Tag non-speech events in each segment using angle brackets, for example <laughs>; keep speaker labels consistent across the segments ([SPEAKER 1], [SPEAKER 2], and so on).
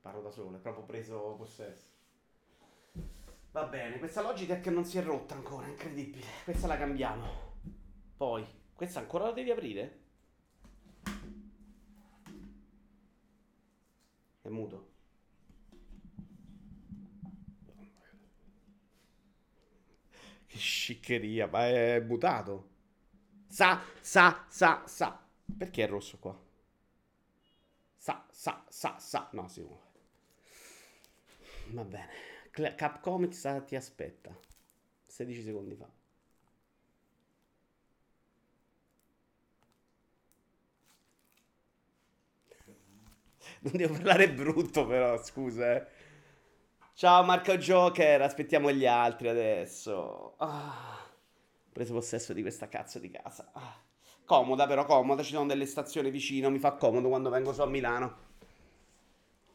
[SPEAKER 1] carro da solo, è proprio preso possesso. Va bene, questa Logitech non si è rotta ancora, incredibile. Questa la cambiamo. Poi, questa ancora la devi aprire? È muto. Che sciccheria, ma è mutato. Sa, sa, sa, sa. Perché è rosso qua? Sa, sa, sa, sa. No, si muove. Va bene. Cla- Capcomics ah, ti aspetta. 16 secondi fa. Non devo parlare brutto però, scusa. eh. Ciao Marco Joker, aspettiamo gli altri adesso. Ah, ho preso possesso di questa cazzo di casa. Ah, Comoda però, comoda, ci sono delle stazioni vicino, mi fa comodo quando vengo su a Milano.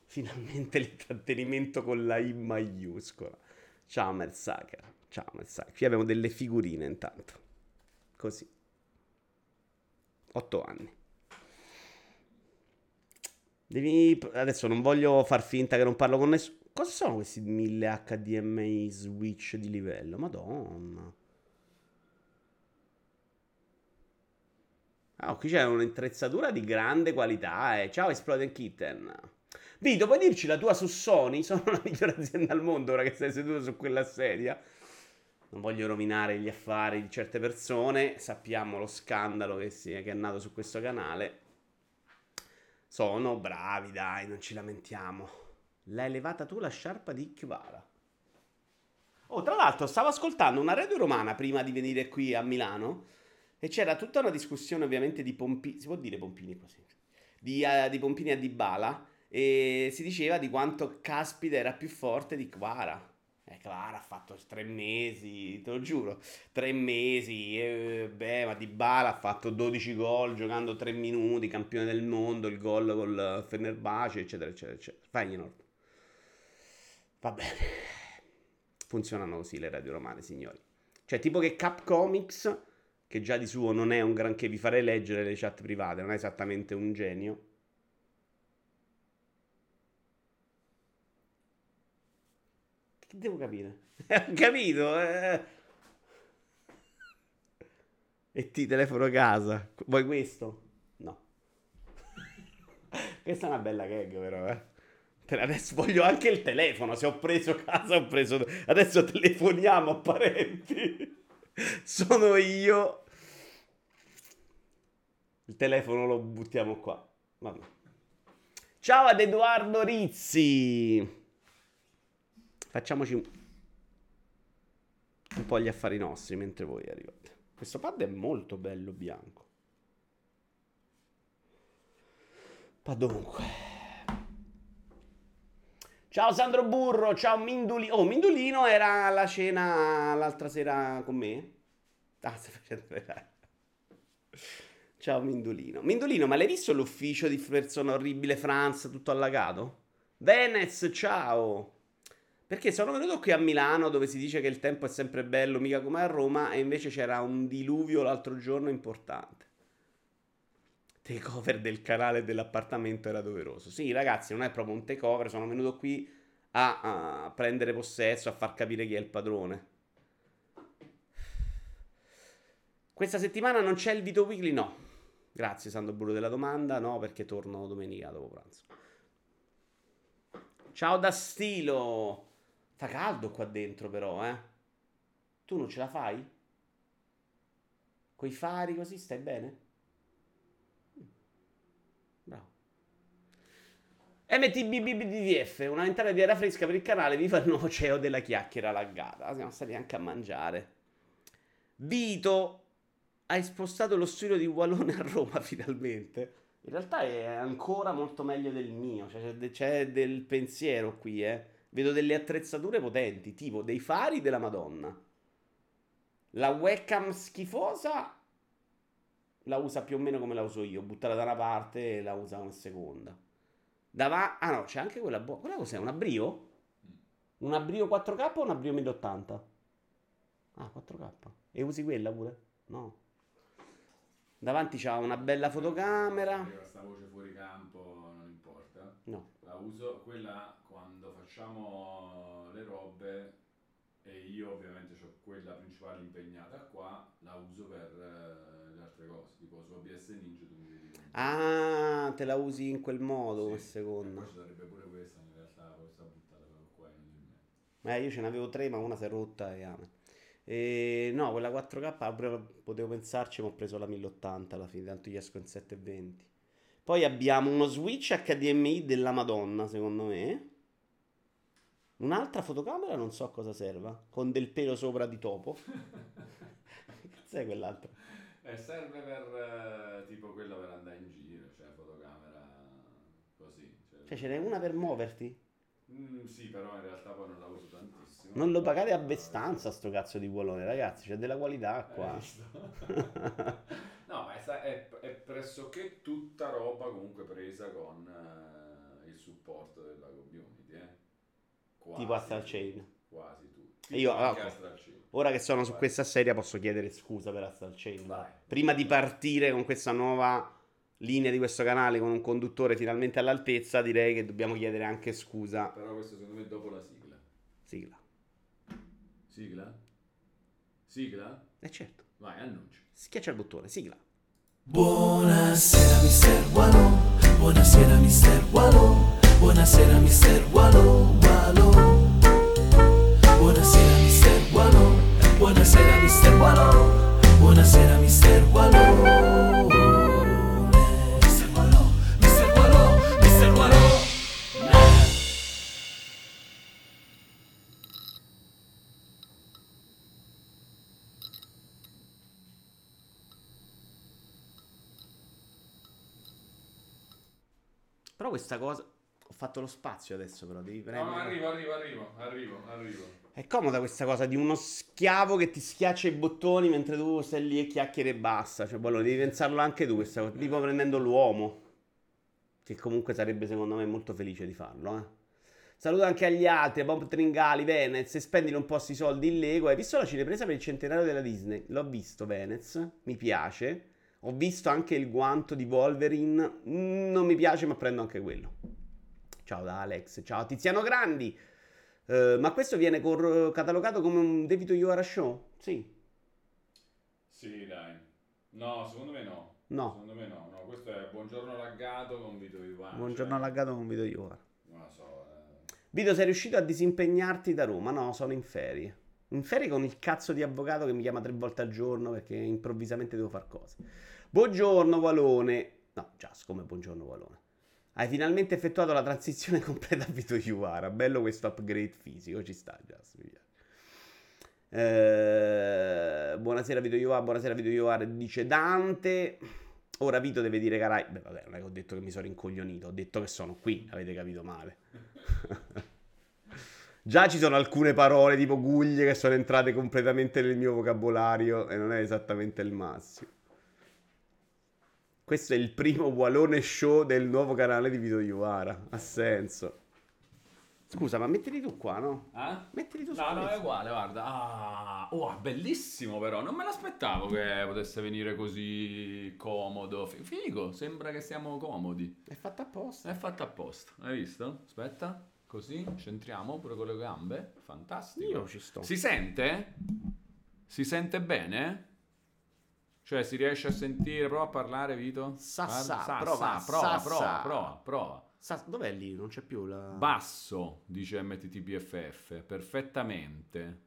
[SPEAKER 1] Finalmente l'intrattenimento con la I maiuscola. Ciao Mersaker, ciao Mersaker. Qui abbiamo delle figurine intanto. Così. Otto anni. Devi... Adesso non voglio far finta che non parlo con nessuno. Cosa sono questi 1000 HDMI switch di livello? Madonna. Ah, qui c'è un'attrezzatura di grande qualità. Eh. Ciao Exploding Kitten. Vito, puoi dirci la tua su Sony? <laughs> Sono la migliore azienda al mondo ora che sei seduto su quella sedia. Non voglio rovinare gli affari di certe persone. Sappiamo lo scandalo che, si- che è nato su questo canale. Sono bravi, dai, non ci lamentiamo. L'hai levata tu la sciarpa di Chivara. Oh, tra l'altro, stavo ascoltando una radio romana prima di venire qui a Milano e c'era tutta una discussione ovviamente di Pompini, si può dire Pompini così, di, eh, di Pompini a Dybala e si diceva di quanto Caspita era più forte di Kvara. E Kvara ha fatto tre mesi, te lo giuro, tre mesi, e, beh, ma Dybala ha fatto 12 gol giocando 3 minuti, campione del mondo, il gol col Fenerbahce, eccetera, eccetera, eccetera. Feyenoord. Va bene. Funzionano così le radio romane, signori. Cioè, tipo che Cap Comics, che già di suo non è un granché, vi farei leggere le chat private, non è esattamente un genio. Che devo capire? <laughs> Ho capito. eh. E ti telefono a casa. Vuoi questo? No. <laughs> Questa è una bella gag, però, eh. Per Adesso voglio anche il telefono. Se ho preso casa, ho preso. Adesso telefoniamo a parenti. <laughs> Sono io. Il telefono lo buttiamo qua. Vabbè. Ciao ad Edoardo Rizzi. Facciamoci un un po' gli affari nostri mentre voi arrivate. Questo pad è molto bello bianco. Ma dunque. Ciao Sandro Burro, ciao Mindulino. Oh, Mindulino era alla cena l'altra sera con me. Ah, stai facendo vedere. Ciao Mindulino. Mindulino, ma l'hai visto l'ufficio di persona orribile Franz tutto allagato? Venez, ciao. Perché sono venuto qui a Milano dove si dice che il tempo è sempre bello, mica come a Roma, e invece c'era un diluvio l'altro giorno importante. Takeover del canale dell'appartamento era doveroso. Sì, ragazzi, non è proprio un takeover, sono venuto qui a, a prendere possesso, a far capire chi è il padrone. Questa settimana non c'è il Vito Weekly? No. Grazie Sandro Burro della domanda, no, perché torno domenica dopo pranzo. Ciao da stilo. Fa caldo qua dentro però, eh. Tu non ce la fai? Coi fari così stai bene? Mm. Bravo. MTBBDF, una ventana di aria fresca per il canale, viva il nuovo CEO della chiacchiera laggata. Siamo stati anche a mangiare. Vito, hai spostato lo studio di Wallone a Roma <laughs> finalmente. In realtà è ancora molto meglio del mio, cioè c'è, de- c'è del pensiero qui, eh. Vedo delle attrezzature potenti, tipo dei fari della Madonna. La webcam schifosa la usa più o meno come la uso io, buttala da una parte e la usa come seconda. Dava- ah no, c'è anche quella buona. Quella cos'è? Un Abrio? Un Abrio 4K o un Abrio 1080? Ah, 4K. E usi quella pure? No. Davanti c'ha una bella fotocamera.
[SPEAKER 2] Questa voce fuori campo non importa.
[SPEAKER 1] No.
[SPEAKER 2] La
[SPEAKER 3] uso quella quando facciamo le robe e io ovviamente ho quella principale impegnata qua, la uso per eh, le altre cose, tipo su OBS Ninja tu mi vedi. con-
[SPEAKER 1] Ah, te la usi in quel modo,
[SPEAKER 3] Sì,
[SPEAKER 1] quel
[SPEAKER 3] e
[SPEAKER 1] secondo.
[SPEAKER 3] Poi ci sarebbe pure questa in realtà, questa buttata però qua non in me.
[SPEAKER 1] Eh, io ce n'avevo tre, ma una si è rotta e amen. E no, quella 4K proprio potevo pensarci, ma ho preso la 1080 alla fine, tanto gli esco in 720. Poi abbiamo uno switch HDMI della Madonna, secondo me. Un'altra fotocamera, non so a cosa serva, con del pelo sopra di topo. <laughs> Che cazzo è quell'altro?
[SPEAKER 3] <laughs> Eh, serve per eh, tipo quella per andare in giro, cioè fotocamera così.
[SPEAKER 1] Cioè, ce n'è una per muoverti?
[SPEAKER 3] Mm, sì, però in realtà poi non la uso tantissimo.
[SPEAKER 1] Non lo pagate a bestanza sto cazzo di buolone, ragazzi, c'è della qualità
[SPEAKER 3] Eh,
[SPEAKER 1] qua. <laughs>
[SPEAKER 3] <laughs> visto? no, ma è, sa- è- è pressoché tutta roba comunque presa con eh, il supporto della community, eh. Quasi
[SPEAKER 1] Tipo Astral
[SPEAKER 3] tutti,
[SPEAKER 1] Chain.
[SPEAKER 3] Quasi tutti.
[SPEAKER 1] E io,
[SPEAKER 3] Anche
[SPEAKER 1] ah,
[SPEAKER 3] Astral Chain.
[SPEAKER 1] Ora che sono su
[SPEAKER 3] Vai.
[SPEAKER 1] questa serie posso chiedere scusa per Astral Chain.
[SPEAKER 3] Vai.
[SPEAKER 1] Prima di partire con questa nuova linea di questo canale con un conduttore finalmente all'altezza, direi che dobbiamo chiedere anche scusa.
[SPEAKER 3] Però questo secondo me è dopo la sigla.
[SPEAKER 1] Sigla.
[SPEAKER 3] Sigla? Sigla?
[SPEAKER 1] E certo,
[SPEAKER 3] Vai, annuncio.
[SPEAKER 1] schiaccia il bottone, sigla.
[SPEAKER 4] Buonasera mister Wallo, buonasera mister Wallo, buonasera mister Wallo, Wallo. Buonasera mister Wallo, buonasera mister Wallo, buonasera mister Wallo. Mister Wallo, mister Wallo, mister Wallo.
[SPEAKER 1] Però questa cosa... Ho fatto lo spazio adesso però, devi premere.
[SPEAKER 3] No, arrivo, arrivo, arrivo, arrivo, arrivo.
[SPEAKER 1] È comoda questa cosa di uno schiavo che ti schiaccia i bottoni mentre tu stai lì e chiacchiere e basta. Cioè, bello, devi pensarlo anche tu questa cosa. Tipo prendendo l'uomo, che comunque sarebbe secondo me molto felice di farlo. Eh. Saluto anche agli altri, a Bob Tringali, Venez, e spendili un po' sti soldi in Lego. Hai visto la cinepresa per il centenario della Disney? L'ho visto, Venez, mi piace. Ho visto anche il guanto di Wolverine, Mm, non mi piace ma prendo anche quello. Ciao da Alex, ciao Tiziano Grandi. Eh, ma questo viene cor- catalogato come un debito Yoara Show? Sì.
[SPEAKER 3] Sì, dai. No, secondo me no.
[SPEAKER 1] No.
[SPEAKER 3] Secondo me no, no, questo è Buongiorno laggato con Vito Ivano.
[SPEAKER 1] Buongiorno
[SPEAKER 3] cioè,
[SPEAKER 1] allagato con Vito Yoara.
[SPEAKER 3] Non lo so. eh.
[SPEAKER 1] Vito, sei riuscito a disimpegnarti da Roma? No, sono in ferie. In ferie con il cazzo di avvocato che mi chiama tre volte al giorno perché improvvisamente devo far cose. Buongiorno Valone. No, già, siccome buongiorno Valone. Hai finalmente effettuato la transizione <laughs> completa a Vito Iuara. Bello questo upgrade fisico, ci sta già. mi piace. Eh, buonasera Vito Iuara, buonasera Vito Iuara, dice Dante. Ora Vito deve dire carai. Beh, vabbè, non è che ho detto che mi sono rincoglionito, ho detto che sono qui, avete capito male. <laughs> Già ci sono alcune parole tipo guglie che sono entrate completamente nel mio vocabolario e non è esattamente il massimo. Questo è il primo Walone Show del nuovo canale di Vito Iuvara. Ha senso. Scusa, ma mettili tu qua, no?
[SPEAKER 3] Ah?
[SPEAKER 1] Mettili tu su
[SPEAKER 3] No, no, è
[SPEAKER 1] questo.
[SPEAKER 3] uguale, guarda. Ah, oh, bellissimo però, non me l'aspettavo che potesse venire così comodo. Fi- Figo, sembra che siamo comodi.
[SPEAKER 1] È fatto apposta.
[SPEAKER 3] È fatto apposta, hai visto? Aspetta, così, centriamo pure con le gambe. Fantastico.
[SPEAKER 1] Io ci sto.
[SPEAKER 3] Si sente? Si sente bene? Cioè si riesce a sentire? Prova a parlare, Vito.
[SPEAKER 1] Sa,
[SPEAKER 3] Parla-
[SPEAKER 1] sa,
[SPEAKER 3] sa,
[SPEAKER 1] prova,
[SPEAKER 3] sa, prova,
[SPEAKER 1] sa,
[SPEAKER 3] prova,
[SPEAKER 1] sa.
[SPEAKER 3] prova, prova.
[SPEAKER 1] Sa- dov'è lì? Non c'è più la...
[SPEAKER 3] Basso, dice MTTPFF, perfettamente.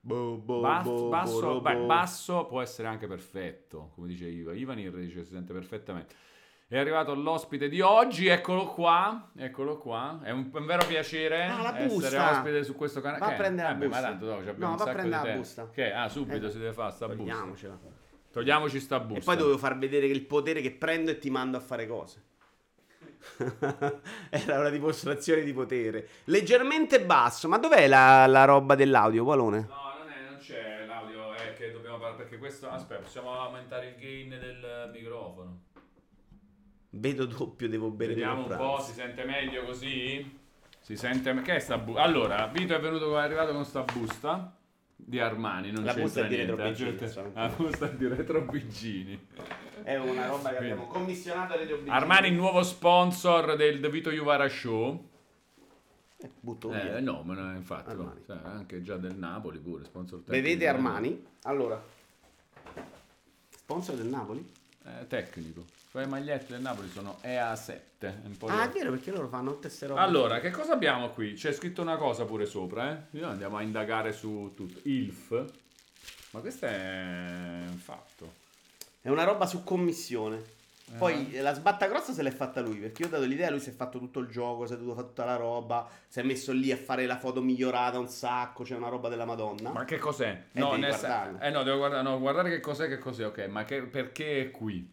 [SPEAKER 1] Bo- bo-
[SPEAKER 3] Bas-
[SPEAKER 1] bo-
[SPEAKER 3] basso,
[SPEAKER 1] bo-
[SPEAKER 3] beh,
[SPEAKER 1] bo-
[SPEAKER 3] basso può essere anche perfetto, come dice Iva. Ivanir dice si sente perfettamente. È arrivato l'ospite di oggi, eccolo qua, eccolo qua. È un, un vero piacere
[SPEAKER 1] Ah, la
[SPEAKER 3] essere
[SPEAKER 1] busta!
[SPEAKER 3] ospite su questo canale.
[SPEAKER 1] Va a prendere la
[SPEAKER 3] Vabbè, ma
[SPEAKER 1] busta.
[SPEAKER 3] tanto dopo ci abbiamo
[SPEAKER 1] No,
[SPEAKER 3] un
[SPEAKER 1] va a
[SPEAKER 3] sacco di
[SPEAKER 1] prendere la
[SPEAKER 3] tempo.
[SPEAKER 1] busta.
[SPEAKER 3] Che? Ah, subito
[SPEAKER 1] Eh,
[SPEAKER 3] si deve fare sta busta.
[SPEAKER 1] Togliamocela.
[SPEAKER 3] Togliamoci sta busta.
[SPEAKER 1] E poi dovevo far vedere che il potere che prendo e ti mando a fare cose. <laughs> Era una dimostrazione di potere. Leggermente basso, ma dov'è la, la roba dell'audio, Palone?
[SPEAKER 3] No, non, è- non c'è l'audio, è che dobbiamo parlare perché questo... Aspetta, possiamo aumentare il gain del microfono.
[SPEAKER 1] Vedo doppio, devo bere meno
[SPEAKER 3] Vediamo un
[SPEAKER 1] pranzo.
[SPEAKER 3] po', si sente meglio così? Si sente... Che è sta busta? Allora, Vito è venuto è arrivato con sta busta di Armani, non
[SPEAKER 1] La
[SPEAKER 3] c'entra
[SPEAKER 1] busta è di
[SPEAKER 3] niente.
[SPEAKER 1] Retro
[SPEAKER 3] la,
[SPEAKER 1] Bigini,
[SPEAKER 3] gente-
[SPEAKER 1] sono-
[SPEAKER 3] la busta è di Retro Bigini.
[SPEAKER 1] È una roba che
[SPEAKER 3] Quindi-
[SPEAKER 1] abbiamo commissionato alle
[SPEAKER 3] Armani, il nuovo sponsor del The Vito Juvara Show.
[SPEAKER 1] Butto via.
[SPEAKER 3] Eh, no, ma no, infatti,
[SPEAKER 1] Oh, Armani.
[SPEAKER 3] no, cioè, anche già del Napoli pure, sponsor tecnico.
[SPEAKER 1] Bevete
[SPEAKER 3] del
[SPEAKER 1] Armani? Allora, sponsor del Napoli?
[SPEAKER 3] Napoli. Eh, tecnico. Cioè, le magliette del Napoli sono EA7. un po'
[SPEAKER 1] Ah, è
[SPEAKER 3] di-
[SPEAKER 1] vero, perché loro fanno tutte queste robe.
[SPEAKER 3] Allora, che cosa abbiamo qui? C'è scritto una cosa pure sopra, eh? Noi andiamo a indagare su tutto. ILF. Ma questo è un fatto.
[SPEAKER 1] È una roba su commissione.
[SPEAKER 3] Eh.
[SPEAKER 1] Poi eh, la sbatta grossa se l'è fatta lui, perché io ho dato l'idea, lui si è fatto tutto il gioco, si è dovuto fare tutta la roba, si è messo lì a fare la foto migliorata un sacco, c'è una roba della Madonna.
[SPEAKER 3] Ma che cos'è?
[SPEAKER 1] Eh, devi
[SPEAKER 3] nel sen-
[SPEAKER 1] guardarlo.
[SPEAKER 3] eh, no, devo guardare, no, guardare che cos'è, che cos'è, ok, ma che- perché è qui?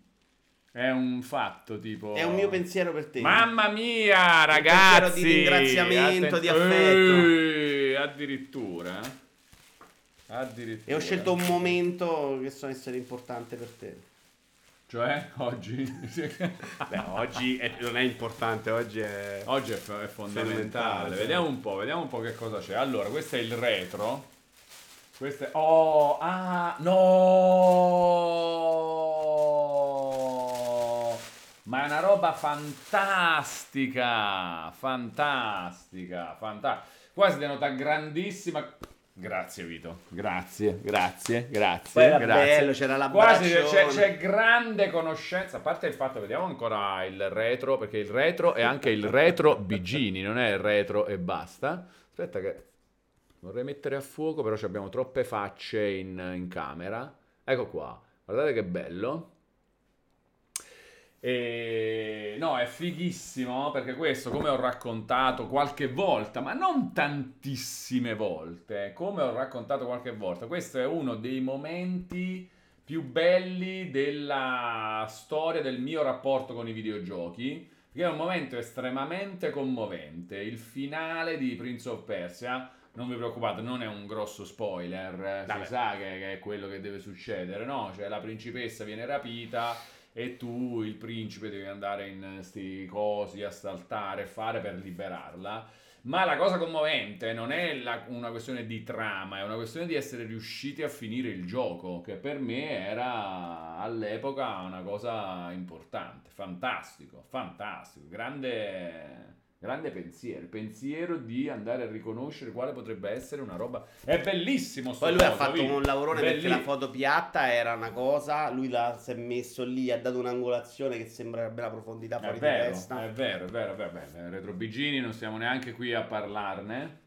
[SPEAKER 3] È un fatto tipo...
[SPEAKER 1] È un mio pensiero per te.
[SPEAKER 3] Mamma mia, ragazzi!
[SPEAKER 1] pensiero di ringraziamento, di affetto.
[SPEAKER 3] Eh, addirittura. eh. Addirittura.
[SPEAKER 1] E ho scelto un momento che so essere importante per te.
[SPEAKER 3] Cioè, <laughs> oggi...
[SPEAKER 1] Beh, oggi è- non è importante, oggi è...
[SPEAKER 3] Oggi è, f- è
[SPEAKER 1] Fondamentale.
[SPEAKER 3] fondamentale. Vediamo un po', vediamo un po' che cosa c'è. Allora, questo è il retro. Questo è... Oh, ah, no! Ma è una roba fantastica, fantastica, fantastica. Quasi di nota grandissima. Grazie Vito, grazie, grazie, grazie.
[SPEAKER 1] Poi era
[SPEAKER 3] grazie.
[SPEAKER 1] bello, c'era la
[SPEAKER 3] Quasi c'è, c'è grande conoscenza, a parte il fatto, vediamo ancora il retro, perché il retro è anche il retro Bigini, non è il retro e basta. Aspetta che vorrei mettere a fuoco, però ci abbiamo troppe facce in, in camera. Ecco qua, guardate che bello. E... No, è fighissimo perché questo, come ho raccontato qualche volta, ma non tantissime volte, eh, come ho raccontato qualche volta, questo è uno dei momenti più belli della storia del mio rapporto con i videogiochi, perché è un momento estremamente commovente, il finale di Prince of Persia. Non vi preoccupate, non è un grosso spoiler, eh,
[SPEAKER 1] Vabbè.
[SPEAKER 3] si sa che, che è quello che deve succedere, no? Cioè la principessa viene rapita e tu, il principe, devi andare in sti cosi a saltare, fare per liberarla. Ma la cosa commovente non è la- una questione di trama, è una questione di essere riusciti a finire il gioco, che per me era all'epoca una cosa importante, fantastico, fantastico, grande, grande pensiero, il pensiero di andare a riconoscere quale potrebbe essere una roba... È bellissimo sto
[SPEAKER 1] Poi lui ha
[SPEAKER 3] gioco,
[SPEAKER 1] fatto
[SPEAKER 3] Vito.
[SPEAKER 1] un lavorone perché
[SPEAKER 3] Belli-
[SPEAKER 1] la foto piatta era una cosa, lui la, si è messo lì, ha dato un'angolazione che sembra una bella profondità
[SPEAKER 3] È
[SPEAKER 1] fuori di
[SPEAKER 3] vero,
[SPEAKER 1] testa,
[SPEAKER 3] è vero, è vero, è vero, è vero. Retro Bigini, non stiamo neanche qui a parlarne.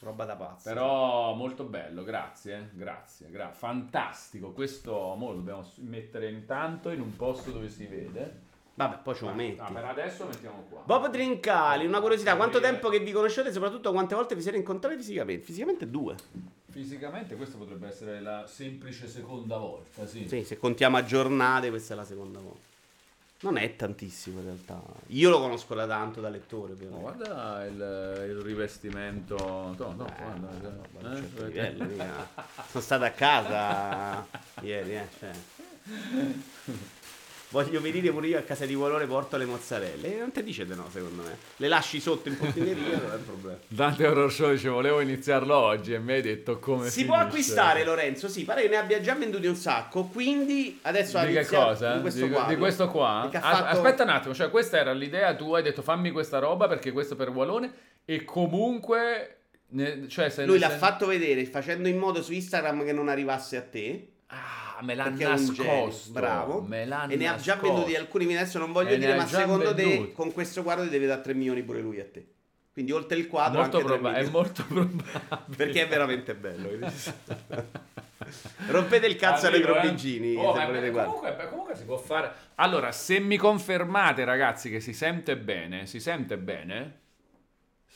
[SPEAKER 1] roba da pazzo.
[SPEAKER 3] Però molto bello, grazie, grazie, gra- fantastico. Questo mo lo dobbiamo s- mettere intanto in un posto dove si vede.
[SPEAKER 1] Vabbè, poi ce lo
[SPEAKER 3] Ah,
[SPEAKER 1] metti.
[SPEAKER 3] ah, per adesso lo mettiamo qua.
[SPEAKER 1] Bob Trincali, una curiosità, quanto
[SPEAKER 3] Sì, eh.
[SPEAKER 1] tempo che vi conoscete e soprattutto quante volte vi siete incontrati fisicamente? Fisicamente due.
[SPEAKER 3] eh, Fisicamente questa potrebbe essere la semplice seconda volta, sì.
[SPEAKER 1] Sì, se contiamo a giornate questa è la seconda volta. Non è tantissimo in realtà. Io lo conosco da tanto, da lettore.
[SPEAKER 3] No,
[SPEAKER 1] ovviamente.
[SPEAKER 3] guarda il, il rivestimento. No, no,
[SPEAKER 1] Eh,
[SPEAKER 3] guarda,
[SPEAKER 1] ma-
[SPEAKER 3] guarda,
[SPEAKER 1] ma- ma-
[SPEAKER 3] eh,
[SPEAKER 1] certo
[SPEAKER 3] guarda.
[SPEAKER 1] livello, mica. Sono stato a casa <laughs> ieri, eh, cioè. Voglio venire pure io a casa di colore, porto le mozzarelle. E non te dice di no, secondo me. Le lasci sotto in portineria, non è un problema.
[SPEAKER 3] Dante Horror Show dice volevo iniziarlo oggi e mi hai detto come
[SPEAKER 1] si può
[SPEAKER 3] finisce.
[SPEAKER 1] acquistare Lorenzo, sì, pare che ne abbia già venduti un sacco, quindi adesso ha
[SPEAKER 3] Di che
[SPEAKER 1] iniziato-
[SPEAKER 3] cosa?
[SPEAKER 1] Di questo
[SPEAKER 3] Di-
[SPEAKER 1] qua.
[SPEAKER 3] di questo qua?
[SPEAKER 1] Perché ha
[SPEAKER 3] As-
[SPEAKER 1] fatto-
[SPEAKER 3] Aspetta un attimo, cioè questa era l'idea tua, hai detto fammi questa roba perché questo è per Wallone e comunque... ne- cioè, se
[SPEAKER 1] Lui
[SPEAKER 3] se-
[SPEAKER 1] l'ha fatto vedere facendo in modo su Instagram che non arrivasse a te
[SPEAKER 3] Ah, me l'ha
[SPEAKER 1] perché è un genio,
[SPEAKER 3] nascosto.
[SPEAKER 1] bravo.
[SPEAKER 3] Me l'ha
[SPEAKER 1] e ne ha già
[SPEAKER 3] nascosto.
[SPEAKER 1] venduti alcuni, quindi adesso non voglio
[SPEAKER 3] E ne
[SPEAKER 1] dire,
[SPEAKER 3] ha
[SPEAKER 1] ma
[SPEAKER 3] già
[SPEAKER 1] secondo te
[SPEAKER 3] venduti.
[SPEAKER 1] con questo quadro ti deve dare 3 milioni pure lui a te. Quindi oltre il quadro
[SPEAKER 3] Molto
[SPEAKER 1] anche 3
[SPEAKER 3] proba- è
[SPEAKER 1] milioni.
[SPEAKER 3] molto <laughs> probabile.
[SPEAKER 1] <laughs> Perché è veramente bello.
[SPEAKER 3] <laughs>
[SPEAKER 1] <laughs> Rompete il cazzo alle
[SPEAKER 3] Arrivo, eh.
[SPEAKER 1] grobbigini,
[SPEAKER 3] Oh,
[SPEAKER 1] se
[SPEAKER 3] ma-
[SPEAKER 1] volete guardare.
[SPEAKER 3] comunque, beh, comunque si può fare. Allora, se mi confermate, ragazzi, che si sente bene, si sente bene.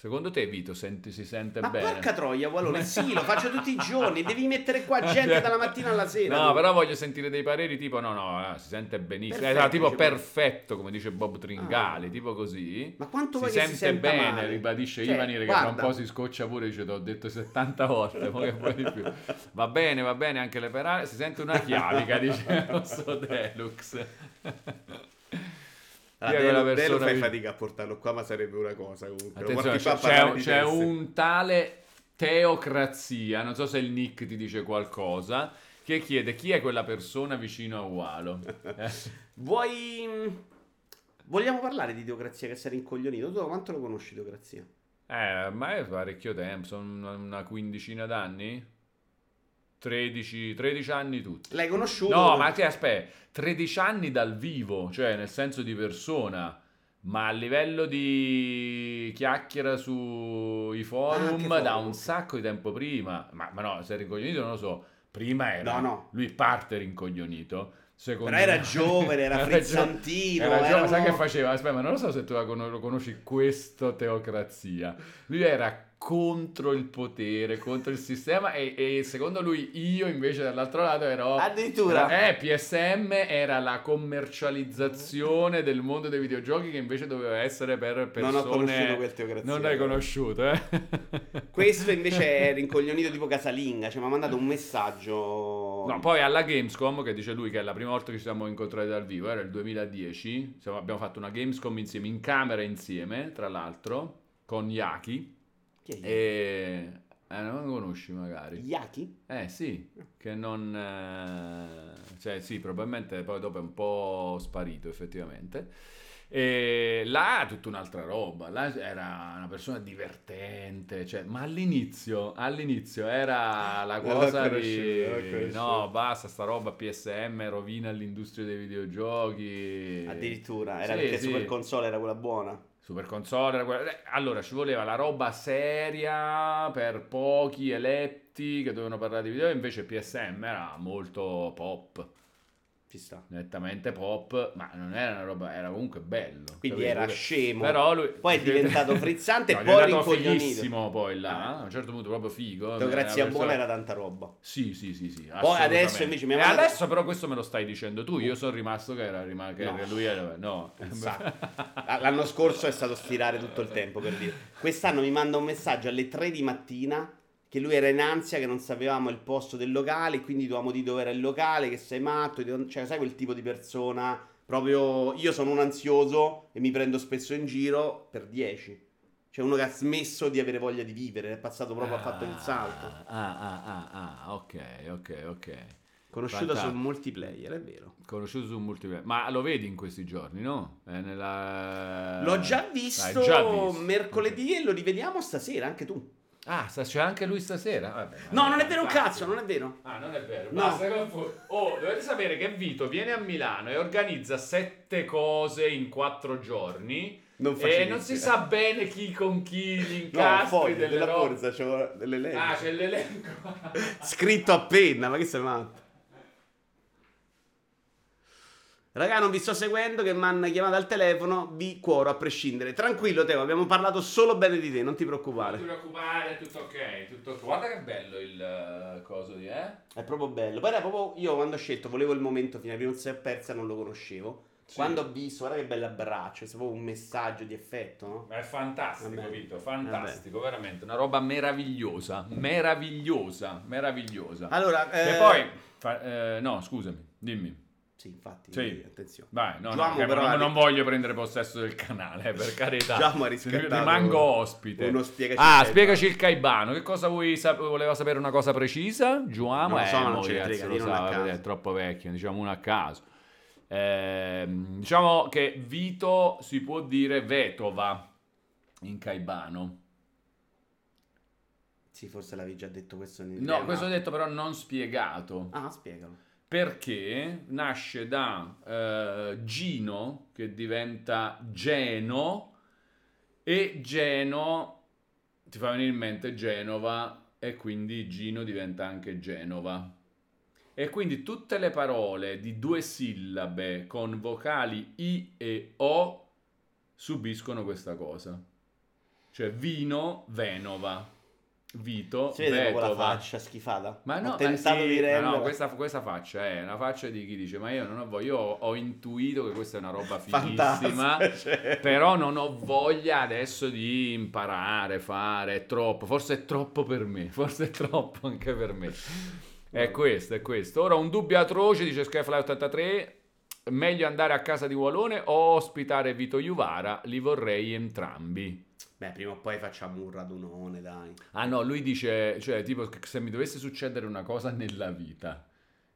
[SPEAKER 3] Secondo te, Vito, senti, si sente
[SPEAKER 1] Ma
[SPEAKER 3] bene?
[SPEAKER 1] porca troia,
[SPEAKER 3] <laughs>
[SPEAKER 1] Wallone, sì, lo faccio tutti i giorni, devi mettere qua gente dalla mattina alla sera.
[SPEAKER 3] No,
[SPEAKER 1] tu.
[SPEAKER 3] però voglio sentire dei pareri tipo no, no, eh, si sente benissimo. Eh,
[SPEAKER 1] Perfetto,
[SPEAKER 3] tipo
[SPEAKER 1] dice
[SPEAKER 3] perfetto, come dice Bob Tringali,
[SPEAKER 1] Ah.
[SPEAKER 3] tipo così.
[SPEAKER 1] Ma quanto
[SPEAKER 3] si
[SPEAKER 1] vuoi che
[SPEAKER 3] sente
[SPEAKER 1] si senta
[SPEAKER 3] bene,
[SPEAKER 1] male?
[SPEAKER 3] ribadisce
[SPEAKER 1] Cioè,
[SPEAKER 3] Ivani che fra un
[SPEAKER 1] guarda.
[SPEAKER 3] po' si scoccia pure, dice, te ho detto 70 volte, poi che vuoi di più. Va bene, va bene, anche le perare, si sente
[SPEAKER 1] <laughs>
[SPEAKER 3] una chiavica, dice lo so Deluxe. Chi è quella
[SPEAKER 1] Allora, Delo, Delo
[SPEAKER 3] persona
[SPEAKER 1] fai
[SPEAKER 3] lì?
[SPEAKER 1] fatica a portarlo qua, ma sarebbe una cosa comunque. Lo
[SPEAKER 3] Attenzione,
[SPEAKER 1] porti qua
[SPEAKER 3] c'è,
[SPEAKER 1] a parlare
[SPEAKER 3] c'è-
[SPEAKER 1] di
[SPEAKER 3] c'è
[SPEAKER 1] teste.
[SPEAKER 3] un tale Teocrazia, non so se il nick ti dice qualcosa, che chiede chi è quella persona vicino
[SPEAKER 1] <laughs>
[SPEAKER 3] a Walo. Eh,
[SPEAKER 1] Vuoi... Vogliamo parlare di Teocrazia che sei rincoglionito? Tu da quanto lo conosci Teocrazia?
[SPEAKER 3] Eh, ma è parecchio tempo, sono una- una quindicina d'anni? 13, 13 anni tutti.
[SPEAKER 1] L'hai conosciuto?
[SPEAKER 3] No, ma te aspetta, 13 anni dal vivo, cioè nel senso di persona, ma a livello di chiacchiera sui
[SPEAKER 1] Ah, che
[SPEAKER 3] forum
[SPEAKER 1] forum,
[SPEAKER 3] da un
[SPEAKER 1] ok.
[SPEAKER 3] sacco di tempo prima. Ma, ma no, se era incognito non lo so, prima era
[SPEAKER 1] No, no.
[SPEAKER 3] lui parte rincognito. secondo
[SPEAKER 1] Però era
[SPEAKER 3] me-
[SPEAKER 1] giovane,
[SPEAKER 3] <laughs>
[SPEAKER 1] era
[SPEAKER 3] gio-
[SPEAKER 1] frizzantino,
[SPEAKER 3] Era
[SPEAKER 1] era
[SPEAKER 3] giovane, sai
[SPEAKER 1] uno-
[SPEAKER 3] che faceva? Aspetta, ma non lo so se tu la con- lo conosci questo teocrazia. Lui era contro il potere, contro il sistema e, e secondo lui io invece dall'altro lato ero
[SPEAKER 1] Addirittura.
[SPEAKER 3] eh, PSM era la commercializzazione del mondo dei videogiochi che invece doveva essere per persone...
[SPEAKER 1] Non ho conosciuto quel teocrazia.
[SPEAKER 3] Non l'hai conosciuto, eh? <laughs>
[SPEAKER 1] Questo invece è rincoglionito tipo casalinga, cioè mi ha mandato un messaggio.
[SPEAKER 3] No, poi alla Gamescom, che dice lui che è la prima volta che ci siamo incontrati dal vivo, era il 2010, siamo- abbiamo fatto una Gamescom insieme, in camera insieme, tra l'altro, con Yaki,
[SPEAKER 1] Chi è
[SPEAKER 3] e... Eh, non lo conosci magari.
[SPEAKER 1] Yaki?
[SPEAKER 3] Eh sì, che non... eh, cioè sì, probabilmente poi dopo è un po' sparito effettivamente. E là tutta un'altra roba, là era una persona divertente, cioè, ma all'inizio, all'inizio
[SPEAKER 1] <laughs>
[SPEAKER 3] era la
[SPEAKER 1] Non l'ho
[SPEAKER 3] cosa
[SPEAKER 1] conosciuto, non l'ho
[SPEAKER 3] di
[SPEAKER 1] conosciuto.
[SPEAKER 3] no, basta sta roba PSM rovina l'industria dei videogiochi.
[SPEAKER 1] Addirittura, era
[SPEAKER 3] eh, Sì,
[SPEAKER 1] perché
[SPEAKER 3] sì.
[SPEAKER 1] Super Console era quella buona.
[SPEAKER 3] Super console, era quella- eh, allora ci voleva la roba seria per pochi eletti che dovevano parlare di video, invece PSM era molto pop,
[SPEAKER 1] Ci sta.
[SPEAKER 3] nettamente pop, ma non era una roba, era comunque bello.
[SPEAKER 1] Quindi
[SPEAKER 3] capito?
[SPEAKER 1] era scemo.
[SPEAKER 3] Però lui- <laughs>
[SPEAKER 1] Poi è diventato frizzante e
[SPEAKER 3] No, è
[SPEAKER 1] poi
[SPEAKER 3] diventato
[SPEAKER 1] rincoglionito.
[SPEAKER 3] fighissimo poi là, a un certo punto proprio figo. cioè,
[SPEAKER 1] Teocrazia
[SPEAKER 3] una persona-
[SPEAKER 1] buona era tanta roba.
[SPEAKER 3] Sì, sì, sì, sì.
[SPEAKER 1] Poi adesso
[SPEAKER 3] assolutamente.
[SPEAKER 1] invece mi ha
[SPEAKER 3] E
[SPEAKER 1] mandato-
[SPEAKER 3] adesso però questo me lo stai dicendo tu, io sono rimasto che era rima- che
[SPEAKER 1] No.
[SPEAKER 3] che lui era no.
[SPEAKER 1] Un sacco. L'anno scorso è stato stirare tutto il tempo per dire. Quest'anno mi manda un messaggio alle 3 di mattina che lui era in ansia, che non sapevamo il posto del locale, quindi dovevamo dire dove era il locale, che sei matto, che non- cioè sai quel tipo di persona proprio io sono un ansioso e mi prendo spesso in giro per 10. C'è uno che ha smesso di avere voglia di vivere, è passato proprio, ha fatto il salto.
[SPEAKER 3] Ah, ah, ah, ah, ah, ok, ok, ok.
[SPEAKER 1] Conosciuto
[SPEAKER 3] Fantastico.
[SPEAKER 1] su multiplayer, è vero.
[SPEAKER 3] Conosciuto su multiplayer. Ma lo vedi in questi giorni, no? È nella...
[SPEAKER 1] L'ho Eh, già
[SPEAKER 3] L'hai
[SPEAKER 1] visto, mercoledì e lo rivediamo stasera, anche tu.
[SPEAKER 3] Ok. Ah, sta- c'è anche lui stasera? Vabbè,
[SPEAKER 1] No,
[SPEAKER 3] vabbè,
[SPEAKER 1] non è vero un
[SPEAKER 3] infatti.
[SPEAKER 1] cazzo, non è vero.
[SPEAKER 3] Ah, non è vero.
[SPEAKER 1] No.
[SPEAKER 3] Basta che fu- Oh, dovete sapere che Vito viene a Milano e organizza sette cose in quattro giorni
[SPEAKER 1] Non
[SPEAKER 3] e Eh, non si sa bene chi con chi gli
[SPEAKER 1] eh. No,
[SPEAKER 3] incastri
[SPEAKER 1] foglie
[SPEAKER 3] delle
[SPEAKER 1] della
[SPEAKER 3] robe.
[SPEAKER 1] borsa, c'ho delle leggi.
[SPEAKER 3] Ah, c'è l'elenco. <laughs>
[SPEAKER 1] Scritto a penna, ma che sei matto? Raga, non vi sto seguendo, che mi hanno chiamato al telefono, vi cuoro a prescindere. Tranquillo, Teo, abbiamo parlato solo bene di te, non ti
[SPEAKER 3] Non ti
[SPEAKER 1] preoccupare.
[SPEAKER 3] preoccupare, tutto ok, tutto ok. Guarda che bello il eh, coso di eh.
[SPEAKER 1] È proprio bello. Poi era proprio, io quando ho scelto, volevo il momento finale, non si è persa, non lo conoscevo.
[SPEAKER 3] Sì.
[SPEAKER 1] Quando ho visto, guarda che bell'abbraccio, è proprio un messaggio di effetto, no?
[SPEAKER 3] È fantastico,
[SPEAKER 1] Vabbè.
[SPEAKER 3] Vito, fantastico, veramente, una roba meravigliosa, meravigliosa, meravigliosa.
[SPEAKER 1] Allora, eh,
[SPEAKER 3] E poi fa- eh, no, scusami, dimmi.
[SPEAKER 1] Sì, infatti,
[SPEAKER 3] Sì.
[SPEAKER 1] attenzione.
[SPEAKER 3] Vai, no, no,
[SPEAKER 1] Giacomo,
[SPEAKER 3] che
[SPEAKER 1] però,
[SPEAKER 3] non,
[SPEAKER 1] ha-
[SPEAKER 3] non voglio prendere possesso del canale, eh, per
[SPEAKER 1] <laughs>
[SPEAKER 3] carità.
[SPEAKER 1] Giacomo ha riscattato
[SPEAKER 3] Rimango ospite.
[SPEAKER 1] uno spiegaci il
[SPEAKER 3] ah,
[SPEAKER 1] Caibano.
[SPEAKER 3] spiegaci il Caibano. Che cosa vuoi sap- voleva sapere una cosa precisa? Giuamo
[SPEAKER 1] Non lo so,
[SPEAKER 3] Eh,
[SPEAKER 1] ma non
[SPEAKER 3] mo,
[SPEAKER 1] ce ne
[SPEAKER 3] ragazzi,
[SPEAKER 1] frega,
[SPEAKER 3] lo
[SPEAKER 1] dillo
[SPEAKER 3] sa,
[SPEAKER 1] una a
[SPEAKER 3] vedete,
[SPEAKER 1] caso.
[SPEAKER 3] è troppo vecchio, diciamo uno a caso. Ehm, diciamo che Vito si può dire Vetova in Caibano.
[SPEAKER 1] Sì, forse l'avevi già detto questo. nel-
[SPEAKER 3] No,
[SPEAKER 1] eh,
[SPEAKER 3] questo ho
[SPEAKER 1] ma-
[SPEAKER 3] detto però non spiegato.
[SPEAKER 1] Ah, spiegalo.
[SPEAKER 3] perché nasce da eh, Gino che diventa Geno e Geno ti fa venire in mente Genova e quindi Gino diventa anche Genova. E quindi tutte le parole di due sillabe con vocali I e O subiscono questa cosa. Cioè vino, Venova, Vito,
[SPEAKER 1] Si vede proprio la
[SPEAKER 3] Vetova.
[SPEAKER 1] faccia schifata?
[SPEAKER 3] Ma no,
[SPEAKER 1] Ho tentato
[SPEAKER 3] ma sì,
[SPEAKER 1] di
[SPEAKER 3] ma
[SPEAKER 1] renderla.
[SPEAKER 3] no, questa, questa faccia è una faccia di chi dice: Ma io non ho voglia, io ho, ho intuito che questa è
[SPEAKER 1] <laughs>
[SPEAKER 3] una roba fighissima.
[SPEAKER 1] Fantastica, <laughs> cioè.
[SPEAKER 3] Però non ho voglia adesso di imparare, fare, è troppo, forse è troppo per me, forse è troppo anche per me. È
[SPEAKER 1] Ecco.
[SPEAKER 3] questo, è questo. Ora un dubbio atroce, dice Skyfly83, meglio andare a casa di Walone o ospitare Vito Juvara, li vorrei entrambi.
[SPEAKER 1] Beh, prima o poi facciamo un radunone, dai.
[SPEAKER 3] <laughs> Ah no, lui dice, cioè tipo che se mi dovesse succedere una cosa nella vita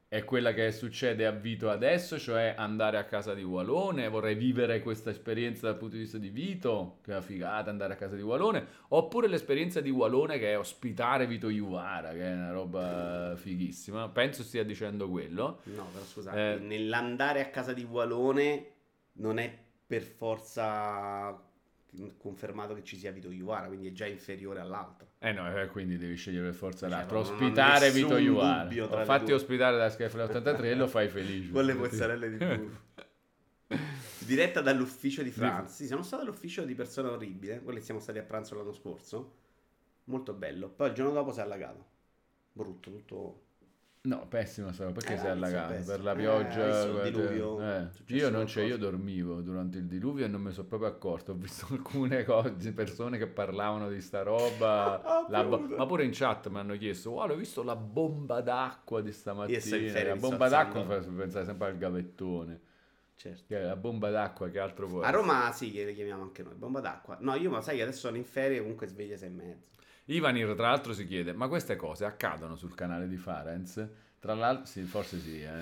[SPEAKER 3] è quella che succede a Vito adesso, cioè andare a casa di Walone, vorrei vivere questa esperienza dal punto di vista di Vito, che è una figata andare a casa di Walone, oppure l'esperienza di Walone che è ospitare Vito Iuvara, che è una roba fighissima, penso stia dicendo quello.
[SPEAKER 1] No, però scusate,
[SPEAKER 3] Eh.
[SPEAKER 1] nell'andare a casa di Valone non è per forza confermato che ci sia Vito Iuvara, quindi è già inferiore all'altro.
[SPEAKER 3] Eh no, eh, quindi devi scegliere per forza
[SPEAKER 1] Cioè,
[SPEAKER 3] l'altro,
[SPEAKER 1] proprio non ho
[SPEAKER 3] ospitare
[SPEAKER 1] nessun
[SPEAKER 3] Vito Iuvara,
[SPEAKER 1] dubbio tra le
[SPEAKER 3] fatti
[SPEAKER 1] due.
[SPEAKER 3] ospitare dalla Skyfly 83 e lo fai
[SPEAKER 1] <laughs>
[SPEAKER 3] felice.
[SPEAKER 1] Con le
[SPEAKER 3] <laughs>
[SPEAKER 1] mozzarelle di burro. Diretta dall'ufficio di Franzi. Siamo stati all'ufficio di Persona Orribile, quelli siamo stati a pranzo l'anno scorso. Molto bello. Poi il giorno dopo si è allagato. Brutto, tutto...
[SPEAKER 3] No, pessima storia, perché
[SPEAKER 1] Eh,
[SPEAKER 3] si è
[SPEAKER 1] inizio
[SPEAKER 3] allagato?
[SPEAKER 1] pessimo.
[SPEAKER 3] Per la
[SPEAKER 1] Eh,
[SPEAKER 3] pioggia,
[SPEAKER 1] adesso il
[SPEAKER 3] guarda-
[SPEAKER 1] diluvio, Cioè,
[SPEAKER 3] eh,
[SPEAKER 1] è successo
[SPEAKER 3] Io non c'è,
[SPEAKER 1] qualcosa.
[SPEAKER 3] io dormivo durante il diluvio e non mi sono proprio accorto. Ho visto <laughs> alcune cose, persone che parlavano di sta roba.
[SPEAKER 1] <laughs> Ah,
[SPEAKER 3] la bo-
[SPEAKER 1] brutto.
[SPEAKER 3] ma pure in chat mi hanno chiesto: Guarda, ho visto la bomba d'acqua di
[SPEAKER 1] Io sto in
[SPEAKER 3] stamattina.
[SPEAKER 1] ferie,
[SPEAKER 3] La
[SPEAKER 1] mi
[SPEAKER 3] bomba
[SPEAKER 1] sto
[SPEAKER 3] d'acqua mi fa
[SPEAKER 1] alzando.
[SPEAKER 3] pensare sempre al gavettone.
[SPEAKER 1] Certo.
[SPEAKER 3] Che è La bomba d'acqua, che altro Eh, può
[SPEAKER 1] A
[SPEAKER 3] essere?
[SPEAKER 1] Roma sì, che le chiamiamo anche noi, bomba d'acqua. No, io ma sai che adesso sono in ferie, comunque sveglia sei e mezzo.
[SPEAKER 3] Ivanir, tra l'altro, si chiede: Ma queste cose accadono sul canale di Farenz? Tra l'altro, sì, forse sì, eh.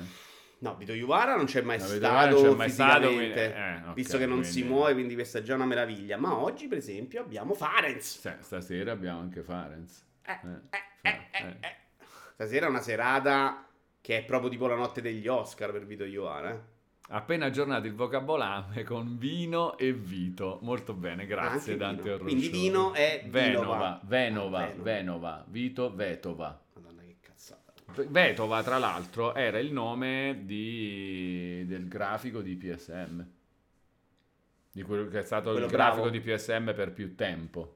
[SPEAKER 1] No, Vito Iuvara non c'è mai
[SPEAKER 3] No, Vito Iuvara
[SPEAKER 1] stato
[SPEAKER 3] non c'è mai stato,
[SPEAKER 1] fisicamente,
[SPEAKER 3] quindi- eh, ok,
[SPEAKER 1] visto che non si
[SPEAKER 3] quindi-
[SPEAKER 1] muove, quindi questa è già una meraviglia. Ma oggi, per esempio, abbiamo Farenz.
[SPEAKER 3] Sì, Cioè, Stasera abbiamo anche Farenz.
[SPEAKER 1] Eh,
[SPEAKER 3] Eh,
[SPEAKER 1] eh, eh, eh, eh. Stasera è una serata che è proprio tipo la notte degli Oscar per Vito Iuvara. eh.
[SPEAKER 3] Appena aggiornato il vocabolame <laughs> con vino e vito. Molto bene, grazie
[SPEAKER 1] Ah, anche
[SPEAKER 3] Dante
[SPEAKER 1] vino.
[SPEAKER 3] Orruccione.
[SPEAKER 1] Quindi vino è
[SPEAKER 3] Venova,
[SPEAKER 1] Vinova.
[SPEAKER 3] Venova,
[SPEAKER 1] Ah,
[SPEAKER 3] Venova, Vito Vetova.
[SPEAKER 1] Madonna che cazzata.
[SPEAKER 3] V- Vetova, tra l'altro, era il nome di- del grafico di PSM. Di quello che è stato
[SPEAKER 1] Quello
[SPEAKER 3] il
[SPEAKER 1] bravo.
[SPEAKER 3] grafico di PSM per più tempo.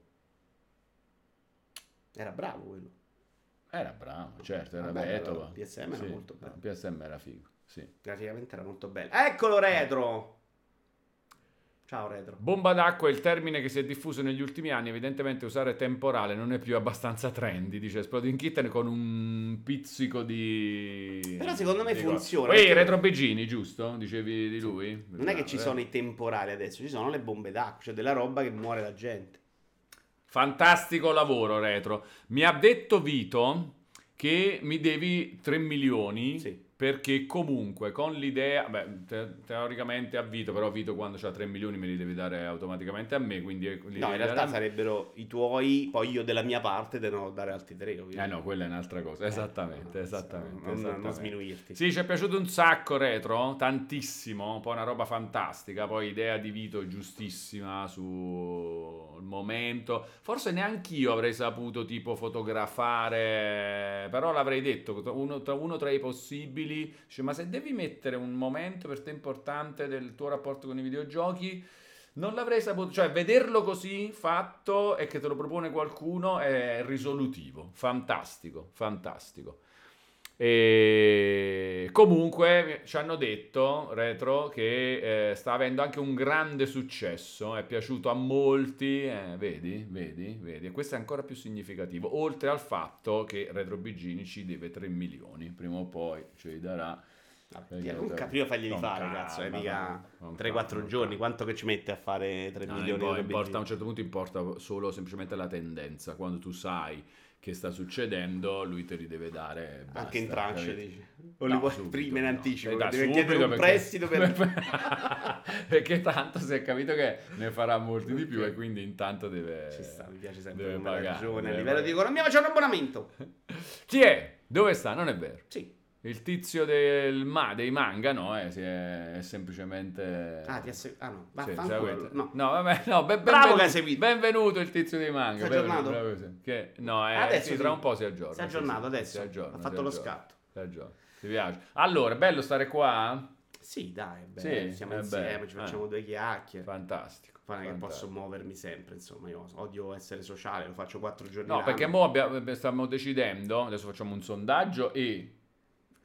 [SPEAKER 1] Era bravo quello.
[SPEAKER 3] Era bravo, certo, era
[SPEAKER 1] Vabbè,
[SPEAKER 3] Vetova.
[SPEAKER 1] allora, PSM era molto bello.
[SPEAKER 3] no, PSM era figo, sì.
[SPEAKER 1] Graficamente era molto bello. Eccolo retro. Ciao retro.
[SPEAKER 3] Bomba d'acqua è il termine che si è diffuso negli ultimi anni, evidentemente usare temporale non è più abbastanza trendy, dice Exploding Kitten con un pizzico di...
[SPEAKER 1] Però secondo me
[SPEAKER 3] di-
[SPEAKER 1] funziona,
[SPEAKER 3] Ehi,
[SPEAKER 1] perché-
[SPEAKER 3] retro Begini, giusto? Dicevi di lui?
[SPEAKER 1] Non è che ci
[SPEAKER 3] Bravo,
[SPEAKER 1] sono
[SPEAKER 3] eh.
[SPEAKER 1] i temporali adesso, ci sono le bombe d'acqua, cioè della roba che muore la gente.
[SPEAKER 3] Fantastico lavoro, retro. Mi ha detto Vito che mi devi 3 milioni...
[SPEAKER 1] Sì.
[SPEAKER 3] Perché comunque con l'idea, beh, te- teoricamente a Vito, però Vito quando ha 3 milioni me li devi dare automaticamente a me, quindi l'idea
[SPEAKER 1] No, in realtà sarebbero i tuoi, poi io della mia parte te ne devo dare altri tre.
[SPEAKER 3] Eh
[SPEAKER 1] ovviamente.
[SPEAKER 3] no, quella è un'altra cosa, esattamente,
[SPEAKER 1] Eh, no,
[SPEAKER 3] esattamente.
[SPEAKER 1] non- non-
[SPEAKER 3] esattamente.
[SPEAKER 1] non sminuirti.
[SPEAKER 3] Sì, ci è piaciuto un sacco retro, tantissimo, poi una roba fantastica, poi idea di Vito giustissima sul momento. Forse neanche io avrei saputo tipo fotografare, però l'avrei detto, uno, tra- uno tra i possibili. Dice, ma se devi mettere un momento per te importante del tuo rapporto con i videogiochi, non l'avrei saputo, cioè vederlo così fatto e che te lo propone qualcuno è risolutivo, fantastico, fantastico. E comunque ci hanno detto Retro che eh, sta avendo anche un grande successo, è piaciuto a molti, eh, vedi, vedi, vedi, e questo è ancora più significativo, oltre al fatto che Retro Bigini ci deve 3 milioni, prima o poi ce li darà.
[SPEAKER 1] Vabbè, Piero, non cap- prima faglieli
[SPEAKER 3] Con
[SPEAKER 1] fare,
[SPEAKER 3] calma,
[SPEAKER 1] cazzo, è
[SPEAKER 3] con
[SPEAKER 1] mica
[SPEAKER 3] calma,
[SPEAKER 1] 3-4
[SPEAKER 3] con
[SPEAKER 1] giorni,
[SPEAKER 3] calma.
[SPEAKER 1] quanto che ci mette a fare 3
[SPEAKER 3] No,
[SPEAKER 1] milioni di
[SPEAKER 3] poi
[SPEAKER 1] euro?
[SPEAKER 3] importa, a un certo punto importa solo semplicemente la tendenza. Quando tu sai che sta succedendo, lui te li deve dare. e basta,
[SPEAKER 1] Anche in tranche,
[SPEAKER 3] capito?
[SPEAKER 1] dici. O
[SPEAKER 3] No,
[SPEAKER 1] li vuoi
[SPEAKER 3] subito,
[SPEAKER 1] prima in
[SPEAKER 3] no.
[SPEAKER 1] anticipo,
[SPEAKER 3] Eh, da
[SPEAKER 1] deve
[SPEAKER 3] subito
[SPEAKER 1] chiedere un
[SPEAKER 3] perché-
[SPEAKER 1] prestito
[SPEAKER 3] <laughs>
[SPEAKER 1] per...
[SPEAKER 3] perché tanto si è capito che ne farà molti di più e quindi intanto deve...
[SPEAKER 1] <laughs> Ci sta, mi piace sempre
[SPEAKER 3] Eh, deve
[SPEAKER 1] come
[SPEAKER 3] pagare,
[SPEAKER 1] ragione. A
[SPEAKER 3] deve
[SPEAKER 1] livello di
[SPEAKER 3] pagare.
[SPEAKER 1] economia ma c'è un abbonamento.
[SPEAKER 3] Chi è? Dove sta? Non è vero.
[SPEAKER 1] Sì.
[SPEAKER 3] Il tizio del ma- dei manga, no, eh, si è, è semplicemente...
[SPEAKER 1] Ah, ti assegu- ah no,
[SPEAKER 3] Eh. Sì,
[SPEAKER 1] vaffanculo.
[SPEAKER 3] seguente.
[SPEAKER 1] No.
[SPEAKER 3] no, vabbè, <laughs> no,
[SPEAKER 1] Bravo
[SPEAKER 3] ben- benvenuto,
[SPEAKER 1] che hai seguito.
[SPEAKER 3] benvenuto il tizio dei manga.
[SPEAKER 1] Si è
[SPEAKER 3] benvenuto,
[SPEAKER 1] aggiornato?
[SPEAKER 3] bravo, sì. Che- no, eh,
[SPEAKER 1] Adesso
[SPEAKER 3] sì,
[SPEAKER 1] sì.
[SPEAKER 3] tra un po' si aggiorna.
[SPEAKER 1] Si è aggiornato
[SPEAKER 3] sì, sì,
[SPEAKER 1] adesso.
[SPEAKER 3] si aggiorna,
[SPEAKER 1] ha
[SPEAKER 3] si
[SPEAKER 1] fatto lo
[SPEAKER 3] aggiorna,
[SPEAKER 1] scatto.
[SPEAKER 3] si aggiorna. Ti piace? Allora, bello stare qua?
[SPEAKER 1] Sì, dai, è
[SPEAKER 3] Sì,
[SPEAKER 1] bello, siamo
[SPEAKER 3] è
[SPEAKER 1] insieme,
[SPEAKER 3] bello,
[SPEAKER 1] ci
[SPEAKER 3] eh.
[SPEAKER 1] facciamo due chiacchiere.
[SPEAKER 3] Fantastico.
[SPEAKER 1] Poi non è che
[SPEAKER 3] fantastico.
[SPEAKER 1] posso muovermi sempre, insomma, io odio essere sociale, lo faccio quattro giorni
[SPEAKER 3] No,
[SPEAKER 1] l'anno.
[SPEAKER 3] perché mo abbiamo- stiamo decidendo, adesso facciamo un sondaggio e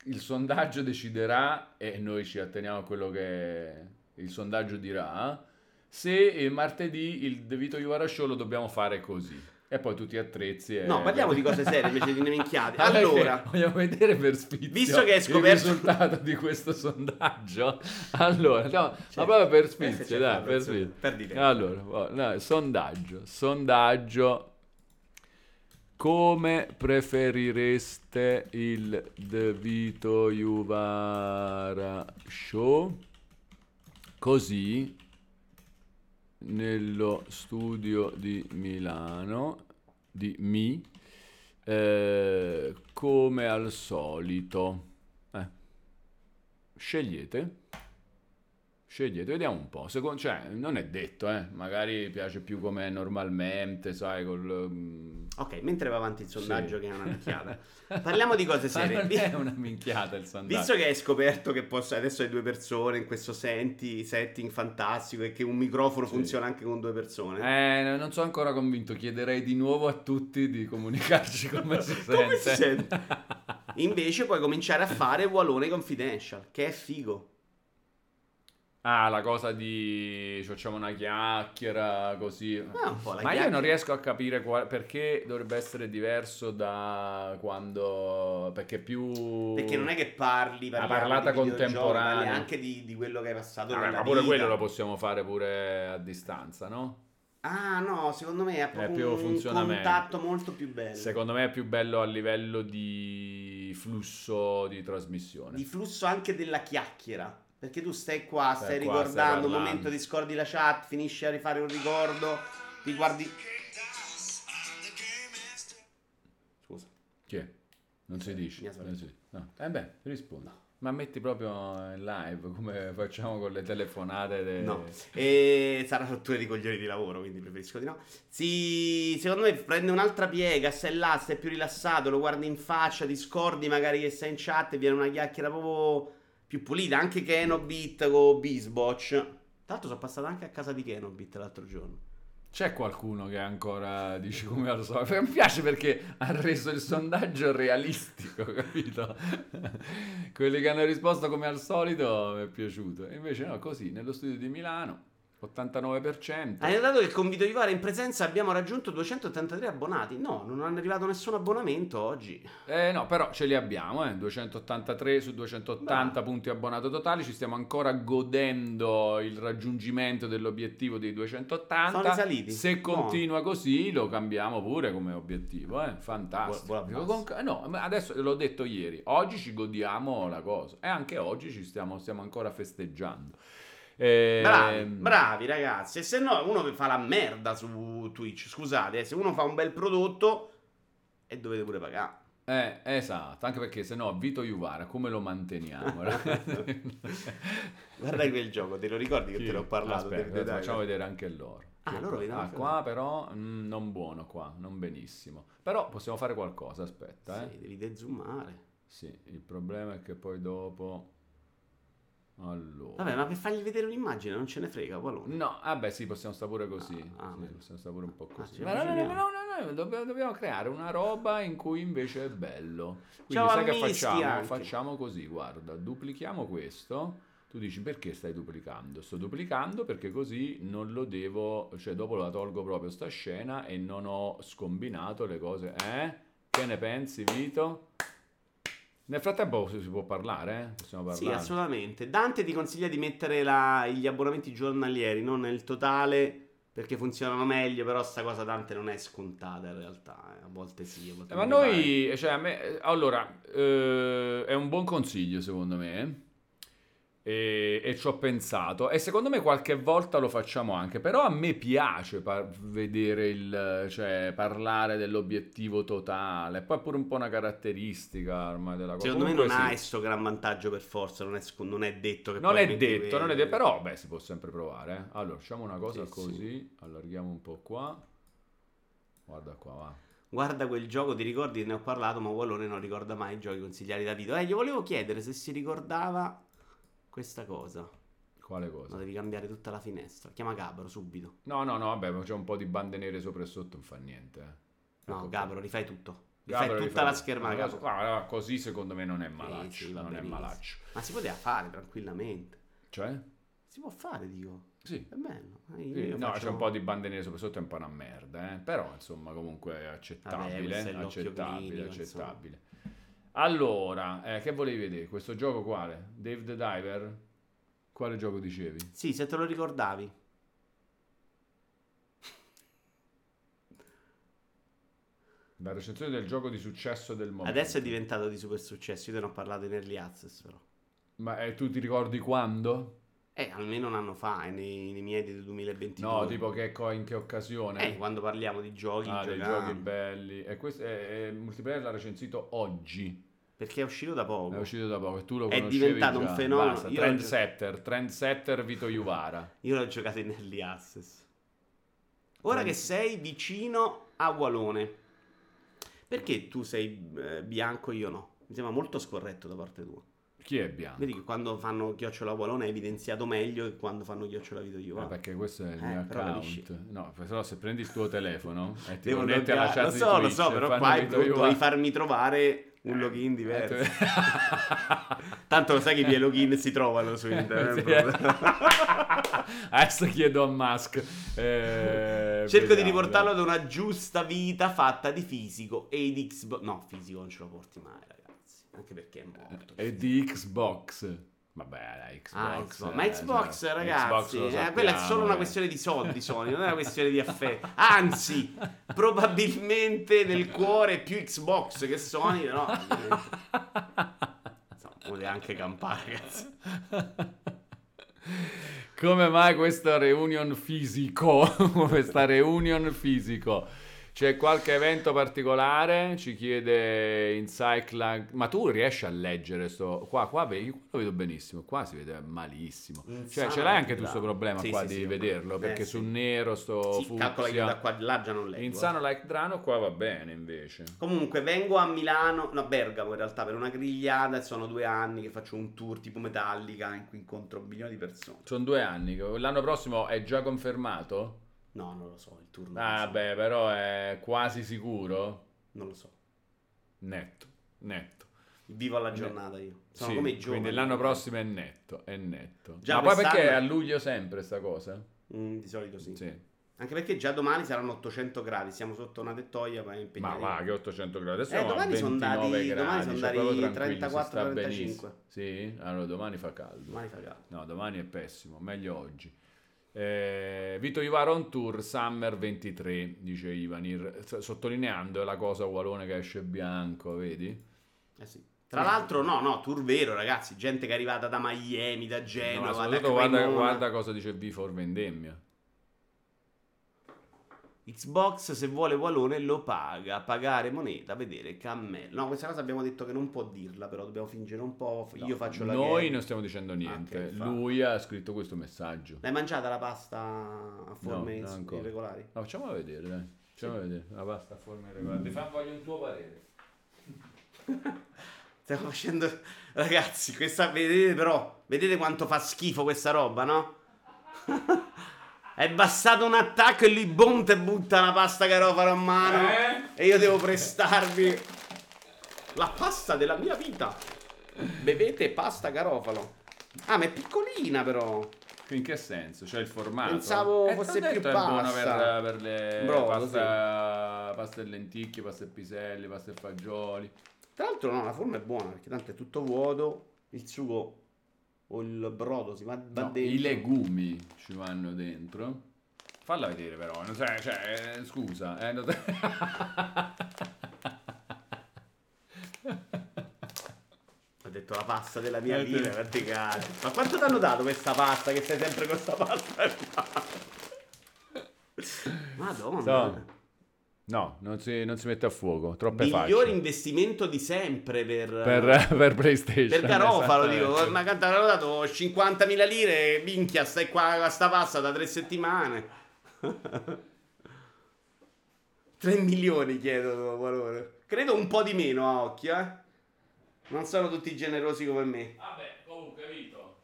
[SPEAKER 3] il sondaggio deciderà, e noi ci atteniamo a quello che il sondaggio dirà, se eh, martedì il De Vito Iuvara Show lo dobbiamo fare così. E poi tutti attrezzi e...
[SPEAKER 1] No, parliamo di cose serie invece
[SPEAKER 3] <laughs>
[SPEAKER 1] di minchiate.
[SPEAKER 3] Ah, perché
[SPEAKER 1] Allora,
[SPEAKER 3] vogliamo vedere per sfizio
[SPEAKER 1] Visto che hai
[SPEAKER 3] il
[SPEAKER 1] scoperto-
[SPEAKER 3] risultato di
[SPEAKER 1] <laughs>
[SPEAKER 3] questo sondaggio. Allora, no,
[SPEAKER 1] Certo.
[SPEAKER 3] ma proprio per sfizio,
[SPEAKER 1] Cioè,
[SPEAKER 3] dai, per
[SPEAKER 1] insomma,
[SPEAKER 3] sfizio. Ah.
[SPEAKER 1] per dire.
[SPEAKER 3] Allora, va- no, sondaggio, sondaggio. Come preferireste il De Vito Juvara Show? Così, nello studio di Milano, di Mi, eh, come al solito. Eh, Scegliete. Scegliete, vediamo un po'. Secondo, cioè, non è detto, eh. magari piace più come è normalmente, sai, col... mm,
[SPEAKER 1] Ok, mentre va avanti il sondaggio
[SPEAKER 3] Sì.
[SPEAKER 1] che è una
[SPEAKER 3] <laughs>
[SPEAKER 1] minchiata. Parliamo di cose serie.
[SPEAKER 3] Ma non è una minchiata il sondaggio.
[SPEAKER 1] Visto che hai scoperto che posso, adesso hai due persone in questo senti, setting fantastico e che un microfono
[SPEAKER 3] Sì.
[SPEAKER 1] funziona anche con due persone.
[SPEAKER 3] Eh, no, non sono ancora convinto. Chiederei di nuovo a tutti di comunicarci come si sente.
[SPEAKER 1] <laughs> Come si sente? Invece puoi cominciare a fare Walone Confidential, che è figo.
[SPEAKER 3] <laughs> ah, la cosa di ci facciamo una chiacchiera così.
[SPEAKER 1] Ma, Ah, un po' la
[SPEAKER 3] Ma io
[SPEAKER 1] chiacchiera.
[SPEAKER 3] non riesco a capire qual- perché dovrebbe essere diverso da quando. Perché più.
[SPEAKER 1] Perché non è che parli,
[SPEAKER 3] La
[SPEAKER 1] parliamo
[SPEAKER 3] parlata
[SPEAKER 1] di videogiochi,
[SPEAKER 3] contemporanea.
[SPEAKER 1] parli anche di, di quello che hai passato
[SPEAKER 3] Vabbè,
[SPEAKER 1] nella
[SPEAKER 3] ma pure
[SPEAKER 1] vita.
[SPEAKER 3] quello lo possiamo fare pure a distanza, no?
[SPEAKER 1] Ah no, secondo me è proprio
[SPEAKER 3] più
[SPEAKER 1] un
[SPEAKER 3] funziona meglio.
[SPEAKER 1] contatto molto più bello.
[SPEAKER 3] Secondo me è più bello a livello di flusso di trasmissione.
[SPEAKER 1] di flusso anche della chiacchiera. Perché tu stai qua,
[SPEAKER 3] Stai
[SPEAKER 1] stai,
[SPEAKER 3] qua, stai
[SPEAKER 1] ricordando, un
[SPEAKER 3] parlando.
[SPEAKER 1] momento ti scordi la chat, finisci a rifare un ricordo, ti guardi... Scusa.
[SPEAKER 3] Chi è? Non si dice.
[SPEAKER 1] Mia sorella.
[SPEAKER 3] non si- no. Eh beh, rispondo. Ma metti proprio in live come <laughs> facciamo con le telefonate. de-
[SPEAKER 1] No, e sarà rottura di coglioni di lavoro, quindi preferisco di no. Sì, secondo me prende un'altra piega, stai là, stai più rilassato, lo guardi in faccia, ti scordi magari che sei in chat e viene una chiacchiera proprio più pulita, anche Kenobit con Bisbotch. Tra l'altro sono passato anche a casa di Kenobit l'altro giorno.
[SPEAKER 3] C'è qualcuno che ancora dice come al solito. Mi piace perché ha reso il sondaggio realistico, <laughs> capito? Quelli che hanno risposto come al solito mi è piaciuto. Invece no, così, nello studio di Milano, 89%.
[SPEAKER 1] Hai notato che con Vito Ivara in presenza abbiamo raggiunto 283 abbonati? No, non hanno arrivato nessun abbonamento oggi.
[SPEAKER 3] Eh no, però ce li abbiamo, eh, 283 su 280
[SPEAKER 1] Bravo.
[SPEAKER 3] punti abbonato totali, ci stiamo ancora godendo il raggiungimento dell'obiettivo dei 280.
[SPEAKER 1] Sono risaliti.
[SPEAKER 3] Se
[SPEAKER 1] No.
[SPEAKER 3] continua così lo cambiamo pure come obiettivo, eh, fantastico.
[SPEAKER 1] Buona- buona
[SPEAKER 3] Con- eh, no, ma adesso l'ho detto ieri, oggi ci godiamo la cosa e anche oggi ci stiamo, stiamo ancora festeggiando. Eh,
[SPEAKER 1] Bravi, bravi ragazzi. E se no, uno fa la merda su Twitch. Scusate, eh, se uno fa un bel prodotto e dovete pure pagare.
[SPEAKER 3] Eh, esatto, anche perché se no Vito Juvara come
[SPEAKER 1] <laughs>
[SPEAKER 3] lo manteniamo?
[SPEAKER 1] <laughs>
[SPEAKER 3] <laughs>
[SPEAKER 1] Guarda quel gioco, te lo ricordi che
[SPEAKER 3] Sì.
[SPEAKER 1] te l'ho parlato?
[SPEAKER 3] Aspetta,
[SPEAKER 1] Te- te- dai.
[SPEAKER 3] facciamo vedere anche loro.
[SPEAKER 1] Ah,
[SPEAKER 3] Che-
[SPEAKER 1] loro vedono anche
[SPEAKER 3] qua
[SPEAKER 1] loro.
[SPEAKER 3] però mm, non buono qua, non benissimo. Però possiamo fare qualcosa, aspetta, eh.
[SPEAKER 1] Sì, devi dezoomare.
[SPEAKER 3] Sì, il problema è che poi dopo allora
[SPEAKER 1] Vabbè, ma per fargli vedere un'immagine non ce ne frega, Walone.
[SPEAKER 3] No, ah beh sì, possiamo stare pure così.
[SPEAKER 1] Ah, ah,
[SPEAKER 3] Sì,
[SPEAKER 1] bene.
[SPEAKER 3] possiamo stare pure un po'
[SPEAKER 1] Ah,
[SPEAKER 3] così.
[SPEAKER 1] ci
[SPEAKER 3] Ma no, no, no,
[SPEAKER 1] ragioniamo.
[SPEAKER 3] no, no, no, dobbiamo, dobbiamo creare una roba in cui invece è bello. Quindi
[SPEAKER 1] Ciao
[SPEAKER 3] sai
[SPEAKER 1] a
[SPEAKER 3] che
[SPEAKER 1] Misti
[SPEAKER 3] facciamo?
[SPEAKER 1] anche.
[SPEAKER 3] Facciamo così, guarda, duplichiamo questo. Tu dici perché stai duplicando? Sto duplicando perché così non lo devo, cioè dopo la tolgo proprio sta scena e non ho scombinato le cose. Eh? Che ne pensi, Vito? Nel frattempo si si può parlare, eh? Possiamo parlare.
[SPEAKER 1] Sì, assolutamente. Dante ti consiglia di mettere la- gli abbonamenti giornalieri, non nel totale, perché funzionano meglio, però sta cosa Dante non è scontata in realtà, eh. a volte sì, a volte
[SPEAKER 3] Eh, Ma
[SPEAKER 1] non mi pare.
[SPEAKER 3] noi, cioè, a me- eh, allora, eh, è un buon consiglio secondo me eh, e, e ci ho pensato e secondo me qualche volta lo facciamo anche, però a me piace par- vedere il, cioè, parlare dell'obiettivo totale, poi è pure un po' una caratteristica ormai della cosa.
[SPEAKER 1] Secondo me non
[SPEAKER 3] Comunque
[SPEAKER 1] ha
[SPEAKER 3] sì.
[SPEAKER 1] questo gran vantaggio per forza, non è, sc- non è detto che
[SPEAKER 3] Non
[SPEAKER 1] poi
[SPEAKER 3] è
[SPEAKER 1] metti
[SPEAKER 3] detto,
[SPEAKER 1] quello.
[SPEAKER 3] non è detto, però beh, si può sempre provare. eh. Allora, facciamo una cosa
[SPEAKER 1] Sì, sì.
[SPEAKER 3] così, allarghiamo un po' qua. Guarda qua, va.
[SPEAKER 1] Guarda quel gioco, ti ricordi, ne ho parlato, ma Wallone non ricorda mai i giochi consigliati da Vito. Eh, gli volevo chiedere se si ricordava questa cosa.
[SPEAKER 3] Quale cosa?
[SPEAKER 1] No, devi cambiare tutta la finestra. Chiama Gabro subito.
[SPEAKER 3] No, no, no, vabbè, ma c'è un po' di bande nere sopra e sotto, non fa niente. eh.
[SPEAKER 1] No,
[SPEAKER 3] Ecco
[SPEAKER 1] Gabro,
[SPEAKER 3] qua.
[SPEAKER 1] rifai tutto. Rifai
[SPEAKER 3] Gabro
[SPEAKER 1] tutta
[SPEAKER 3] rifà-
[SPEAKER 1] la schermata,
[SPEAKER 3] Allora,
[SPEAKER 1] Gabro.
[SPEAKER 3] guarda, guarda, Ah, così secondo me non è malaccio,
[SPEAKER 1] sì, va
[SPEAKER 3] non è
[SPEAKER 1] benissimo.
[SPEAKER 3] malaccio.
[SPEAKER 1] Ma si poteva fare tranquillamente.
[SPEAKER 3] Cioè?
[SPEAKER 1] Si può fare, dico.
[SPEAKER 3] Sì.
[SPEAKER 1] È bello. Eh,
[SPEAKER 3] sì,
[SPEAKER 1] io- io
[SPEAKER 3] No,
[SPEAKER 1] faccio-
[SPEAKER 3] c'è un po' di bande nere sopra e sotto, è un po' una merda, eh. Però, insomma, comunque è
[SPEAKER 1] Vabbè,
[SPEAKER 3] accettabile,
[SPEAKER 1] questo è l'occhio
[SPEAKER 3] accettabile,
[SPEAKER 1] clinico,
[SPEAKER 3] accettabile. Allora, eh, che volevi vedere? Questo gioco quale? Dave the Diver? Quale gioco dicevi?
[SPEAKER 1] Sì, se te lo ricordavi.
[SPEAKER 3] La recensione del gioco di successo del momento.
[SPEAKER 1] Adesso è diventato di super successo. Io te ne ho parlato in early access, però.
[SPEAKER 3] Ma eh, tu ti ricordi quando?
[SPEAKER 1] Eh, almeno un anno fa, eh, nei, nei miei del 2022.
[SPEAKER 3] No, tipo che co- in che occasione?
[SPEAKER 1] Eh, quando parliamo di giochi,
[SPEAKER 3] ah, dei
[SPEAKER 1] giocando.
[SPEAKER 3] giochi belli. E questo è, è- multiplayer l'ha recensito oggi.
[SPEAKER 1] Perché è uscito da poco.
[SPEAKER 3] È uscito da poco. e Tu lo
[SPEAKER 1] È
[SPEAKER 3] conoscevi
[SPEAKER 1] diventato
[SPEAKER 3] già.
[SPEAKER 1] un fenomeno.
[SPEAKER 3] Basta,
[SPEAKER 1] Io l'ho
[SPEAKER 3] Trendsetter, trendsetter Vito Iuvara.
[SPEAKER 1] Io l'ho giocato in early access. Ora che sei vicino a Walone, perché tu sei eh, bianco e io no? Mi sembra molto scorretto da parte tua.
[SPEAKER 3] Chi è bianco?
[SPEAKER 1] Vedi che quando fanno chiocciola Walone è evidenziato meglio che quando fanno chiocciola Vito
[SPEAKER 3] Eh,
[SPEAKER 1] Juva.
[SPEAKER 3] perché questo è il
[SPEAKER 1] Eh,
[SPEAKER 3] mio
[SPEAKER 1] però
[SPEAKER 3] account.
[SPEAKER 1] capisci.
[SPEAKER 3] No, però se prendi il tuo telefono
[SPEAKER 1] <laughs>
[SPEAKER 3] e ti
[SPEAKER 1] Devo
[SPEAKER 3] connetti alla
[SPEAKER 1] logga-
[SPEAKER 3] chat
[SPEAKER 1] Lo
[SPEAKER 3] di
[SPEAKER 1] so, lo
[SPEAKER 3] Twitch
[SPEAKER 1] so,
[SPEAKER 3] e
[SPEAKER 1] però
[SPEAKER 3] fanno
[SPEAKER 1] qua è
[SPEAKER 3] Vito
[SPEAKER 1] brutto,
[SPEAKER 3] Iuvara-
[SPEAKER 1] devi farmi trovare un login
[SPEAKER 3] Eh,
[SPEAKER 1] diverso.
[SPEAKER 3] tu-
[SPEAKER 1] <laughs> Tanto lo sai che i miei login si trovano su
[SPEAKER 3] <laughs> Sì. eh.
[SPEAKER 1] internet.
[SPEAKER 3] <laughs> Adesso chiedo a Musk. eh,
[SPEAKER 1] Cerco di
[SPEAKER 3] vediamo,
[SPEAKER 1] riportarlo ad una giusta vita fatta di fisico e di Xbox. No, fisico non ce lo porti mai, ragazzi. Anche perché è
[SPEAKER 3] dai.
[SPEAKER 1] morto.
[SPEAKER 3] E di Xbox. Vabbè, la Xbox.
[SPEAKER 1] Ah, Xbox.
[SPEAKER 3] eh,
[SPEAKER 1] Ma Xbox,
[SPEAKER 3] cioè, Xbox
[SPEAKER 1] ragazzi,
[SPEAKER 3] lo
[SPEAKER 1] eh,
[SPEAKER 3] sappiamo,
[SPEAKER 1] quella è solo una
[SPEAKER 3] eh.
[SPEAKER 1] questione di
[SPEAKER 3] <laughs>
[SPEAKER 1] soldi, Sony, non è una questione di affetto. Anzi, probabilmente nel cuore è più Xbox che Sony, però. <laughs>
[SPEAKER 3] <laughs>
[SPEAKER 1] ovviamente, Insomma, vuole anche campare, ragazzi.
[SPEAKER 3] <laughs> Come mai questa reunion fisico? <laughs> questa reunion fisico. C'è qualche evento particolare? Ci chiede Incyclag. Ma tu riesci a leggere sto qua qua vedi, qua lo vedo benissimo, qua si vede malissimo. Cioè,
[SPEAKER 1] Insana
[SPEAKER 3] ce l'hai anche tu
[SPEAKER 1] attività.
[SPEAKER 3] questo problema
[SPEAKER 1] Sì,
[SPEAKER 3] qua
[SPEAKER 1] sì,
[SPEAKER 3] di
[SPEAKER 1] sì, ormai.
[SPEAKER 3] vederlo,
[SPEAKER 1] Eh,
[SPEAKER 3] perché
[SPEAKER 1] sì.
[SPEAKER 3] sul nero sto
[SPEAKER 1] Sì, calcola che
[SPEAKER 3] fucsia.
[SPEAKER 1] da qua là già non leggo. eh.
[SPEAKER 3] Insano like Drano qua va bene invece.
[SPEAKER 1] Comunque vengo a Milano, no Bergamo in realtà per una grigliata e sono due anni che faccio un tour tipo Metallica in cui incontro un milione di persone.
[SPEAKER 3] Sono due anni, l'anno prossimo è già confermato?
[SPEAKER 1] No, non lo so, il tour non,
[SPEAKER 3] Ah
[SPEAKER 1] lo, so.
[SPEAKER 3] beh, però è quasi sicuro.
[SPEAKER 1] non lo so.
[SPEAKER 3] Netto, netto.
[SPEAKER 1] Vivo alla giornata io. Sono
[SPEAKER 3] Sì,
[SPEAKER 1] come i giovani.
[SPEAKER 3] Quindi l'anno prossimo è netto, è netto.
[SPEAKER 1] Già
[SPEAKER 3] Ma poi
[SPEAKER 1] quest'anno-
[SPEAKER 3] perché è a luglio sempre sta cosa?
[SPEAKER 1] Mm, di solito sì.
[SPEAKER 3] Sì.
[SPEAKER 1] Anche perché già domani saranno 800 gradi, siamo sotto una tettoia, ma è
[SPEAKER 3] Ma
[SPEAKER 1] impegnativo.
[SPEAKER 3] va che 800 gradi, adesso
[SPEAKER 1] Eh,
[SPEAKER 3] siamo a
[SPEAKER 1] domani sono
[SPEAKER 3] 29
[SPEAKER 1] andati-
[SPEAKER 3] gradi,
[SPEAKER 1] domani sono
[SPEAKER 3] cioè
[SPEAKER 1] andati
[SPEAKER 3] proprio tranquilli, si
[SPEAKER 1] 34,
[SPEAKER 3] sta
[SPEAKER 1] 35.
[SPEAKER 3] benissimo. Sì? Allora domani fa caldo.
[SPEAKER 1] Domani fa caldo.
[SPEAKER 3] No, domani è pessimo, meglio oggi. Eh, Vito Ivaro on tour Summer 23, dice Ivanir, s- sottolineando la cosa Walone che esce bianco, vedi?
[SPEAKER 1] Eh sì. Tra l'altro no, no, tour vero ragazzi, gente che è arrivata da Miami, da
[SPEAKER 3] No,
[SPEAKER 1] Genova,
[SPEAKER 3] ma
[SPEAKER 1] da
[SPEAKER 3] soprattutto guarda,
[SPEAKER 1] Cremona.
[SPEAKER 3] guarda cosa dice V for Vendemmia.
[SPEAKER 1] Xbox se vuole Walone lo paga, pagare moneta, vedere cammello. No, questa cosa abbiamo detto che non può dirla, però dobbiamo fingere un po'. Io faccio la
[SPEAKER 3] Noi
[SPEAKER 1] gay.
[SPEAKER 3] non stiamo dicendo niente.
[SPEAKER 1] Ah, che fa.
[SPEAKER 3] Lui ha scritto questo messaggio.
[SPEAKER 1] L'hai mangiata la pasta a forme
[SPEAKER 3] no,
[SPEAKER 1] ins-
[SPEAKER 3] ancora.
[SPEAKER 1] irregolari?
[SPEAKER 3] Ma facciamola vedere, dai. Facciamola vedere. Ah, La pasta a forma irregolare. Ti fa voglio il tuo parere.
[SPEAKER 1] Stiamo facendo... Ragazzi, questa... Vedete però, vedete quanto fa schifo questa roba, no? È bastato un attacco e lì boom te butta la pasta carofano a mano
[SPEAKER 3] Eh?
[SPEAKER 1] e io devo prestarvi la pasta della mia vita. Bevete pasta carofalo. Ah, ma è piccolina però.
[SPEAKER 3] In che senso? Cioè il formato?
[SPEAKER 1] Pensavo
[SPEAKER 3] Eh,
[SPEAKER 1] fosse
[SPEAKER 3] t'ho detto,
[SPEAKER 1] più
[SPEAKER 3] è buona
[SPEAKER 1] pasta.
[SPEAKER 3] per, per le
[SPEAKER 1] Brodo,
[SPEAKER 3] pasta, pasta e lenticchie, pasta e piselli, pasta e fagioli.
[SPEAKER 1] Tra l'altro no, la forma è buona perché tanto è tutto vuoto, il sugo o il brodo si va, va
[SPEAKER 3] No,
[SPEAKER 1] dentro.
[SPEAKER 3] I legumi ci vanno dentro. Falla vedere però, non sai- cioè, eh, scusa. eh, non-
[SPEAKER 1] Ho detto la pasta della mia
[SPEAKER 3] Eh, sì.
[SPEAKER 1] vita, praticamente. Ma quanto ti hanno dato questa pasta che sei sempre con questa pasta qua? <laughs> Madonna.
[SPEAKER 3] No. No, non si, non si mette a fuoco, troppe
[SPEAKER 1] Miglior
[SPEAKER 3] facce.
[SPEAKER 1] investimento di sempre per... eh,
[SPEAKER 3] <laughs> Per, cioè, esatto. per PlayStation.
[SPEAKER 1] per Garofalo,
[SPEAKER 3] esattamente.
[SPEAKER 1] dico, ma tanto hanno dato 50.000 lire, minchia, stai qua a sta pasta da tre settimane. <laughs> 3 milioni chiedono, valore. Credo un po' di meno a occhio, eh. Non sono tutti generosi come me. <laughs>
[SPEAKER 3] Vabbè, comunque, Vito,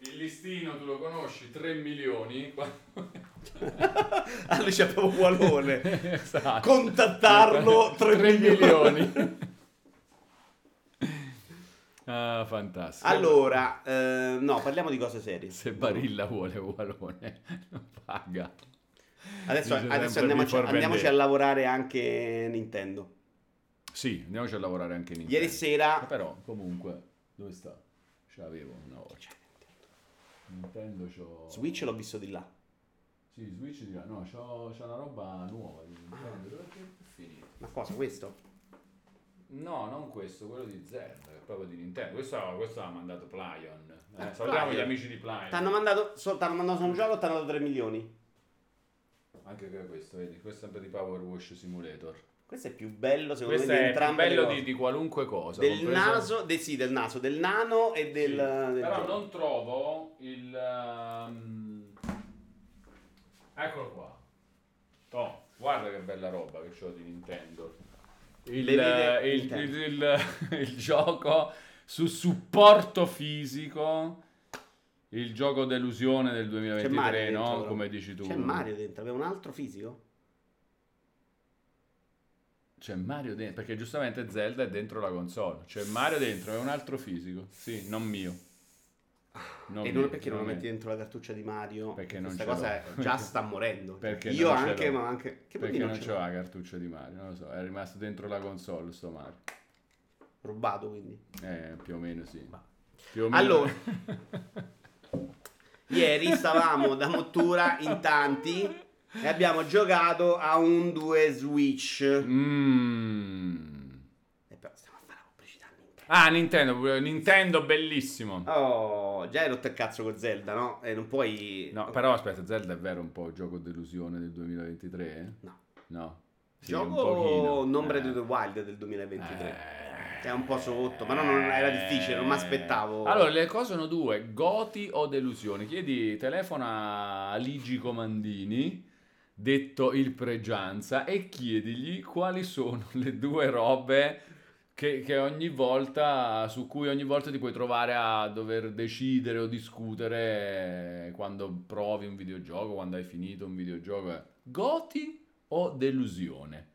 [SPEAKER 3] il listino tu lo conosci, 3 milioni. <laughs>
[SPEAKER 1] Ah, lui c'è proprio Walone.
[SPEAKER 3] <laughs> esatto. <laughs>
[SPEAKER 1] Contattarlo 3, milioni.
[SPEAKER 3] ah, fantastico.
[SPEAKER 1] Allora, eh, no, parliamo di cose serie.
[SPEAKER 3] Se Barilla vuole Valone, <laughs> non paga.
[SPEAKER 1] Adesso,
[SPEAKER 3] Dice
[SPEAKER 1] adesso
[SPEAKER 3] sempre
[SPEAKER 1] andiamoci,
[SPEAKER 3] before
[SPEAKER 1] andiamoci a
[SPEAKER 3] vendetta.
[SPEAKER 1] lavorare anche Nintendo.
[SPEAKER 3] Sì, andiamoci a lavorare anche in
[SPEAKER 1] Ieri
[SPEAKER 3] Nintendo.
[SPEAKER 1] sera...
[SPEAKER 3] Però, comunque, dove sta? Ce l'avevo una volta. Nintendo c'ho...
[SPEAKER 1] Switch l'ho visto di là.
[SPEAKER 3] Sì, Switch dirà, no, c'ho, c'ho una roba nuova di Nintendo, dove è che è finita?
[SPEAKER 1] Ma
[SPEAKER 5] cosa, questo.
[SPEAKER 3] No, non questo, quello di Zero, è proprio di Nintendo. Questo, questo l'ha mandato Plyon. Eh,
[SPEAKER 5] Eh,
[SPEAKER 3] salutiamo
[SPEAKER 5] Plyon.
[SPEAKER 3] gli amici di Plyon.
[SPEAKER 1] T'hanno mandato, so, t'hanno mandato solo un gioco e t'hanno dato 3 milioni.
[SPEAKER 3] Anche che questo, vedi, questo è sempre di Power Wash Simulator.
[SPEAKER 1] Questo è più bello, secondo
[SPEAKER 3] Questo
[SPEAKER 1] me, di
[SPEAKER 3] è più
[SPEAKER 1] entrambe le
[SPEAKER 3] bello
[SPEAKER 1] cose.
[SPEAKER 3] di, di qualunque cosa.
[SPEAKER 1] del
[SPEAKER 3] compreso-
[SPEAKER 1] naso, de- sì, del naso, del nano e del... eh,
[SPEAKER 3] Sì.
[SPEAKER 1] del
[SPEAKER 3] Però
[SPEAKER 1] gioco.
[SPEAKER 3] non trovo il... ehm, Eccolo qua. Tom, guarda che bella roba che c'ho di Nintendo. Il,
[SPEAKER 1] Le vede
[SPEAKER 3] eh, il-
[SPEAKER 1] Nintendo.
[SPEAKER 3] il- il- <laughs> il gioco su supporto fisico, il gioco delusione del
[SPEAKER 1] C'è
[SPEAKER 3] 2023,
[SPEAKER 1] Mario
[SPEAKER 3] no?
[SPEAKER 1] dentro, però.
[SPEAKER 3] Come dici tu.
[SPEAKER 1] C'è Mario dentro, aveva un altro fisico?
[SPEAKER 3] C'è Mario dentro, perché giustamente Zelda è dentro la console. C'è Mario dentro, è un altro fisico. Sì, non mio.
[SPEAKER 1] Ah, e
[SPEAKER 3] mio,
[SPEAKER 1] non perché non lo
[SPEAKER 3] mio.
[SPEAKER 1] metti dentro la cartuccia di Mario?
[SPEAKER 3] Perché non
[SPEAKER 1] Questa
[SPEAKER 3] ce
[SPEAKER 1] cosa
[SPEAKER 3] l'ho.
[SPEAKER 1] è- già sta morendo.
[SPEAKER 3] Perché
[SPEAKER 1] Io
[SPEAKER 3] non ce
[SPEAKER 1] anche,
[SPEAKER 3] l'ho.
[SPEAKER 1] ma anche... Che vuol
[SPEAKER 3] Perché
[SPEAKER 1] dire
[SPEAKER 3] non
[SPEAKER 1] ce
[SPEAKER 3] c'è
[SPEAKER 1] l'ho?
[SPEAKER 3] la cartuccia di Mario, non lo so, è rimasto dentro la console sto Mario.
[SPEAKER 1] Rubato, quindi.
[SPEAKER 3] Eh, più o meno sì.
[SPEAKER 1] Ma-
[SPEAKER 3] Più o meno- <laughs>
[SPEAKER 1] Allora, Ieri stavamo da Mottura in tanti eh. e abbiamo giocato a un 2 Switch.
[SPEAKER 3] Mm.
[SPEAKER 1] E però stiamo a fare la pubblicità. minchia.
[SPEAKER 3] Ah, Nintendo, Nintendo bellissimo.
[SPEAKER 1] Oh, già hai rotto il cazzo con Zelda, no? E non puoi...
[SPEAKER 3] No, però aspetta, Zelda è vero un po' il gioco delusione del 2023? eh?
[SPEAKER 1] No.
[SPEAKER 3] No. Sì, un pochino.
[SPEAKER 1] Gioco non Breath
[SPEAKER 3] Eh.
[SPEAKER 1] of the Wild del 2023.
[SPEAKER 3] Eh.
[SPEAKER 1] È un po' sotto, ma no, non era difficile, non mi aspettavo.
[SPEAKER 3] Allora, le cose sono due, goti o delusioni. Chiedi, telefona a Ligi Comandini, detto il Pregianza, e chiedigli quali sono le due robe che, che ogni volta, su cui ogni volta ti puoi trovare a dover decidere o discutere quando provi un videogioco, quando hai finito un videogioco. Goti o delusione?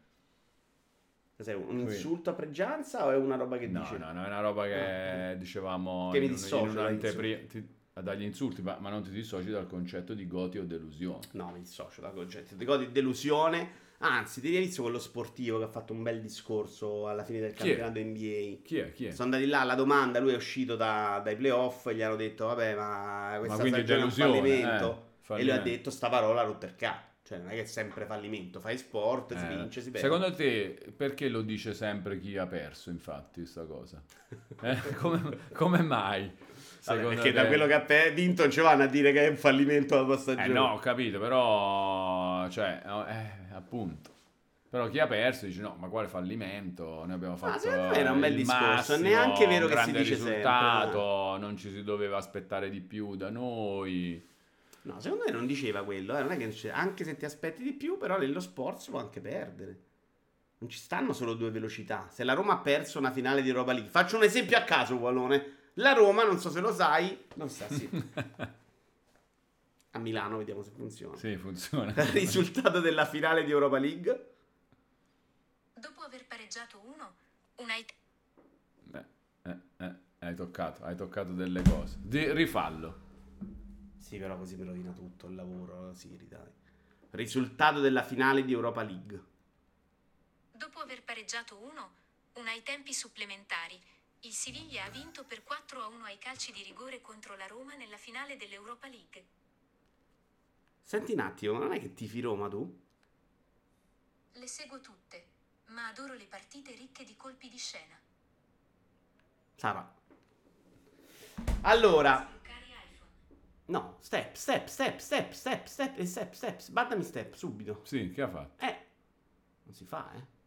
[SPEAKER 1] Cos'è, un insulto a pregianza o è una roba che
[SPEAKER 3] no,
[SPEAKER 1] dice? Eh,
[SPEAKER 3] no, no, è una roba che dicevamo
[SPEAKER 1] Che mi
[SPEAKER 3] in, un-
[SPEAKER 1] dissocio
[SPEAKER 3] in un'anteprima
[SPEAKER 1] dagli
[SPEAKER 3] ti- dagli insulti, ma, ma non ti dissoci dal concetto di goti o delusione.
[SPEAKER 1] No, mi dissocio da concetto. Ti godi delusione. Anzi, ti ieri visto quello sportivo che ha fatto un bel discorso alla fine del
[SPEAKER 3] Chi è?
[SPEAKER 1] campionato NBA.
[SPEAKER 3] Chi è? Chi è?
[SPEAKER 1] Sono andati là alla domanda, lui è uscito da- dai playoff e gli hanno detto, vabbè, ma
[SPEAKER 3] ma
[SPEAKER 1] questa
[SPEAKER 3] quindi
[SPEAKER 1] stagione è un
[SPEAKER 3] delusione.
[SPEAKER 1] fallimento.
[SPEAKER 3] eh,
[SPEAKER 1] E lui ha
[SPEAKER 3] fallimento.
[SPEAKER 1] detto sta parola rottercà. Cioè, non è che è sempre fallimento. Fai sport, si
[SPEAKER 3] Eh,
[SPEAKER 1] vince, si perde.
[SPEAKER 3] Secondo te perché lo dice sempre chi ha perso, infatti, sta cosa? Eh, <laughs> come, come mai?
[SPEAKER 1] Vabbè,
[SPEAKER 3] secondo
[SPEAKER 1] perché da
[SPEAKER 3] te?
[SPEAKER 1] quello che ha pe- vinto non ci vanno a dire che è un fallimento la tua stagione.
[SPEAKER 3] Eh no, ho capito, però, cioè, eh, appunto. Però chi ha perso dice no, ma quale fallimento? Noi abbiamo fatto
[SPEAKER 1] secondo me era un bel
[SPEAKER 3] il
[SPEAKER 1] discorso,
[SPEAKER 3] massimo,
[SPEAKER 1] neanche vero
[SPEAKER 3] un
[SPEAKER 1] che si
[SPEAKER 3] grande
[SPEAKER 1] dice sempre,
[SPEAKER 3] risultato, non ci si doveva aspettare di più da noi.
[SPEAKER 1] No, secondo me non diceva quello. eh, Non è che dice- anche se ti aspetti di più, però nello sport si può anche perdere. Non ci stanno solo due velocità. Se la Roma ha perso una finale di Europa League, faccio un esempio a caso, Wallone. La Roma, non so se lo sai, non sa, <laughs> sì. a Milano, vediamo se funziona.
[SPEAKER 3] sì, funziona.
[SPEAKER 1] <laughs> Il risultato della finale di Europa League.
[SPEAKER 6] Dopo aver pareggiato uno, una it-
[SPEAKER 3] Eh, eh, eh, hai toccato, hai toccato delle cose. Di- rifallo.
[SPEAKER 1] Sì, però così mi rovina tutto il lavoro. Sì, dai. Risultato della finale di Europa League.
[SPEAKER 6] dopo aver pareggiato uno, una ai tempi supplementari, il Siviglia ha vinto per 4 a 1 ai calci di rigore contro la Roma nella finale dell'Europa League.
[SPEAKER 1] Senti un attimo, ma non è che tifi Roma tu?
[SPEAKER 6] Le seguo tutte, ma adoro le partite ricche di colpi di scena.
[SPEAKER 1] Sarà. Allora,
[SPEAKER 6] Sbloccare iPhone.
[SPEAKER 1] No, step, step, step, step, step, step, e step, step, Guardami step, subito.
[SPEAKER 3] Sì, che ha fatto?
[SPEAKER 1] Eh, non si fa, eh.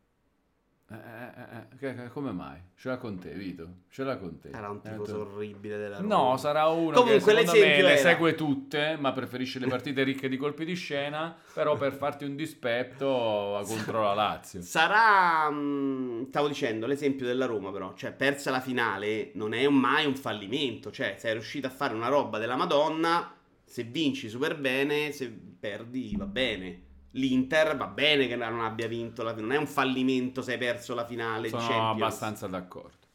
[SPEAKER 3] Eh, eh, eh, che- che- come mai? Ce l'ha con te, Vito. Ce l'ha con te.
[SPEAKER 1] Era un
[SPEAKER 3] Eh,
[SPEAKER 1] tipo
[SPEAKER 3] tu-
[SPEAKER 1] orribile della Roma.
[SPEAKER 3] No, sarà uno
[SPEAKER 1] Comunque,
[SPEAKER 3] che secondo me
[SPEAKER 1] l'esempio
[SPEAKER 3] le
[SPEAKER 1] era-
[SPEAKER 3] segue tutte, ma preferisce le partite ricche di colpi di scena, però per farti un dispetto va contro la Lazio.
[SPEAKER 1] Sarà, mh, stavo dicendo, l'esempio della Roma però, cioè persa la finale non è mai un fallimento, cioè sei riuscito a fare una roba della Madonna, se vinci super bene, se perdi va bene. L'Inter va bene che non abbia vinto la finale, non è un fallimento se hai perso la finale di
[SPEAKER 3] Sono
[SPEAKER 1] Champions.
[SPEAKER 3] abbastanza d'accordo.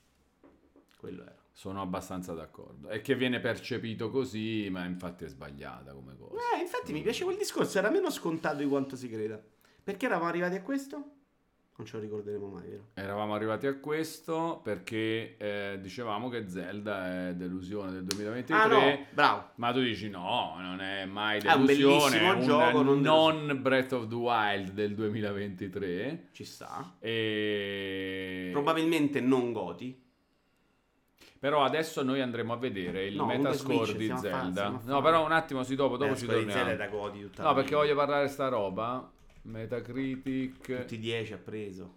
[SPEAKER 1] Quello era.
[SPEAKER 3] Sono abbastanza d'accordo. È che viene percepito così, ma infatti è sbagliata come cosa.
[SPEAKER 1] Eh, infatti mi piace quel discorso, era meno scontato di quanto si creda. Perché eravamo arrivati a questo? Non ce lo ricorderemo mai, vero?
[SPEAKER 3] Eravamo arrivati a questo perché eh, dicevamo che Zelda è delusione del 2023.
[SPEAKER 1] Ah no, bravo.
[SPEAKER 3] Ma tu dici no, non è mai
[SPEAKER 1] È un
[SPEAKER 3] delusione,
[SPEAKER 1] bellissimo gioco, non
[SPEAKER 3] non, Breath of the Wild del 2023.
[SPEAKER 1] Ci sta.
[SPEAKER 3] E...
[SPEAKER 1] Probabilmente non Goti.
[SPEAKER 3] Però adesso noi andremo a vedere il
[SPEAKER 1] No, comunque
[SPEAKER 3] metascore
[SPEAKER 1] Switch,
[SPEAKER 3] di
[SPEAKER 1] stiamo a fare,
[SPEAKER 3] Zelda.
[SPEAKER 1] stiamo a fare.
[SPEAKER 3] no, però un attimo, sì, dopo, dopo
[SPEAKER 1] Beh,
[SPEAKER 3] ci
[SPEAKER 1] quella Eh, di Zelda
[SPEAKER 3] torniamo.
[SPEAKER 1] è da Goti tutta
[SPEAKER 3] No,
[SPEAKER 1] la
[SPEAKER 3] perché
[SPEAKER 1] vita.
[SPEAKER 3] voglio parlare sta roba. Metacritic
[SPEAKER 1] Tutti 10 ha preso.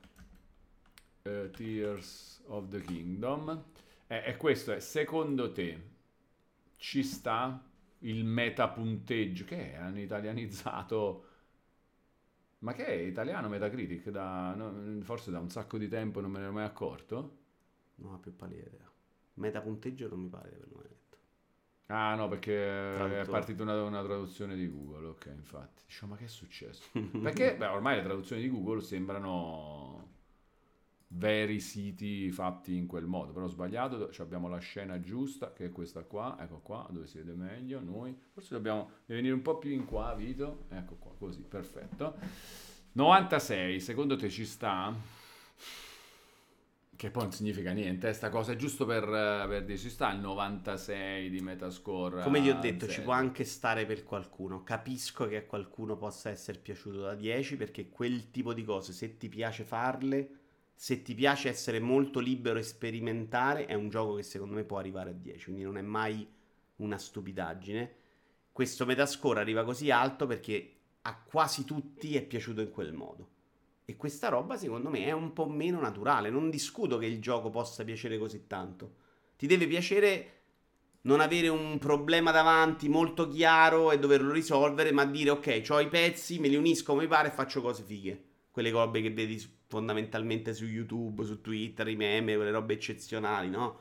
[SPEAKER 3] eh, Tears of the Kingdom. Eh, e questo è, secondo te, ci sta il metapunteggio? Che è? Hanno italianizzato... Ma che è italiano Metacritic? Da, no, forse da un sacco di tempo non me ne ero mai accorto.
[SPEAKER 1] Non ha più pallida idea. Meta punteggio non mi pare di averlo mai detto.
[SPEAKER 3] Ah no, perché è
[SPEAKER 1] Traduttore.
[SPEAKER 3] partita una, una traduzione di Google, ok, infatti. Dicevo, ma che è successo? Perché beh, ormai le traduzioni di Google sembrano veri siti fatti in quel modo, però ho sbagliato, ci abbiamo la scena giusta, che è questa qua, ecco qua, dove si vede meglio, noi. Forse dobbiamo venire un po' più in qua, Vito, ecco qua, così, perfetto. 96, secondo te ci sta? Che poi non significa niente, eh, sta cosa è giusto per, eh, per dire, ci sta il 96 di metascore.
[SPEAKER 1] Come gli ho
[SPEAKER 3] a
[SPEAKER 1] detto, ci
[SPEAKER 3] Zelda.
[SPEAKER 1] può anche stare per qualcuno. Capisco che a qualcuno possa essere piaciuto da 10 perché quel tipo di cose, se ti piace farle, se ti piace essere molto libero e sperimentare, è un gioco che secondo me può arrivare a 10, quindi non è mai una stupidaggine. Questo metascore arriva così alto perché a quasi tutti è piaciuto in quel modo. E questa roba secondo me è un po' meno naturale. Non discuto che il gioco possa piacere così tanto. Ti deve piacere non avere un problema davanti molto chiaro e doverlo risolvere, ma dire ok, ho i pezzi, me li unisco come mi pare e faccio cose fighe. Quelle robe che vedi s- fondamentalmente su YouTube, su Twitter, i meme, quelle robe eccezionali, no?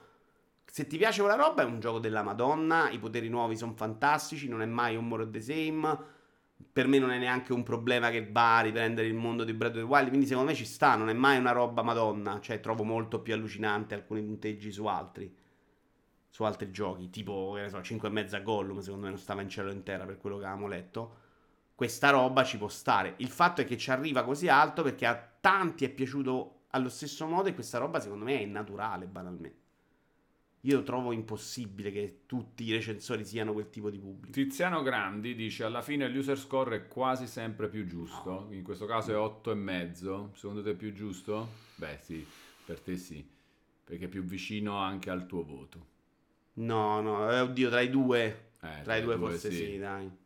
[SPEAKER 1] Se ti piace quella roba è un gioco della Madonna, i poteri nuovi sono fantastici, non è mai un more of the same. Per me non è neanche un problema che va a riprendere il mondo di Breath of the Wild, quindi secondo me ci sta, non è mai una roba Madonna, cioè trovo molto più allucinante alcuni punteggi su altri su altri giochi, tipo che ne so, 5 e mezza Gollum, secondo me non stava in cielo in terra per quello che avevamo letto. Questa roba ci può stare. Il fatto è che ci arriva così alto perché a tanti è piaciuto allo stesso modo e questa roba secondo me è innaturale, banalmente. Io trovo impossibile che tutti i recensori siano quel tipo di pubblico.
[SPEAKER 3] Tiziano Grandi dice alla fine l'user score è quasi sempre più giusto, in questo caso è 8,5, secondo te è più giusto? Beh sì, per te sì, perché è più vicino anche al tuo voto.
[SPEAKER 1] No, no, eh, oddio, tra i due.
[SPEAKER 3] Eh,
[SPEAKER 1] Tra i due forse sì, dai.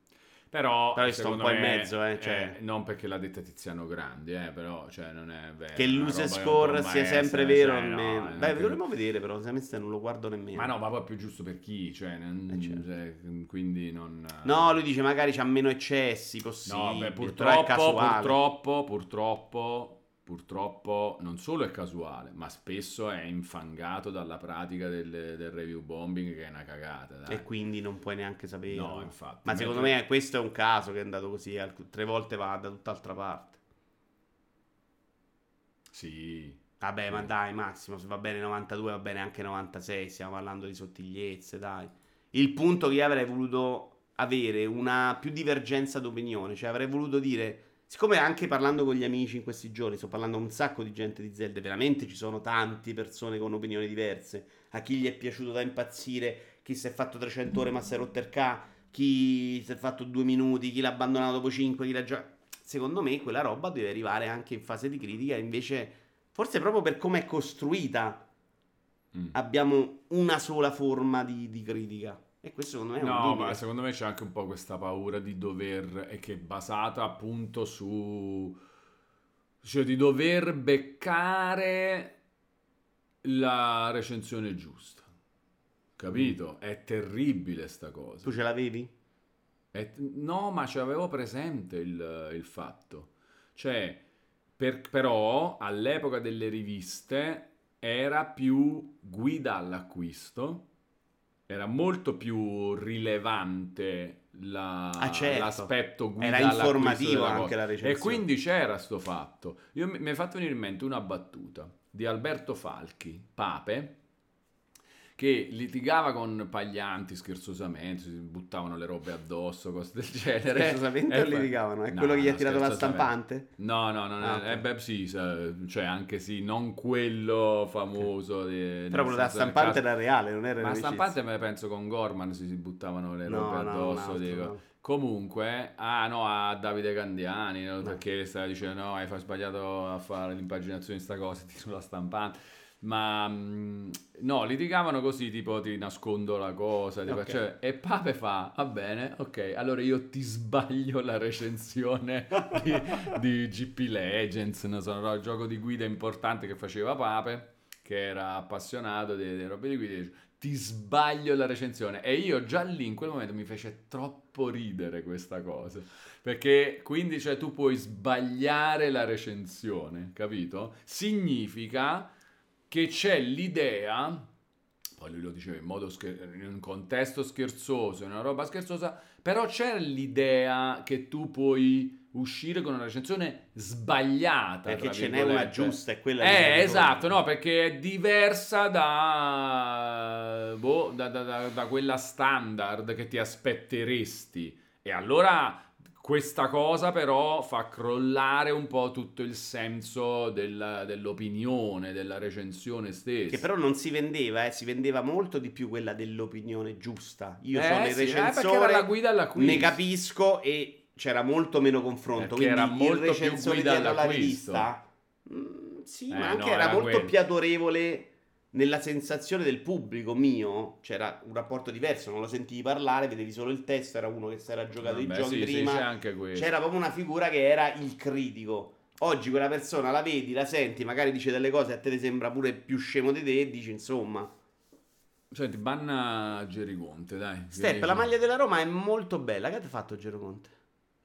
[SPEAKER 3] Però,
[SPEAKER 1] Però io sto
[SPEAKER 3] secondo
[SPEAKER 1] un po' in
[SPEAKER 3] me,
[SPEAKER 1] mezzo, eh, cioè.
[SPEAKER 3] non perché l'ha detta Tiziano Grandi, eh, però cioè, non è vero.
[SPEAKER 1] Che
[SPEAKER 3] è una
[SPEAKER 1] l'user
[SPEAKER 3] roba che
[SPEAKER 1] score
[SPEAKER 3] non può
[SPEAKER 1] sia
[SPEAKER 3] mai
[SPEAKER 1] sempre
[SPEAKER 3] essere,
[SPEAKER 1] vero o
[SPEAKER 3] cioè, no,
[SPEAKER 1] meno.
[SPEAKER 3] è
[SPEAKER 1] Beh,
[SPEAKER 3] anche-
[SPEAKER 1] dovremmo vedere però, onestamente non lo guardo nemmeno.
[SPEAKER 3] Ma no, ma poi è più giusto per chi, cioè, non-
[SPEAKER 1] Eh, certo.
[SPEAKER 3] cioè, quindi non...
[SPEAKER 1] No, lui dice magari c'ha meno eccessi possibili.
[SPEAKER 3] No, beh,
[SPEAKER 1] però
[SPEAKER 3] purtroppo,
[SPEAKER 1] è casuale.
[SPEAKER 3] purtroppo, purtroppo, purtroppo non solo è casuale, ma spesso è infangato dalla pratica del, del review bombing che è una cagata. dai.
[SPEAKER 1] E quindi non puoi neanche sapere.
[SPEAKER 3] No, infatti.
[SPEAKER 1] Ma secondo
[SPEAKER 3] Mentre-
[SPEAKER 1] me questo è un caso che è andato così, alc- tre volte va da tutt'altra parte.
[SPEAKER 3] Sì.
[SPEAKER 1] Vabbè, ma
[SPEAKER 3] Sì.
[SPEAKER 1] dai, Massimo, se va bene 92, va bene anche 96, stiamo parlando di sottigliezze, dai. Il punto che io avrei voluto avere una più divergenza d'opinione, cioè avrei voluto dire, siccome anche parlando con gli amici in questi giorni, sto parlando con un sacco di gente di Zelda, veramente ci sono tante persone con opinioni diverse, a chi gli è piaciuto da impazzire, chi si è fatto 300 ore ma si è rotto il ca, chi si è fatto due minuti, chi l'ha abbandonato dopo 5, chi l'ha già... Secondo me quella roba deve arrivare anche in fase di critica, invece forse proprio per come è costruita
[SPEAKER 3] Mm.
[SPEAKER 1] Ah, abbiamo una sola forma di, di critica. E questo secondo me è un
[SPEAKER 3] No,
[SPEAKER 1] limite.
[SPEAKER 3] ma secondo me c'è anche un po' questa paura di dover, e che è basata appunto su, cioè di dover beccare la recensione giusta.
[SPEAKER 1] Mm.
[SPEAKER 3] Capito? È terribile sta cosa.
[SPEAKER 1] Tu ce l'avevi?
[SPEAKER 3] E- no, ma ce l'avevo presente il, il fatto. Cioè, per- però all'epoca delle riviste era più guida all'acquisto, era molto più rilevante la-
[SPEAKER 1] Ah, certo.
[SPEAKER 3] l'aspetto guida
[SPEAKER 1] Era
[SPEAKER 3] all'acquisto
[SPEAKER 1] informativo
[SPEAKER 3] della
[SPEAKER 1] anche
[SPEAKER 3] cosa.
[SPEAKER 1] la recensione. <laughs>
[SPEAKER 3] E quindi c'era sto fatto. Io, mi mi è fatto venire in mente una battuta di Alberto Falchi, Pape, che litigava con Paglianti scherzosamente, si buttavano le robe addosso, cose del genere.
[SPEAKER 1] Cioè, Scherzosamente
[SPEAKER 3] E
[SPEAKER 1] o
[SPEAKER 3] poi-
[SPEAKER 1] litigavano? È
[SPEAKER 3] No,
[SPEAKER 1] quello che gli ha
[SPEAKER 3] no,
[SPEAKER 1] tirato la
[SPEAKER 3] scherzosamente.
[SPEAKER 1] stampante?
[SPEAKER 3] No, no, no, no,
[SPEAKER 1] Ah, ok.
[SPEAKER 3] eh, beh, sì, sa- cioè anche sì, non quello famoso. eh,
[SPEAKER 1] Però quello
[SPEAKER 3] nel
[SPEAKER 1] della
[SPEAKER 3] senso, nel
[SPEAKER 1] stampante
[SPEAKER 3] caso-
[SPEAKER 1] era reale, non era
[SPEAKER 3] Ma la
[SPEAKER 1] un'amicizia.
[SPEAKER 3] stampante me penso con Gorman si, si buttavano le robe
[SPEAKER 1] No, no, un
[SPEAKER 3] addosso.
[SPEAKER 1] altro,
[SPEAKER 3] dico.
[SPEAKER 1] no.
[SPEAKER 3] Comunque, ah no, a Davide Candiani, no, perché stava dicendo no, hai fa- sbagliato a fare l'impaginazione di sta cosa, <laughs> ti sulla stampante. Ma mm, no, litigavano così, tipo ti nascondo la cosa, ti
[SPEAKER 1] Ok.
[SPEAKER 3] faccio- e Pape fa, va bene, ok, allora io ti sbaglio la recensione di, <laughs> di GP Legends, non so, no, il gioco di guida importante che faceva Pape, che era appassionato delle delle robe di guida, e dice, ti sbaglio la recensione. E io già lì in quel momento mi fece troppo ridere questa cosa. Perché quindi cioè, tu puoi sbagliare la recensione, capito? Significa che c'è l'idea, poi lui lo diceva in, modo scher- in un contesto scherzoso, in una roba scherzosa, però c'è l'idea che tu puoi uscire con una recensione sbagliata.
[SPEAKER 1] Perché
[SPEAKER 3] tra
[SPEAKER 1] ce n'è una
[SPEAKER 3] virgolette.
[SPEAKER 1] giusta e quella... che
[SPEAKER 3] Eh,
[SPEAKER 1] mi
[SPEAKER 3] esatto,
[SPEAKER 1] ricordo.
[SPEAKER 3] no, perché è diversa da, boh, da, da- da- da quella standard che ti aspetteresti. E allora questa cosa però fa crollare un po' tutto il senso del- dell'opinione, della recensione stessa.
[SPEAKER 1] Che però non si vendeva, eh, si vendeva molto di più quella dell'opinione giusta. Io
[SPEAKER 3] Eh,
[SPEAKER 1] sono il
[SPEAKER 3] sì, eh, perché
[SPEAKER 1] recensore,
[SPEAKER 3] era la guida alla quiz.
[SPEAKER 1] ne capisco e c'era molto meno confronto.
[SPEAKER 3] Perché
[SPEAKER 1] quindi
[SPEAKER 3] era molto
[SPEAKER 1] il
[SPEAKER 3] più
[SPEAKER 1] recensore
[SPEAKER 3] guida
[SPEAKER 1] dietro la
[SPEAKER 3] all'acquisto.
[SPEAKER 1] rivista, mm, sì,
[SPEAKER 3] Eh,
[SPEAKER 1] ma anche
[SPEAKER 3] no,
[SPEAKER 1] era,
[SPEAKER 3] era
[SPEAKER 1] molto
[SPEAKER 3] quello.
[SPEAKER 1] più adorevole nella sensazione del pubblico mio. C'era un rapporto diverso, non lo sentivi parlare, vedevi solo il testo. Era uno che si era giocato i
[SPEAKER 3] Vabbè,
[SPEAKER 1] giochi
[SPEAKER 3] sì, sì,
[SPEAKER 1] prima.
[SPEAKER 3] c'è anche questo.
[SPEAKER 1] C'era proprio una figura che era il critico. Oggi quella persona la vedi, la senti, magari dice delle cose a te ti sembra pure più scemo di te e dici insomma.
[SPEAKER 3] Senti, banna Gerigonte, dai.
[SPEAKER 1] Step, la maglia della Roma è molto bella. Che ti ha fatto Gero Conte?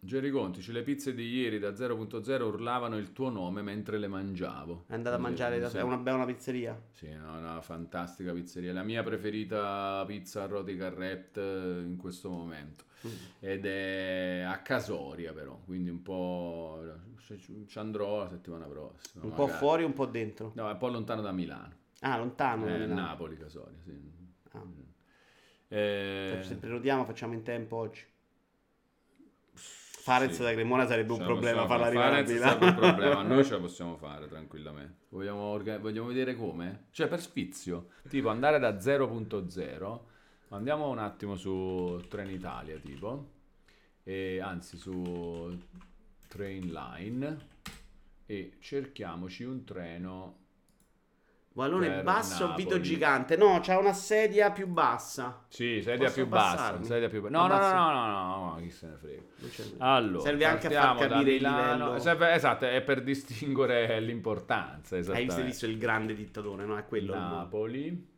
[SPEAKER 3] Gerigonte, le pizze di ieri da 0.0 urlavano il tuo nome mentre le mangiavo.
[SPEAKER 1] È andata a
[SPEAKER 3] Sì,
[SPEAKER 1] mangiare da
[SPEAKER 3] sì.
[SPEAKER 1] è una bella pizzeria.
[SPEAKER 3] Sì, è una fantastica pizzeria. La mia preferita pizza a roti carrette eh, in questo momento.
[SPEAKER 1] Mm.
[SPEAKER 3] Ed è a Casoria, però. Quindi un po'. se ci ci andrò la settimana prossima.
[SPEAKER 1] un po'
[SPEAKER 3] magari.
[SPEAKER 1] fuori, un po' dentro.
[SPEAKER 3] No, è un po' lontano da Milano.
[SPEAKER 1] Ah, lontano.
[SPEAKER 3] Eh,
[SPEAKER 1] Milano.
[SPEAKER 3] Napoli, Casoria, sì.
[SPEAKER 1] Ah.
[SPEAKER 3] Eh,
[SPEAKER 1] Se prenotiamo facciamo in tempo oggi. Fare
[SPEAKER 3] sì.
[SPEAKER 1] da Cremona sarebbe un
[SPEAKER 3] Ce la
[SPEAKER 1] problema
[SPEAKER 3] possiamo
[SPEAKER 1] farla
[SPEAKER 3] fare.
[SPEAKER 1] arrivare a
[SPEAKER 3] Farenz
[SPEAKER 1] Milano.
[SPEAKER 3] sarebbe un problema, noi ce la possiamo fare tranquillamente. Vogliamo, orga- vogliamo vedere come? Cioè, per sfizio, tipo andare da 0.0, andiamo un attimo su Trenitalia, tipo, e, anzi su Trainline, e cerchiamoci un treno.
[SPEAKER 1] Vallone
[SPEAKER 3] Per
[SPEAKER 1] basso, Vito
[SPEAKER 3] Napoli.
[SPEAKER 1] Gigante. No, c'ha una sedia più bassa.
[SPEAKER 3] Sì, sedia
[SPEAKER 1] Posso
[SPEAKER 3] più bassa,
[SPEAKER 1] abbassarmi?
[SPEAKER 3] sedia più ba- No, no, no,
[SPEAKER 1] Abbassi.
[SPEAKER 3] no, no, no, no, chi se ne frega.
[SPEAKER 1] Non c'è-
[SPEAKER 3] Allora,
[SPEAKER 1] Serve anche a far
[SPEAKER 3] partiamo da
[SPEAKER 1] capire il
[SPEAKER 3] Milano.
[SPEAKER 1] livello.
[SPEAKER 3] Serve- esatto, è per distinguere <laughs> l'importanza.
[SPEAKER 1] Hai
[SPEAKER 3] esattamente.
[SPEAKER 1] visto, hai visto il grande dittatore, no? È quello. il mo-
[SPEAKER 3] Napoli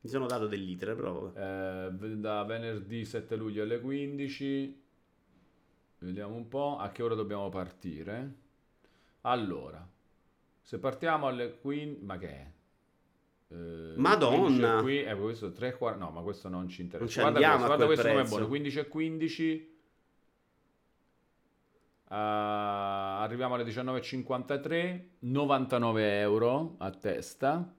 [SPEAKER 1] Mi sono dato dell'itere, però.
[SPEAKER 3] eh, v- da venerdì 7 luglio alle 15 vediamo un po' a che ora dobbiamo partire allora se partiamo alle 15 ma che è? Eh,
[SPEAKER 1] Madonna!
[SPEAKER 3] 15 qui, eh, questo 3, 4, no ma questo non ci interessa
[SPEAKER 1] Non ci
[SPEAKER 3] guarda
[SPEAKER 1] andiamo
[SPEAKER 3] questo,
[SPEAKER 1] a
[SPEAKER 3] guarda
[SPEAKER 1] quel
[SPEAKER 3] questo com'è
[SPEAKER 1] prezzo.
[SPEAKER 3] buono 15 e 15 Ah, arriviamo alle 19.53 99 euro a testa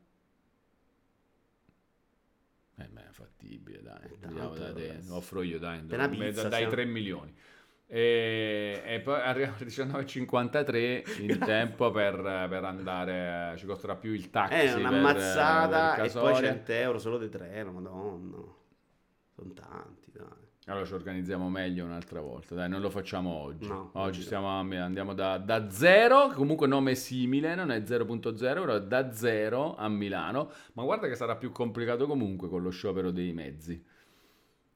[SPEAKER 3] eh, ma è fattibile dai
[SPEAKER 1] Eh,
[SPEAKER 3] Vediamo
[SPEAKER 1] tanto
[SPEAKER 3] da te.
[SPEAKER 1] dovrebbe essere.
[SPEAKER 3] offro io dai,
[SPEAKER 1] Per una
[SPEAKER 3] me-
[SPEAKER 1] pizza,
[SPEAKER 3] dai
[SPEAKER 1] sì.
[SPEAKER 3] 3 milioni e, e poi arriviamo alle 19.53
[SPEAKER 1] <laughs>
[SPEAKER 3] in tempo per, per andare ci costerà più il taxi
[SPEAKER 1] È
[SPEAKER 3] Eh, per-
[SPEAKER 1] un'ammazzata
[SPEAKER 3] per
[SPEAKER 1] Eh, e poi
[SPEAKER 3] Casoria.
[SPEAKER 1] 100 euro solo di treno, madonna. Sono tanti, dai.
[SPEAKER 3] Allora ci organizziamo meglio un'altra volta, dai, non lo facciamo oggi.
[SPEAKER 1] No,
[SPEAKER 3] oggi
[SPEAKER 1] no.
[SPEAKER 3] stiamo a- andiamo da, da zero, comunque nome simile, non è 0.0, però è da zero a Milano, ma guarda che sarà più complicato comunque con lo sciopero dei mezzi.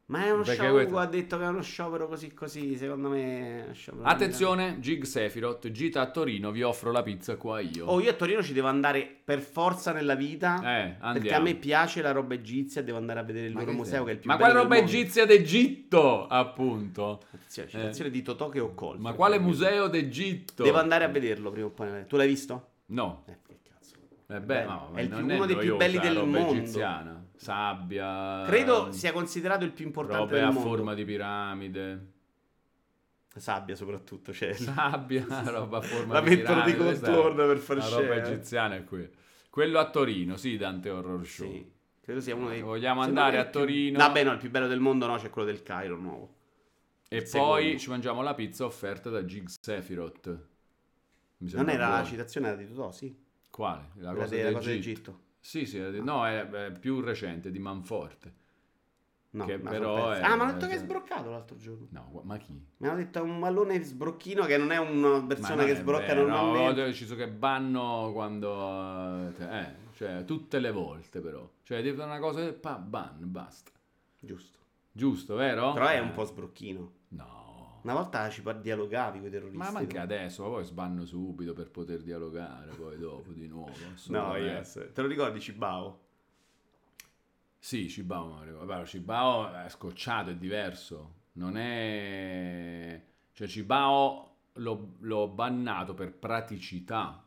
[SPEAKER 1] Ma è uno
[SPEAKER 3] Perché
[SPEAKER 1] sciopero,
[SPEAKER 3] questo-
[SPEAKER 1] ha detto che è uno sciopero così così, secondo me... è uno sciopero
[SPEAKER 3] Attenzione, Gig Sefirot, gita a Torino, vi offro la pizza qua io.
[SPEAKER 1] Oh, io a Torino ci devo andare per forza nella vita.
[SPEAKER 3] eh, andiamo.
[SPEAKER 1] Perché a me piace la roba egizia, devo andare a vedere il
[SPEAKER 3] Ma
[SPEAKER 1] loro
[SPEAKER 3] che
[SPEAKER 1] museo
[SPEAKER 3] sei?
[SPEAKER 1] che è il più
[SPEAKER 3] Ma
[SPEAKER 1] bello
[SPEAKER 3] quale roba
[SPEAKER 1] del mondo.
[SPEAKER 3] egizia d'Egitto, appunto?
[SPEAKER 1] Attenzione, citazione di Totò che ho colto.
[SPEAKER 3] Eh. Ma quale museo d'Egitto?
[SPEAKER 1] Devo andare a vederlo prima o poi. Tu l'hai visto?
[SPEAKER 3] No.
[SPEAKER 1] Eh, che cazzo.
[SPEAKER 3] Eh beh,
[SPEAKER 1] Beh,
[SPEAKER 3] no,
[SPEAKER 1] è il
[SPEAKER 3] non
[SPEAKER 1] più- uno dei più
[SPEAKER 3] noiosa
[SPEAKER 1] belli
[SPEAKER 3] la
[SPEAKER 1] del
[SPEAKER 3] roba
[SPEAKER 1] mondo.
[SPEAKER 3] egiziana. Sabbia.
[SPEAKER 1] Credo sia considerato il più importante
[SPEAKER 3] robe
[SPEAKER 1] del
[SPEAKER 3] Ah, mm. a
[SPEAKER 1] mondo.
[SPEAKER 3] forma di piramide.
[SPEAKER 1] Sabbia soprattutto,
[SPEAKER 3] <laughs>
[SPEAKER 1] cioè. <laughs>
[SPEAKER 3] Sabbia, roba a forma
[SPEAKER 1] La
[SPEAKER 3] di
[SPEAKER 1] mettono di
[SPEAKER 3] piramide. questa è
[SPEAKER 1] contorno per far
[SPEAKER 3] La roba
[SPEAKER 1] scena.
[SPEAKER 3] egiziana è qui. Quello a Torino, sì, Dante Horror Show.
[SPEAKER 1] Sì. Credo sia uno dei...
[SPEAKER 3] Vogliamo
[SPEAKER 1] secondo
[SPEAKER 3] andare
[SPEAKER 1] me
[SPEAKER 3] a
[SPEAKER 1] il più-
[SPEAKER 3] Torino?
[SPEAKER 1] Vabbè, no, il più bello del mondo no, c'è quello del Cairo nuovo.
[SPEAKER 3] E
[SPEAKER 1] Il
[SPEAKER 3] poi
[SPEAKER 1] secondo.
[SPEAKER 3] ci mangiamo la pizza offerta da Gig Sephiroth. Mi
[SPEAKER 1] Non
[SPEAKER 3] sembra
[SPEAKER 1] era la
[SPEAKER 3] buono.
[SPEAKER 1] citazione da Tito sì?
[SPEAKER 3] Quale? La
[SPEAKER 1] Quella
[SPEAKER 3] cosa
[SPEAKER 1] della
[SPEAKER 3] d'Egitto.
[SPEAKER 1] cosa d'Egitto.
[SPEAKER 3] Sì, sì, era di- no, è, è più recente, di Manforte.
[SPEAKER 1] No,
[SPEAKER 3] Che
[SPEAKER 1] ma
[SPEAKER 3] però
[SPEAKER 1] sono perso.
[SPEAKER 3] è-
[SPEAKER 1] Ah, mi hanno detto che è sbroccato l'altro giorno.
[SPEAKER 3] No, gu- ma chi?
[SPEAKER 1] Mi hanno detto un mallone sbrocchino che non è una
[SPEAKER 3] Ma
[SPEAKER 1] persona
[SPEAKER 3] non
[SPEAKER 1] che
[SPEAKER 3] è
[SPEAKER 1] sbrocca
[SPEAKER 3] vero, ho
[SPEAKER 1] normalmente.
[SPEAKER 3] deciso che banno quando... Eh, cioè, tutte le volte però. Cioè, devi fare una cosa e pa, ban, basta.
[SPEAKER 1] Giusto.
[SPEAKER 3] Giusto, vero?
[SPEAKER 1] Però è
[SPEAKER 3] Eh,
[SPEAKER 1] un po' sbrocchino.
[SPEAKER 3] No.
[SPEAKER 1] Una volta ci par- dialogavi con i terroristi.
[SPEAKER 3] Ma ma anche
[SPEAKER 1] no?
[SPEAKER 3] adesso, ma poi sbanno subito per poter dialogare, poi dopo di nuovo.
[SPEAKER 1] No,
[SPEAKER 3] assolutamente.
[SPEAKER 1] yes. Te lo ricordi Cibao?
[SPEAKER 3] Sì, Cibao, ma- guarda, Cibao è scocciato, è diverso. Non è... Cioè, Cibao l'ho, l'ho bannato per praticità.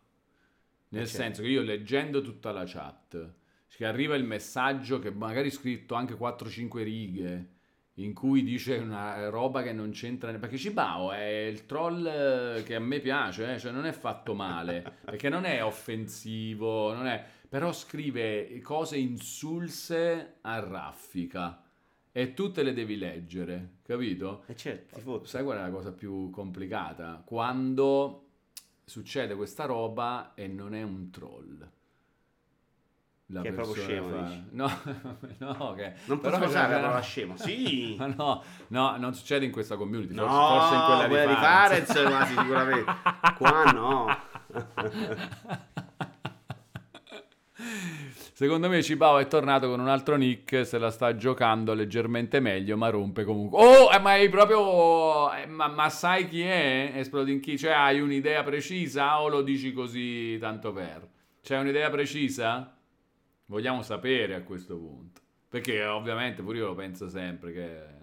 [SPEAKER 3] Nel
[SPEAKER 1] Eh, certo.
[SPEAKER 3] senso che io leggendo tutta la chat, che arriva il messaggio che magari è scritto anche 4-5 righe, in cui dice una roba che non c'entra... ne- Perché Cibao è il troll eh, che a me piace, eh, cioè non è
[SPEAKER 1] <laughs>
[SPEAKER 3] fatto male, perché non è offensivo, non è però scrive cose insulse a raffica e tutte le devi leggere, capito?
[SPEAKER 1] E certo, ti fotte.
[SPEAKER 3] Sai qual è la cosa più complicata? Quando succede questa roba e non è un troll. La
[SPEAKER 1] Che è proprio
[SPEAKER 3] persona
[SPEAKER 1] scemo,
[SPEAKER 3] fa-
[SPEAKER 1] dici?
[SPEAKER 3] No, <laughs> no, che...
[SPEAKER 1] Non posso
[SPEAKER 3] però
[SPEAKER 1] usare la
[SPEAKER 3] c'è-
[SPEAKER 1] parola scemo. Sì.
[SPEAKER 3] Ma <laughs> no, no, non succede in questa community,
[SPEAKER 1] No,
[SPEAKER 3] forse, forse in quella,
[SPEAKER 1] quella di
[SPEAKER 3] Farenz.
[SPEAKER 1] Farenz, quasi
[SPEAKER 3] <laughs>
[SPEAKER 1] sicuramente. Qua no.
[SPEAKER 3] Secondo me Cibao è tornato con un altro nick, se la sta giocando leggermente meglio, ma rompe comunque. Oh, eh, ma è proprio... eh, Ma, ma sai chi è? Exploding Key? Cioè, hai un'idea precisa o lo dici così tanto per? C'è un'idea precisa? Vogliamo sapere a questo punto. Perché eh, ovviamente pure io lo penso sempre che...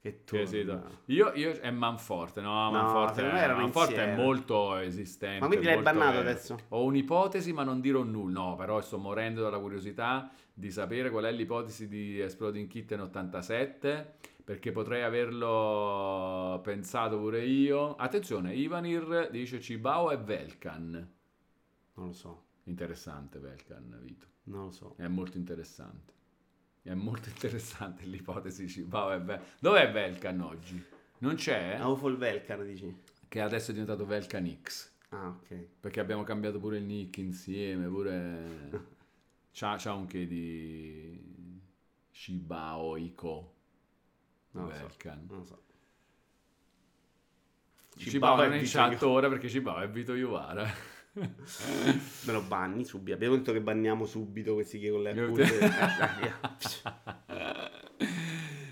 [SPEAKER 1] Che tu.
[SPEAKER 3] Sì, sì, do- io, io è Manforte, no,
[SPEAKER 1] No,
[SPEAKER 3] Manforte,
[SPEAKER 1] secondo
[SPEAKER 3] è,
[SPEAKER 1] me erano
[SPEAKER 3] Manforte è
[SPEAKER 1] insieme.
[SPEAKER 3] molto esistente.
[SPEAKER 1] Ma quindi l'hai
[SPEAKER 3] molto
[SPEAKER 1] bannato
[SPEAKER 3] vero.
[SPEAKER 1] adesso?
[SPEAKER 3] Ho un'ipotesi, ma non dirò nulla. No, però sto morendo dalla curiosità di sapere qual è l'ipotesi di Exploding Kitten 87. Perché potrei averlo pensato pure io. Attenzione, Ivanir dice Cibao e Velkan.
[SPEAKER 1] Non lo so,
[SPEAKER 3] Interessante, Velkan, Vito.
[SPEAKER 1] non lo so.
[SPEAKER 3] È molto interessante. È molto <laughs> interessante l'ipotesi Cibao e Velkan. Dov'è Velkan oggi? Non c'è?
[SPEAKER 1] Aufol Velkan dici?
[SPEAKER 3] Che adesso è diventato Velkan X.
[SPEAKER 1] Ah, ok.
[SPEAKER 3] Perché abbiamo cambiato pure il nick insieme, pure...
[SPEAKER 1] <laughs>
[SPEAKER 3] C'ha, c'ha un che di... Shibao Iko.
[SPEAKER 1] Non lo so. Mm.
[SPEAKER 3] Velkan.
[SPEAKER 1] Non lo so.
[SPEAKER 3] Shibao non è in
[SPEAKER 1] Vito
[SPEAKER 3] chat
[SPEAKER 1] Iovara.
[SPEAKER 3] ora perché Shibao è
[SPEAKER 1] <laughs>
[SPEAKER 3] Vito Iovara.
[SPEAKER 1] Me lo banni subito. Abbiamo detto che banniamo subito questi che con le
[SPEAKER 3] Io-
[SPEAKER 1] accuse.
[SPEAKER 3] <laughs>
[SPEAKER 1] Eh, via.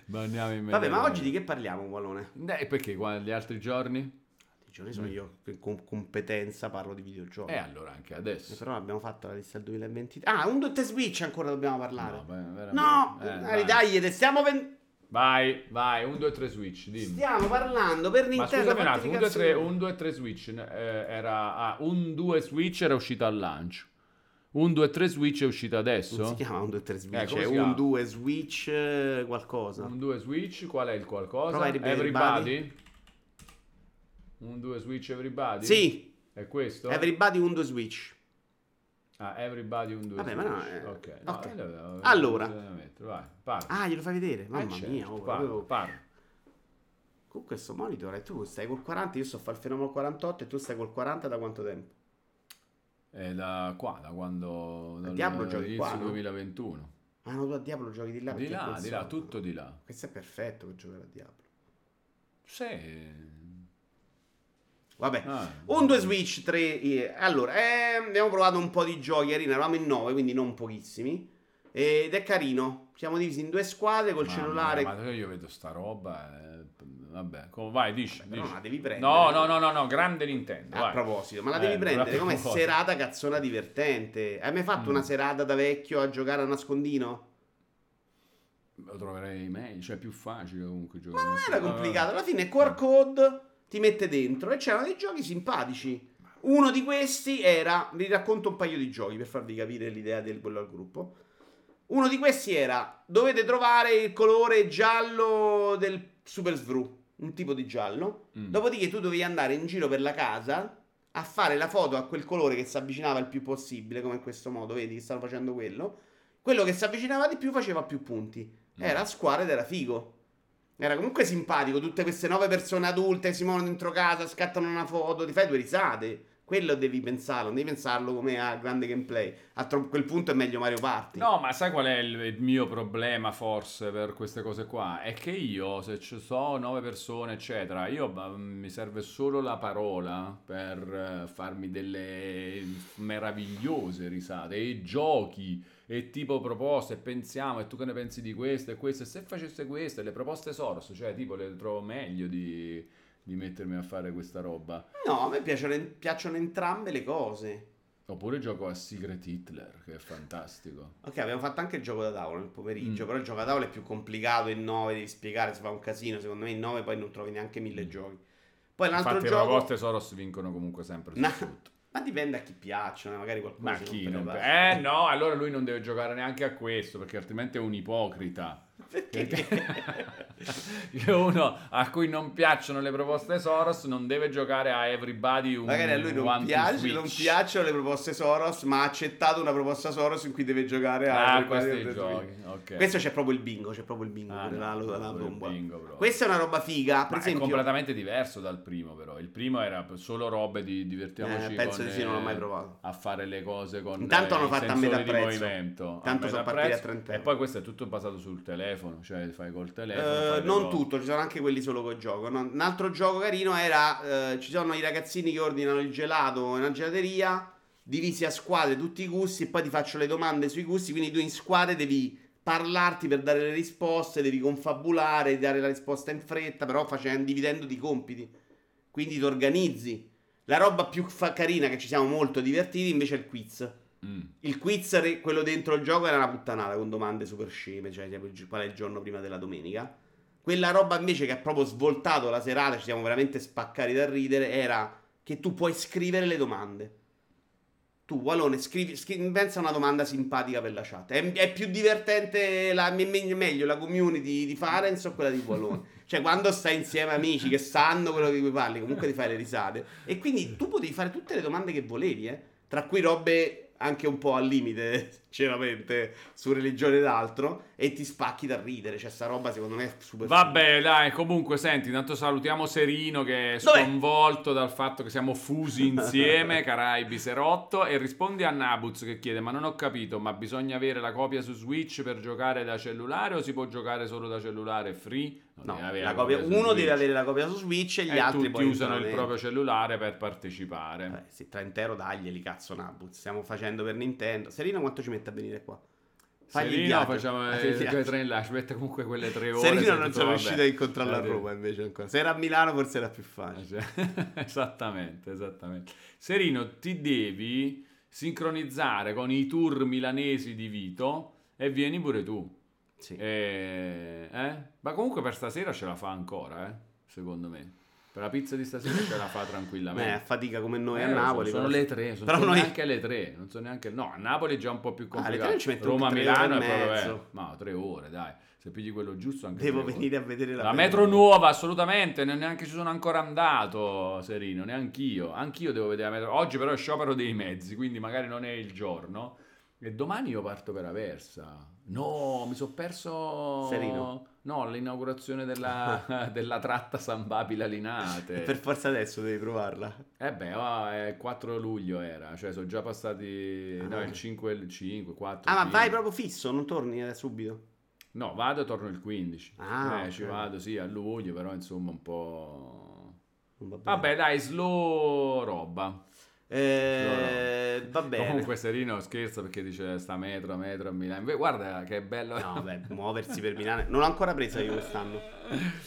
[SPEAKER 3] Banniamo in
[SPEAKER 1] <laughs> Vabbè, ma oggi di che parliamo, Wallone?
[SPEAKER 3] Eh, perché qua gli altri giorni?
[SPEAKER 1] I giorni
[SPEAKER 3] Mm.
[SPEAKER 1] sono io che con competenza parlo di videogiochi. Eh,
[SPEAKER 3] E allora anche adesso.
[SPEAKER 1] Però abbiamo fatto la lista del 2023. Ah, un Dot Switch ancora dobbiamo parlare.
[SPEAKER 3] No, beh, veramente.
[SPEAKER 1] No, dai,
[SPEAKER 3] Eh, vai.
[SPEAKER 1] dai, stiamo, ven-
[SPEAKER 3] Vai, vai, 1, 2, 3 Switch, dimmi.
[SPEAKER 1] stiamo parlando per
[SPEAKER 3] Ma
[SPEAKER 1] Nintendo.
[SPEAKER 3] scusami un
[SPEAKER 1] fatti
[SPEAKER 3] attimo,
[SPEAKER 1] i
[SPEAKER 3] 1, 2,
[SPEAKER 1] cazzi
[SPEAKER 3] 3,
[SPEAKER 1] tuoi.
[SPEAKER 3] 1, 2, 3 Switch eh, era... Ah, 1, 2 Switch era uscito al lancio. 1, 2, 3 Switch è uscito
[SPEAKER 1] Non si
[SPEAKER 3] adesso?
[SPEAKER 1] chiama un 2 3 Switch,
[SPEAKER 3] Eh, come
[SPEAKER 1] è
[SPEAKER 3] si
[SPEAKER 1] un
[SPEAKER 3] chiama? Mm,
[SPEAKER 1] 2 Switch eh, qualcosa.
[SPEAKER 3] 1, 2 Switch, qual è il qualcosa?
[SPEAKER 1] Prova a ripetere,
[SPEAKER 3] Everybody? 1, 2 Switch Everybody?
[SPEAKER 1] Sì,
[SPEAKER 3] È questo?
[SPEAKER 1] Everybody un 2 Switch.
[SPEAKER 3] Ah, Everybody 1, 2
[SPEAKER 1] Vabbè, ma
[SPEAKER 3] Switch.
[SPEAKER 1] no, eh,
[SPEAKER 3] Ok, no,
[SPEAKER 1] ok.
[SPEAKER 3] eh, vabbè,
[SPEAKER 1] Allora.
[SPEAKER 3] bisogna mettere, Vai, parla.
[SPEAKER 1] Ah, glielo fai vedere?
[SPEAKER 3] Eh,
[SPEAKER 1] Mamma
[SPEAKER 3] certo,
[SPEAKER 1] mia, oh,
[SPEAKER 3] parla,
[SPEAKER 1] avevo-
[SPEAKER 3] parla.
[SPEAKER 1] con questo monitor e tu stai col 40, io sto a fare il fenomeno 48 e tu stai col 40 da quanto tempo?
[SPEAKER 3] È da qua, da quando... dal-
[SPEAKER 1] Diablo giochi
[SPEAKER 3] dall'inizio
[SPEAKER 1] qua, no?
[SPEAKER 3] 2021.
[SPEAKER 1] Ah, no, tu a Diablo giochi di là
[SPEAKER 3] Di
[SPEAKER 1] perché è
[SPEAKER 3] là, di
[SPEAKER 1] console.
[SPEAKER 3] là, tutto di là.
[SPEAKER 1] Questo è perfetto per giocare a Diablo.
[SPEAKER 3] Sì.
[SPEAKER 1] Vabbè.
[SPEAKER 3] Ah.
[SPEAKER 1] Un 2 Switch 3. eh, Allora, ehm, abbiamo provato un po' di giochi, Arena, eravamo in 9, quindi non pochissimi. Ed è carino. Siamo divisi in due squadre col
[SPEAKER 3] Mamma
[SPEAKER 1] cellulare.
[SPEAKER 3] mia, ma io vedo sta roba. eh, vabbè, com- vai, dici.
[SPEAKER 1] Vabbè, però eh.
[SPEAKER 3] dici.
[SPEAKER 1] la devi prendere.
[SPEAKER 3] No, no, no, no, no, grande Nintendo.
[SPEAKER 1] A
[SPEAKER 3] vai.
[SPEAKER 1] proposito, ma la
[SPEAKER 3] Eh,
[SPEAKER 1] devi
[SPEAKER 3] a
[SPEAKER 1] prendere come
[SPEAKER 3] proposito.
[SPEAKER 1] serata cazzona divertente. Hai mai fatto
[SPEAKER 3] Mm.
[SPEAKER 1] una serata da vecchio a giocare a nascondino?
[SPEAKER 3] Lo troverei meglio, cioè è più facile comunque
[SPEAKER 1] Ma
[SPEAKER 3] giocare.
[SPEAKER 1] non
[SPEAKER 3] a
[SPEAKER 1] era
[SPEAKER 3] questo-
[SPEAKER 1] complicato. Alla fine QR code ti mette dentro e c'erano dei giochi simpatici. Uno di questi era. Vi racconto un paio di giochi per farvi capire l'idea del quello al gruppo. Uno di questi era: dovete trovare il colore giallo del Super Svru, un tipo di giallo.
[SPEAKER 3] Mm.
[SPEAKER 1] Dopodiché tu dovevi andare in giro per la casa a fare la foto a quel colore che si avvicinava il più possibile, come in questo modo, vedi che stanno facendo quello. Quello che si avvicinava di più faceva più punti. Era a squadra ed era figo. Era comunque simpatico. Tutte queste nove persone adulte si muovono dentro casa, scattano una foto, ti fai due risate. Quello devi pensarlo, non devi pensarlo come a grande gameplay. A tro- quel punto è meglio Mario Party.
[SPEAKER 3] No, ma sai qual è il, il mio problema forse per queste cose qua? È che io, se ci sono nove persone, eccetera, io ma, mm, mi serve solo la parola per eh, farmi delle mm, meravigliose risate e giochi e tipo proposte e pensiamo e tu che ne pensi di questo e questo e se facesse questo e le proposte Soros, cioè tipo le trovo meglio di, di mettermi a fare questa roba.
[SPEAKER 1] No, a me piacciono, piacciono entrambe le cose.
[SPEAKER 3] Oppure gioco a Secret Hitler, che è fantastico.
[SPEAKER 1] Ok, abbiamo fatto anche il gioco da tavola nel pomeriggio,
[SPEAKER 3] Mm.
[SPEAKER 1] però il gioco da tavola è più complicato, il 9 devi spiegare, si fa un casino, secondo me il 9 poi non trovi neanche mille giochi. Poi l'altro
[SPEAKER 3] Mm. Infatti,
[SPEAKER 1] gioco...
[SPEAKER 3] le proposte Soros vincono comunque sempre su
[SPEAKER 1] No.
[SPEAKER 3] tutto.
[SPEAKER 1] Ma dipende a chi piacciono, eh, magari qualcuno...
[SPEAKER 3] Ma
[SPEAKER 1] si
[SPEAKER 3] chi
[SPEAKER 1] rompe
[SPEAKER 3] non...
[SPEAKER 1] le <laughs>
[SPEAKER 3] Eh
[SPEAKER 1] palle.
[SPEAKER 3] no, allora lui non deve giocare neanche a questo perché altrimenti è un ipocrita.
[SPEAKER 1] <laughs>
[SPEAKER 3] Perché <laughs> che uno a cui non piacciono le proposte Soros non deve giocare a Everybody un
[SPEAKER 1] Magari a lui
[SPEAKER 3] one
[SPEAKER 1] non,
[SPEAKER 3] to
[SPEAKER 1] piace,
[SPEAKER 3] switch.
[SPEAKER 1] non piacciono le proposte Soros, ma ha accettato una proposta Soros in cui deve giocare a...
[SPEAKER 3] Ah,
[SPEAKER 1] a-
[SPEAKER 3] questi
[SPEAKER 1] a-
[SPEAKER 3] giochi. ok.
[SPEAKER 1] Questo c'è proprio il bingo, c'è proprio il bingo,
[SPEAKER 3] Ah,
[SPEAKER 1] quella-
[SPEAKER 3] no,
[SPEAKER 1] la, la
[SPEAKER 3] pure il
[SPEAKER 1] bomba.
[SPEAKER 3] bingo proprio.
[SPEAKER 1] Questa è una roba figa, per
[SPEAKER 3] Ma è
[SPEAKER 1] esempio...
[SPEAKER 3] completamente diverso dal primo però. Il primo era solo robe di divertiamoci
[SPEAKER 1] Eh, penso
[SPEAKER 3] con,
[SPEAKER 1] di sì, non l'ho
[SPEAKER 3] eh,
[SPEAKER 1] mai provato.
[SPEAKER 3] a fare le cose con
[SPEAKER 1] Intanto
[SPEAKER 3] eh,
[SPEAKER 1] hanno
[SPEAKER 3] i
[SPEAKER 1] fatto a
[SPEAKER 3] sensori
[SPEAKER 1] metà
[SPEAKER 3] di
[SPEAKER 1] prezzo.
[SPEAKER 3] movimento.
[SPEAKER 1] Tanto
[SPEAKER 3] metà
[SPEAKER 1] sono partiti a
[SPEAKER 3] prezzo.
[SPEAKER 1] 30
[SPEAKER 3] E
[SPEAKER 1] euro.
[SPEAKER 3] poi questo è tutto basato sul telefono, cioè fai col telefono.
[SPEAKER 1] Eh,
[SPEAKER 3] fai le
[SPEAKER 1] non
[SPEAKER 3] cose.
[SPEAKER 1] tutto, ci sono anche quelli solo col gioco. no? Un altro gioco carino era: eh, ci sono i ragazzini che ordinano il gelato in una gelateria, divisi a squadre tutti i gusti, e poi ti faccio le domande sui gusti. Quindi tu in squadre devi parlarti per dare le risposte, devi confabulare, dare la risposta in fretta, però facendo, dividendoti i compiti. Quindi ti organizzi. La roba più fa- carina che ci siamo molto divertiti invece è il quiz.
[SPEAKER 3] Mm.
[SPEAKER 1] Il quiz, re- quello dentro il gioco, era una puttanata con domande super sceme, cioè tipo il gi- qual è il giorno prima della domenica. Quella roba invece che ha proprio svoltato la serata, ci siamo veramente spaccati da ridere, era che tu puoi scrivere le domande. Tu, Walone, scrivi, scri- pensa a una domanda simpatica per la chat. È, è più divertente, la, me- me- meglio la community di Farenz o quella di Walone.
[SPEAKER 3] <laughs>
[SPEAKER 1] cioè, quando stai insieme a amici che sanno quello di cui parli, comunque ti fai le risate. E quindi tu potevi fare tutte le domande che volevi, eh. Tra cui robe anche un po' al limite, <laughs> sinceramente, su religione ed altro. E ti spacchi da ridere. Cioè, sta roba secondo me è super figa.
[SPEAKER 3] Vabbè, dai, comunque, senti, intanto salutiamo Serino che è
[SPEAKER 1] Dov'è?
[SPEAKER 3] sconvolto dal fatto che siamo fusi insieme, <laughs> carai Biserotto, e rispondi a Nabuz che chiede, ma non ho capito, ma bisogna avere la copia su Switch per giocare da cellulare o si può giocare solo da cellulare free? Non
[SPEAKER 1] No,
[SPEAKER 3] devi avere
[SPEAKER 1] la
[SPEAKER 3] la copia
[SPEAKER 1] copia-
[SPEAKER 3] su
[SPEAKER 1] uno
[SPEAKER 3] Switch.
[SPEAKER 1] deve avere la copia su Switch e gli
[SPEAKER 3] E
[SPEAKER 1] altri
[SPEAKER 3] tutti
[SPEAKER 1] poi Eh.
[SPEAKER 3] usano il
[SPEAKER 1] entrano
[SPEAKER 3] proprio
[SPEAKER 1] dentro.
[SPEAKER 3] cellulare per partecipare.
[SPEAKER 1] Vabbè, sì, 30 euro daglieli, cazzo Nabuz. Stiamo facendo per Nintendo. Serino quanto ci mette a venire qua? Fagli il
[SPEAKER 3] Serino
[SPEAKER 1] viaggio,
[SPEAKER 3] facciamo
[SPEAKER 1] fagli il
[SPEAKER 3] eh, quei
[SPEAKER 1] viaggio.
[SPEAKER 3] tre là, ci mette comunque quelle tre ore.
[SPEAKER 1] Serino
[SPEAKER 3] se
[SPEAKER 1] non
[SPEAKER 3] tutto
[SPEAKER 1] siamo
[SPEAKER 3] va
[SPEAKER 1] riuscito a
[SPEAKER 3] bene.
[SPEAKER 1] incontrarlo a
[SPEAKER 3] Eh,
[SPEAKER 1] Roma invece ancora. Se era a Milano forse era più
[SPEAKER 3] Ah,
[SPEAKER 1] facile.
[SPEAKER 3] cioè, <laughs> esattamente, esattamente. Serino, ti devi sincronizzare con i tour milanesi di Vito e vieni pure tu.
[SPEAKER 1] Sì.
[SPEAKER 3] Eh, E- eh? Ma comunque per stasera ce la fa ancora, eh, secondo me. Per la pizza di stasera ce la fa
[SPEAKER 1] <laughs> Beh, a
[SPEAKER 3] tranquillamente.
[SPEAKER 1] fatica come noi a
[SPEAKER 3] Eh, lo so,
[SPEAKER 1] Napoli.
[SPEAKER 3] sono
[SPEAKER 1] però-
[SPEAKER 3] le tre, sono
[SPEAKER 1] però
[SPEAKER 3] sono
[SPEAKER 1] noi-
[SPEAKER 3] neanche le tre, non so neanche no, a Napoli è già un po' più
[SPEAKER 1] Ah, alle
[SPEAKER 3] complicato.
[SPEAKER 1] tre ci metto
[SPEAKER 3] Roma
[SPEAKER 1] tre
[SPEAKER 3] Milano
[SPEAKER 1] ore e
[SPEAKER 3] è
[SPEAKER 1] mezzo.
[SPEAKER 3] proprio eh, ma tre ore, dai. Se pigli quello giusto
[SPEAKER 1] <laughs>
[SPEAKER 3] anche
[SPEAKER 1] Devo
[SPEAKER 3] tre ore.
[SPEAKER 1] venire a vedere la,
[SPEAKER 3] La metro nuova, assolutamente, non- neanche ci sono ancora andato, Serino, neanch'io. Anch'io devo vedere la metro. Oggi però è sciopero dei mezzi, quindi magari non è il giorno. E domani io parto per Aversa. No, mi sono perso...
[SPEAKER 1] Serino.
[SPEAKER 3] No,
[SPEAKER 1] <laughs>
[SPEAKER 3] l'inaugurazione della, della tratta San Babila-Linate.
[SPEAKER 1] Per forza adesso devi provarla.
[SPEAKER 3] Eh beh, oh, eh, 4 luglio era, cioè sono già passati... No,
[SPEAKER 1] Ah.
[SPEAKER 3] il 5, il 5, 4...
[SPEAKER 1] Ah, ma
[SPEAKER 3] cinque.
[SPEAKER 1] vai proprio fisso, non torni eh, subito.
[SPEAKER 3] No, vado e torno il 15.
[SPEAKER 1] Ah,
[SPEAKER 3] eh,
[SPEAKER 1] ok.
[SPEAKER 3] ci vado, sì, a luglio, però insomma un po'...
[SPEAKER 1] Non va bene.
[SPEAKER 3] Vabbè, dai, slow roba.
[SPEAKER 1] Eh, va bene.
[SPEAKER 3] Comunque Serino scherza perché dice sta metro, metro a Milano. Beh, Guarda che bello.
[SPEAKER 1] No, beh,
[SPEAKER 3] <laughs>
[SPEAKER 1] muoversi per Milano. Non l'ho ancora presa io quest'anno.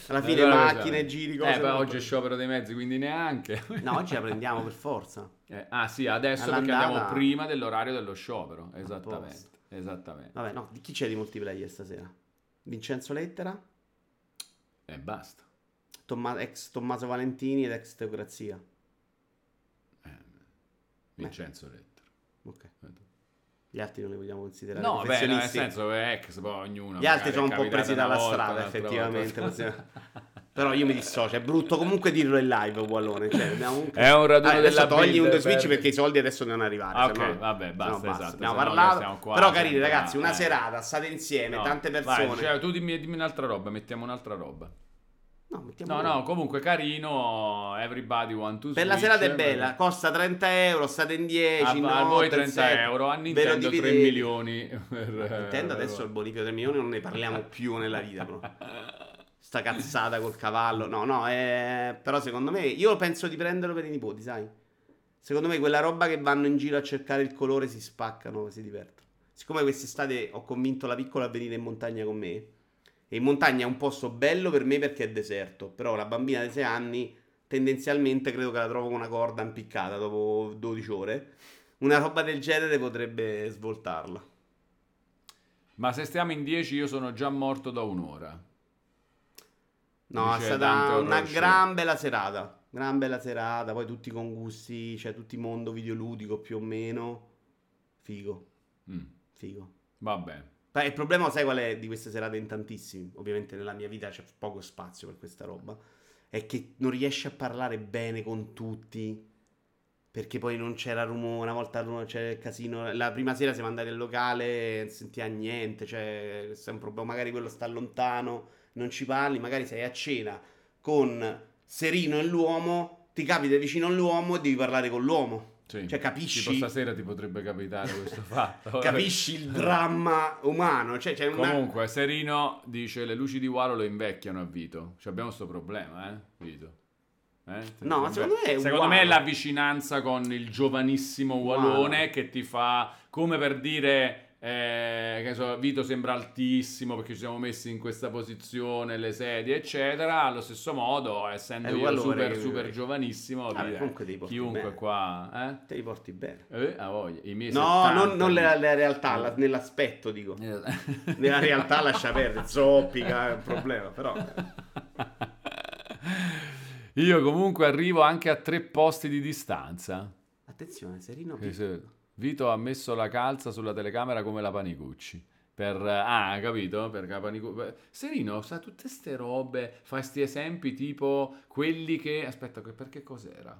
[SPEAKER 1] Alla
[SPEAKER 3] Eh,
[SPEAKER 1] fine
[SPEAKER 3] allora,
[SPEAKER 1] macchine,
[SPEAKER 3] sai.
[SPEAKER 1] giri,
[SPEAKER 3] Eh,
[SPEAKER 1] cose.
[SPEAKER 3] beh,
[SPEAKER 1] non-
[SPEAKER 3] oggi è sciopero dei mezzi, quindi neanche.
[SPEAKER 1] No, oggi la prendiamo per forza.
[SPEAKER 3] Eh, ah, sì, adesso perché
[SPEAKER 1] All'andata-
[SPEAKER 3] andiamo prima dell'orario dello sciopero. Esattamente.
[SPEAKER 1] Apposta.
[SPEAKER 3] Esattamente.
[SPEAKER 1] Vabbè, no, di chi c'è di multiplayer stasera? Vincenzo Lettera,
[SPEAKER 3] E basta.
[SPEAKER 1] Tomma- ex Tommaso Valentini ed ex Teocrazia.
[SPEAKER 3] Eh, Vincenzo Lettero.
[SPEAKER 1] Ok. Gli altri non li vogliamo considerare
[SPEAKER 3] No, beh, no, nel
[SPEAKER 1] professionisti.
[SPEAKER 3] senso, ex, poi ognuno.
[SPEAKER 1] Gli altri
[SPEAKER 3] magari
[SPEAKER 1] sono un po'
[SPEAKER 3] capitata
[SPEAKER 1] presi
[SPEAKER 3] una
[SPEAKER 1] dalla
[SPEAKER 3] volta,
[SPEAKER 1] strada,
[SPEAKER 3] <laughs> un'altra
[SPEAKER 1] effettivamente,
[SPEAKER 3] volta.
[SPEAKER 1] Però io mi dissocio, è brutto comunque dirlo in live, Wallone. Cioè, abbiamo un-
[SPEAKER 3] È un raduno
[SPEAKER 1] Ah, adesso
[SPEAKER 3] Eh, della
[SPEAKER 1] togli
[SPEAKER 3] build
[SPEAKER 1] un
[SPEAKER 3] per-
[SPEAKER 1] switch perché i soldi adesso devono arrivare.
[SPEAKER 3] Ah, ok,
[SPEAKER 1] se no-
[SPEAKER 3] vabbè,
[SPEAKER 1] se
[SPEAKER 3] basta,
[SPEAKER 1] no
[SPEAKER 3] esatto,
[SPEAKER 1] Abbiamo
[SPEAKER 3] se no
[SPEAKER 1] parlato.
[SPEAKER 3] siamo qua,
[SPEAKER 1] Però carini
[SPEAKER 3] sempre-
[SPEAKER 1] ragazzi, una
[SPEAKER 3] eh.
[SPEAKER 1] serata, state insieme,
[SPEAKER 3] No,
[SPEAKER 1] tante persone.
[SPEAKER 3] vai, cioè, tu dimmi, dimmi un'altra roba, mettiamo un'altra roba.
[SPEAKER 1] No, mettiamo
[SPEAKER 3] No,
[SPEAKER 1] uno.
[SPEAKER 3] no, comunque carino, everybody want to
[SPEAKER 1] Per la
[SPEAKER 3] switch,
[SPEAKER 1] serata è
[SPEAKER 3] eh,
[SPEAKER 1] bella,
[SPEAKER 3] perché-
[SPEAKER 1] costa 30 euro, state in 10.
[SPEAKER 3] A, Ah, a
[SPEAKER 1] no,
[SPEAKER 3] voi 30
[SPEAKER 1] 37.
[SPEAKER 3] euro, a
[SPEAKER 1] Ve lo
[SPEAKER 3] Nintendo 3
[SPEAKER 1] dividete. Eh,
[SPEAKER 3] milioni. eh,
[SPEAKER 1] Nintendo adesso boh, il bonifico 3 milioni non ne
[SPEAKER 3] <laughs>
[SPEAKER 1] parliamo più nella vita, bro. Sta cazzata col cavallo. No, no, eh, però secondo me io penso di prenderlo per i nipoti, sai? Secondo me quella roba che vanno in giro a cercare il colore si spaccano, si divertono. Siccome quest'estate ho convinto la piccola a venire in montagna con me, e in montagna è un posto bello per me perché è deserto, però la bambina di 6 anni tendenzialmente credo che la trovo con una corda impiccata dopo 12 ore. Una roba del genere potrebbe svoltarla.
[SPEAKER 3] Ma se stiamo in 10 io sono già morto da un'ora.
[SPEAKER 1] No, è
[SPEAKER 3] Dice
[SPEAKER 1] stata
[SPEAKER 3] Dante
[SPEAKER 1] una
[SPEAKER 3] Orosci.
[SPEAKER 1] gran bella serata. Gran bella serata. Poi tutti con gusti, cioè tutti mondo videoludico più o meno. Figo,
[SPEAKER 3] Mm,
[SPEAKER 1] figo.
[SPEAKER 3] vabbè.
[SPEAKER 1] Beh, il problema, sai qual è di queste serate in tantissimi? Ovviamente nella mia vita c'è poco spazio per questa roba. È che non riesci a parlare bene con tutti. Perché poi non c'era rumore, una volta ru- c'era il casino. La prima sera siamo andati al locale, non sentiva niente. Cioè, questo è un problema. Magari quello sta lontano, non ci parli. Magari sei a cena con Serino e l'uomo. Ti capita vicino all'uomo e devi parlare con l'uomo.
[SPEAKER 3] Sì.
[SPEAKER 1] Cioè, capisci?
[SPEAKER 3] Tipo stasera ti potrebbe capitare Ah,
[SPEAKER 1] <laughs>
[SPEAKER 3] questo fatto.
[SPEAKER 1] Capisci il dramma umano? Cioè, c'è una.
[SPEAKER 3] Comunque, Serino dice le luci di Waro lo invecchiano a Vito. Cioè, abbiamo sto problema, eh, Vito. Eh?
[SPEAKER 1] No, ma secondo me è
[SPEAKER 3] Secondo
[SPEAKER 1] uguale.
[SPEAKER 3] me è la vicinanza con il giovanissimo Walone
[SPEAKER 1] Uguale.
[SPEAKER 3] che ti fa come per dire. eh, che ne so, Vito sembra altissimo perché ci siamo messi in questa posizione, le sedie, eccetera. Allo stesso modo, essendo
[SPEAKER 1] È
[SPEAKER 3] io
[SPEAKER 1] Wallone
[SPEAKER 3] super,
[SPEAKER 1] che-
[SPEAKER 3] super giovanissimo,
[SPEAKER 1] Vabbè,
[SPEAKER 3] dire,
[SPEAKER 1] comunque ti porti
[SPEAKER 3] chiunque
[SPEAKER 1] bene.
[SPEAKER 3] qua,
[SPEAKER 1] Te li porti bene.
[SPEAKER 3] eh? Eh, ha voglia. I miei
[SPEAKER 1] No,
[SPEAKER 3] 70.
[SPEAKER 1] non, non nella, nella realtà,
[SPEAKER 3] Eh.
[SPEAKER 1] la- nell'aspetto dico.
[SPEAKER 3] Esatto.
[SPEAKER 1] Nella realtà lascia perdere, zoppica, è un problema, però.
[SPEAKER 3] Io comunque arrivo anche a tre posti di distanza.
[SPEAKER 1] Attenzione, Serino.
[SPEAKER 3] Che se- Vito ha messo la calza sulla telecamera come la Panicucci. Per, ah, capito? Per la Panicu- per- Serino sa tutte ste robe, fa sti esempi tipo quelli che... Aspetta, che- perché cos'era?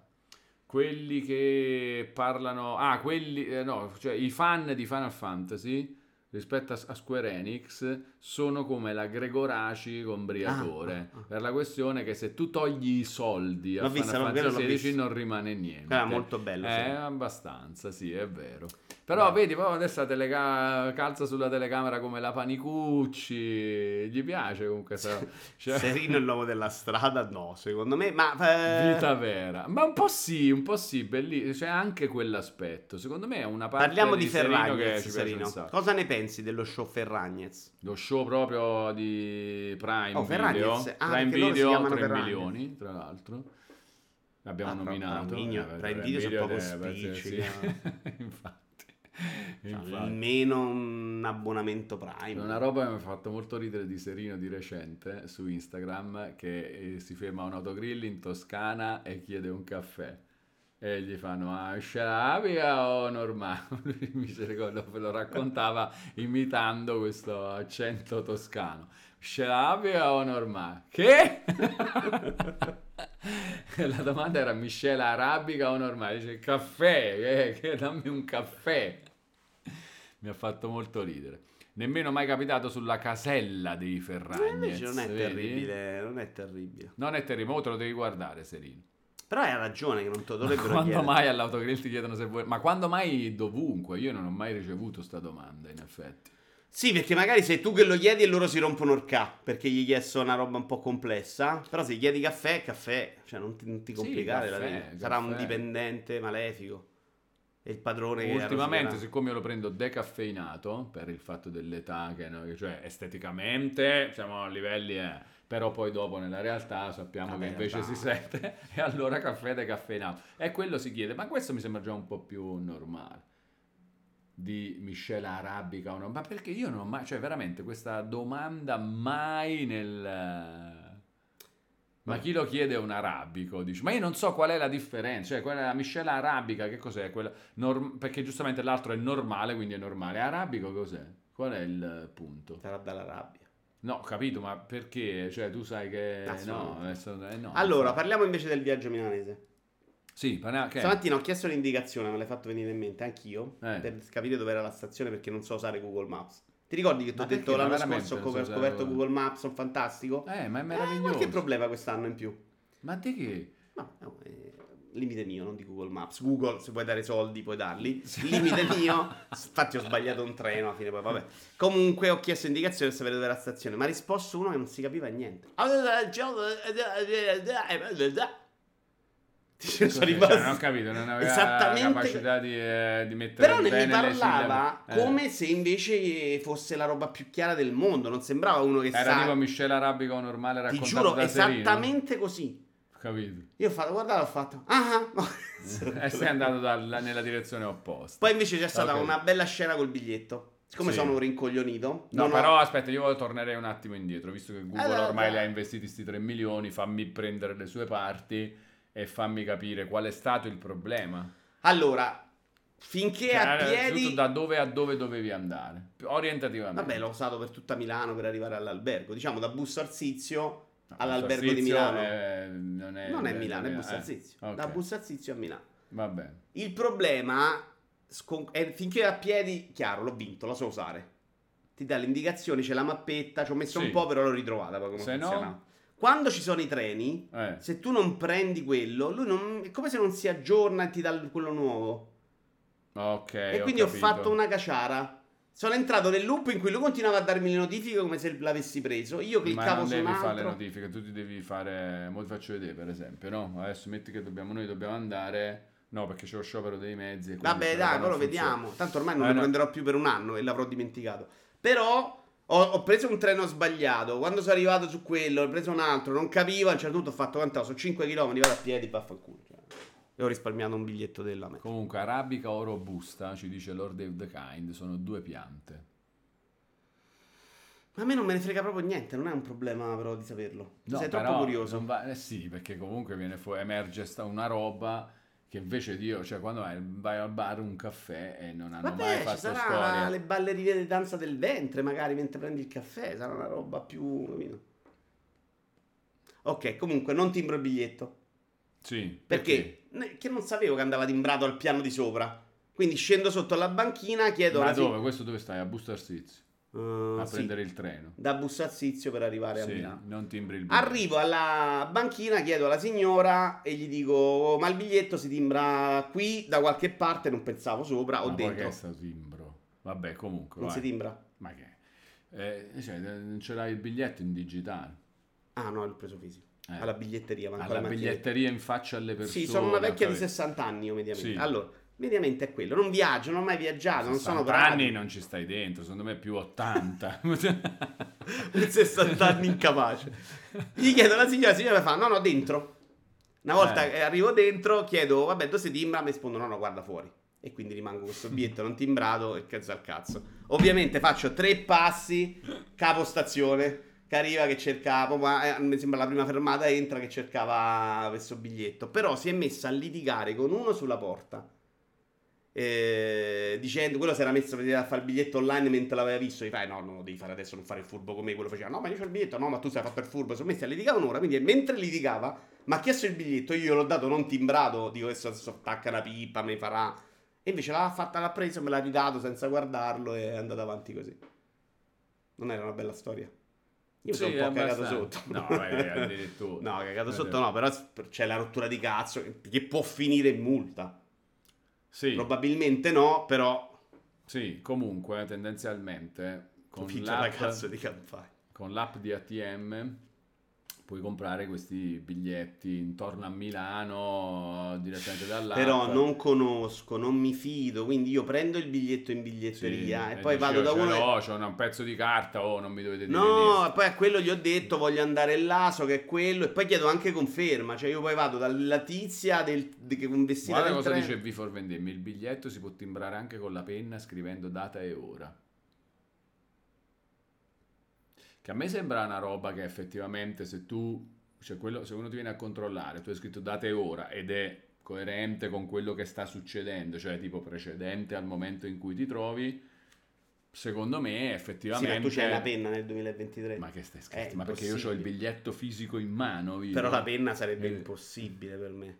[SPEAKER 3] Quelli che parlano... Ah, quelli... eh, no, cioè i fan di Final Fantasy rispetto a, a Square Enix sono come la Gregoraci con Briatore.
[SPEAKER 1] Ah, ah, ah.
[SPEAKER 3] Per la questione che se tu togli i soldi a
[SPEAKER 1] L'ho
[SPEAKER 3] Final
[SPEAKER 1] vista, no, quello
[SPEAKER 3] Fantasy
[SPEAKER 1] l'ho
[SPEAKER 3] 16
[SPEAKER 1] visto.
[SPEAKER 3] non rimane niente.
[SPEAKER 1] Era molto bello.
[SPEAKER 3] Eh,
[SPEAKER 1] Serino.
[SPEAKER 3] abbastanza, sì, è vero. Però
[SPEAKER 1] Beh.
[SPEAKER 3] vedi, proprio adesso la teleca- calza sulla telecamera come la Panicucci, gli piace comunque sta- cioè,
[SPEAKER 1] Serino è l'uomo della strada, no, secondo me, ma... eh,
[SPEAKER 3] vita vera. Ma un po' sì, un po' sì, bellissimo, c'è anche quell'aspetto. Secondo me è una parte
[SPEAKER 1] Parliamo di,
[SPEAKER 3] Serino che
[SPEAKER 1] Ferragnez,
[SPEAKER 3] ci piace
[SPEAKER 1] Serino.
[SPEAKER 3] un sacco.
[SPEAKER 1] Cosa ne pensi dello show Ferragnez?
[SPEAKER 3] Lo show proprio di Prime
[SPEAKER 1] Oh,
[SPEAKER 3] Video,
[SPEAKER 1] Ferragnez. Ah,
[SPEAKER 3] Prime
[SPEAKER 1] perché loro si
[SPEAKER 3] Video
[SPEAKER 1] chiamano
[SPEAKER 3] 3
[SPEAKER 1] Ferragnez.
[SPEAKER 3] milioni, tra l'altro. L'abbiamo
[SPEAKER 1] Ah, però-
[SPEAKER 3] nominato.
[SPEAKER 1] Migno,
[SPEAKER 3] Eh,
[SPEAKER 1] Prime Video sono proprio
[SPEAKER 3] eh,
[SPEAKER 1] spicci,
[SPEAKER 3] sì. <laughs> Infatti.
[SPEAKER 1] Cioè,
[SPEAKER 3] Infatti.
[SPEAKER 1] almeno un abbonamento Prime.
[SPEAKER 3] Una roba che mi ha fatto molto ridere di Serino di recente su Instagram che eh, si ferma a un autogrill in Toscana e chiede un caffè. E gli fanno, ah, sciarabia o normale? Lui <laughs> mi se lo, lo- lo raccontava imitando questo accento toscano. Sciarabia o normale? Che? <laughs> E La domanda era miscela arabica o normale? Dice, caffè, eh, che- dammi un caffè. Mi ha fatto molto ridere. Nemmeno mai capitato sulla casella dei
[SPEAKER 1] Eh,
[SPEAKER 3] Ferragni.
[SPEAKER 1] invece non è terribile, non è terribile.
[SPEAKER 3] Non è terribile, te lo devi guardare, Serino.
[SPEAKER 1] Però hai ragione che non te lo dovrebbero
[SPEAKER 3] quando
[SPEAKER 1] chiedere.
[SPEAKER 3] mai all'autogrill ti chiedono se vuoi... Ma quando mai dovunque? Io non ho mai ricevuto sta domanda, in effetti.
[SPEAKER 1] Sì, perché magari sei tu che lo chiedi e loro si rompono il ca perché gli hai chiesto una roba un po' complessa. Però se gli chiedi caffè, caffè, cioè non ti, non ti
[SPEAKER 3] Sì,
[SPEAKER 1] complicare la
[SPEAKER 3] caffè,
[SPEAKER 1] vita. Sarà un
[SPEAKER 3] caffè.
[SPEAKER 1] dipendente malefico. E il padrone che
[SPEAKER 3] Ultimamente,
[SPEAKER 1] rosicherà.
[SPEAKER 3] siccome io lo prendo decaffeinato, per il fatto dell'età, che no- cioè esteticamente siamo a livelli... eh, però poi dopo nella realtà sappiamo
[SPEAKER 1] Vabbè,
[SPEAKER 3] che invece
[SPEAKER 1] dai.
[SPEAKER 3] si sente <laughs> e allora caffè decaffeinato. E quello si chiede, ma questo mi sembra già un po' più normale. Di miscela arabica o no? Ma perché io non ho mai... Cioè veramente questa domanda mai nel... eh, Ma chi lo chiede è un arabico, dice. Ma io non so qual è la differenza, cioè quella la miscela arabica, che cos'è? Quella norm- perché giustamente l'altro è normale, quindi è normale. Arabico cos'è? Qual è il punto?
[SPEAKER 1] Sarà bella rabbia.
[SPEAKER 3] No, ho capito, ma perché? Cioè, tu sai che... No,
[SPEAKER 1] Assolutamente.
[SPEAKER 3] adesso- eh, no.
[SPEAKER 1] Allora, parliamo invece del viaggio milanese.
[SPEAKER 3] Sì, parla- ok.
[SPEAKER 1] Stamattina ho chiesto un'indicazione, me l'hai fatto venire in mente anch'io,
[SPEAKER 3] Eh.
[SPEAKER 1] per capire dove era la stazione perché non so usare Google Maps. Ti ricordi che ti
[SPEAKER 3] Ma
[SPEAKER 1] ho detto
[SPEAKER 3] perché? Ma
[SPEAKER 1] l'anno
[SPEAKER 3] veramente
[SPEAKER 1] scorso ho
[SPEAKER 3] non so
[SPEAKER 1] cop-
[SPEAKER 3] usare
[SPEAKER 1] scoperto
[SPEAKER 3] Google-
[SPEAKER 1] Google Maps, sono fantastico?
[SPEAKER 3] Eh, ma è
[SPEAKER 1] Eh,
[SPEAKER 3] meraviglioso.
[SPEAKER 1] qualche problema quest'anno in più?
[SPEAKER 3] Ma di che?
[SPEAKER 1] No, no, eh, limite mio, non di Google Maps. Google, se vuoi dare soldi, puoi darli.
[SPEAKER 3] Sì. <laughs>
[SPEAKER 1] Limite mio. Infatti ho sbagliato un treno alla fine, poi vabbè. Comunque ho chiesto indicazioni per sapere dove era la stazione, ma ha risposto uno che non si capiva niente. Ci sono
[SPEAKER 3] Cioè,
[SPEAKER 1] rimasto.
[SPEAKER 3] non ho capito, non aveva
[SPEAKER 1] Esattamente.
[SPEAKER 3] capacità di, eh, di mettere
[SPEAKER 1] Però ne
[SPEAKER 3] bene
[SPEAKER 1] mi
[SPEAKER 3] le
[SPEAKER 1] parlava
[SPEAKER 3] sillabe. Eh,
[SPEAKER 1] come se invece fosse la roba più chiara del mondo. Non sembrava uno che
[SPEAKER 3] Era
[SPEAKER 1] sa.
[SPEAKER 3] tipo Michele Arabico normale
[SPEAKER 1] Ti
[SPEAKER 3] raccontato
[SPEAKER 1] giuro,
[SPEAKER 3] da Serino.
[SPEAKER 1] esattamente così. <laughs>
[SPEAKER 3] Capito.
[SPEAKER 1] Io ho fatto, guardate, ho fatto. Ah,
[SPEAKER 3] <laughs>
[SPEAKER 1] ah.
[SPEAKER 3] e Eh, sei andato dalla- nella direzione opposta.
[SPEAKER 1] Poi invece c'è stata
[SPEAKER 3] Ok.
[SPEAKER 1] una bella scena col biglietto. Siccome
[SPEAKER 3] Sì.
[SPEAKER 1] sono un rincoglionito,
[SPEAKER 3] No,
[SPEAKER 1] non ho-
[SPEAKER 3] però aspetta, io tornerei un attimo indietro, visto che Google
[SPEAKER 1] Allora,
[SPEAKER 3] ormai
[SPEAKER 1] dai.
[SPEAKER 3] le ha investiti sti 3 milioni, fammi prendere le sue parti e fammi capire qual è stato il problema.
[SPEAKER 1] Allora, finché
[SPEAKER 3] Cioè,
[SPEAKER 1] a
[SPEAKER 3] innanzitutto,
[SPEAKER 1] piedi.
[SPEAKER 3] da dove a dove dovevi andare, più orientativamente.
[SPEAKER 1] Vabbè, l'ho usato per tutta Milano per arrivare all'albergo. Diciamo da Busto Arsizio
[SPEAKER 3] No,
[SPEAKER 1] all'albergo
[SPEAKER 3] Busto
[SPEAKER 1] di
[SPEAKER 3] Arsizio,
[SPEAKER 1] Milano.
[SPEAKER 3] eh, non è,
[SPEAKER 1] non è
[SPEAKER 3] eh,
[SPEAKER 1] Milano, è
[SPEAKER 3] eh,
[SPEAKER 1] Busto Arsizio.
[SPEAKER 3] ok.
[SPEAKER 1] Da Busto Arsizio a Milano.
[SPEAKER 3] Va bene.
[SPEAKER 1] Il problema scon- è finché a piedi, chiaro, l'ho vinto, la so usare. Ti dà l'indicazione, c'è la mappetta, ci ho messo
[SPEAKER 3] Sì.
[SPEAKER 1] un po', però l'ho ritrovata poi come
[SPEAKER 3] Se no-
[SPEAKER 1] funzionava. Quando ci sono i treni,
[SPEAKER 3] Eh,
[SPEAKER 1] se tu non prendi quello, lui non- è come se non si aggiorna e ti dà quello nuovo.
[SPEAKER 3] ok.
[SPEAKER 1] e quindi ho,
[SPEAKER 3] Eh, capito.
[SPEAKER 1] fatto una caciara. Sono entrato nel loop in cui lui continuava a darmi le notifiche come se l'avessi preso. Io
[SPEAKER 3] Ma
[SPEAKER 1] cliccavo
[SPEAKER 3] non
[SPEAKER 1] su
[SPEAKER 3] devi
[SPEAKER 1] un
[SPEAKER 3] fare le
[SPEAKER 1] altro.
[SPEAKER 3] notifiche, tu ti devi fare. Mo ti faccio vedere, per esempio, no? Adesso metti che dobbiamo, noi dobbiamo andare. No, perché c'è lo sciopero dei mezzi. e quindi
[SPEAKER 1] Vabbè,
[SPEAKER 3] quella
[SPEAKER 1] dai,
[SPEAKER 3] roba
[SPEAKER 1] però
[SPEAKER 3] non funziona.
[SPEAKER 1] vediamo. Tanto ormai non
[SPEAKER 3] Eh,
[SPEAKER 1] lo
[SPEAKER 3] no.
[SPEAKER 1] prenderò più per un anno e l'avrò dimenticato. Però ho, ho preso un treno sbagliato. Quando sono arrivato su quello, ho preso un altro, non capivo. A un certo punto ho fatto quant'ho? Sono 5 km, vado a piedi, vaffanculo. Cioè, e ho risparmiato un biglietto della me.
[SPEAKER 3] Comunque, arabica o robusta, ci dice Lord of the Kind, sono due piante.
[SPEAKER 1] Ma a me non me ne frega proprio niente, non è un problema però di saperlo. Tu sei troppo
[SPEAKER 3] però
[SPEAKER 1] curioso.
[SPEAKER 3] non va- eh sì, perché comunque viene fu- emerge sta una roba che invece di io, cioè quando vai, vai al bar un caffè e non hanno mai
[SPEAKER 1] Vabbè, ci
[SPEAKER 3] fatto
[SPEAKER 1] sarà
[SPEAKER 3] storia.
[SPEAKER 1] le ballerine di danza del ventre, magari mentre prendi il caffè, sarà una roba più. capito? Ok, comunque non timbro il biglietto.
[SPEAKER 3] Sì,
[SPEAKER 1] Perché? Ne- Che non sapevo che andava timbrato al piano di sopra. Quindi scendo sotto alla banchina, chiedo
[SPEAKER 3] Ma
[SPEAKER 1] una si-
[SPEAKER 3] dove? Questo dove stai? A Busto Arsizio,
[SPEAKER 1] Eh,
[SPEAKER 3] a
[SPEAKER 1] sì,
[SPEAKER 3] prendere il treno.
[SPEAKER 1] da Busto Arsizio per arrivare a
[SPEAKER 3] Sì,
[SPEAKER 1] Milano.
[SPEAKER 3] non timbri il biglietto.
[SPEAKER 1] Arrivo alla banchina, chiedo alla signora e gli dico: "Oh, Ma il biglietto si timbra qui da qualche parte? Non pensavo sopra o
[SPEAKER 3] Ma poi che
[SPEAKER 1] dentro.
[SPEAKER 3] è sto timbro? Vabbè, comunque,
[SPEAKER 1] Non
[SPEAKER 3] vai.
[SPEAKER 1] si timbra.
[SPEAKER 3] Ma che? Eh, cioè, non ce l'hai il biglietto in digitale.
[SPEAKER 1] Ah, no, l'ho preso fisico.
[SPEAKER 3] Eh.
[SPEAKER 1] Alla biglietteria, ma ancora
[SPEAKER 3] Alla
[SPEAKER 1] la macchinetta.
[SPEAKER 3] biglietteria in faccia alle persone.
[SPEAKER 1] Sì, sono una vecchia di
[SPEAKER 3] capito?
[SPEAKER 1] 60 anni io mediamente.
[SPEAKER 3] Sì.
[SPEAKER 1] Allora, mediamente è quello. Non viaggio, non ho mai viaggiato, non sono
[SPEAKER 3] 60
[SPEAKER 1] bravo.
[SPEAKER 3] anni non ci stai dentro, secondo me è più
[SPEAKER 1] <laughs>
[SPEAKER 3] 80.
[SPEAKER 1] 60 anni incapace. Gli chiedo alla signora, la signora mi fa, no, no, dentro. Una volta
[SPEAKER 3] Eh.
[SPEAKER 1] che arrivo dentro, chiedo, vabbè, dove si timbra? Mi rispondono, no, no, guarda fuori. E quindi rimango questo biglietto non timbrato e cazzo al cazzo. Ovviamente faccio tre passi, capo stazione, che arriva che cerca, proprio, eh, mi sembra la prima fermata, entra che cercava questo biglietto. Però si è messa a litigare con uno sulla porta. Eh, dicendo quello si era messo per dire, a fare il biglietto online mentre l'aveva visto gli fai no non lo devi fare adesso non fare il furbo come me quello faceva no ma io c'ho il biglietto no ma tu sei fatto il furbo sono messi a litigare un'ora quindi mentre litigava mi ha chiesto il biglietto io l'ho dato non timbrato dico adesso adesso attacca la pipa mi farà e invece l'ha fatta l'ha preso me l'ha ridato senza guardarlo e è andato avanti così non era una bella storia io mi sono
[SPEAKER 3] Sì,
[SPEAKER 1] un po' cagato
[SPEAKER 3] abbastanza.
[SPEAKER 1] sotto <laughs>
[SPEAKER 3] No, eh, addirittura.
[SPEAKER 1] no cagato
[SPEAKER 3] Eh,
[SPEAKER 1] sotto no però c'è la rottura di cazzo che- che può finire in multa
[SPEAKER 3] Sì,
[SPEAKER 1] probabilmente no però
[SPEAKER 3] sì, comunque tendenzialmente con
[SPEAKER 1] Comincia la
[SPEAKER 3] l'app,
[SPEAKER 1] cazzo di campagna.
[SPEAKER 3] con l'app di ATM puoi comprare questi biglietti intorno a Milano direttamente dall'app.
[SPEAKER 1] Però non conosco, non mi fido, quindi io prendo il biglietto in biglietteria e poi vado da uno...
[SPEAKER 3] cioè, No,
[SPEAKER 1] e-
[SPEAKER 3] c'ho un pezzo di carta, oh, non mi dovete dire
[SPEAKER 1] No,
[SPEAKER 3] niente.
[SPEAKER 1] e poi a quello gli ho detto voglio andare là, so che è quello, e poi chiedo anche conferma, cioè io poi vado dalla tizia del, di- che un vestito...
[SPEAKER 3] Guarda cosa dice V for Vendemmia, il biglietto si può timbrare anche con la penna scrivendo data e ora. Che a me sembra una roba che effettivamente se tu, cioè quello, se uno ti viene a controllare, tu hai scritto data e ora ed è coerente con quello che sta succedendo, cioè tipo precedente al momento in cui ti trovi, Secondo me,
[SPEAKER 1] Sì,
[SPEAKER 3] effettivamente.
[SPEAKER 1] ma tu c'hai la penna nel 2023.
[SPEAKER 3] Ma che stai scherzando?
[SPEAKER 1] È
[SPEAKER 3] ma perché io ho il
[SPEAKER 1] impossibile.
[SPEAKER 3] biglietto fisico in mano. vivo.
[SPEAKER 1] Però la penna sarebbe
[SPEAKER 3] Eh.
[SPEAKER 1] impossibile per me.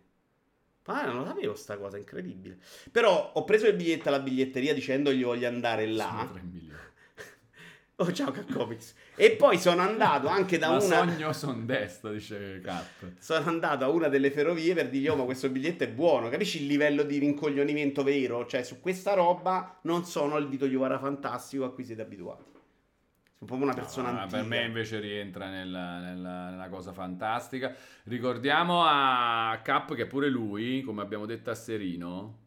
[SPEAKER 1] Ma non lo sapevo sta cosa, incredibile. Però ho preso il biglietto alla biglietteria dicendogli voglio andare là.
[SPEAKER 3] Sono tre milioni.
[SPEAKER 1] Oh ciao Caccomics. e poi sono andato anche da
[SPEAKER 3] Ma
[SPEAKER 1] una...
[SPEAKER 3] sogno son destra, dice Cap.
[SPEAKER 1] Sono andato a una delle ferrovie per dirgli, oh, ma questo biglietto è buono. Capisci il livello di rincoglionimento vero? Cioè, su questa roba non sono il dito Iovara fantastico a cui siete abituati. Sono proprio una persona
[SPEAKER 3] No,
[SPEAKER 1] antica.
[SPEAKER 3] Ah, Per me invece rientra nella, nella- nella cosa fantastica. Ricordiamo a Cap che pure lui, come abbiamo detto a Serino,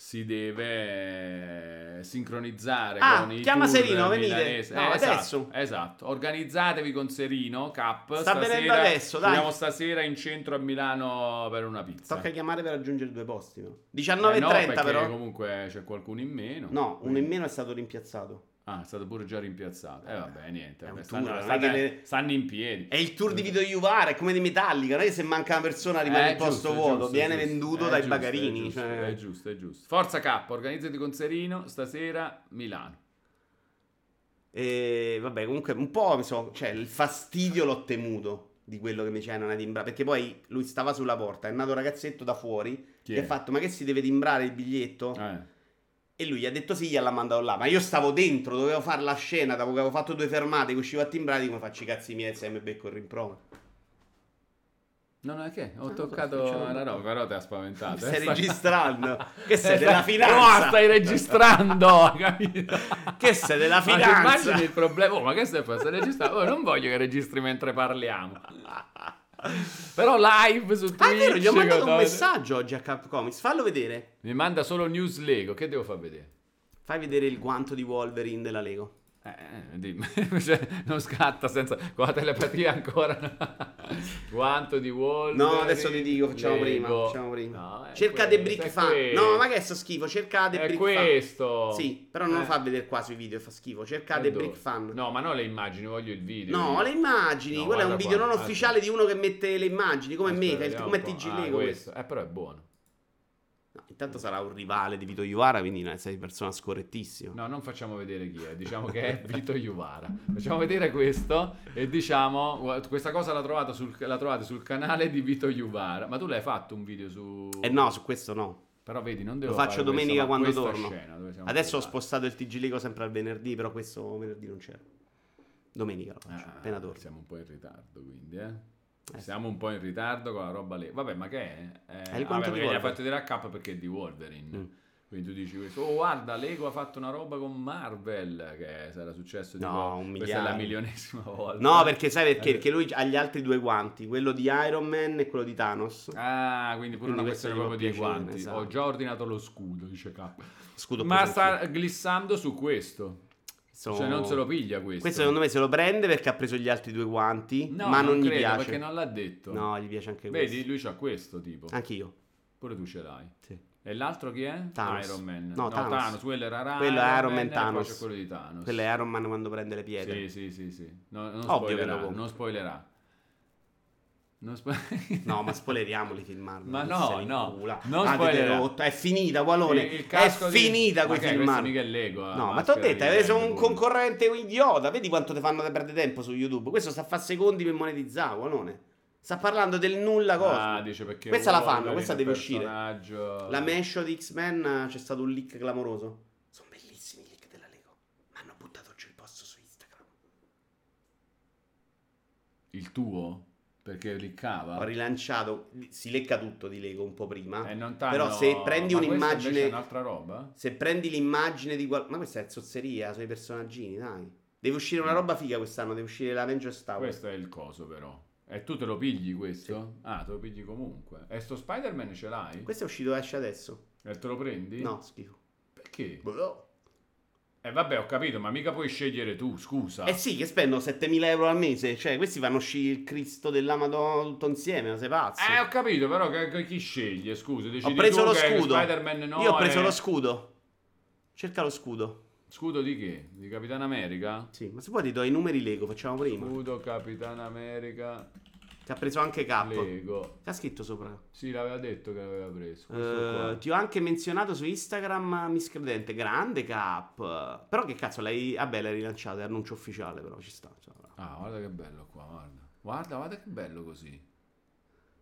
[SPEAKER 3] si deve eh, sincronizzare
[SPEAKER 1] Ah,
[SPEAKER 3] con i
[SPEAKER 1] chiama
[SPEAKER 3] tour
[SPEAKER 1] Serino, venite.
[SPEAKER 3] milanesi.
[SPEAKER 1] No,
[SPEAKER 3] esatto,
[SPEAKER 1] adesso.
[SPEAKER 3] Esatto. Organizzatevi con Serino, Cap.
[SPEAKER 1] Sta venendo adesso, dai.
[SPEAKER 3] Andiamo stasera in centro a Milano per una pizza.
[SPEAKER 1] Tocca chiamare per raggiungere due posti. però.
[SPEAKER 3] Eh, no,
[SPEAKER 1] 19.30
[SPEAKER 3] perché
[SPEAKER 1] però.
[SPEAKER 3] comunque c'è qualcuno in meno.
[SPEAKER 1] No, uno
[SPEAKER 3] Quindi-
[SPEAKER 1] in meno è stato rimpiazzato.
[SPEAKER 3] Ah, è stato pure già rimpiazzato. Eh vabbè, niente.
[SPEAKER 1] È un
[SPEAKER 3] vabbè,
[SPEAKER 1] tour,
[SPEAKER 3] stanno,
[SPEAKER 1] non è che
[SPEAKER 3] stanno-
[SPEAKER 1] le-
[SPEAKER 3] stanno in piedi.
[SPEAKER 1] È il tour di Vito Iuvara, è come di Metallica. Non è che se manca una persona rimane
[SPEAKER 3] Eh,
[SPEAKER 1] il posto
[SPEAKER 3] giusto,
[SPEAKER 1] vuoto,
[SPEAKER 3] giusto,
[SPEAKER 1] viene
[SPEAKER 3] giusto.
[SPEAKER 1] venduto
[SPEAKER 3] Eh,
[SPEAKER 1] dai
[SPEAKER 3] giusto,
[SPEAKER 1] bagarini.
[SPEAKER 3] È giusto, eh,
[SPEAKER 1] cioè.
[SPEAKER 3] è giusto, è giusto. Forza K, organizzati con Serino, stasera Milano.
[SPEAKER 1] E vabbè, comunque un po' mi so, cioè il fastidio l'ho temuto di quello che mi c'erano a timbrare, perché poi lui stava sulla porta, è nato un ragazzetto da fuori
[SPEAKER 3] Chi
[SPEAKER 1] che
[SPEAKER 3] è?
[SPEAKER 1] ha fatto "Ma che si deve timbrare il biglietto?"
[SPEAKER 3] Eh.
[SPEAKER 1] E lui gli ha detto sì, gliel'ha mandato là, ma io stavo dentro, dovevo fare la scena, dopo che avevo fatto due fermate, che uscivo a timbrare, come faccio i cazzi miei se mi becco il rimprovero.
[SPEAKER 3] No, no, è che ho
[SPEAKER 1] Ah,
[SPEAKER 3] toccato
[SPEAKER 1] sto facendo-
[SPEAKER 3] la roba, però ti ha spaventato.
[SPEAKER 1] Mi stai
[SPEAKER 3] <laughs> eh, sta-
[SPEAKER 1] registrando. Che sei,
[SPEAKER 3] Eh,
[SPEAKER 1] della
[SPEAKER 3] sta-
[SPEAKER 1] finanza? Ah,
[SPEAKER 3] No, stai registrando, <laughs> capito?
[SPEAKER 1] Che sei, della
[SPEAKER 3] Ma ti
[SPEAKER 1] finanza?
[SPEAKER 3] immagini il problema? Oh, ma che stai facendo? Stai registrando? Oh, non voglio che registri mentre
[SPEAKER 1] <laughs>
[SPEAKER 3] parliamo. Però live su Twitch.
[SPEAKER 1] Ah, è vero, gli ho mandato un
[SPEAKER 3] capito?
[SPEAKER 1] messaggio oggi a Capcomics, fallo vedere.
[SPEAKER 3] Mi manda solo News Lego, che devo far vedere?
[SPEAKER 1] Fai vedere il guanto di Wolverine della Lego.
[SPEAKER 3] Eh, eh, dimmi. <laughs> Cioè, non scatta senza con la telepatia ancora <laughs> quanto di Wall
[SPEAKER 1] No, adesso ti dico, facciamo prima. Facciamo prima.
[SPEAKER 3] Eh,
[SPEAKER 1] cerca The Brick Fan. No, ma che è sto schifo? Cerca The
[SPEAKER 3] è
[SPEAKER 1] Brick
[SPEAKER 3] questo
[SPEAKER 1] Fan. Sì, però non
[SPEAKER 3] Eh.
[SPEAKER 1] lo fa vedere qua sui video, fa schifo. Cerca
[SPEAKER 3] Eh,
[SPEAKER 1] The
[SPEAKER 3] dove?
[SPEAKER 1] Brick Fan. No.
[SPEAKER 3] no ma non le immagini voglio il video io.
[SPEAKER 1] le immagini.
[SPEAKER 3] No,
[SPEAKER 1] Quello è un
[SPEAKER 3] guarda
[SPEAKER 1] video non
[SPEAKER 3] qua, guarda.
[SPEAKER 1] ufficiale di uno che mette le immagini, come
[SPEAKER 3] Aspetta,
[SPEAKER 1] me, che-
[SPEAKER 3] vediamo
[SPEAKER 1] come
[SPEAKER 3] un po'.
[SPEAKER 1] TG
[SPEAKER 3] Ah,
[SPEAKER 1] Lego. questo.
[SPEAKER 3] eh però è buono
[SPEAKER 1] No, intanto sarà un rivale di Vito Iuvara, quindi no, sei una persona scorrettissima.
[SPEAKER 3] no non facciamo vedere chi è diciamo che è <laughs> Vito Iuvara facciamo vedere questo e diciamo guarda, questa cosa la trovate sul, la trovate sul canale di Vito Iuvara ma tu l'hai fatto un video su
[SPEAKER 1] E Eh, no, su questo no.
[SPEAKER 3] Però vedi, non devo
[SPEAKER 1] Lo faccio
[SPEAKER 3] fare
[SPEAKER 1] domenica
[SPEAKER 3] questo, ma
[SPEAKER 1] quando
[SPEAKER 3] questa
[SPEAKER 1] torno.
[SPEAKER 3] scena dove siamo
[SPEAKER 1] Adesso ho
[SPEAKER 3] arrivati.
[SPEAKER 1] spostato il TG Lego sempre al venerdì, però questo venerdì non c'era. Domenica lo faccio,
[SPEAKER 3] Ah,
[SPEAKER 1] Cioè, appena torno.
[SPEAKER 3] Siamo un po' in ritardo, quindi, eh.
[SPEAKER 1] Eh,
[SPEAKER 3] Siamo un po' in ritardo con la roba lì. Vabbè, ma che è? Eh,
[SPEAKER 1] È il quanto di
[SPEAKER 3] vabbè, perché gli ha
[SPEAKER 1] Wolverine.
[SPEAKER 3] fatto dire a K perché è di Wolverine.
[SPEAKER 1] Mm.
[SPEAKER 3] Quindi tu dici questo, oh guarda, Lego ha fatto una roba con Marvel, che sarà successo tipo,
[SPEAKER 1] No, un
[SPEAKER 3] questa è la
[SPEAKER 1] miliardo.
[SPEAKER 3] milionesima volta.
[SPEAKER 1] No, perché sai perché?
[SPEAKER 3] Eh.
[SPEAKER 1] Perché lui ha gli altri due guanti, quello di Iron Man e quello di Thanos.
[SPEAKER 3] Ah, quindi pure
[SPEAKER 1] Quindi
[SPEAKER 3] una
[SPEAKER 1] questo
[SPEAKER 3] questione
[SPEAKER 1] gli può
[SPEAKER 3] proprio di
[SPEAKER 1] piacere,
[SPEAKER 3] guanti.
[SPEAKER 1] esatto.
[SPEAKER 3] Ho già ordinato lo scudo, dice K.
[SPEAKER 1] Scudo
[SPEAKER 3] Ma
[SPEAKER 1] preso
[SPEAKER 3] sta
[SPEAKER 1] anch'io.
[SPEAKER 3] glissando su questo.
[SPEAKER 1] Sono-
[SPEAKER 3] Cioè non se lo piglia questo.
[SPEAKER 1] Questo secondo me se lo prende perché ha preso gli altri due guanti,
[SPEAKER 3] No,
[SPEAKER 1] ma non, gli
[SPEAKER 3] credo,
[SPEAKER 1] piace.
[SPEAKER 3] perché non l'ha detto.
[SPEAKER 1] No, gli piace anche
[SPEAKER 3] Vedi,
[SPEAKER 1] questo. Ah,
[SPEAKER 3] lui c'ha questo tipo.
[SPEAKER 1] Anch'io.
[SPEAKER 3] Pure tu ce l'hai.
[SPEAKER 1] Sì.
[SPEAKER 3] E l'altro chi è?
[SPEAKER 1] Thanos.
[SPEAKER 3] Iron Man.
[SPEAKER 1] No, Thanos.
[SPEAKER 3] Quello era Iron
[SPEAKER 1] Quello è
[SPEAKER 3] Man.
[SPEAKER 1] Iron Man
[SPEAKER 3] e poi
[SPEAKER 1] Thanos.
[SPEAKER 3] c'è quello di Thanos.
[SPEAKER 1] Quello è Iron Man quando prende le pietre.
[SPEAKER 3] Sì, sì, sì, sì. No, non
[SPEAKER 1] Ovvio che lo
[SPEAKER 3] spoilerà.
[SPEAKER 1] compro.
[SPEAKER 3] Non spoilerà. Non spo-
[SPEAKER 1] <laughs>
[SPEAKER 3] <laughs>
[SPEAKER 1] No, ma spoileriamoli filmarlo.
[SPEAKER 3] Ma
[SPEAKER 1] chi
[SPEAKER 3] no,
[SPEAKER 1] se ne
[SPEAKER 3] no,
[SPEAKER 1] incula.
[SPEAKER 3] non
[SPEAKER 1] Ah, avete
[SPEAKER 3] spoilerà.
[SPEAKER 1] rotto. È finita, Qualone.
[SPEAKER 3] Il- il
[SPEAKER 1] è
[SPEAKER 3] casco di-
[SPEAKER 1] finita
[SPEAKER 3] Ma
[SPEAKER 1] quel
[SPEAKER 3] che è, questo
[SPEAKER 1] filmato.
[SPEAKER 3] mica è Lego, ah, la
[SPEAKER 1] No, ma ti ho
[SPEAKER 3] maschera
[SPEAKER 1] detto,
[SPEAKER 3] di
[SPEAKER 1] hai preso
[SPEAKER 3] Lego,
[SPEAKER 1] un
[SPEAKER 3] pure.
[SPEAKER 1] concorrente idiota. Vedi quanto ti fanno perdere tempo su YouTube. Questo sta a fare secondi per monetizzare, Qualone. Sta parlando del nulla cosa.
[SPEAKER 3] Ah, dice perché
[SPEAKER 1] Questa la
[SPEAKER 3] Wolverine
[SPEAKER 1] fanno, questa
[SPEAKER 3] è
[SPEAKER 1] deve
[SPEAKER 3] un
[SPEAKER 1] uscire.
[SPEAKER 3] personaggio-
[SPEAKER 1] La mescio di X-Men eh, c'è stato un leak clamoroso. Sono bellissimi i leak della Lego. Ma hanno buttato giù il posto su Instagram.
[SPEAKER 3] Il tuo? Perché
[SPEAKER 1] Ho
[SPEAKER 3] riccava?
[SPEAKER 1] rilanciato. Si lecca tutto di Lego un po' prima.
[SPEAKER 3] E non
[SPEAKER 1] Però se prendi
[SPEAKER 3] ma questa
[SPEAKER 1] un'immagine-
[SPEAKER 3] invece è un'altra roba?
[SPEAKER 1] Se prendi l'immagine di qual... Ma questa è zozzeria sui personaggini, dai. Deve uscire una roba figa quest'anno, deve uscire la Avengers Tower.
[SPEAKER 3] Mm. Ah, Questo è il coso, però. E tu te lo pigli questo? Ah, te lo pigli comunque. E sto Spider-Man ce l'hai?
[SPEAKER 1] Questo è uscito, esce adesso.
[SPEAKER 3] E te lo prendi?
[SPEAKER 1] No, schifo.
[SPEAKER 3] Perché?
[SPEAKER 1] Boh.
[SPEAKER 3] Eh vabbè, ho capito, ma mica puoi scegliere tu, scusa.
[SPEAKER 1] Eh sì, che spendo 7000 euro al mese. Cioè, questi fanno uscire il Cristo della Madonna tutto insieme, ma sei pazzo.
[SPEAKER 3] Eh, ho capito, però che- che- chi sceglie, scusa? Decidi
[SPEAKER 1] ho preso
[SPEAKER 3] tu
[SPEAKER 1] lo
[SPEAKER 3] che
[SPEAKER 1] scudo.
[SPEAKER 3] Spider-Man no,
[SPEAKER 1] Io ho preso
[SPEAKER 3] eh.
[SPEAKER 1] lo scudo. Cerca lo scudo.
[SPEAKER 3] Scudo di che? Di Capitan America?
[SPEAKER 1] Sì, ma se vuoi ti do i numeri Lego, facciamo prima.
[SPEAKER 3] Scudo Capitan America.
[SPEAKER 1] Ti ha preso anche K.
[SPEAKER 3] Lego.
[SPEAKER 1] Che ha scritto sopra?
[SPEAKER 3] Sì, l'aveva detto che l'aveva preso. Questo qua.
[SPEAKER 1] Eh, ti ho anche menzionato su Instagram miscredente, grande cap. Però che cazzo l'hai. Vabbè, l'hai rilanciata, è annuncio ufficiale, però ci sta. insomma.
[SPEAKER 3] Ah, guarda che bello qua, guarda. Guarda, guarda che bello così.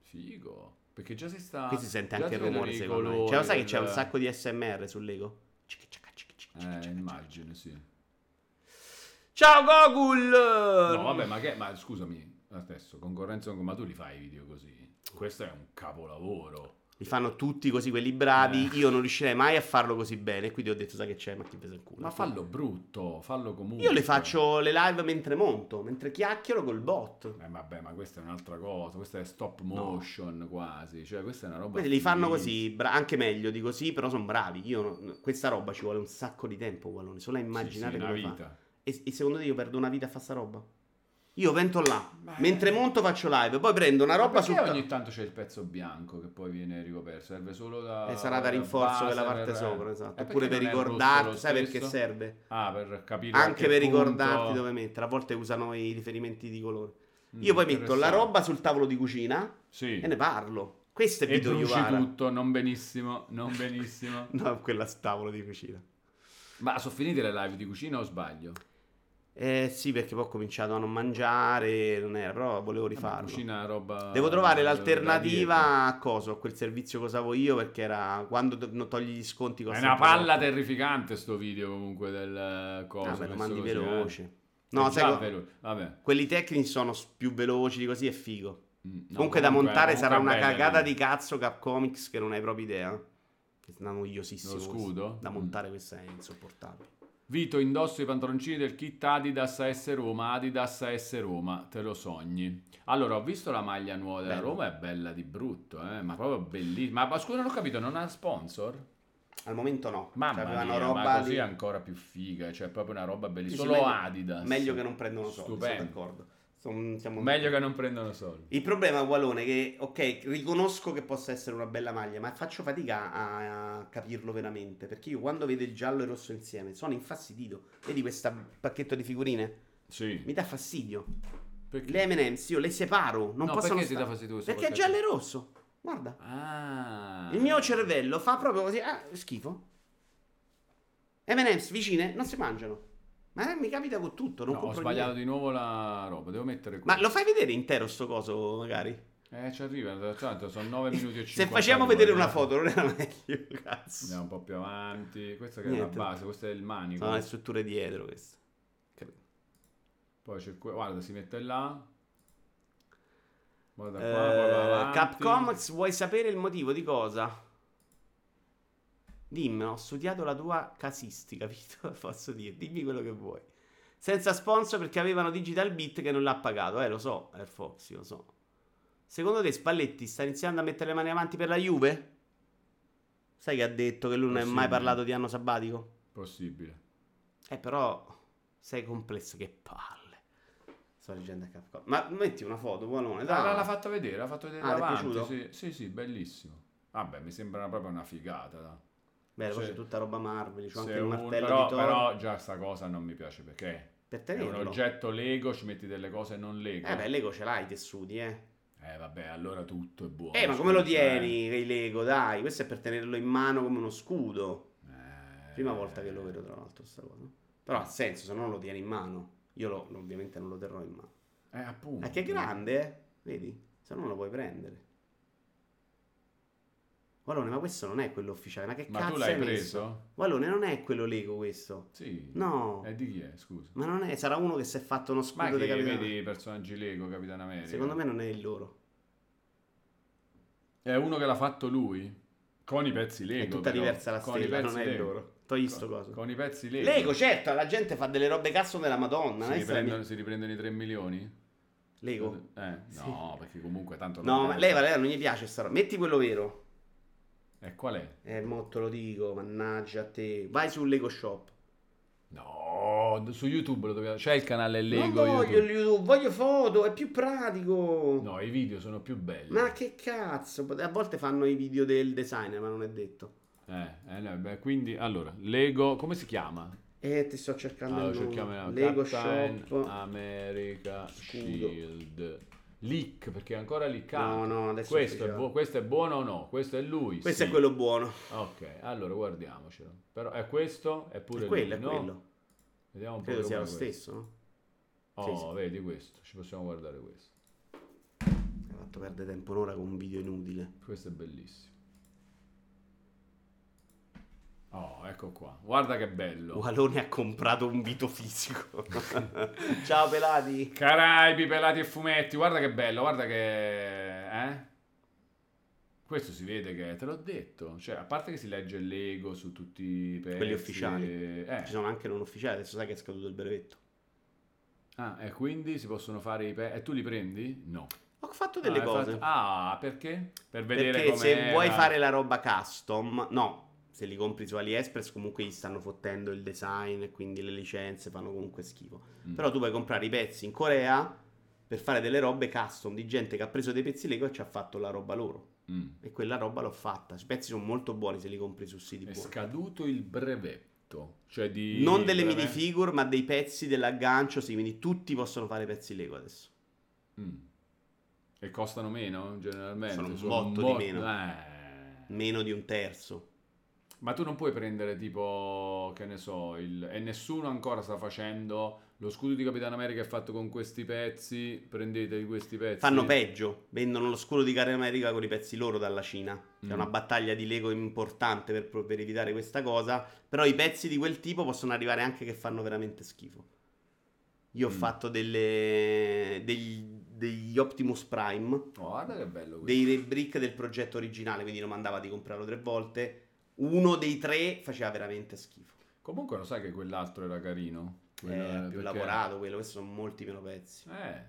[SPEAKER 3] Figo. Perché già si sta...
[SPEAKER 1] Qui si sente
[SPEAKER 3] Ah, già
[SPEAKER 1] anche
[SPEAKER 3] si
[SPEAKER 1] il
[SPEAKER 3] vedono
[SPEAKER 1] rumore,
[SPEAKER 3] i
[SPEAKER 1] secondo me.
[SPEAKER 3] colori
[SPEAKER 1] Cioè, lo sai che
[SPEAKER 3] del-
[SPEAKER 1] c'è un sacco cioè, di SMR su Lego? Cicca, cicca, cicca, cicca, cicca,
[SPEAKER 3] Eh,
[SPEAKER 1] cicca,
[SPEAKER 3] immagino, sì.
[SPEAKER 1] cioè, cicca. Ciao Gogul!
[SPEAKER 3] No, vabbè,
[SPEAKER 1] mm.
[SPEAKER 3] ma che... Ma scusami, adesso, concorrenza... Ma tu li fai i video così? Questo è un capolavoro.
[SPEAKER 1] Li fanno tutti così quelli bravi.
[SPEAKER 3] Eh.
[SPEAKER 1] Io non riuscirei mai a farlo così bene. Quindi ho detto, sai che c'è, ma chi pesa il culo.
[SPEAKER 3] Ma fallo brutto, fallo comunque.
[SPEAKER 1] Io le faccio le live mentre monto, mentre chiacchiero col bot.
[SPEAKER 3] Eh, vabbè, ma questa è un'altra cosa, questa è stop motion quasi, cioè questa è una roba...
[SPEAKER 1] Quindi li fanno
[SPEAKER 3] fighissima.
[SPEAKER 1] così, bra- anche meglio di così, però sono bravi. Io non- questa roba ci vuole un sacco di tempo, Gualone, solo a immaginare
[SPEAKER 3] Sì, sì,
[SPEAKER 1] come
[SPEAKER 3] una
[SPEAKER 1] fa.
[SPEAKER 3] vita.
[SPEAKER 1] E, e secondo te io perdo una vita a fare sta roba? Io vento là,
[SPEAKER 3] Beh.
[SPEAKER 1] mentre monto faccio live, poi prendo una roba
[SPEAKER 3] Perché
[SPEAKER 1] sul ca-
[SPEAKER 3] ogni tanto c'è il pezzo bianco che poi viene ricoperto, serve solo da...
[SPEAKER 1] e sarà da
[SPEAKER 3] base,
[SPEAKER 1] rinforzo della
[SPEAKER 3] per-
[SPEAKER 1] parte sopra, esatto.
[SPEAKER 3] Eh,
[SPEAKER 1] Oppure per
[SPEAKER 3] perché non è rosso
[SPEAKER 1] ricordarti,
[SPEAKER 3] lo
[SPEAKER 1] sai perché
[SPEAKER 3] stesso?
[SPEAKER 1] serve?
[SPEAKER 3] Ah, per capire... a
[SPEAKER 1] Anche
[SPEAKER 3] che
[SPEAKER 1] per
[SPEAKER 3] punto-
[SPEAKER 1] ricordarti dove mettere, a volte usano i riferimenti di colore.
[SPEAKER 3] Mm,
[SPEAKER 1] Io poi metto la
[SPEAKER 3] interessante.
[SPEAKER 1] roba sul tavolo di cucina
[SPEAKER 3] Sì.
[SPEAKER 1] e ne parlo. Questo è
[SPEAKER 3] E
[SPEAKER 1] Vito
[SPEAKER 3] bruci
[SPEAKER 1] Iovara.
[SPEAKER 3] tutto, non benissimo,
[SPEAKER 1] <laughs>
[SPEAKER 3] non benissimo.
[SPEAKER 1] No, quella tavolo di cucina.
[SPEAKER 3] ma sono finite le live di cucina o sbaglio?
[SPEAKER 1] Eh sì, perché poi ho cominciato a non mangiare, non era, però volevo
[SPEAKER 3] Vabbè,
[SPEAKER 1] rifarlo.
[SPEAKER 3] Cucina è roba...
[SPEAKER 1] Devo trovare
[SPEAKER 3] da dieta.
[SPEAKER 1] l'alternativa a coso, a quel servizio che usavo io, perché era quando to- non togli gli sconti
[SPEAKER 3] È
[SPEAKER 1] costa
[SPEAKER 3] una
[SPEAKER 1] troppo.
[SPEAKER 3] palla terrificante sto video comunque del eh, coso.
[SPEAKER 1] Ah, me lo
[SPEAKER 3] messo
[SPEAKER 1] mandi
[SPEAKER 3] così, eh.
[SPEAKER 1] veloce.
[SPEAKER 3] È
[SPEAKER 1] No,
[SPEAKER 3] già
[SPEAKER 1] sai, co-
[SPEAKER 3] veloce, Vabbè.
[SPEAKER 1] quelli tecnici sono s- più veloci di così, è figo.
[SPEAKER 3] Mm, no,
[SPEAKER 1] comunque da montare
[SPEAKER 3] comunque
[SPEAKER 1] sarà
[SPEAKER 3] è
[SPEAKER 1] una
[SPEAKER 3] bella
[SPEAKER 1] cagata
[SPEAKER 3] lì.
[SPEAKER 1] di cazzo Cap Comics che non hai proprio idea. È una noiosissima.
[SPEAKER 3] Lo scudo?
[SPEAKER 1] Da
[SPEAKER 3] Mm.
[SPEAKER 1] montare questa è insopportabile.
[SPEAKER 3] Vito indosso i pantaloncini del kit Adidas AS Roma, Adidas AS Roma, te lo sogni. Allora, ho visto la maglia nuova della
[SPEAKER 1] Bella.
[SPEAKER 3] Roma, è bella di brutto, eh, ma proprio bellissima. Ma, ma scusa, non ho capito, non ha sponsor?
[SPEAKER 1] Al momento no.
[SPEAKER 3] Mamma
[SPEAKER 1] Cioè, avevano
[SPEAKER 3] mia,
[SPEAKER 1] roba
[SPEAKER 3] ma così
[SPEAKER 1] lì-
[SPEAKER 3] è ancora più figa, cioè è proprio una roba bellissima.
[SPEAKER 1] Dici,
[SPEAKER 3] Solo
[SPEAKER 1] meglio-
[SPEAKER 3] Adidas.
[SPEAKER 1] Meglio che non prendono soldi,
[SPEAKER 3] Stupendo.
[SPEAKER 1] sono d'accordo. Sono- siamo-
[SPEAKER 3] Meglio che non prendano soldi.
[SPEAKER 1] Il problema, Gualone, che ok, riconosco che possa essere una bella maglia, ma faccio fatica a, a capirlo veramente. Perché io quando vedo il giallo e il rosso insieme sono infastidito. Vedi questo pacchetto di figurine?
[SPEAKER 3] Sì.
[SPEAKER 1] Mi dà fastidio.
[SPEAKER 3] Perché?
[SPEAKER 1] Le MMs io le separo. Non
[SPEAKER 3] No,
[SPEAKER 1] possono
[SPEAKER 3] perché ti
[SPEAKER 1] stare.
[SPEAKER 3] dà fastidio questo
[SPEAKER 1] Perché è
[SPEAKER 3] pacchetto?
[SPEAKER 1] giallo e rosso. Guarda.
[SPEAKER 3] Ah.
[SPEAKER 1] Il mio cervello fa proprio così. Ah, schifo. MMs vicine non si mangiano. Ma eh, mi capita con tutto. Non
[SPEAKER 3] No, ho
[SPEAKER 1] compro
[SPEAKER 3] sbagliato
[SPEAKER 1] niente.
[SPEAKER 3] di nuovo la roba, devo mettere
[SPEAKER 1] Ma
[SPEAKER 3] qua.
[SPEAKER 1] lo fai vedere intero sto coso, magari?
[SPEAKER 3] Eh, ci arriva, tanto sono 9 minuti e 50.
[SPEAKER 1] <laughs> Se facciamo vedere una foto, non era meglio, <laughs> cazzo.
[SPEAKER 3] Andiamo un po' più avanti. Questa che è la
[SPEAKER 1] Niente. Ah,
[SPEAKER 3] base, questo è il manico.
[SPEAKER 1] Sono le strutture dietro queste. Capito?
[SPEAKER 3] Poi c'è que- guarda, si mette là. Guarda qua, poi va
[SPEAKER 1] Eh,
[SPEAKER 3] avanti.
[SPEAKER 1] Capcomics, vuoi sapere il motivo di cosa? Dimmi, ho studiato la tua casistica, <laughs> Vito, posso dire, dimmi quello che vuoi. Senza sponsor perché avevano Digital Beat che non l'ha pagato, eh, lo so, Air Fox, lo so. Secondo te Spalletti sta iniziando a mettere le mani avanti per la Juve? Sai che ha detto che lui non ha mai
[SPEAKER 3] Possibile.
[SPEAKER 1] parlato di anno sabbatico?
[SPEAKER 3] Possibile.
[SPEAKER 1] Eh, però sei complesso, che palle. Sto leggendo a Capcom. Ma metti una foto, buonone,
[SPEAKER 3] Ah, l'ha,
[SPEAKER 1] dai.
[SPEAKER 3] l'ha fatto vedere, l'ha fatto vedere
[SPEAKER 1] Ah, ti è
[SPEAKER 3] davanti. Sì,
[SPEAKER 1] piaciuto?
[SPEAKER 3] sì, sì, bellissimo. Vabbè, mi sembra proprio una figata. da.
[SPEAKER 1] Beh, poi
[SPEAKER 3] Sì.
[SPEAKER 1] c'è tutta roba Marvel, c'è anche
[SPEAKER 3] Se
[SPEAKER 1] il
[SPEAKER 3] un-
[SPEAKER 1] martello
[SPEAKER 3] però,
[SPEAKER 1] di Thor.
[SPEAKER 3] però già sta cosa non mi piace perché
[SPEAKER 1] per
[SPEAKER 3] è un
[SPEAKER 1] tenerlo.
[SPEAKER 3] oggetto Lego, ci metti delle cose non Lego.
[SPEAKER 1] Eh beh, Lego ce l'hai i tessuti, eh.
[SPEAKER 3] Eh, vabbè, allora tutto è buono.
[SPEAKER 1] Eh, ma come lo
[SPEAKER 3] scusa, eh.
[SPEAKER 1] tieni, i Lego, dai? Questo è per tenerlo in mano come uno scudo.
[SPEAKER 3] Eh.
[SPEAKER 1] Prima volta che lo vedo, tra l'altro, sta cosa. Però ha senso, se no lo tieni in mano. Io lo- ovviamente non lo terrò in mano.
[SPEAKER 3] Eh, appunto.
[SPEAKER 1] Ma che grande, eh? Vedi? Se no non lo puoi prendere. Wallone, ma questo non è quello ufficiale, ma che
[SPEAKER 3] Ma
[SPEAKER 1] cazzo
[SPEAKER 3] tu l'hai
[SPEAKER 1] hai messo?
[SPEAKER 3] preso?
[SPEAKER 1] Wallone, non è quello Lego questo.
[SPEAKER 3] Sì.
[SPEAKER 1] No.
[SPEAKER 3] E Eh, di chi è, scusa?
[SPEAKER 1] Ma non è, sarà uno che si è fatto uno
[SPEAKER 3] Ma
[SPEAKER 1] scudo
[SPEAKER 3] che
[SPEAKER 1] di capitano.
[SPEAKER 3] vedi i personaggi Lego, Capitan America?
[SPEAKER 1] Secondo me non è il loro.
[SPEAKER 3] È uno che l'ha fatto lui? Con i pezzi Lego,
[SPEAKER 1] è tutta
[SPEAKER 3] però.
[SPEAKER 1] diversa la
[SPEAKER 3] Con i
[SPEAKER 1] stella,
[SPEAKER 3] pezzi
[SPEAKER 1] non è il
[SPEAKER 3] Lego.
[SPEAKER 1] loro. Togli sto
[SPEAKER 3] Con,
[SPEAKER 1] coso.
[SPEAKER 3] con i pezzi Lego.
[SPEAKER 1] Lego, certo, la gente fa delle robe cazzo della Madonna.
[SPEAKER 3] Si
[SPEAKER 1] eh, sta la mia-
[SPEAKER 3] riprendono, si riprendono i 3 milioni?
[SPEAKER 1] Lego.
[SPEAKER 3] Eh, no, perché comunque tanto...
[SPEAKER 1] No,
[SPEAKER 3] non-
[SPEAKER 1] ma lei, Valeria, non gli piace sta roba. Metti quello vero.
[SPEAKER 3] E qual è?
[SPEAKER 1] Eh, mo te lo dico, mannaggia a te. Vai sul Lego Shop.
[SPEAKER 3] No, su YouTube lo dobbiamo... C'è il canale Lego
[SPEAKER 1] non voglio
[SPEAKER 3] YouTube.
[SPEAKER 1] il YouTube, voglio foto, è più pratico.
[SPEAKER 3] No, i video sono più belli.
[SPEAKER 1] Ma che cazzo? A volte fanno i video del designer, ma non è detto.
[SPEAKER 3] Eh, eh, no, beh, quindi, allora, Lego... Come si chiama?
[SPEAKER 1] Eh, ti sto
[SPEAKER 3] Ah,
[SPEAKER 1] cercando
[SPEAKER 3] Allora,
[SPEAKER 1] il nome.
[SPEAKER 3] cerchiamo
[SPEAKER 1] Lego
[SPEAKER 3] Captain
[SPEAKER 1] Shop.
[SPEAKER 3] America
[SPEAKER 1] Scudo.
[SPEAKER 3] Shield. Leak, perché è ancora leakato.
[SPEAKER 1] No, no, adesso
[SPEAKER 3] questo, è
[SPEAKER 1] faceva-
[SPEAKER 3] buo- questo è buono o no? Questo è lui?
[SPEAKER 1] Questo
[SPEAKER 3] Sì.
[SPEAKER 1] è quello buono.
[SPEAKER 3] Ok, allora guardiamocelo. Però è questo, è pure
[SPEAKER 1] è quello,
[SPEAKER 3] lui,
[SPEAKER 1] è
[SPEAKER 3] no?
[SPEAKER 1] quello.
[SPEAKER 3] Vediamo un po'
[SPEAKER 1] Credo
[SPEAKER 3] come
[SPEAKER 1] sia lo
[SPEAKER 3] questo.
[SPEAKER 1] stesso, no?
[SPEAKER 3] Oh,
[SPEAKER 1] Sì, sì.
[SPEAKER 3] vedi questo, ci possiamo guardare questo.
[SPEAKER 1] Mi ha fatto perdere tempo un'ora con un video inutile.
[SPEAKER 3] Questo è bellissimo. Oh, ecco qua. Guarda che bello.
[SPEAKER 1] Ualone ha comprato un dito
[SPEAKER 3] <laughs>
[SPEAKER 1] fisico. Ciao pelati.
[SPEAKER 3] Caraibi, pelati e fumetti, guarda che bello, guarda che... eh? Questo si vede che te l'ho detto, cioè a parte che si legge il Lego su tutti i pezzi...
[SPEAKER 1] Quelli ufficiali.
[SPEAKER 3] eh.
[SPEAKER 1] Ci sono anche non ufficiali, adesso sai che è scaduto il brevetto.
[SPEAKER 3] Ah, e quindi si possono fare i pezzi... E tu li prendi? No.
[SPEAKER 1] Ho fatto delle
[SPEAKER 3] Ah, hai
[SPEAKER 1] cose.
[SPEAKER 3] fatto- Ah, perché? Per vedere
[SPEAKER 1] Perché se
[SPEAKER 3] com'era.
[SPEAKER 1] vuoi fare la roba custom, no, se li compri su AliExpress comunque gli stanno fottendo il design e quindi le licenze fanno comunque schifo.
[SPEAKER 3] Mm.
[SPEAKER 1] Però tu puoi comprare i pezzi in Corea per fare delle robe custom di gente che ha preso dei pezzi Lego e ci ha fatto la roba loro.
[SPEAKER 3] Mm.
[SPEAKER 1] E quella roba l'ho fatta. I pezzi sono molto buoni se li compri su siti
[SPEAKER 3] È
[SPEAKER 1] buoni.
[SPEAKER 3] scaduto il brevetto, cioè di...
[SPEAKER 1] Non delle
[SPEAKER 3] brevetto-
[SPEAKER 1] minifigure, ma dei pezzi dell'aggancio, sì, quindi tutti possono fare pezzi Lego adesso.
[SPEAKER 3] Mm. E costano meno, generalmente?
[SPEAKER 1] Sono un
[SPEAKER 3] un
[SPEAKER 1] botto di
[SPEAKER 3] bot-
[SPEAKER 1] meno.
[SPEAKER 3] Eh.
[SPEAKER 1] Meno di un terzo.
[SPEAKER 3] Ma tu non puoi prendere tipo, che ne so, il... e nessuno ancora sta facendo lo scudo di Capitano America è fatto con questi pezzi, prendete questi pezzi.
[SPEAKER 1] Fanno peggio, vendono l'oscuro di Care America con i pezzi loro dalla Cina. C'è
[SPEAKER 3] Mm.
[SPEAKER 1] una battaglia di Lego importante per, pro- per evitare questa cosa. Però i pezzi di quel tipo possono arrivare anche che fanno veramente schifo. Io ho
[SPEAKER 3] Mm.
[SPEAKER 1] fatto delle, degli, degli Optimus Prime,
[SPEAKER 3] Oh, guarda che bello questo.
[SPEAKER 1] dei re- brick del progetto originale, quindi non mandava di comprarlo tre volte. Uno dei tre faceva veramente schifo.
[SPEAKER 3] Comunque lo sai che quell'altro era carino? Quello
[SPEAKER 1] Eh,
[SPEAKER 3] era-
[SPEAKER 1] più
[SPEAKER 3] perché-
[SPEAKER 1] lavorato quello, questi sono molti meno pezzi.
[SPEAKER 3] Eh.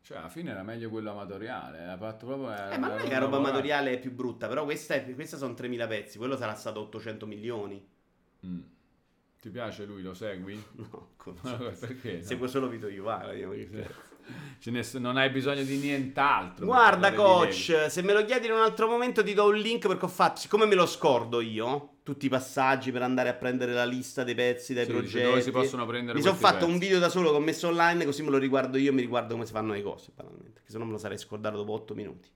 [SPEAKER 3] Cioè, alla fine era meglio quello amatoriale. Ha fatto proprio.
[SPEAKER 1] Eh, ma non è che la roba amatoriale è più brutta, però questa, è- questa sono 3.000 pezzi, quello sarà stato 800 milioni. <laughs>
[SPEAKER 3] Mm. Ti piace lui? Lo segui?
[SPEAKER 1] No, con-
[SPEAKER 3] Perché? no?
[SPEAKER 1] Seguo solo Vito Iuvara. vediamo <laughs> che cazzo.
[SPEAKER 3] <laughs> Ce ne s- non hai bisogno di nient'altro. per
[SPEAKER 1] Guarda,
[SPEAKER 3] parlare di
[SPEAKER 1] coach, se me lo chiedi in un altro momento ti do un link perché ho fatto, siccome me lo scordo io, tutti i passaggi per andare a prendere la lista dei pezzi, dai
[SPEAKER 3] Sì,
[SPEAKER 1] progetti.
[SPEAKER 3] dove si possono prendere
[SPEAKER 1] Mi sono
[SPEAKER 3] questi
[SPEAKER 1] fatto un
[SPEAKER 3] pezzi.
[SPEAKER 1] video da solo che ho messo online, così me lo riguardo io e mi riguardo come si fanno le cose, banalmente. Che se no me lo sarei scordato dopo 8 minuti.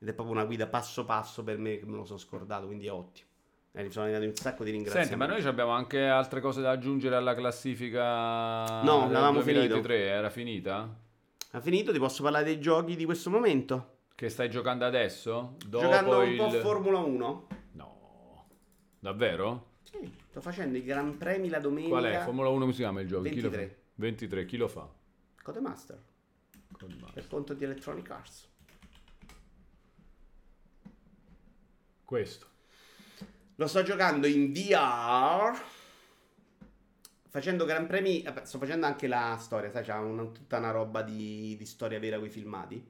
[SPEAKER 1] Ed è proprio una guida passo passo per me che me lo sono scordato, quindi è ottimo. Eh, mi sono arrivato un sacco di
[SPEAKER 3] Lego.
[SPEAKER 1] ringraziamenti.
[SPEAKER 3] Senti, ma noi ci abbiamo anche altre cose da aggiungere alla classifica.
[SPEAKER 1] No,
[SPEAKER 3] del
[SPEAKER 1] l'avevamo
[SPEAKER 3] 2023. Era finita?
[SPEAKER 1] Ha finito? Ti posso parlare dei giochi di questo momento?
[SPEAKER 3] Che stai giocando adesso? Dopo
[SPEAKER 1] Giocando un
[SPEAKER 3] il...
[SPEAKER 1] po' Formula 1?
[SPEAKER 3] No, davvero?
[SPEAKER 1] Sì, sto facendo i Gran Premi la domenica.
[SPEAKER 3] Qual è? Formula 1 come si chiama il gioco? Chi lo fa?
[SPEAKER 1] 23.
[SPEAKER 3] 23. Chi lo fa?
[SPEAKER 1] Codemaster per conto di Electronic Arts.
[SPEAKER 3] Questo.
[SPEAKER 1] Lo sto giocando in VR. Facendo Gran Premi. eh, beh, Sto facendo anche la storia, sai? C'è una- tutta una roba di, di storia vera con i filmati.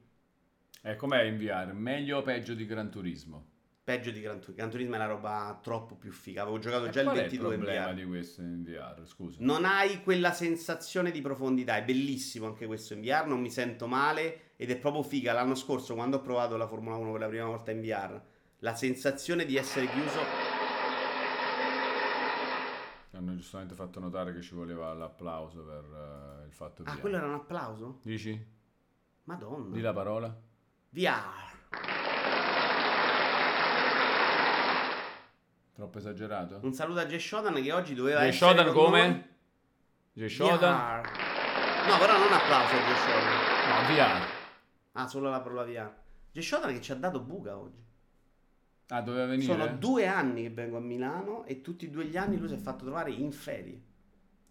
[SPEAKER 3] E com'è inviare? Meglio o peggio di Gran Turismo?
[SPEAKER 1] Peggio di Gran Turismo. Gran Turismo è una roba troppo più figa. Avevo giocato
[SPEAKER 3] E
[SPEAKER 1] già il
[SPEAKER 3] qual è
[SPEAKER 1] 22 in
[SPEAKER 3] problema
[SPEAKER 1] VR.
[SPEAKER 3] di questo in VR? Scusa.
[SPEAKER 1] Non hai quella sensazione di profondità, è bellissimo anche questo in VR, non mi sento male ed è proprio figa. L'anno scorso quando ho provato la Formula 1 per la prima volta in VR, la sensazione di essere chiuso...
[SPEAKER 3] Hanno giustamente fatto notare che ci voleva l'applauso per eh, il fatto
[SPEAKER 1] Ah,
[SPEAKER 3] VR.
[SPEAKER 1] quello era un applauso?
[SPEAKER 3] Dici?
[SPEAKER 1] Madonna.
[SPEAKER 3] Di la parola?
[SPEAKER 1] VR.
[SPEAKER 3] Troppo esagerato?
[SPEAKER 1] Un saluto a Jay Shodan che oggi doveva
[SPEAKER 3] Jay
[SPEAKER 1] essere...
[SPEAKER 3] Shodan
[SPEAKER 1] con noi.
[SPEAKER 3] come? Jay Shodan?
[SPEAKER 1] VR. No, però non applauso a Jay Shodan.
[SPEAKER 3] No, VR.
[SPEAKER 1] Ah, solo la parola VR. Jay Shodan che ci ha dato buca oggi.
[SPEAKER 3] Ah, doveva venire?
[SPEAKER 1] Sono due anni che vengo a Milano e tutti e due gli anni lui si è fatto trovare in ferie.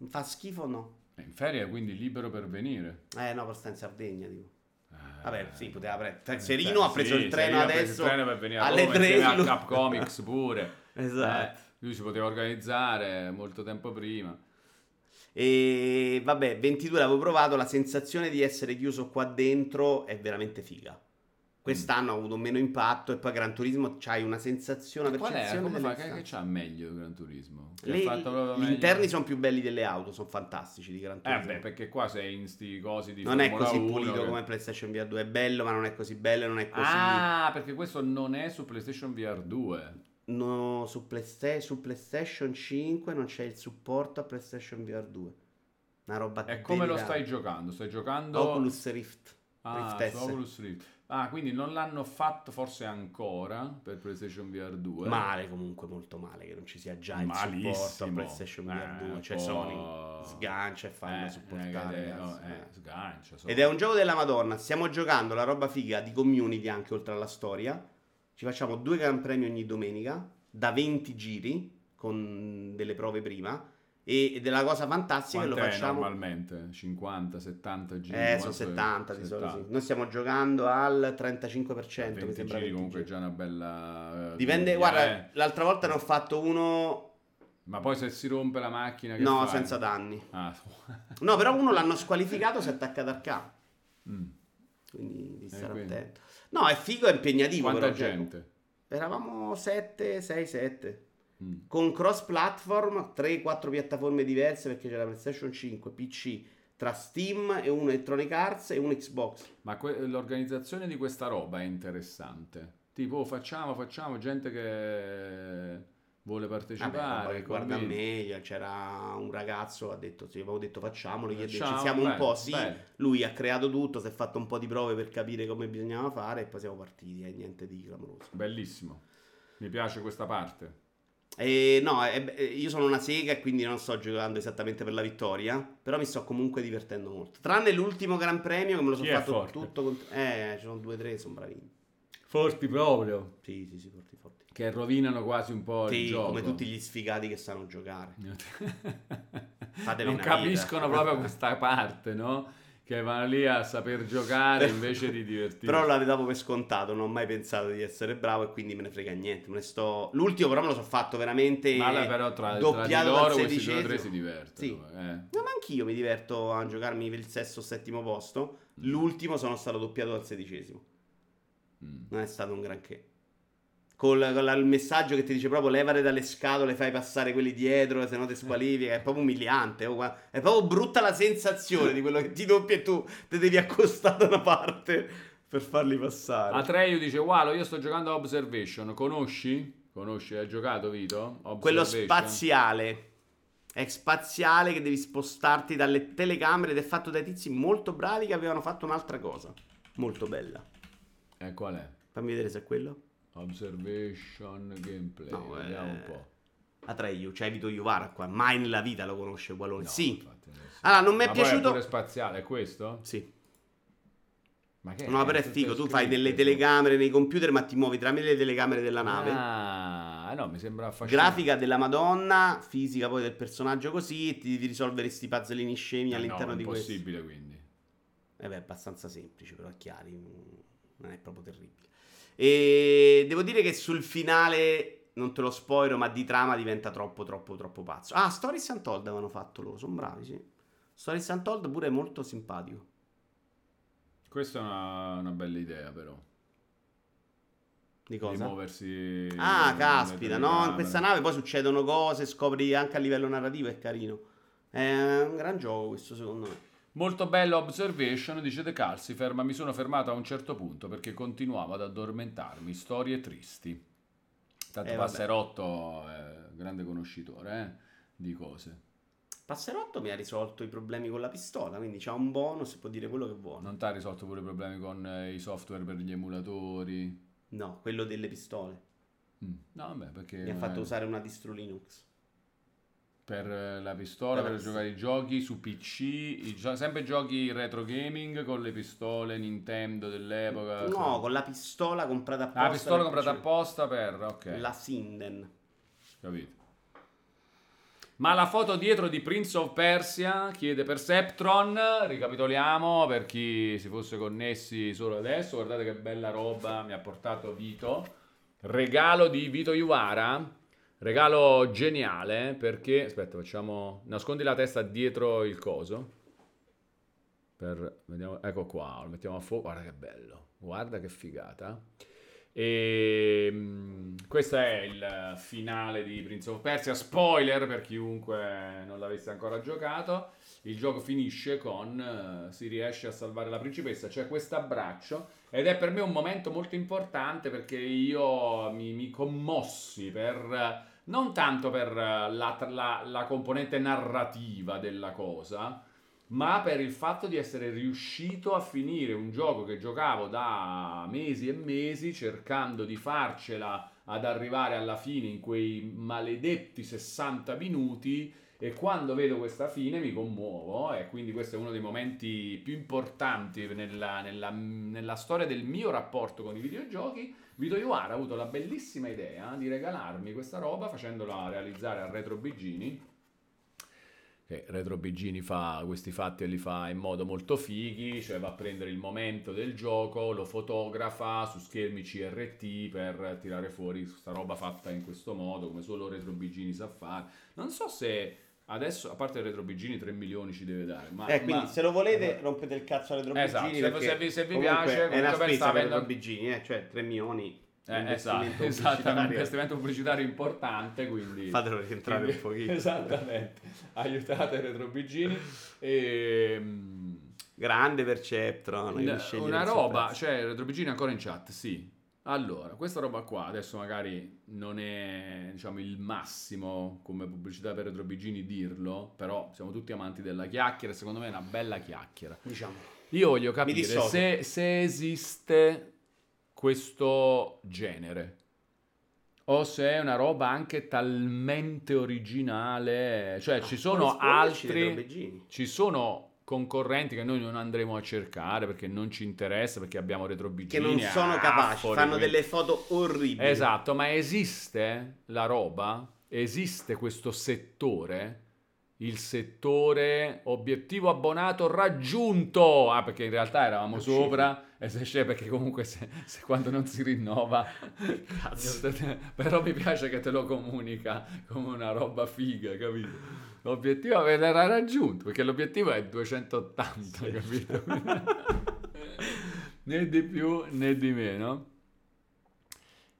[SPEAKER 1] Fa schifo o no?
[SPEAKER 3] Eh, In ferie, quindi libero per venire.
[SPEAKER 1] Eh no, però sta in Sardegna, tipo.
[SPEAKER 3] Eh,
[SPEAKER 1] Vabbè, sì, poteva prendere.
[SPEAKER 3] eh,
[SPEAKER 1] Serino ha
[SPEAKER 3] sì,
[SPEAKER 1] preso il treno
[SPEAKER 3] Serino ha preso
[SPEAKER 1] adesso.
[SPEAKER 3] il treno per venire a
[SPEAKER 1] alle
[SPEAKER 3] Roma
[SPEAKER 1] tre,
[SPEAKER 3] insieme a
[SPEAKER 1] lui- <laughs>
[SPEAKER 3] Cap Comics pure.
[SPEAKER 1] Esatto.
[SPEAKER 3] Eh, lui si poteva organizzare molto tempo prima.
[SPEAKER 1] Eh, E vabbè, 22 l'avevo provato, la sensazione di essere chiuso qua dentro è veramente figa. Quest'anno ha avuto meno impatto e poi Gran Turismo c'hai una sensazione, una
[SPEAKER 3] Qual è?
[SPEAKER 1] percezione
[SPEAKER 3] Come fa? Che,
[SPEAKER 1] dell'estate.
[SPEAKER 3] che c'ha meglio Gran Turismo? Che
[SPEAKER 1] Le-
[SPEAKER 3] ha fatto proprio
[SPEAKER 1] gli
[SPEAKER 3] meglio?
[SPEAKER 1] interni sono più belli delle auto, sono fantastici di Gran
[SPEAKER 3] Eh
[SPEAKER 1] Turismo.
[SPEAKER 3] beh, perché qua sei in sti cosi di
[SPEAKER 1] non è
[SPEAKER 3] Formula
[SPEAKER 1] così
[SPEAKER 3] 1
[SPEAKER 1] pulito
[SPEAKER 3] che-
[SPEAKER 1] come PlayStation VR 2, è bello, ma non è così bello, non è così
[SPEAKER 3] Ah, perché questo non è su PlayStation VR 2.
[SPEAKER 1] No, su, Playsta- su PlayStation 5 non c'è il supporto a PlayStation VR 2. Una roba
[SPEAKER 3] E come lo
[SPEAKER 1] delirante.
[SPEAKER 3] stai giocando? Stai giocando
[SPEAKER 1] Ah, Oculus Rift.
[SPEAKER 3] Ah,
[SPEAKER 1] Rift S.
[SPEAKER 3] su Oculus Rift. Ah, quindi non l'hanno fatto forse ancora per PlayStation VR 2.
[SPEAKER 1] Male comunque, molto male che non ci sia già il
[SPEAKER 3] Malissimo.
[SPEAKER 1] supporto a PlayStation VR
[SPEAKER 3] Eh,
[SPEAKER 1] 2. Cioè
[SPEAKER 3] un po'.
[SPEAKER 1] Sony sgancia e fanno
[SPEAKER 3] Eh,
[SPEAKER 1] supportare.
[SPEAKER 3] eh,
[SPEAKER 1] ragazzi,
[SPEAKER 3] no, eh,
[SPEAKER 1] eh.
[SPEAKER 3] sgancia. so.
[SPEAKER 1] Ed è un gioco della Madonna. Stiamo giocando la roba figa di community anche oltre alla storia. Ci facciamo due gran premi ogni domenica da 20 giri con delle prove prima. E ed è la cosa fantastica che lo
[SPEAKER 3] Quant'è
[SPEAKER 1] facciamo.
[SPEAKER 3] normalmente? 50, 70 giri?
[SPEAKER 1] Eh, sono
[SPEAKER 3] Quanto è?
[SPEAKER 1] 70 di solito.
[SPEAKER 3] 70.
[SPEAKER 1] sì. Noi stiamo giocando al 35%. mi
[SPEAKER 3] 20
[SPEAKER 1] sembra
[SPEAKER 3] giri
[SPEAKER 1] 20
[SPEAKER 3] comunque è
[SPEAKER 1] giri.
[SPEAKER 3] già una bella... eh,
[SPEAKER 1] Dipende,
[SPEAKER 3] cuglia,
[SPEAKER 1] guarda,
[SPEAKER 3] eh.
[SPEAKER 1] l'altra volta ne ho fatto uno.
[SPEAKER 3] Ma poi se si rompe la macchina che
[SPEAKER 1] No,
[SPEAKER 3] fai?
[SPEAKER 1] senza danni.
[SPEAKER 3] Ah.
[SPEAKER 1] No, però uno l'hanno squalificato si è attaccato al K.
[SPEAKER 3] Mm.
[SPEAKER 1] Quindi di
[SPEAKER 3] Eh,
[SPEAKER 1] stare
[SPEAKER 3] quindi.
[SPEAKER 1] attento. No, è figo e impegnativo.
[SPEAKER 3] Quanta
[SPEAKER 1] però, cioè,
[SPEAKER 3] gente?
[SPEAKER 1] Eravamo 7, 6, 7.
[SPEAKER 3] Mm.
[SPEAKER 1] Con cross platform, 3-4 piattaforme diverse perché c'era PlayStation 5, PC, tra Steam e un Electronic Arts e un Xbox.
[SPEAKER 3] Ma que- l'organizzazione di questa roba è interessante. Tipo, oh, facciamo, facciamo, gente che vuole
[SPEAKER 1] Vabbè,
[SPEAKER 3] partecipare.
[SPEAKER 1] poi guarda
[SPEAKER 3] convinto.
[SPEAKER 1] meglio, c'era un ragazzo ha detto, sì, avevo detto facciamolo, gli ho detto,
[SPEAKER 3] Facciamo,
[SPEAKER 1] ci siamo un
[SPEAKER 3] bello,
[SPEAKER 1] po', sì.
[SPEAKER 3] bello.
[SPEAKER 1] Lui ha creato tutto, si è fatto un po' di prove per capire come bisognava fare e poi siamo partiti, e niente di clamoroso.
[SPEAKER 3] Bellissimo. Mi piace questa parte.
[SPEAKER 1] E no, eh, eh, io sono una sega e quindi non sto giocando esattamente per la vittoria, però mi sto comunque divertendo molto. Tranne l'ultimo Gran Premio che me lo sono
[SPEAKER 3] Chi è
[SPEAKER 1] fatto
[SPEAKER 3] forte?
[SPEAKER 1] tutto con... Eh, ci sono due o tre, sono bravini.
[SPEAKER 3] Forti proprio.
[SPEAKER 1] Sì, sì, sì, forti, forti.
[SPEAKER 3] Che rovinano quasi un po'
[SPEAKER 1] Sì,
[SPEAKER 3] il gioco.
[SPEAKER 1] come tutti gli sfigati che sanno giocare.
[SPEAKER 3] <laughs>
[SPEAKER 1] Fatevi
[SPEAKER 3] non
[SPEAKER 1] una
[SPEAKER 3] capiscono
[SPEAKER 1] vita.
[SPEAKER 3] proprio questa parte, no? Che vanno lì a saper giocare invece
[SPEAKER 1] <laughs>
[SPEAKER 3] di divertirsi.
[SPEAKER 1] Però la davo per scontato, non ho mai pensato di essere bravo e quindi me ne frega niente. Me ne sto... L'ultimo però me lo sono fatto veramente...
[SPEAKER 3] Ma là però tra, tra di
[SPEAKER 1] doppiato dal
[SPEAKER 3] loro questi due o tre
[SPEAKER 1] sedicesimo.
[SPEAKER 3] si divertono. eh.
[SPEAKER 1] No, ma anch'io mi diverto a giocarmi per il sesto o settimo posto. L'ultimo sono stato doppiato al sedicesimo.
[SPEAKER 3] Mm.
[SPEAKER 1] Non è stato un granché. Col, con la- il messaggio che ti dice proprio levare dalle scatole, fai passare quelli dietro, se no ti squalifica. È proprio umiliante. oh, guarda. È proprio brutta la sensazione di quello che ti doppia e tu ti devi accostare da una parte per farli passare.
[SPEAKER 3] Atreio dice: Walo, io sto giocando a Observation. Conosci? Conosci? Hai giocato, Vito? Observation.
[SPEAKER 1] quello spaziale. È spaziale che devi spostarti dalle telecamere ed è fatto dai tizi molto bravi che avevano fatto un'altra cosa. Molto bella.
[SPEAKER 3] Eh, qual è?
[SPEAKER 1] Fammi vedere se è quello.
[SPEAKER 3] Observation gameplay.
[SPEAKER 1] No, eh, cioè,
[SPEAKER 3] Vediamo un po'.
[SPEAKER 1] Atreio, c'è Vito Iovara qua. Mai nella vita lo conosce Gualone.
[SPEAKER 3] No,
[SPEAKER 1] sì.
[SPEAKER 3] infatti, non so.
[SPEAKER 1] Allora, non mi è
[SPEAKER 3] Ma poi
[SPEAKER 1] piaciuto-
[SPEAKER 3] pure spaziale, è questo?
[SPEAKER 1] Sì.
[SPEAKER 3] Ma che
[SPEAKER 1] No, però è
[SPEAKER 3] Eh, Tutto
[SPEAKER 1] figo. Tu fai
[SPEAKER 3] scritto,
[SPEAKER 1] delle
[SPEAKER 3] sì.
[SPEAKER 1] telecamere nei computer, ma ti muovi tramite le telecamere della nave.
[SPEAKER 3] Ah, no, mi sembra affascinante.
[SPEAKER 1] Grafica della Madonna, fisica poi del personaggio così, e ti devi risolvere sti puzzolini scemi
[SPEAKER 3] Eh,
[SPEAKER 1] all'interno
[SPEAKER 3] no,
[SPEAKER 1] di questo. Eh
[SPEAKER 3] impossibile, quindi.
[SPEAKER 1] beh, è abbastanza semplice, però è chiaro, non è proprio terribile. E devo dire che sul finale, non te lo spoilero, ma di trama diventa troppo, troppo, troppo pazzo. Ah, Stories Untold avevano fatto loro, sono bravi, sì. Stories Untold pure è molto simpatico.
[SPEAKER 3] Questa è una, una bella idea, però.
[SPEAKER 1] Di
[SPEAKER 3] Di
[SPEAKER 1] cosa?
[SPEAKER 3] muoversi.
[SPEAKER 1] Ah,
[SPEAKER 3] nelle
[SPEAKER 1] caspita, no, in
[SPEAKER 3] telecamere.
[SPEAKER 1] questa nave poi succedono cose, scopri anche a livello narrativo, è carino. È un gran gioco questo secondo me.
[SPEAKER 3] Molto bella observation, dice De Calcifer, ma mi sono fermato a un certo punto perché continuavo ad addormentarmi. Storie tristi. Tanto
[SPEAKER 1] Eh, vabbè.
[SPEAKER 3] Passerotto è un grande conoscitore eh, di cose.
[SPEAKER 1] Passerotto mi ha risolto i problemi con la pistola, quindi c'ha un bonus, può dire quello che vuole.
[SPEAKER 3] Non ti ha risolto pure i problemi con eh, i software per gli emulatori?
[SPEAKER 1] No, quello delle pistole.
[SPEAKER 3] Mm. No, vabbè, perché...
[SPEAKER 1] Mi ha
[SPEAKER 3] magari
[SPEAKER 1] fatto usare una distro Linux.
[SPEAKER 3] Per eh, la pistola,
[SPEAKER 1] Per la
[SPEAKER 3] per
[SPEAKER 1] pistola.
[SPEAKER 3] giocare i giochi su PC, i gio- sempre giochi retro gaming con le pistole Nintendo dell'epoca.
[SPEAKER 1] No, con la pistola comprata apposta.
[SPEAKER 3] Ah, la pistola
[SPEAKER 1] per
[SPEAKER 3] comprata
[SPEAKER 1] piacere.
[SPEAKER 3] apposta per... ok.
[SPEAKER 1] La Sinden.
[SPEAKER 3] Capito. Ma la foto dietro di Prince of Persia chiede Perceptron, ricapitoliamo per chi si fosse connessi solo adesso, guardate che bella roba mi ha portato Vito, regalo di Vito Iuvara, regalo geniale perché, aspetta facciamo, nascondi la testa dietro il coso, per, vediamo, ecco qua, lo mettiamo a fuoco, guarda che bello, guarda che figata. E mm, questo è il finale di Prince of Persia. Spoiler per chiunque non l'avesse ancora giocato. Il gioco finisce con eh, si riesce a salvare la principessa, c'è questo abbraccio ed è per me un momento molto importante perché io mi, mi commossi per eh, non tanto per eh, la, la- la componente narrativa della cosa, ma per il fatto di essere riuscito a finire un gioco che giocavo da mesi e mesi cercando di farcela ad arrivare alla fine in quei maledetti 60 minuti e quando vedo questa fine mi commuovo e quindi questo è uno dei momenti più importanti nella, nella- nella storia del mio rapporto con i videogiochi. Vito Iuar ha avuto la bellissima idea di regalarmi questa roba facendola realizzare a Retro Bigini che Retro Bigini fa questi fatti e li fa in modo molto fighi, cioè va a prendere il momento del gioco, lo fotografa su schermi CRT per tirare fuori questa roba fatta in questo modo, come solo Retro Bigini sa fare. Non so se adesso, a parte Retro Bigini, 3 milioni ci deve dare, ma...
[SPEAKER 1] Eh, quindi
[SPEAKER 3] ma-
[SPEAKER 1] se lo volete rompete il cazzo alle drobigini
[SPEAKER 3] Esatto, se- se vi- se vi piace,
[SPEAKER 1] è una
[SPEAKER 3] comunque per
[SPEAKER 1] spesa
[SPEAKER 3] stare
[SPEAKER 1] per
[SPEAKER 3] nel-
[SPEAKER 1] drobigini, eh, cioè 3 milioni di
[SPEAKER 3] Eh,
[SPEAKER 1] investimento
[SPEAKER 3] esatto, <laughs> esatto, è un
[SPEAKER 1] pubblicitario.
[SPEAKER 3] investimento pubblicitario importante, quindi...
[SPEAKER 1] Fatelo rientrare un pochino.
[SPEAKER 3] <laughs> Esattamente, aiutate Retro Bigini. E...
[SPEAKER 1] Grande Perceptron,
[SPEAKER 3] N-
[SPEAKER 1] devi scegliere
[SPEAKER 3] una
[SPEAKER 1] il suo
[SPEAKER 3] roba,
[SPEAKER 1] pezzo.
[SPEAKER 3] cioè Retrobigini ancora in chat, sì. Allora, questa roba qua adesso magari non è diciamo il massimo come pubblicità per Retrobigini dirlo, però siamo tutti amanti della chiacchiera, e secondo me è una bella chiacchiera.
[SPEAKER 1] diciamo.
[SPEAKER 3] Io voglio
[SPEAKER 1] Mi
[SPEAKER 3] capire
[SPEAKER 1] dissocio.
[SPEAKER 3] se, se esiste questo genere o se è una roba anche talmente originale, cioè
[SPEAKER 1] Ah,
[SPEAKER 3] ci sono
[SPEAKER 1] Rispondici dei
[SPEAKER 3] altri
[SPEAKER 1] drobigini.
[SPEAKER 3] ci sono concorrenti che noi non andremo a cercare perché non ci interessa, perché abbiamo retrobigini
[SPEAKER 1] che non sono
[SPEAKER 3] a
[SPEAKER 1] capaci,
[SPEAKER 3] Afori,
[SPEAKER 1] fanno
[SPEAKER 3] quindi-
[SPEAKER 1] delle foto orribili.
[SPEAKER 3] Esatto, ma esiste la roba? Esiste questo settore? Il settore obiettivo abbonato raggiunto. Ah, perché in realtà eravamo
[SPEAKER 1] Uccidi.
[SPEAKER 3] sopra e se c'è perché comunque se, se quando non si rinnova. <laughs>
[SPEAKER 1] Cazzo.
[SPEAKER 3] Però mi piace che te lo comunica come una roba figa, capito? L'obiettivo era raggiunto, perché l'obiettivo è 280,
[SPEAKER 1] Sì.
[SPEAKER 3] capito?
[SPEAKER 1] <laughs>
[SPEAKER 3] né di più né di meno.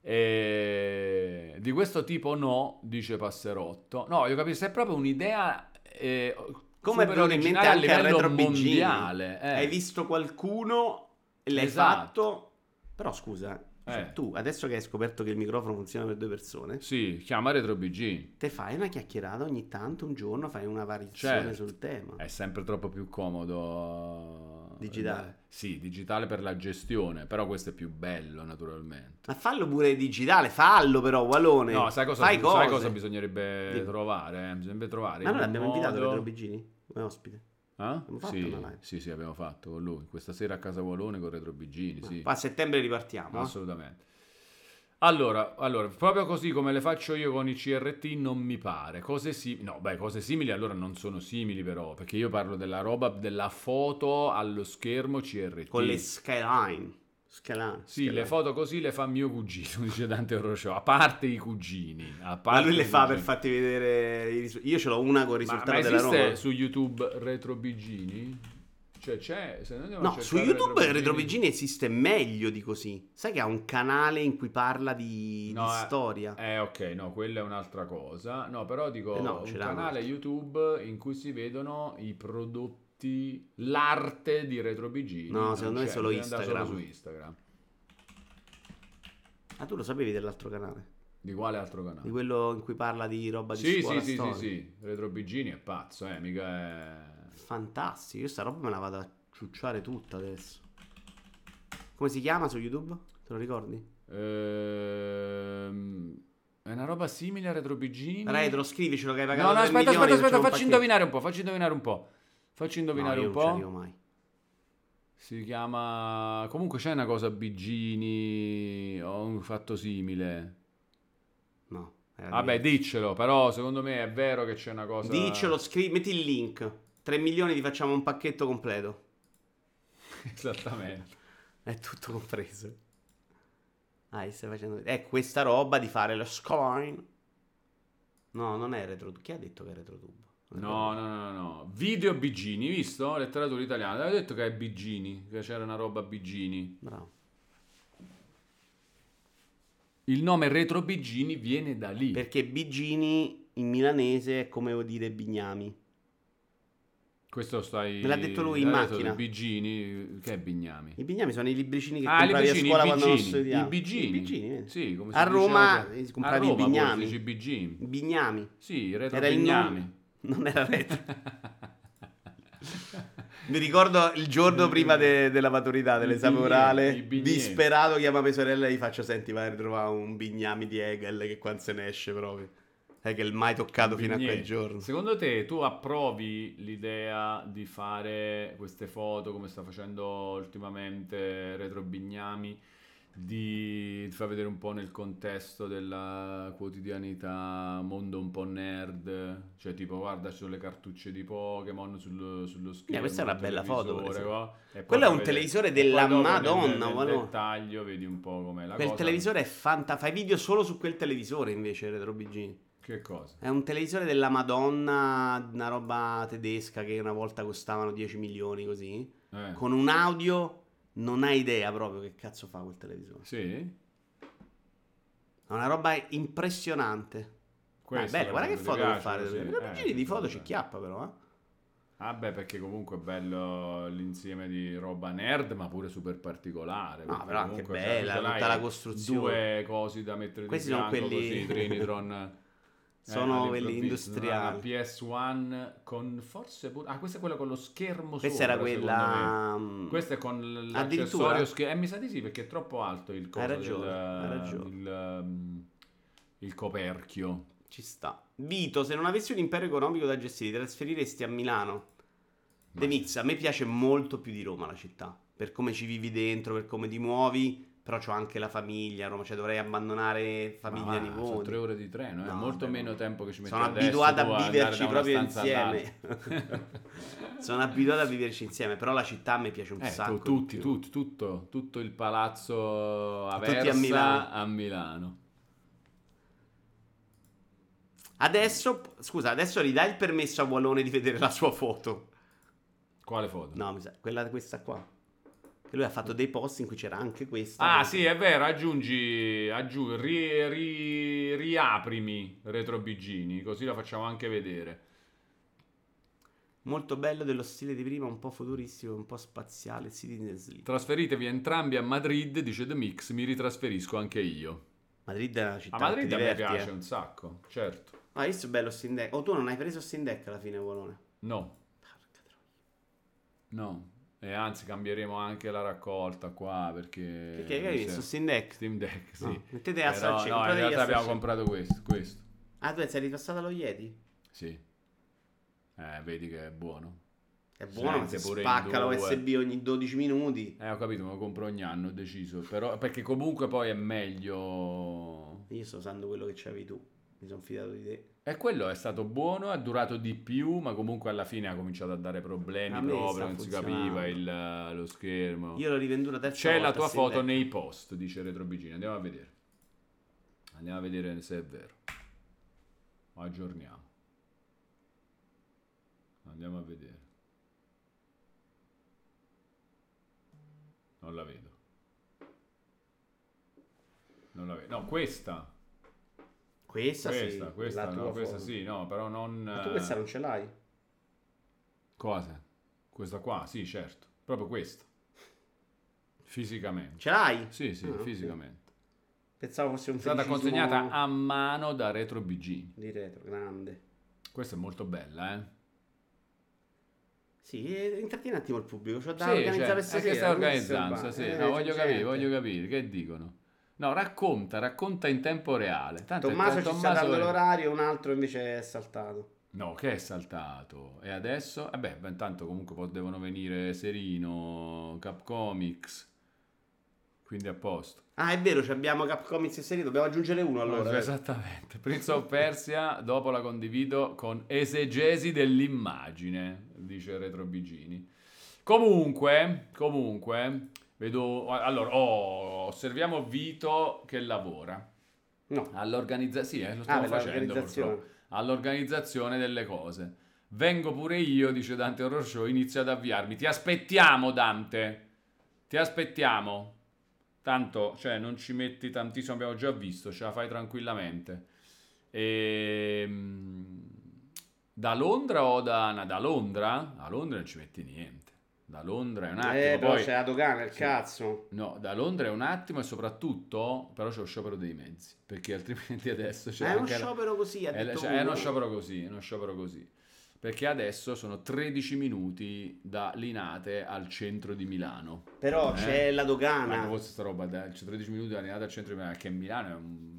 [SPEAKER 3] E di questo tipo no, dice Passerotto. No, voglio capire se è proprio un'idea eh,
[SPEAKER 1] Come
[SPEAKER 3] super
[SPEAKER 1] è venuto in mente
[SPEAKER 3] originale
[SPEAKER 1] anche
[SPEAKER 3] a
[SPEAKER 1] a
[SPEAKER 3] livello
[SPEAKER 1] Retro Bigini.
[SPEAKER 3] mondiale. eh.
[SPEAKER 1] Hai visto qualcuno e l'hai
[SPEAKER 3] Esatto.
[SPEAKER 1] fatto. Però scusa, cioè,
[SPEAKER 3] Eh.
[SPEAKER 1] tu adesso che hai scoperto che il microfono funziona per due persone,
[SPEAKER 3] Sì, chiama Retro BG.
[SPEAKER 1] te fai una chiacchierata ogni tanto, un giorno fai una variazione
[SPEAKER 3] Certo.
[SPEAKER 1] sul tema.
[SPEAKER 3] È sempre troppo più comodo. eh,
[SPEAKER 1] Digitale.
[SPEAKER 3] beh, Sì, digitale per la gestione, però questo è più bello naturalmente.
[SPEAKER 1] Ma fallo pure digitale, fallo però, Walone.
[SPEAKER 3] No, sai cosa,
[SPEAKER 1] Fai
[SPEAKER 3] sai
[SPEAKER 1] cose.
[SPEAKER 3] cosa bisognerebbe
[SPEAKER 1] Dimmi.
[SPEAKER 3] trovare? eh? Bisognerebbe trovare.
[SPEAKER 1] Ma noi
[SPEAKER 3] il
[SPEAKER 1] l'abbiamo invitato
[SPEAKER 3] modo-
[SPEAKER 1] Retro Bigini come ospite.
[SPEAKER 3] Ah?
[SPEAKER 1] fatto
[SPEAKER 3] Sì,
[SPEAKER 1] una live.
[SPEAKER 3] sì, sì, abbiamo fatto con lui. Questa sera a Casa Volone con Retro Bigini,
[SPEAKER 1] Ma
[SPEAKER 3] sì.
[SPEAKER 1] A settembre ripartiamo. eh.
[SPEAKER 3] Assolutamente. Allora, allora, proprio così come le faccio io con i CRT non mi pare. Cose simili, no, beh, cose simili allora non sono simili però, perché io parlo della roba della foto allo schermo CRT.
[SPEAKER 1] Con le skyline. Skyline.
[SPEAKER 3] Sì, le
[SPEAKER 1] skyline.
[SPEAKER 3] foto così le fa mio cugino, <laughs> dice Dante Oroscio, a parte i cugini. A parte
[SPEAKER 1] Ma lui le
[SPEAKER 3] i
[SPEAKER 1] fa per
[SPEAKER 3] cugini.
[SPEAKER 1] farti vedere i risu- Io ce l'ho una con il
[SPEAKER 3] Ma-
[SPEAKER 1] risultato
[SPEAKER 3] ma
[SPEAKER 1] della
[SPEAKER 3] esiste
[SPEAKER 1] Roma.
[SPEAKER 3] su YouTube Retro Bigini? Cioè c'è, se noi andiamo a
[SPEAKER 1] No, su
[SPEAKER 3] cercare
[SPEAKER 1] YouTube
[SPEAKER 3] Retro
[SPEAKER 1] Retro
[SPEAKER 3] Bigini-
[SPEAKER 1] Bigini esiste meglio di così. Sai che ha un canale in cui parla di, di
[SPEAKER 3] No, eh,
[SPEAKER 1] storia.
[SPEAKER 3] Eh, ok, no, quella è un'altra cosa. No, però dico
[SPEAKER 1] Eh no,
[SPEAKER 3] un
[SPEAKER 1] ce l'hanno.
[SPEAKER 3] canale YouTube in cui si vedono i prodotti, l'arte di Retro Bigini.
[SPEAKER 1] No,
[SPEAKER 3] Non
[SPEAKER 1] secondo me
[SPEAKER 3] c'è,
[SPEAKER 1] solo
[SPEAKER 3] bisogna andare
[SPEAKER 1] Instagram.
[SPEAKER 3] solo su Instagram.
[SPEAKER 1] Ah, tu lo sapevi dell'altro canale?
[SPEAKER 3] Di quale altro
[SPEAKER 1] Di
[SPEAKER 3] canale?
[SPEAKER 1] quello in cui parla di roba di
[SPEAKER 3] Sì,
[SPEAKER 1] scuola
[SPEAKER 3] sì, sì, sì,
[SPEAKER 1] storia.
[SPEAKER 3] sì. Retro Bigini è pazzo, eh, mica è...
[SPEAKER 1] Fantastico. Io sta roba me la vado a ciucciare tutta adesso. Come si chiama su YouTube? Te lo ricordi?
[SPEAKER 3] Ehm, È una roba simile a Retro Bigini.
[SPEAKER 1] Retro, scrivicelo che hai pagato
[SPEAKER 3] No, no,
[SPEAKER 1] 3
[SPEAKER 3] aspetta,
[SPEAKER 1] milioni,
[SPEAKER 3] aspetta, aspetta,
[SPEAKER 1] facciamo un
[SPEAKER 3] facci
[SPEAKER 1] pacchetto.
[SPEAKER 3] indovinare un po', facci indovinare un po'. Facci indovinare
[SPEAKER 1] No, io
[SPEAKER 3] un
[SPEAKER 1] non ci
[SPEAKER 3] po'.
[SPEAKER 1] arrivo mai.
[SPEAKER 3] Si chiama. Comunque c'è una cosa Bigini o un fatto simile.
[SPEAKER 1] No. era
[SPEAKER 3] Vabbè,
[SPEAKER 1] diverso.
[SPEAKER 3] diccelo, però secondo me è vero che c'è una cosa.
[SPEAKER 1] Diccelo, scri- metti il link. 3 milioni ti facciamo un pacchetto completo.
[SPEAKER 3] <laughs> Esattamente.
[SPEAKER 1] È tutto compreso. Ah, gli stai facendo... È questa roba di fare lo scoring. No, non è retrotube. Chi ha detto che è retrotube?
[SPEAKER 3] No, no, no, no. Video Bigini, visto? Letteratura italiana. Avevo detto che è Bigini, che c'era una roba Bigini.
[SPEAKER 1] Bravo.
[SPEAKER 3] Il nome Retro Bigini viene da lì.
[SPEAKER 1] Perché Bigini in milanese è come dire Bignami.
[SPEAKER 3] Questo stai.
[SPEAKER 1] Me l'ha detto lui in
[SPEAKER 3] l'ha
[SPEAKER 1] macchina.
[SPEAKER 3] Bigini, che è Bignami?
[SPEAKER 1] I Bignami sono i libricini che
[SPEAKER 3] Ah, i
[SPEAKER 1] compravi
[SPEAKER 3] bigini,
[SPEAKER 1] a scuola
[SPEAKER 3] i
[SPEAKER 1] quando non
[SPEAKER 3] bigini, i
[SPEAKER 1] studiavi. eh.
[SPEAKER 3] bigini.
[SPEAKER 1] vedi?
[SPEAKER 3] Sì, come si
[SPEAKER 1] A
[SPEAKER 3] diceva
[SPEAKER 1] Roma
[SPEAKER 3] che-
[SPEAKER 1] eh, compravi
[SPEAKER 3] a
[SPEAKER 1] i
[SPEAKER 3] Roma,
[SPEAKER 1] Bignami.
[SPEAKER 3] poi si dice bigini.
[SPEAKER 1] Bignami.
[SPEAKER 3] Sì, i retro
[SPEAKER 1] Era il
[SPEAKER 3] bignami. <laughs>
[SPEAKER 1] nome. Non era retro. Mi ricordo il giorno prima de- della maturità, dell'esame
[SPEAKER 3] I bignè, i
[SPEAKER 1] orale,
[SPEAKER 3] bignè.
[SPEAKER 1] disperato chiama mia sorella e gli faccio senti vai a ritrovare un bignami di Hegel che quando se ne esce proprio. Hegel mai toccato fino a
[SPEAKER 3] Quindi
[SPEAKER 1] quel
[SPEAKER 3] niente.
[SPEAKER 1] giorno.
[SPEAKER 3] Secondo te tu approvi l'idea di fare queste foto come sta facendo ultimamente Retro Bignami? Di far vedere un po' nel contesto della quotidianità, mondo un po' nerd, cioè tipo guarda ci sono le cartucce di Pokémon sullo, sullo schermo.
[SPEAKER 1] Eh, questa è una
[SPEAKER 3] del
[SPEAKER 1] bella foto, per
[SPEAKER 3] televisore,
[SPEAKER 1] esempio.
[SPEAKER 3] qua, e poi
[SPEAKER 1] Quello è
[SPEAKER 3] fai
[SPEAKER 1] un
[SPEAKER 3] vedere-
[SPEAKER 1] televisore
[SPEAKER 3] e poi
[SPEAKER 1] della
[SPEAKER 3] dopo nel-
[SPEAKER 1] Madonna,
[SPEAKER 3] Nel,
[SPEAKER 1] ma
[SPEAKER 3] nel
[SPEAKER 1] no.
[SPEAKER 3] dettaglio vedi un po' com'è la
[SPEAKER 1] Quel
[SPEAKER 3] cosa.
[SPEAKER 1] televisore è fanta, fai video solo su quel televisore invece, Retro BG.
[SPEAKER 3] Che cosa?
[SPEAKER 1] È un televisore della Madonna, una roba tedesca che una volta costavano 10 milioni così.
[SPEAKER 3] Eh.
[SPEAKER 1] Con un audio non hai idea proprio che cazzo fa quel televisore.
[SPEAKER 3] Sì?
[SPEAKER 1] È una roba impressionante. Ma è
[SPEAKER 3] Questo,
[SPEAKER 1] bello,
[SPEAKER 3] per
[SPEAKER 1] guarda che
[SPEAKER 3] esempio,
[SPEAKER 1] foto che
[SPEAKER 3] ti piace
[SPEAKER 1] fare.
[SPEAKER 3] così?
[SPEAKER 1] Retro
[SPEAKER 3] Eh,
[SPEAKER 1] BG di foto ci
[SPEAKER 3] bello.
[SPEAKER 1] chiappa però, eh.
[SPEAKER 3] Ah beh, perché comunque è bello l'insieme di roba nerd, ma pure super particolare.
[SPEAKER 1] No,
[SPEAKER 3] perché
[SPEAKER 1] però anche
[SPEAKER 3] comunque,
[SPEAKER 1] bella,
[SPEAKER 3] ce l'hai
[SPEAKER 1] tutta la costruzione.
[SPEAKER 3] Due cose da mettere
[SPEAKER 1] Questi
[SPEAKER 3] di
[SPEAKER 1] sono
[SPEAKER 3] fianco,
[SPEAKER 1] quelli- <laughs>
[SPEAKER 3] così, Trinitron. eh,
[SPEAKER 1] Sono
[SPEAKER 3] all'improvviso.
[SPEAKER 1] quelli industriali.
[SPEAKER 3] Una PS1 con forse pure... Ah, questa è quella con lo schermo
[SPEAKER 1] Questa
[SPEAKER 3] sopra,
[SPEAKER 1] era
[SPEAKER 3] secondo
[SPEAKER 1] quella.
[SPEAKER 3] me.
[SPEAKER 1] mm,
[SPEAKER 3] Questo è con l-
[SPEAKER 1] Addirittura?
[SPEAKER 3] l'accessorio schermo. Eh, mi sa di sì, perché è troppo alto il coso
[SPEAKER 1] ragione,
[SPEAKER 3] del-
[SPEAKER 1] hai ragione.
[SPEAKER 3] Il, mm, il coperchio.
[SPEAKER 1] Ci sta. Vito, se non avessi un impero economico da gestire, ti trasferiresti a Milano? De Mix, a me piace molto più di Roma la città, per come ci vivi dentro, per come ti muovi, però c'ho anche la famiglia a Roma, cioè dovrei abbandonare famiglia
[SPEAKER 3] Ma
[SPEAKER 1] e
[SPEAKER 3] va, Sono
[SPEAKER 1] nipoti.
[SPEAKER 3] tre ore di treno, è
[SPEAKER 1] No,
[SPEAKER 3] molto
[SPEAKER 1] vabbè,
[SPEAKER 3] meno
[SPEAKER 1] ma-
[SPEAKER 3] tempo che ci metti
[SPEAKER 1] Sono
[SPEAKER 3] adesso
[SPEAKER 1] abituato
[SPEAKER 3] tu
[SPEAKER 1] a
[SPEAKER 3] andare da
[SPEAKER 1] viverci
[SPEAKER 3] una
[SPEAKER 1] proprio
[SPEAKER 3] stanza all'altra.
[SPEAKER 1] insieme. <laughs>
[SPEAKER 3] <laughs>
[SPEAKER 1] Sono abituato a viverci insieme, però la città mi piace un
[SPEAKER 3] Eh, tu-
[SPEAKER 1] sacco. di
[SPEAKER 3] tutti,
[SPEAKER 1] più.
[SPEAKER 3] tutti, tutto, tutto il palazzo
[SPEAKER 1] Tutti a
[SPEAKER 3] Aversa a Milano.
[SPEAKER 1] Milano. Adesso, scusa, adesso ridai il permesso a Wallone di vedere la sua foto.
[SPEAKER 3] Quale foto?
[SPEAKER 1] No, mi sa, quella, questa qua. Che lui ha fatto dei post in cui c'era anche questa.
[SPEAKER 3] Ah sì, è vero, aggiungi, aggiu- ri- ri- riaprimi Retro Bigini, così la facciamo anche vedere.
[SPEAKER 1] Molto bello dello stile di prima, un po' futuristico, un po' spaziale. City Sleep.
[SPEAKER 3] Trasferitevi entrambi a Madrid, dice The Mix, mi ritrasferisco anche io.
[SPEAKER 1] Madrid è una città che ti
[SPEAKER 3] A Madrid a me
[SPEAKER 1] diverti,
[SPEAKER 3] piace
[SPEAKER 1] eh.
[SPEAKER 3] un sacco, certo.
[SPEAKER 1] Ma hai visto bello Steam Deck? Oh, tu non hai preso Steam Deck alla fine, Volone.
[SPEAKER 3] No,
[SPEAKER 1] Porca troia.
[SPEAKER 3] No, e anzi cambieremo anche la raccolta qua perché...
[SPEAKER 1] Perché hai
[SPEAKER 3] mi
[SPEAKER 1] messo
[SPEAKER 3] serve-
[SPEAKER 1] Steam Deck? Ah.
[SPEAKER 3] Steam Deck, Eh, sì.
[SPEAKER 1] No, mettete
[SPEAKER 3] Però,
[SPEAKER 1] Astral Chain,
[SPEAKER 3] no, in
[SPEAKER 1] comprategli
[SPEAKER 3] realtà
[SPEAKER 1] Astral
[SPEAKER 3] abbiamo
[SPEAKER 1] Chain.
[SPEAKER 3] comprato questo, questo,
[SPEAKER 1] Ah, tu sei ripassato allo Yeti?
[SPEAKER 3] sì. Eh, vedi che è buono.
[SPEAKER 1] È buono, ma
[SPEAKER 3] Sente
[SPEAKER 1] si
[SPEAKER 3] pure in
[SPEAKER 1] spacca la
[SPEAKER 3] due.
[SPEAKER 1] USB ogni 12 minuti.
[SPEAKER 3] Eh, ho capito, me lo compro ogni anno, ho deciso. Però, perché comunque poi è meglio...
[SPEAKER 1] Io sto usando quello che c'avevi tu. Mi sono fidato di te.
[SPEAKER 3] E quello è stato buono, ha durato di più, ma comunque alla fine ha cominciato a dare problemi
[SPEAKER 1] A me
[SPEAKER 3] proprio,
[SPEAKER 1] sta
[SPEAKER 3] non si
[SPEAKER 1] funzionando.
[SPEAKER 3] capiva il- eh, lo schermo.
[SPEAKER 1] Io l'ho rivenduta terza
[SPEAKER 3] C'è
[SPEAKER 1] volta
[SPEAKER 3] la tua
[SPEAKER 1] Steam
[SPEAKER 3] foto
[SPEAKER 1] Deck.
[SPEAKER 3] nei post, dice Retrobigini. Andiamo a vedere. Andiamo a vedere se è vero. Aggiorniamo. Andiamo a vedere. Non la vedo. Non la vedo. No, questa.
[SPEAKER 1] Questa,
[SPEAKER 3] Questa,
[SPEAKER 1] sì.
[SPEAKER 3] questa,
[SPEAKER 1] la
[SPEAKER 3] no,
[SPEAKER 1] tua
[SPEAKER 3] questa
[SPEAKER 1] foto.
[SPEAKER 3] sì, eh. no, però non...
[SPEAKER 1] Ma tu questa non ce l'hai?
[SPEAKER 3] Cosa? Questa qua, sì, certo. Proprio questa. Fisicamente.
[SPEAKER 1] Ce l'hai?
[SPEAKER 3] Sì, sì,
[SPEAKER 1] Ah, ok.
[SPEAKER 3] fisicamente.
[SPEAKER 1] Pensavo fosse un
[SPEAKER 3] È stata
[SPEAKER 1] feticismo
[SPEAKER 3] consegnata a mano da Retro BG.
[SPEAKER 1] di retro, grande.
[SPEAKER 3] Questa è molto bella, eh?
[SPEAKER 1] Sì, eh, intrattieni un attimo il pubblico, c'ho da
[SPEAKER 3] Sì,
[SPEAKER 1] organizzare
[SPEAKER 3] cioè,
[SPEAKER 1] stasera.
[SPEAKER 3] è che sta
[SPEAKER 1] non mi
[SPEAKER 3] organizzando
[SPEAKER 1] disturba.
[SPEAKER 3] stasera.
[SPEAKER 1] Eh,
[SPEAKER 3] No,
[SPEAKER 1] c'è
[SPEAKER 3] voglio
[SPEAKER 1] gente.
[SPEAKER 3] capire, voglio capire che dicono. No, racconta, racconta in tempo reale. Tanto è-
[SPEAKER 1] Tommaso ci sta
[SPEAKER 3] Tommaso
[SPEAKER 1] dando
[SPEAKER 3] è-
[SPEAKER 1] l'orario, un altro invece è saltato.
[SPEAKER 3] No, che è saltato. E adesso? Vabbè, beh, intanto comunque poi devono venire Serino, Capcomics. Quindi a posto.
[SPEAKER 1] Ah, è vero, ci abbiamo Capcomics e serie, dobbiamo aggiungere uno allora. eh.
[SPEAKER 3] Esattamente. Prince
[SPEAKER 1] <laughs>
[SPEAKER 3] of Persia, dopo la condivido con esegesi dell'immagine, dice Retro Bigini. Comunque, comunque, vedo... Allora, oh, osserviamo Vito che lavora.
[SPEAKER 1] No.
[SPEAKER 3] All'organizzazione... Sì, eh, lo
[SPEAKER 1] Ah,
[SPEAKER 3] stiamo
[SPEAKER 1] per
[SPEAKER 3] facendo
[SPEAKER 1] l'organizzazione.
[SPEAKER 3] purtroppo. All'organizzazione delle cose. Vengo pure io, dice Dante Horror Show, inizio ad avviarmi. Ti aspettiamo, Dante. Ti aspettiamo. Tanto, cioè, non ci metti tantissimo, abbiamo già visto, ce la fai tranquillamente. Ehm, Da Londra o da... no, da Londra? A Londra non ci metti niente. Da Londra è un attimo,
[SPEAKER 1] eh, però
[SPEAKER 3] poi...
[SPEAKER 1] c'è la dogana, il
[SPEAKER 3] Sì.
[SPEAKER 1] cazzo.
[SPEAKER 3] No, da Londra è un attimo e soprattutto, però c'è lo sciopero dei mezzi, perché altrimenti adesso c'è
[SPEAKER 1] è uno
[SPEAKER 3] Cioè, anche la-
[SPEAKER 1] sciopero così, ha
[SPEAKER 3] è,
[SPEAKER 1] detto
[SPEAKER 3] cioè, è uno
[SPEAKER 1] uno.
[SPEAKER 3] sciopero così, è uno sciopero così. perché adesso sono 13 minuti da Linate al centro di Milano.
[SPEAKER 1] Però
[SPEAKER 3] Eh.
[SPEAKER 1] c'è la
[SPEAKER 3] Ma
[SPEAKER 1] dogana.
[SPEAKER 3] come fosse sta roba, da- cioè, 13 minuti da Linate al centro di Milano, che Milano è un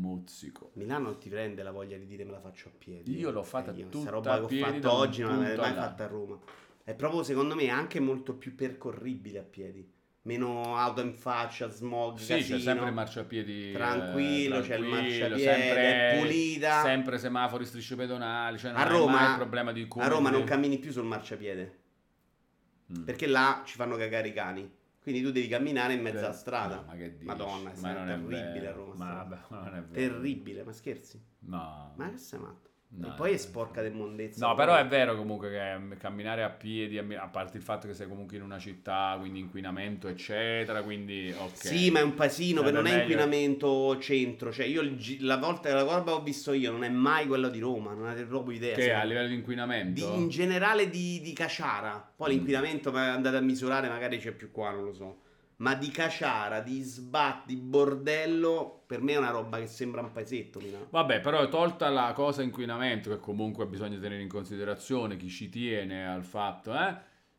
[SPEAKER 3] mozzico.
[SPEAKER 1] Milano non ti prende la voglia di dire me la faccio a piedi.
[SPEAKER 3] Io l'ho fatta
[SPEAKER 1] Eh, io
[SPEAKER 3] tutta
[SPEAKER 1] Questa
[SPEAKER 3] a
[SPEAKER 1] roba che ho
[SPEAKER 3] piedi da
[SPEAKER 1] fatto
[SPEAKER 3] un
[SPEAKER 1] oggi non l'avrei
[SPEAKER 3] punto
[SPEAKER 1] mai
[SPEAKER 3] all'altro.
[SPEAKER 1] fatta a Roma. È proprio, secondo me, anche molto più percorribile a piedi. Meno auto in faccia, smog,
[SPEAKER 3] Sì,
[SPEAKER 1] casino.
[SPEAKER 3] c'è sempre il marciapiedi eh,
[SPEAKER 1] Tranquillo, c'è il
[SPEAKER 3] tranquillo,
[SPEAKER 1] marciapiede, è pulita.
[SPEAKER 3] Sempre semafori, strisce pedonali, cioè non
[SPEAKER 1] A
[SPEAKER 3] hai
[SPEAKER 1] Roma-
[SPEAKER 3] mai il problema di come
[SPEAKER 1] A Roma non
[SPEAKER 3] devi-
[SPEAKER 1] cammini più sul marciapiede.
[SPEAKER 3] Mm.
[SPEAKER 1] Perché là ci fanno cagare i cani. Quindi tu devi camminare in mezzo
[SPEAKER 3] Beh,
[SPEAKER 1] alla strada.
[SPEAKER 3] Cioè, Eh, no, ma che dici?
[SPEAKER 1] Madonna, è
[SPEAKER 3] Ma non è
[SPEAKER 1] terribile
[SPEAKER 3] vero.
[SPEAKER 1] a Roma.
[SPEAKER 3] Ma
[SPEAKER 1] sta
[SPEAKER 3] vabbè,
[SPEAKER 1] roba.
[SPEAKER 3] ma non è vero.
[SPEAKER 1] Terribile, ma scherzi?
[SPEAKER 3] No.
[SPEAKER 1] Ma che sei matto?
[SPEAKER 3] No,
[SPEAKER 1] e poi
[SPEAKER 3] no,
[SPEAKER 1] è sporca
[SPEAKER 3] no.
[SPEAKER 1] del mondezza.
[SPEAKER 3] No, però è vero comunque che mm, camminare a piedi, a mi- a parte il fatto che sei comunque in una città, quindi inquinamento, eccetera, quindi ok. Cioè,
[SPEAKER 1] Sì, ma è un paesino,
[SPEAKER 3] Sarebbe
[SPEAKER 1] non è
[SPEAKER 3] meglio-
[SPEAKER 1] inquinamento centro. Cioè, io il gi- la volta la roba che ho visto io non è mai quella di Roma, non avete proprio idea.
[SPEAKER 3] Che
[SPEAKER 1] se-
[SPEAKER 3] a livello di
[SPEAKER 1] di-
[SPEAKER 3] inquinamento?
[SPEAKER 1] in generale di, di Caciara. Poi
[SPEAKER 3] Mm.
[SPEAKER 1] l'inquinamento ma andate a misurare, magari c'è più qua, non lo so. Ma di Caciara, di sbat, di bordello, per me è una roba che sembra un paesetto. Milano.
[SPEAKER 3] Vabbè, però tolta la cosa inquinamento, che comunque bisogna tenere in considerazione, chi ci tiene al fatto, eh,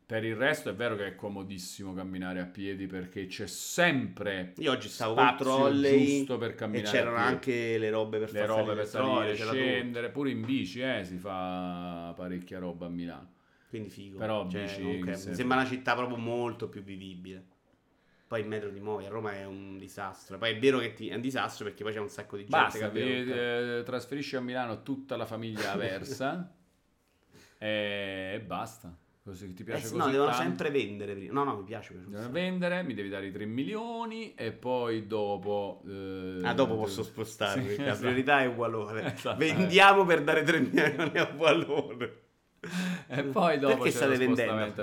[SPEAKER 3] per il resto è vero che è comodissimo camminare a piedi perché c'è sempre
[SPEAKER 1] Io oggi stavo con
[SPEAKER 3] spazio
[SPEAKER 1] trolley
[SPEAKER 3] giusto per
[SPEAKER 1] e
[SPEAKER 3] camminare.
[SPEAKER 1] c'erano
[SPEAKER 3] a piedi.
[SPEAKER 1] anche le robe per
[SPEAKER 3] le
[SPEAKER 1] far
[SPEAKER 3] robe per salire,
[SPEAKER 1] trolley, c'era tutto.
[SPEAKER 3] scendere, pure in bici eh, si fa parecchia roba a Milano.
[SPEAKER 1] Quindi figo.
[SPEAKER 3] Però
[SPEAKER 1] Cioè,
[SPEAKER 3] dici
[SPEAKER 1] comunque,
[SPEAKER 3] che
[SPEAKER 1] mi
[SPEAKER 3] se-
[SPEAKER 1] sembra una città proprio molto più vivibile. Poi il metro di Moia a Roma è un disastro. Poi è vero che ti- è un disastro perché poi c'è un sacco di gente
[SPEAKER 3] Basta,
[SPEAKER 1] che abbiamo
[SPEAKER 3] vi eh, trasferisci a Milano tutta
[SPEAKER 1] <laughs>
[SPEAKER 3] la famiglia Aversa e, e basta. Così, ti piace
[SPEAKER 1] Eh sì,
[SPEAKER 3] così
[SPEAKER 1] no, devono
[SPEAKER 3] tanto?
[SPEAKER 1] sempre vendere prima. No, no, mi piace. mi piace un
[SPEAKER 3] Devo
[SPEAKER 1] sacco.
[SPEAKER 3] vendere, mi devi dare i 3 milioni e poi dopo... eh,
[SPEAKER 1] Ah, dopo posso spostarmi.
[SPEAKER 3] <laughs> Sì,
[SPEAKER 1] perché La
[SPEAKER 3] esatto.
[SPEAKER 1] priorità è un valore.
[SPEAKER 3] <laughs> Esatto.
[SPEAKER 1] Vendiamo per dare 3 milioni a un valore.
[SPEAKER 3] E poi dopo
[SPEAKER 1] Perché
[SPEAKER 3] c'è
[SPEAKER 1] state
[SPEAKER 3] lo spostamento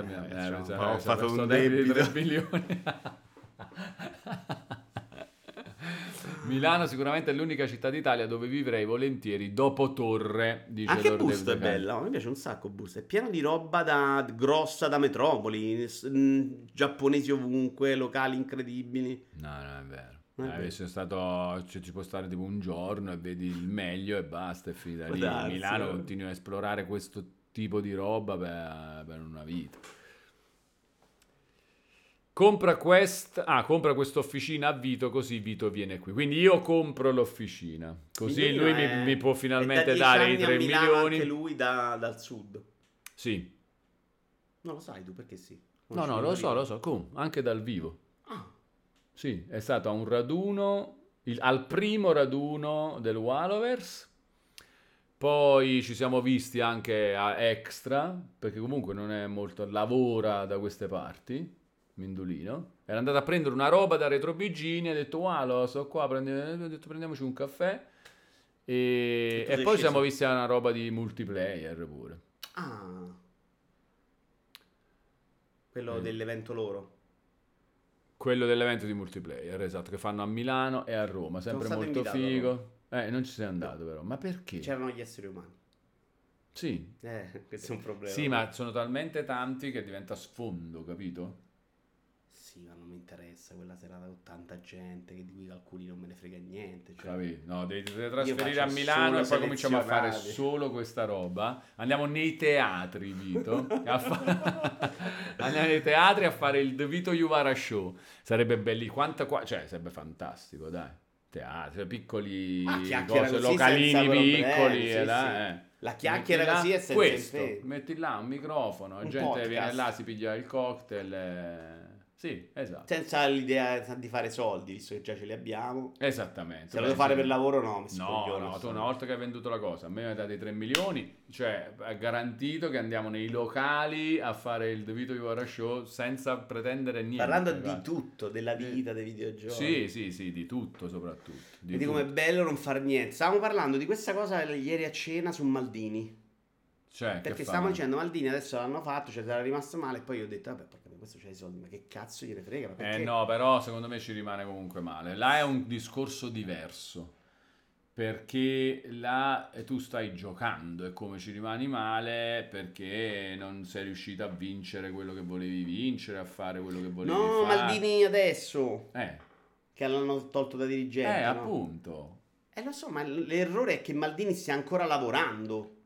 [SPEAKER 1] vendendo?
[SPEAKER 3] a Milano.
[SPEAKER 1] Eh,
[SPEAKER 3] Eh,
[SPEAKER 1] cioè,
[SPEAKER 3] pensa-
[SPEAKER 1] ho
[SPEAKER 3] pensa-
[SPEAKER 1] fatto
[SPEAKER 3] penso
[SPEAKER 1] un
[SPEAKER 3] dai
[SPEAKER 1] debito.
[SPEAKER 3] 3 milioni. <laughs> Milano sicuramente è l'unica città d'Italia dove vivrei volentieri dopo Torre, dice
[SPEAKER 1] Anche
[SPEAKER 3] Lord
[SPEAKER 1] Ah, Busto è
[SPEAKER 3] David Gale.
[SPEAKER 1] bella, oh, mi piace un sacco Busto, è pieno di roba da, grossa da metropoli, s- mh, giapponesi ovunque, locali incredibili.
[SPEAKER 3] No, non è vero.
[SPEAKER 1] Non è
[SPEAKER 3] Eh,
[SPEAKER 1] vero.
[SPEAKER 3] se è stato, cioè, ci può stare tipo un giorno e vedi il meglio e basta, e finita
[SPEAKER 1] Può
[SPEAKER 3] lì.
[SPEAKER 1] darsi,
[SPEAKER 3] Milano
[SPEAKER 1] eh.
[SPEAKER 3] continua a esplorare questo tipo di roba per, per una vita. Compra, quest, ah, compra questa officina a Vito così Vito viene qui. Quindi io compro l'officina. Così
[SPEAKER 1] Signorino,
[SPEAKER 3] lui
[SPEAKER 1] eh,
[SPEAKER 3] mi, mi può
[SPEAKER 1] è da
[SPEAKER 3] finalmente
[SPEAKER 1] 10
[SPEAKER 3] dare i
[SPEAKER 1] anni a
[SPEAKER 3] 3
[SPEAKER 1] Milano
[SPEAKER 3] milioni.
[SPEAKER 1] Anche lui da- dal sud.
[SPEAKER 3] Sì.
[SPEAKER 1] Non lo sai tu perché sì.
[SPEAKER 3] No, no, lo so, lo so. Com- anche dal vivo.
[SPEAKER 1] Ah,
[SPEAKER 3] Sì, è stato a un raduno, il- al primo raduno del Walovers. Poi ci siamo visti anche a Extra, perché comunque non è molto... lavora da queste parti, Mindulino. Era andato a prendere una roba da Retro Bigini, ha detto, wow, lo so qua, prendi- ho detto, prendiamoci un caffè.
[SPEAKER 1] E
[SPEAKER 3] E,
[SPEAKER 1] tu sei
[SPEAKER 3] e poi
[SPEAKER 1] sceso?
[SPEAKER 3] siamo visti a una roba di multiplayer pure.
[SPEAKER 1] ah. quello
[SPEAKER 3] Eh.
[SPEAKER 1] dell'evento loro.
[SPEAKER 3] Quello dell'evento di multiplayer, esatto, che fanno a Milano e a Roma, sempre
[SPEAKER 1] stato
[SPEAKER 3] molto
[SPEAKER 1] invitato a
[SPEAKER 3] figo. Eh, non ci sei andato però, ma perché?
[SPEAKER 1] C'erano gli esseri umani.
[SPEAKER 3] Sì,
[SPEAKER 1] Eh, <laughs> questo è un problema.
[SPEAKER 3] sì, ma sono talmente tanti che diventa sfondo, capito?
[SPEAKER 1] Sì, ma non mi interessa quella serata con tanta gente che di cui alcuni non me ne frega niente. Cioè.
[SPEAKER 3] Capito? No, devi, devi
[SPEAKER 1] faccio
[SPEAKER 3] trasferire a Milano e
[SPEAKER 1] solo
[SPEAKER 3] poi cominciamo a fare
[SPEAKER 1] selezionati.
[SPEAKER 3] solo questa roba. Andiamo nei
[SPEAKER 1] <laughs>
[SPEAKER 3] teatri, Vito. a fa- <laughs> Andiamo nei teatri a fare il The Vito Juvara Show. Sarebbe belli quanta qua, cioè sarebbe fantastico, dai. Teatri, piccoli
[SPEAKER 1] Ah, chiacchiera
[SPEAKER 3] cose,
[SPEAKER 1] così
[SPEAKER 3] localini
[SPEAKER 1] senza problemi,
[SPEAKER 3] piccoli,
[SPEAKER 1] sì,
[SPEAKER 3] eh, là,
[SPEAKER 1] sì.
[SPEAKER 3] eh.
[SPEAKER 1] La chiacchiera
[SPEAKER 3] Metti là
[SPEAKER 1] così è senza
[SPEAKER 3] questo,
[SPEAKER 1] impegno.
[SPEAKER 3] metti là un microfono, la
[SPEAKER 1] Un
[SPEAKER 3] gente
[SPEAKER 1] podcast.
[SPEAKER 3] viene là, si piglia il cocktail. eh. Sì, esatto.
[SPEAKER 1] Senza l'idea di fare soldi, visto che già ce li abbiamo.
[SPEAKER 3] Esattamente.
[SPEAKER 1] Se lo
[SPEAKER 3] Eh, Beh,
[SPEAKER 1] devo fare
[SPEAKER 3] sì.
[SPEAKER 1] per lavoro, no. Mi sto
[SPEAKER 3] No,
[SPEAKER 1] coglione,
[SPEAKER 3] no, tu
[SPEAKER 1] sono-
[SPEAKER 3] una volta che hai venduto la cosa, a me mi hai dato i 3 milioni, cioè è garantito che andiamo nei locali a fare il The Vito Ivora Show senza pretendere niente.
[SPEAKER 1] Parlando
[SPEAKER 3] guarda.
[SPEAKER 1] di tutto, della vita, dei videogiochi.
[SPEAKER 3] Sì, sì, sì, di tutto soprattutto. Di
[SPEAKER 1] Vedi
[SPEAKER 3] tutto.
[SPEAKER 1] com'è bello non far niente. Stavamo parlando di questa cosa ieri a cena su Maldini.
[SPEAKER 3] Cioè,
[SPEAKER 1] Perché
[SPEAKER 3] che fa?
[SPEAKER 1] stavamo dicendo Maldini adesso l'hanno fatto, cioè sarà rimasto male. E poi io ho detto, vabbè, porca, questo c'ha i soldi, ma che cazzo gliene frega? Ma
[SPEAKER 3] Eh
[SPEAKER 1] perché?
[SPEAKER 3] no, però secondo me ci rimane comunque male. Là è un discorso diverso. Perché là eh, tu stai giocando e come ci rimani male perché non sei riuscito a vincere quello che volevi vincere, a fare quello che volevi
[SPEAKER 1] No,
[SPEAKER 3] fare.
[SPEAKER 1] Maldini adesso,
[SPEAKER 3] Eh,
[SPEAKER 1] che l'hanno tolto da dirigente.
[SPEAKER 3] eh,
[SPEAKER 1] no?
[SPEAKER 3] appunto.
[SPEAKER 1] Eh, lo so, ma l- l'errore è che Maldini stia ancora lavorando.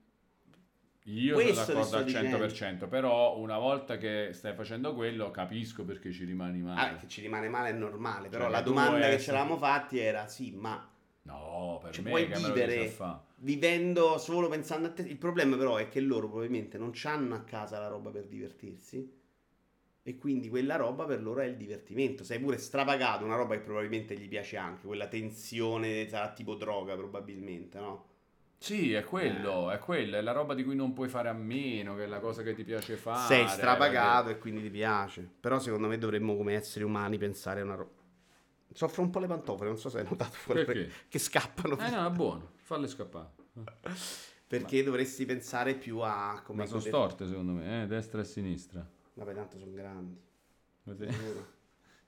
[SPEAKER 3] Io
[SPEAKER 1] Questo ti
[SPEAKER 3] sono
[SPEAKER 1] sto
[SPEAKER 3] d'accordo al 100%,
[SPEAKER 1] dicendo.
[SPEAKER 3] però una volta che stai facendo quello capisco perché ci rimani male.
[SPEAKER 1] Ah, che ci rimane male è normale, però
[SPEAKER 3] Cioè,
[SPEAKER 1] la
[SPEAKER 3] tu
[SPEAKER 1] domanda
[SPEAKER 3] vuoi
[SPEAKER 1] che ce
[SPEAKER 3] essere-
[SPEAKER 1] l'avamo fatti era sì, ma
[SPEAKER 3] No, per
[SPEAKER 1] Cioè,
[SPEAKER 3] me
[SPEAKER 1] puoi
[SPEAKER 3] che me lo riesci
[SPEAKER 1] vivere-
[SPEAKER 3] a fa.
[SPEAKER 1] vivendo solo pensando a te. Il problema però è che loro probabilmente non hanno a casa la roba per divertirsi e quindi quella roba per loro è il divertimento. Sei pure strapagato, una roba che probabilmente gli piace anche, quella tensione sarà tipo droga probabilmente, no?
[SPEAKER 3] Sì, è quello,
[SPEAKER 1] Eh.
[SPEAKER 3] è quello, è la roba di cui non puoi fare a meno, che è la cosa che ti piace fare. eh,
[SPEAKER 1] Sei strapagato e quindi ti piace. Però secondo me dovremmo come esseri umani pensare a una roba. Soffro un po' le pantofole, non so se hai notato fuori
[SPEAKER 3] Perché?
[SPEAKER 1] che scappano.
[SPEAKER 3] Eh no, è buono, falle scappare.
[SPEAKER 1] <laughs> Eh, Perché dovresti pensare più a come
[SPEAKER 3] Ma sono
[SPEAKER 1] goder-
[SPEAKER 3] storte secondo me, eh, destra e sinistra.
[SPEAKER 1] Vabbè, tanto sono grandi.
[SPEAKER 3] Vedi?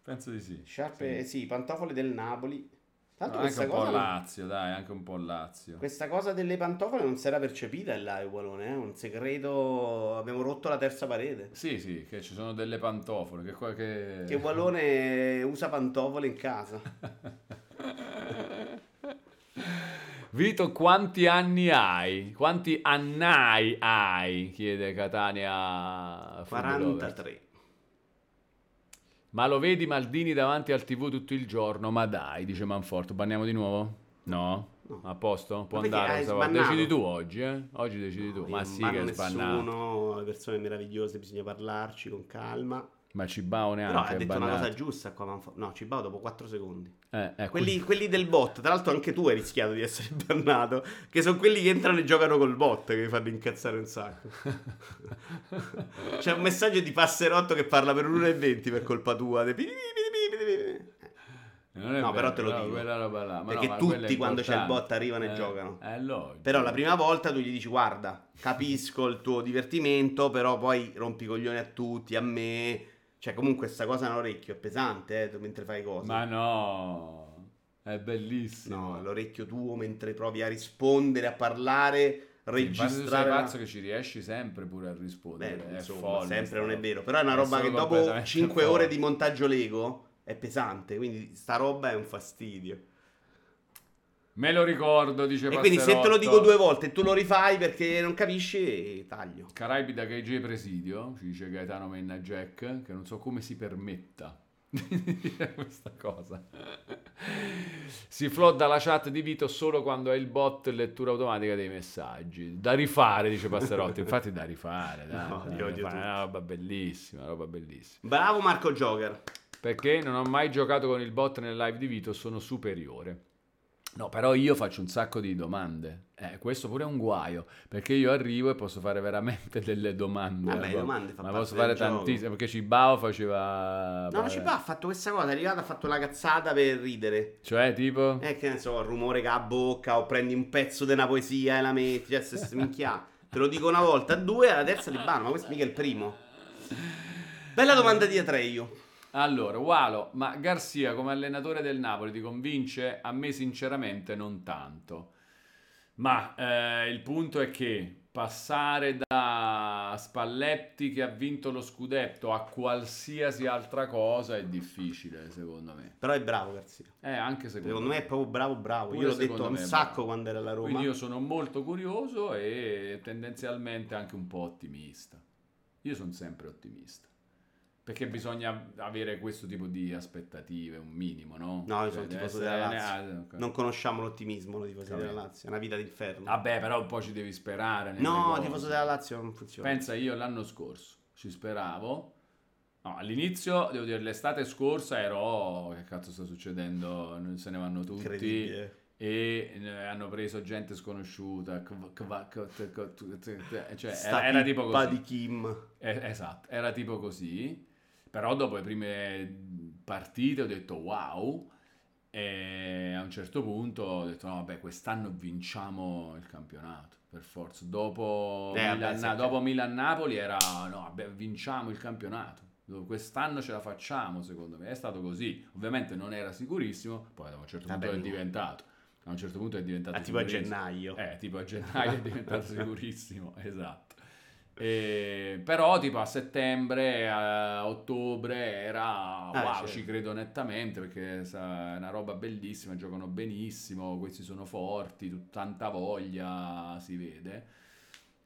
[SPEAKER 3] Penso di sì.
[SPEAKER 1] Sciarpe, sì. pantofole del Napoli. Tanto
[SPEAKER 3] No, anche
[SPEAKER 1] questa,
[SPEAKER 3] un po'
[SPEAKER 1] cosa non-
[SPEAKER 3] Lazio, dai, anche un po' Lazio.
[SPEAKER 1] questa cosa delle pantofole non si era percepita là a Egualone, eh? un segreto, abbiamo rotto la terza parete.
[SPEAKER 3] Sì, sì, che ci sono delle pantofole, che qua che...
[SPEAKER 1] Che Egualone usa pantofole in casa.
[SPEAKER 3] <laughs> Vito, quanti anni hai? Quanti annai hai? Chiede Catania. Food Lover.
[SPEAKER 1] 43.
[SPEAKER 3] Ma lo vedi Maldini davanti al TV tutto il giorno? Ma dai, dice Manforte. Banniamo di nuovo? No?
[SPEAKER 1] No.
[SPEAKER 3] A posto? Può
[SPEAKER 1] Ma perché
[SPEAKER 3] andare
[SPEAKER 1] hai
[SPEAKER 3] questa volta?
[SPEAKER 1] sbannato?
[SPEAKER 3] Decidi tu oggi, eh? Oggi decidi
[SPEAKER 1] No,
[SPEAKER 3] tu.
[SPEAKER 1] io
[SPEAKER 3] Ma
[SPEAKER 1] non
[SPEAKER 3] sì,
[SPEAKER 1] banno
[SPEAKER 3] che è sbannato.
[SPEAKER 1] nessuno, le persone meravigliose, bisogna parlarci con calma.
[SPEAKER 3] Ma Cibao neanche
[SPEAKER 1] Però ha
[SPEAKER 3] Ah, è
[SPEAKER 1] detto una
[SPEAKER 3] bannato.
[SPEAKER 1] cosa giusta qua, Manfo- No, Cibao dopo 4 secondi.
[SPEAKER 3] Eh, eh,
[SPEAKER 1] Quelli, quelli del bot, tra l'altro anche tu hai rischiato di essere <laughs> bannato, che sono quelli che entrano e giocano col bot che mi fanno incazzare un sacco. C'è un messaggio di passerotto che parla per 1,20 per colpa tua. De-
[SPEAKER 3] <laughs> Non è
[SPEAKER 1] No, però te lo
[SPEAKER 3] quella-
[SPEAKER 1] dico.
[SPEAKER 3] quella roba là. Ma
[SPEAKER 1] Perché
[SPEAKER 3] no, ma
[SPEAKER 1] tutti
[SPEAKER 3] quella è
[SPEAKER 1] quando c'è il
[SPEAKER 3] importante.
[SPEAKER 1] bot arrivano e
[SPEAKER 3] Eh,
[SPEAKER 1] giocano.
[SPEAKER 3] È logico.
[SPEAKER 1] Però la prima volta tu gli dici guarda, capisco il tuo divertimento, però poi rompi i coglioni a tutti, a me. Cioè comunque sta cosa all'orecchio è pesante eh, tu- mentre fai cose.
[SPEAKER 3] Ma no, è bellissimo.
[SPEAKER 1] No, l'orecchio tuo mentre provi a rispondere, a parlare,
[SPEAKER 3] Sì, infatti tu sei
[SPEAKER 1] registrare. la-
[SPEAKER 3] pazzo che ci riesci sempre pure a rispondere.
[SPEAKER 1] Beh,
[SPEAKER 3] è
[SPEAKER 1] insomma,
[SPEAKER 3] folle, sta
[SPEAKER 1] sempre non è
[SPEAKER 3] roba.
[SPEAKER 1] vero. Però è una
[SPEAKER 3] È
[SPEAKER 1] roba che
[SPEAKER 3] solo
[SPEAKER 1] dopo
[SPEAKER 3] completamente
[SPEAKER 1] 5
[SPEAKER 3] folle.
[SPEAKER 1] ore di montaggio Lego è pesante. Quindi sta roba è un fastidio.
[SPEAKER 3] Me lo ricordo, dice
[SPEAKER 1] e quindi se te lo
[SPEAKER 3] Passerotto.
[SPEAKER 1] dico due volte e tu lo rifai perché non capisci, taglio.
[SPEAKER 3] Caraibi da KG Presidio, ci dice Gaetano Menna Jack, che non so come si permetta <laughs> di dire questa cosa. Si flodda la chat di Vito solo quando è il bot lettura automatica dei messaggi. Da rifare, dice Passerotti. Infatti da rifare, dai,
[SPEAKER 1] No,
[SPEAKER 3] dai,
[SPEAKER 1] li
[SPEAKER 3] da
[SPEAKER 1] odio
[SPEAKER 3] rifare.
[SPEAKER 1] tutti.
[SPEAKER 3] È una roba bellissima, una roba bellissima.
[SPEAKER 1] Bravo Marco Joker.
[SPEAKER 3] Perché non ho mai giocato con il bot nel live di Vito, sono superiore. No, però io faccio un sacco di domande. Eh, questo pure è un guaio, perché io arrivo e posso fare veramente <laughs> delle domande.
[SPEAKER 1] Vabbè,
[SPEAKER 3] Ma-
[SPEAKER 1] domande fa
[SPEAKER 3] ma
[SPEAKER 1] parte
[SPEAKER 3] posso fare
[SPEAKER 1] del gioco.
[SPEAKER 3] tantissime, perché Cibao faceva...
[SPEAKER 1] No, non ci va, ha fatto questa cosa, è arrivato, ha fatto la cazzata per ridere.
[SPEAKER 3] Cioè, tipo...
[SPEAKER 1] Eh, che ne so, il rumore che ha a bocca, o prendi un pezzo della poesia e la metti, cioè, se- se minchia. Te lo dico una volta, due, alla terza li banno, ma questo mica è il primo. Bella domanda di Atreio.
[SPEAKER 3] Allora, Walo, ma Garzia come allenatore del Napoli ti convince? A me sinceramente non tanto. Ma eh, il punto è che passare da Spalletti che ha vinto lo scudetto a qualsiasi altra cosa è difficile, secondo me.
[SPEAKER 1] Però è bravo Garzia.
[SPEAKER 3] Eh, anche secondo,
[SPEAKER 1] Secondo me è proprio bravo, bravo.
[SPEAKER 3] Pure
[SPEAKER 1] Io l'ho
[SPEAKER 3] secondo
[SPEAKER 1] detto un
[SPEAKER 3] me è
[SPEAKER 1] sacco
[SPEAKER 3] bravo.
[SPEAKER 1] quando era la Roma.
[SPEAKER 3] Quindi io sono molto curioso e tendenzialmente anche un po' ottimista. Io sono sempre ottimista. Perché bisogna avere questo tipo di aspettative, un minimo, no?
[SPEAKER 1] No, io
[SPEAKER 3] Cioè,
[SPEAKER 1] sono
[SPEAKER 3] deve
[SPEAKER 1] tifoso
[SPEAKER 3] essere-
[SPEAKER 1] della Lazio.
[SPEAKER 3] Ah, ok.
[SPEAKER 1] Non conosciamo l'ottimismo, lo tifoso
[SPEAKER 3] Vabbè.
[SPEAKER 1] della Lazio. È una vita d'inferno.
[SPEAKER 3] Vabbè, però un po' ci devi sperare. nelle
[SPEAKER 1] no,
[SPEAKER 3] cose.
[SPEAKER 1] tifoso della Lazio non funziona.
[SPEAKER 3] Pensa io l'anno scorso, ci speravo. No, all'inizio, devo dire, l'estate scorsa ero, "Oh, che cazzo sta succedendo? Non se ne vanno tutti.
[SPEAKER 1] Incredibile.
[SPEAKER 3] E eh, hanno preso gente sconosciuta. Kv- kva- k- t- k- t- t- t- Cioè,
[SPEAKER 1] Sta
[SPEAKER 3] era, era tipo
[SPEAKER 1] pippa
[SPEAKER 3] così.
[SPEAKER 1] di Kim.
[SPEAKER 3] Eh, Esatto, era tipo così. Però dopo le prime partite ho detto wow. E a un certo punto ho detto: no, vabbè, quest'anno vinciamo il campionato per forza. Dopo,
[SPEAKER 1] Eh, vabbè,
[SPEAKER 3] Milan,
[SPEAKER 1] sì, è chiaro.
[SPEAKER 3] dopo Milan-Napoli era no, vabbè, vinciamo il campionato. Quest'anno ce la facciamo, secondo me. È stato così. Ovviamente non era sicurissimo. Poi, a un certo punto,
[SPEAKER 1] Vabbè,
[SPEAKER 3] è
[SPEAKER 1] no.
[SPEAKER 3] diventato. A un certo punto è diventato
[SPEAKER 1] Ah, tipo a
[SPEAKER 3] sicurissimo.
[SPEAKER 1] gennaio.
[SPEAKER 3] Eh, tipo a gennaio è diventato sicurissimo, <laughs> esatto. E- però tipo a settembre, a ottobre era
[SPEAKER 1] Ah,
[SPEAKER 3] wow,
[SPEAKER 1] certo.
[SPEAKER 3] ci credo nettamente perché sa, è una roba bellissima, giocano benissimo, questi sono forti, tut- tanta voglia si vede.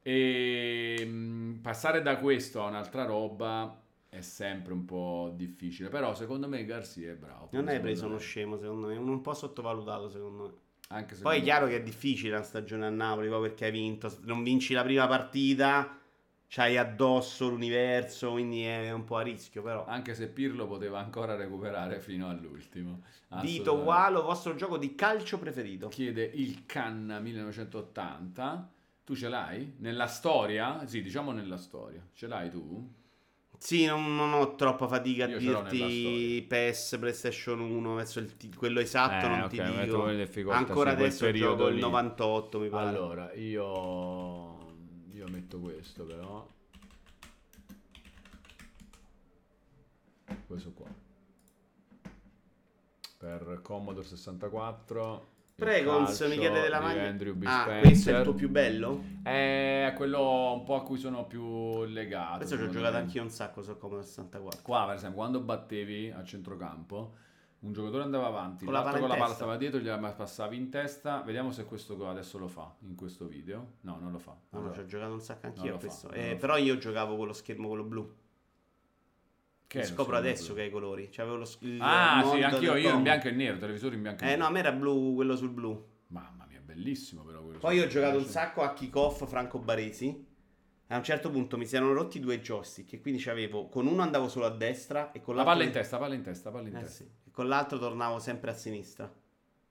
[SPEAKER 3] E mh, passare da questo a un'altra roba è sempre un po' difficile, però secondo me Garcia è bravo.
[SPEAKER 1] Non
[SPEAKER 3] Secondo
[SPEAKER 1] hai preso
[SPEAKER 3] me.
[SPEAKER 1] uno scemo, secondo me, un po' sottovalutato, secondo me.
[SPEAKER 3] Anche secondo
[SPEAKER 1] Poi è
[SPEAKER 3] me.
[SPEAKER 1] chiaro che è difficile la stagione a Napoli, poi perché hai vinto, non vinci la prima partita, c'hai addosso l'universo, quindi è un po' a rischio, però.
[SPEAKER 3] Anche se Pirlo poteva ancora recuperare fino all'ultimo.
[SPEAKER 1] Dito
[SPEAKER 3] Assolutamente.
[SPEAKER 1] Ualo, vostro gioco di calcio preferito?
[SPEAKER 3] Chiede il Canna 1980. Tu ce l'hai? Nella storia? Sì, diciamo nella storia. Ce l'hai tu?
[SPEAKER 1] Sì, non, non ho troppa fatica a
[SPEAKER 3] Io ce l'ho
[SPEAKER 1] dirti PES, PlayStation 1, verso il t- quello esatto
[SPEAKER 3] Eh,
[SPEAKER 1] non
[SPEAKER 3] ok,
[SPEAKER 1] ti
[SPEAKER 3] mi
[SPEAKER 1] dico.
[SPEAKER 3] trovo in difficoltà
[SPEAKER 1] Ancora
[SPEAKER 3] su quel
[SPEAKER 1] adesso
[SPEAKER 3] periodo
[SPEAKER 1] gioco il
[SPEAKER 3] lì.
[SPEAKER 1] 98, mi pare.
[SPEAKER 3] Allora, io... Io metto questo però. Questo qua. Per Commodore 64. il
[SPEAKER 1] Pregons,
[SPEAKER 3] calcio
[SPEAKER 1] mi chiede della
[SPEAKER 3] di
[SPEAKER 1] maglia.
[SPEAKER 3] Andrew B.
[SPEAKER 1] Ah, questo è
[SPEAKER 3] Spencer. Eh,
[SPEAKER 1] il tuo più bello?
[SPEAKER 3] È quello un po' a cui sono più legato.
[SPEAKER 1] Questo ci ho
[SPEAKER 3] secondo
[SPEAKER 1] giocato
[SPEAKER 3] me.
[SPEAKER 1] anch'io un sacco, so come 64.
[SPEAKER 3] Qua, per esempio, quando battevi a centrocampo, un giocatore andava avanti,
[SPEAKER 1] Con la
[SPEAKER 3] l'altro
[SPEAKER 1] palla
[SPEAKER 3] con la
[SPEAKER 1] in
[SPEAKER 3] palla
[SPEAKER 1] testa.
[SPEAKER 3] stava dietro, gliela passavi in testa. Vediamo se questo qua adesso lo fa in questo video. No, non lo fa.
[SPEAKER 1] No, no, ci ho giocato un sacco anch'io
[SPEAKER 3] lo
[SPEAKER 1] a
[SPEAKER 3] fa,
[SPEAKER 1] questo.
[SPEAKER 3] non
[SPEAKER 1] Eh,
[SPEAKER 3] lo fa.
[SPEAKER 1] però io giocavo con lo schermo quello blu.
[SPEAKER 3] Che è lo
[SPEAKER 1] Scopro
[SPEAKER 3] schermo
[SPEAKER 1] adesso
[SPEAKER 3] blu?
[SPEAKER 1] che hai i colori. Cioè, avevo lo sch- il
[SPEAKER 3] Ah, sì,
[SPEAKER 1] mondo
[SPEAKER 3] anch'io
[SPEAKER 1] del
[SPEAKER 3] io in
[SPEAKER 1] combo.
[SPEAKER 3] bianco e nero, televisore in bianco e
[SPEAKER 1] Eh
[SPEAKER 3] nero.
[SPEAKER 1] no, a me era blu quello sul blu.
[SPEAKER 3] Mamma mia, bellissimo però quello. Cioè,
[SPEAKER 1] Poi ho
[SPEAKER 3] sul-
[SPEAKER 1] giocato un
[SPEAKER 3] sul-
[SPEAKER 1] sacco a kick-off Franco Baresi. A un certo punto mi si erano rotti due joystick e quindi c'avevo con uno andavo solo a destra e con
[SPEAKER 3] La
[SPEAKER 1] l'altro
[SPEAKER 3] palla in testa, palla in testa, palla in
[SPEAKER 1] Eh
[SPEAKER 3] testa.
[SPEAKER 1] sì. E con l'altro tornavo sempre a sinistra.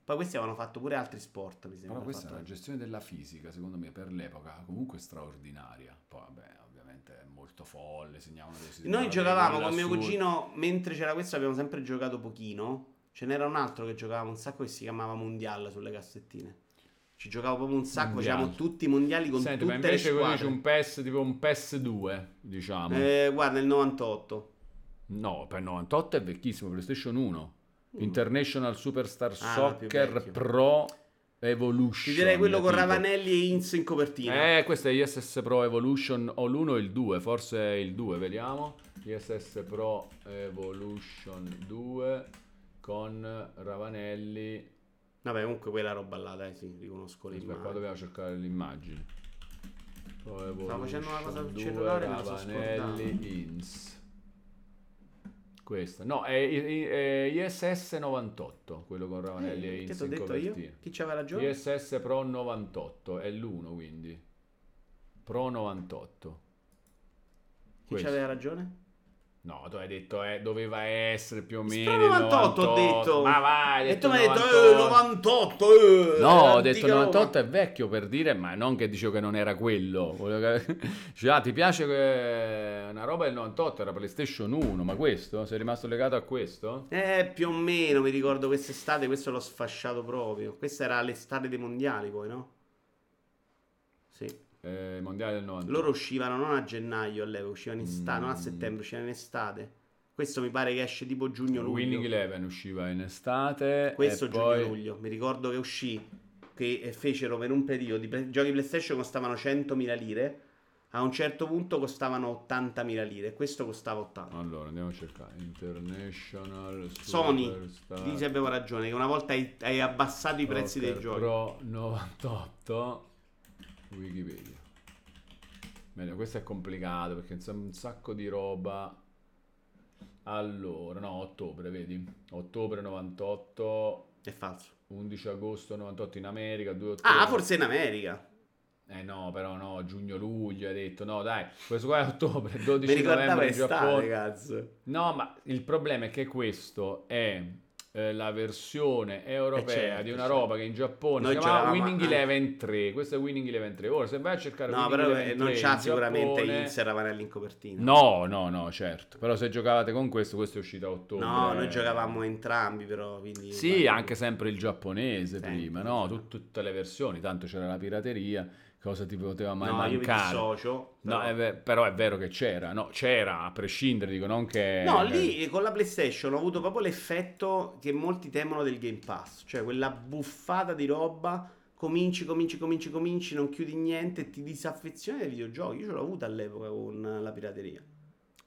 [SPEAKER 1] Poi questi avevano fatto pure altri sport, mi sembra.
[SPEAKER 3] Però questa è
[SPEAKER 1] fatto-
[SPEAKER 3] una gestione della fisica, secondo me, per l'epoca comunque straordinaria. Poi, vabbè, ovviamente è molto folle, segnavano dei segnavano
[SPEAKER 1] Noi
[SPEAKER 3] dei
[SPEAKER 1] giocavamo
[SPEAKER 3] gol
[SPEAKER 1] con mio
[SPEAKER 3] assurdi.
[SPEAKER 1] cugino mentre c'era questo abbiamo sempre giocato pochino. Ce n'era un altro che giocavamo un sacco che si chiamava Mondial sulle cassettine. Ci giocavo proprio un sacco,
[SPEAKER 3] Mondial.
[SPEAKER 1] facevamo tutti i mondiali con
[SPEAKER 3] Senti, ma
[SPEAKER 1] tutte le
[SPEAKER 3] invece quello
[SPEAKER 1] squadre.
[SPEAKER 3] dice un PES, tipo un PES 2, diciamo.
[SPEAKER 1] Eh, guarda, il 98.
[SPEAKER 3] No, per 98 è vecchissimo, PlayStation 1. International Superstar
[SPEAKER 1] Mm. Ah, no, più
[SPEAKER 3] Soccer
[SPEAKER 1] vecchio.
[SPEAKER 3] Pro Evolution.
[SPEAKER 1] Ti direi quello con
[SPEAKER 3] tipo.
[SPEAKER 1] Ravanelli e Inz in copertina.
[SPEAKER 3] Eh, questo è ISS Pro Evolution o l'1 e il 2, forse è il 2, vediamo. ISS Pro Evolution 2 con Ravanelli.
[SPEAKER 1] Vabbè, comunque quella roba là, dai, sì, riconosco le
[SPEAKER 3] Aspetta, qua
[SPEAKER 1] immagini.
[SPEAKER 3] dovevo cercare l'immagine.
[SPEAKER 1] Stavo facendo una cosa sul
[SPEAKER 3] sul
[SPEAKER 1] cellulare, me la sto scordando.
[SPEAKER 3] Ravanelli Ins. Questa, no, è, è- è ISS 98, quello con Ravanelli e
[SPEAKER 1] Eh, che
[SPEAKER 3] Ins
[SPEAKER 1] t'ho
[SPEAKER 3] in
[SPEAKER 1] detto
[SPEAKER 3] copertina.
[SPEAKER 1] io? Chi c'aveva ragione?
[SPEAKER 3] ISS Pro 98, è l'1 quindi. Pro 98.
[SPEAKER 1] Chi
[SPEAKER 3] questo.
[SPEAKER 1] c'aveva ragione?
[SPEAKER 3] No, tu hai detto eh, doveva essere più o
[SPEAKER 1] Sto
[SPEAKER 3] meno. il
[SPEAKER 1] 98 ho
[SPEAKER 3] 98.
[SPEAKER 1] detto.
[SPEAKER 3] Ma vai, hai
[SPEAKER 1] E
[SPEAKER 3] detto
[SPEAKER 1] tu mi hai detto eh,
[SPEAKER 3] 98.
[SPEAKER 1] 98. eh,
[SPEAKER 3] No, ho detto
[SPEAKER 1] l'antica
[SPEAKER 3] 98
[SPEAKER 1] Roma.
[SPEAKER 3] è vecchio per dire, ma non che dicevo che non era quello. Volevo <laughs> che- Cioè, ah, ti piace che una roba del 98 era PlayStation 1, ma questo? Sei rimasto legato a questo?
[SPEAKER 1] Eh, più o meno, mi ricordo quest'estate, questo l'ho sfasciato proprio. Questa era l'estate dei mondiali poi, no? Sì.
[SPEAKER 3] Eh, mondiale del 98.
[SPEAKER 1] Loro uscivano non a gennaio all'epoca, uscivano in estate, non a
[SPEAKER 3] Mm.
[SPEAKER 1] settembre, uscivano in estate. Questo mi pare che esce tipo
[SPEAKER 3] Winning
[SPEAKER 1] giugno-luglio.
[SPEAKER 3] Eleven usciva in estate.
[SPEAKER 1] Questo
[SPEAKER 3] e poi...
[SPEAKER 1] giugno-luglio. Mi ricordo che uscì, che eh, fecero per un periodo, di play- giochi PlayStation costavano 100.000 lire, a un certo punto costavano 80.000 lire, e questo costava 80.
[SPEAKER 3] Allora, andiamo a cercare. International
[SPEAKER 1] Sony,
[SPEAKER 3] Superstar
[SPEAKER 1] lì se avevo ragione, che una volta hai, hai abbassato i prezzi dei
[SPEAKER 3] Poker
[SPEAKER 1] giochi.
[SPEAKER 3] Pro 98 Wikipedia. Meglio, questo è complicato perché insomma un sacco di roba. Allora, no, ottobre, vedi? Ottobre 98,
[SPEAKER 1] È falso.
[SPEAKER 3] 11 agosto 98 in America, 2 ottobre.
[SPEAKER 1] Ah, forse in America.
[SPEAKER 3] Eh no, però no, giugno-luglio hai detto. No, dai, questo qua è ottobre,
[SPEAKER 1] Mi
[SPEAKER 3] 12
[SPEAKER 1] ricordavo
[SPEAKER 3] novembre in
[SPEAKER 1] estate,
[SPEAKER 3] Giappone.
[SPEAKER 1] cazzo.
[SPEAKER 3] No, ma il problema è che questo è eh, la versione europea
[SPEAKER 1] Eh, certo,
[SPEAKER 3] di una
[SPEAKER 1] certo.
[SPEAKER 3] roba che in Giappone
[SPEAKER 1] Noi
[SPEAKER 3] si chiamava
[SPEAKER 1] giocavamo
[SPEAKER 3] Winning
[SPEAKER 1] anche-
[SPEAKER 3] Eleven 3. Questo è Winning Eleven 3. Ora, se vai a cercare
[SPEAKER 1] No,
[SPEAKER 3] Winning
[SPEAKER 1] però eh,
[SPEAKER 3] Eleven 3
[SPEAKER 1] non c'ha
[SPEAKER 3] in
[SPEAKER 1] sicuramente
[SPEAKER 3] Giappone-
[SPEAKER 1] il Serravanelli in copertina.
[SPEAKER 3] No, no, no, certo. Però se giocavate con questo, questo è uscito a ottobre.
[SPEAKER 1] No, noi giocavamo entrambi però, quindi...
[SPEAKER 3] Sì, anche sempre il giapponese
[SPEAKER 1] Sempre,
[SPEAKER 3] prima, no?
[SPEAKER 1] insomma.
[SPEAKER 3] Tut- tutte le versioni, tanto c'era la pirateria, cosa ti poteva mai
[SPEAKER 1] No, io mi
[SPEAKER 3] mancare?
[SPEAKER 1] dissocio.
[SPEAKER 3] No,
[SPEAKER 1] però-
[SPEAKER 3] è ve- però è vero che c'era, no, c'era, a prescindere, dico, non che...
[SPEAKER 1] No, lì eh, con la PlayStation ho avuto proprio l'effetto che molti temono del Game Pass, cioè quella buffata di roba, cominci, cominci, cominci, cominci, non chiudi niente, ti disaffezioni dai videogiochi. Io ce l'ho avuta all'epoca con eh, la pirateria.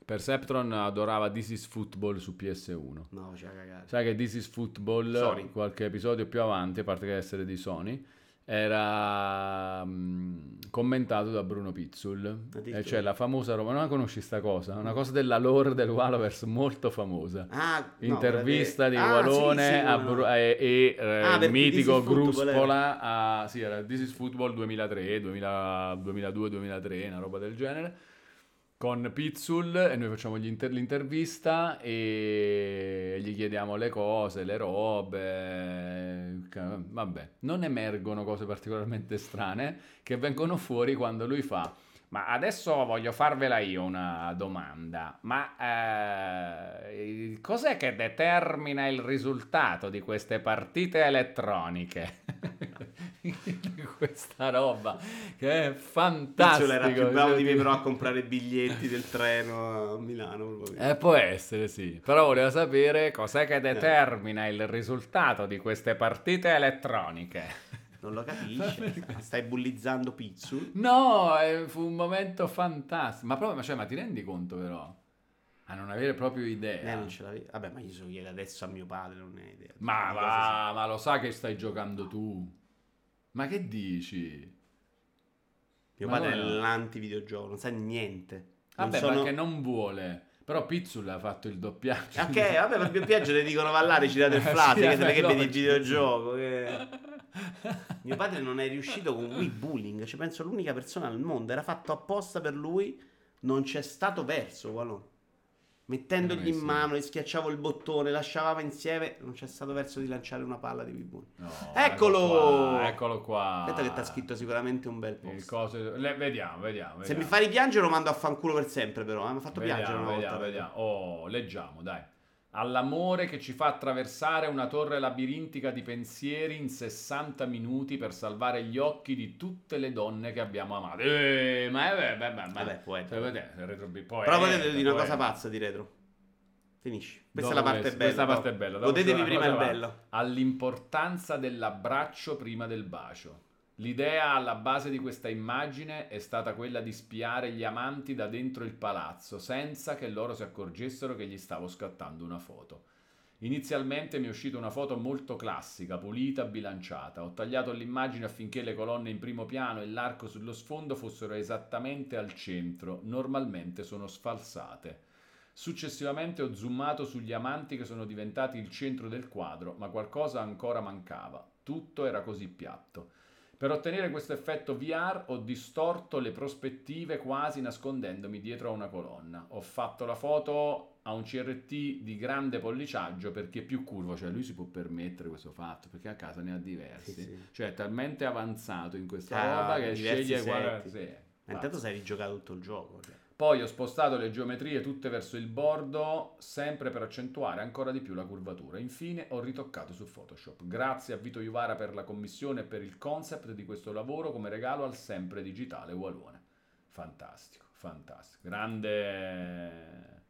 [SPEAKER 3] Perceptron adorava This is Football su PS1.
[SPEAKER 1] No, faceva cagare.
[SPEAKER 3] Sai che This is Football,
[SPEAKER 1] Sony.
[SPEAKER 3] qualche episodio più avanti, a parte che essere di Sony, era mm, commentato da Bruno Pizzul.
[SPEAKER 1] Addirittura.
[SPEAKER 3] E cioè la famosa Roma, non la conosci sta cosa? Una cosa della lore del Walovers molto famosa.
[SPEAKER 1] Ah, no,
[SPEAKER 3] Intervista di
[SPEAKER 1] quella
[SPEAKER 3] Walone
[SPEAKER 1] Ah, sì, sì,
[SPEAKER 3] a
[SPEAKER 1] no, no.
[SPEAKER 3] Bru- e, e, eh,
[SPEAKER 1] Ah,
[SPEAKER 3] il
[SPEAKER 1] perché
[SPEAKER 3] mitico
[SPEAKER 1] This is Football
[SPEAKER 3] Gruspola a sì, era This is Football 2003, 2000 2002-2003, una roba del genere. Con Pizzul e noi facciamo gli inter- l'intervista e gli chiediamo le cose, le robe. ca- Vabbè, non emergono cose particolarmente strane che vengono fuori quando lui fa. Ma adesso voglio farvela io una domanda. Ma eh, cos'è che determina il risultato di queste partite elettroniche? <laughs> Questa roba che è cioè, fantastica.
[SPEAKER 1] Pizzul era più bravo di me
[SPEAKER 3] <laughs>
[SPEAKER 1] però a comprare biglietti del treno a Milano. probabilmente.
[SPEAKER 3] Eh, può essere, sì. Però volevo sapere cos'è
[SPEAKER 1] Eh.
[SPEAKER 3] che determina il risultato di queste partite elettroniche.
[SPEAKER 1] Non lo
[SPEAKER 3] <laughs>
[SPEAKER 1] capisci.
[SPEAKER 3] Perché?
[SPEAKER 1] Stai bullizzando Pizzul.
[SPEAKER 3] No, eh, fu un momento fantastico. Ma proprio, ma cioè, ma ti rendi conto, però? A non avere proprio idea.
[SPEAKER 1] Eh, non ce l'avevi. Vabbè, ma io so ieri adesso a mio padre, non ne ho idea. Cioè,
[SPEAKER 3] Ma
[SPEAKER 1] Di
[SPEAKER 3] va, ma lo sa che stai giocando tu. Ma che dici?
[SPEAKER 1] si- Mio
[SPEAKER 3] ma
[SPEAKER 1] padre
[SPEAKER 3] allora-
[SPEAKER 1] è l'anti-videogioco, non sa niente. Non
[SPEAKER 3] Vabbè,
[SPEAKER 1] sono-
[SPEAKER 3] perché non vuole. Però Pizzul ha fatto il doppiaggio.
[SPEAKER 1] Ok, vabbè, per più piaggio le dicono
[SPEAKER 3] <laughs>
[SPEAKER 1] Vallari, ci date il
[SPEAKER 3] Eh,
[SPEAKER 1] flash,
[SPEAKER 3] sì,
[SPEAKER 1] che
[SPEAKER 3] vabbè,
[SPEAKER 1] che vedi il
[SPEAKER 3] logico.
[SPEAKER 1] videogioco. che- <laughs> Mio padre non è riuscito con Wii Bullying, cioè penso l'unica persona al mondo, era fatto apposta per lui, non c'è stato verso, Walone. Mettendogli
[SPEAKER 3] Eh,
[SPEAKER 1] in
[SPEAKER 3] sì.
[SPEAKER 1] mano, gli schiacciavo il bottone, lasciavamo insieme, non c'è stato verso di lanciare una palla di Wii Bullying.
[SPEAKER 3] No,
[SPEAKER 1] Eccolo!
[SPEAKER 3] ecco qua, eccolo qua.
[SPEAKER 1] Aspetta che ti ha scritto sicuramente un bel
[SPEAKER 3] Ah. Il
[SPEAKER 1] post.
[SPEAKER 3] coso- le- vediamo, vediamo,
[SPEAKER 1] Se
[SPEAKER 3] vediamo.
[SPEAKER 1] mi fai piangere lo mando a fanculo per sempre però, eh, mi ha fatto
[SPEAKER 3] Vediamo,
[SPEAKER 1] piangere una
[SPEAKER 3] vediamo,
[SPEAKER 1] volta.
[SPEAKER 3] vediamo. Oh, leggiamo, dai. All'amore che ci fa attraversare una torre labirintica di pensieri in 60 minuti per salvare gli occhi di tutte le donne che abbiamo amato. Eh, ma è beh, beh, beh, Cioè,
[SPEAKER 1] Vabbè, poeta. Però
[SPEAKER 3] Però
[SPEAKER 1] potete dire una cosa pazza di retro. Finisci. Questa
[SPEAKER 3] Dopo
[SPEAKER 1] è la parte
[SPEAKER 3] questo,
[SPEAKER 1] bella.
[SPEAKER 3] questa parte è
[SPEAKER 1] dopo.
[SPEAKER 3] bella, dopo c'è
[SPEAKER 1] Godetevi
[SPEAKER 3] una
[SPEAKER 1] prima
[SPEAKER 3] cosa
[SPEAKER 1] il
[SPEAKER 3] va.
[SPEAKER 1] bello.
[SPEAKER 3] all'importanza dell'abbraccio prima del bacio. L'idea alla base di questa immagine è stata quella di spiare gli amanti da dentro il palazzo senza che loro si accorgessero che gli stavo scattando una foto. Inizialmente mi è uscita una foto molto classica, pulita, bilanciata. Ho tagliato l'immagine affinché le colonne in primo piano e l'arco sullo sfondo fossero esattamente al centro, normalmente sono sfalsate. Successivamente ho zoomato sugli amanti che sono diventati il centro del quadro, ma qualcosa ancora mancava. Tutto era così piatto. Per ottenere questo effetto VR ho distorto le prospettive quasi nascondendomi dietro a una colonna. Ho fatto la foto a un CRT di grande polliciaggio perché è più curvo, cioè lui si può permettere questo fatto perché a casa ne ha diversi.
[SPEAKER 1] Sì, sì.
[SPEAKER 3] Cioè è talmente avanzato in questa
[SPEAKER 1] Ah,
[SPEAKER 3] roba che
[SPEAKER 1] diversi
[SPEAKER 3] sceglie
[SPEAKER 1] set.
[SPEAKER 3] guarda, sì,
[SPEAKER 1] Ma Eh, intanto
[SPEAKER 3] pazzo.
[SPEAKER 1] sei rigiocato tutto il gioco. cioè.
[SPEAKER 3] Poi ho spostato le geometrie tutte verso il bordo, sempre per accentuare ancora di più la curvatura. Infine ho ritoccato su Photoshop. Grazie a Vito Iuvara per la commissione e per il concept di questo lavoro come regalo al sempre digitale Walone. Fantastico, fantastico. Grande...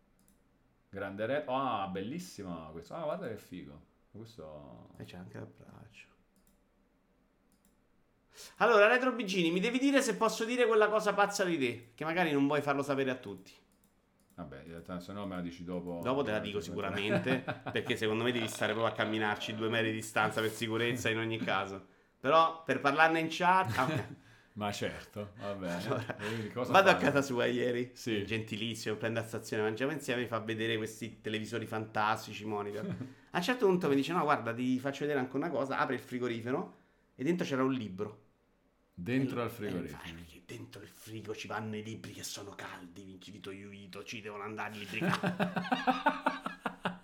[SPEAKER 3] Grande re... Ah, bellissimo questo. Ah, guarda che figo. Questo...
[SPEAKER 1] E c'è anche l'abbraccio. Allora, Retro Bigini, mi devi dire se posso dire quella cosa pazza di te. Che magari non vuoi farlo sapere a tutti.
[SPEAKER 3] Vabbè, in realtà, se no me la dici dopo...
[SPEAKER 1] Dopo te la dico sicuramente.
[SPEAKER 3] <laughs>
[SPEAKER 1] perché secondo me devi stare proprio a camminarci due metri di distanza per sicurezza in ogni caso. Però per parlarne in chat. ah,
[SPEAKER 3] <laughs>
[SPEAKER 1] ok.
[SPEAKER 3] Ma certo,
[SPEAKER 1] <laughs>
[SPEAKER 3] va bene.
[SPEAKER 1] Allora,
[SPEAKER 3] Quindi Eh, cosa
[SPEAKER 1] vado a
[SPEAKER 3] fai?
[SPEAKER 1] casa sua ieri.
[SPEAKER 3] Sì.
[SPEAKER 1] gentilissimo, prende a stazione, mangiamo insieme, mi fa vedere questi televisori fantastici,
[SPEAKER 3] <laughs>
[SPEAKER 1] monitor. A un certo punto mi dice, no, guarda, ti faccio vedere anche una cosa, apre il frigorifero e dentro c'era un libro.
[SPEAKER 3] Dentro
[SPEAKER 1] E- e mi
[SPEAKER 3] al
[SPEAKER 1] fa, "Eh,
[SPEAKER 3] frigorifero.
[SPEAKER 1] perché dentro il frigo ci vanno i libri che sono caldi, vincito Iuito, ci devono andare i libri caldi.
[SPEAKER 3] <laughs>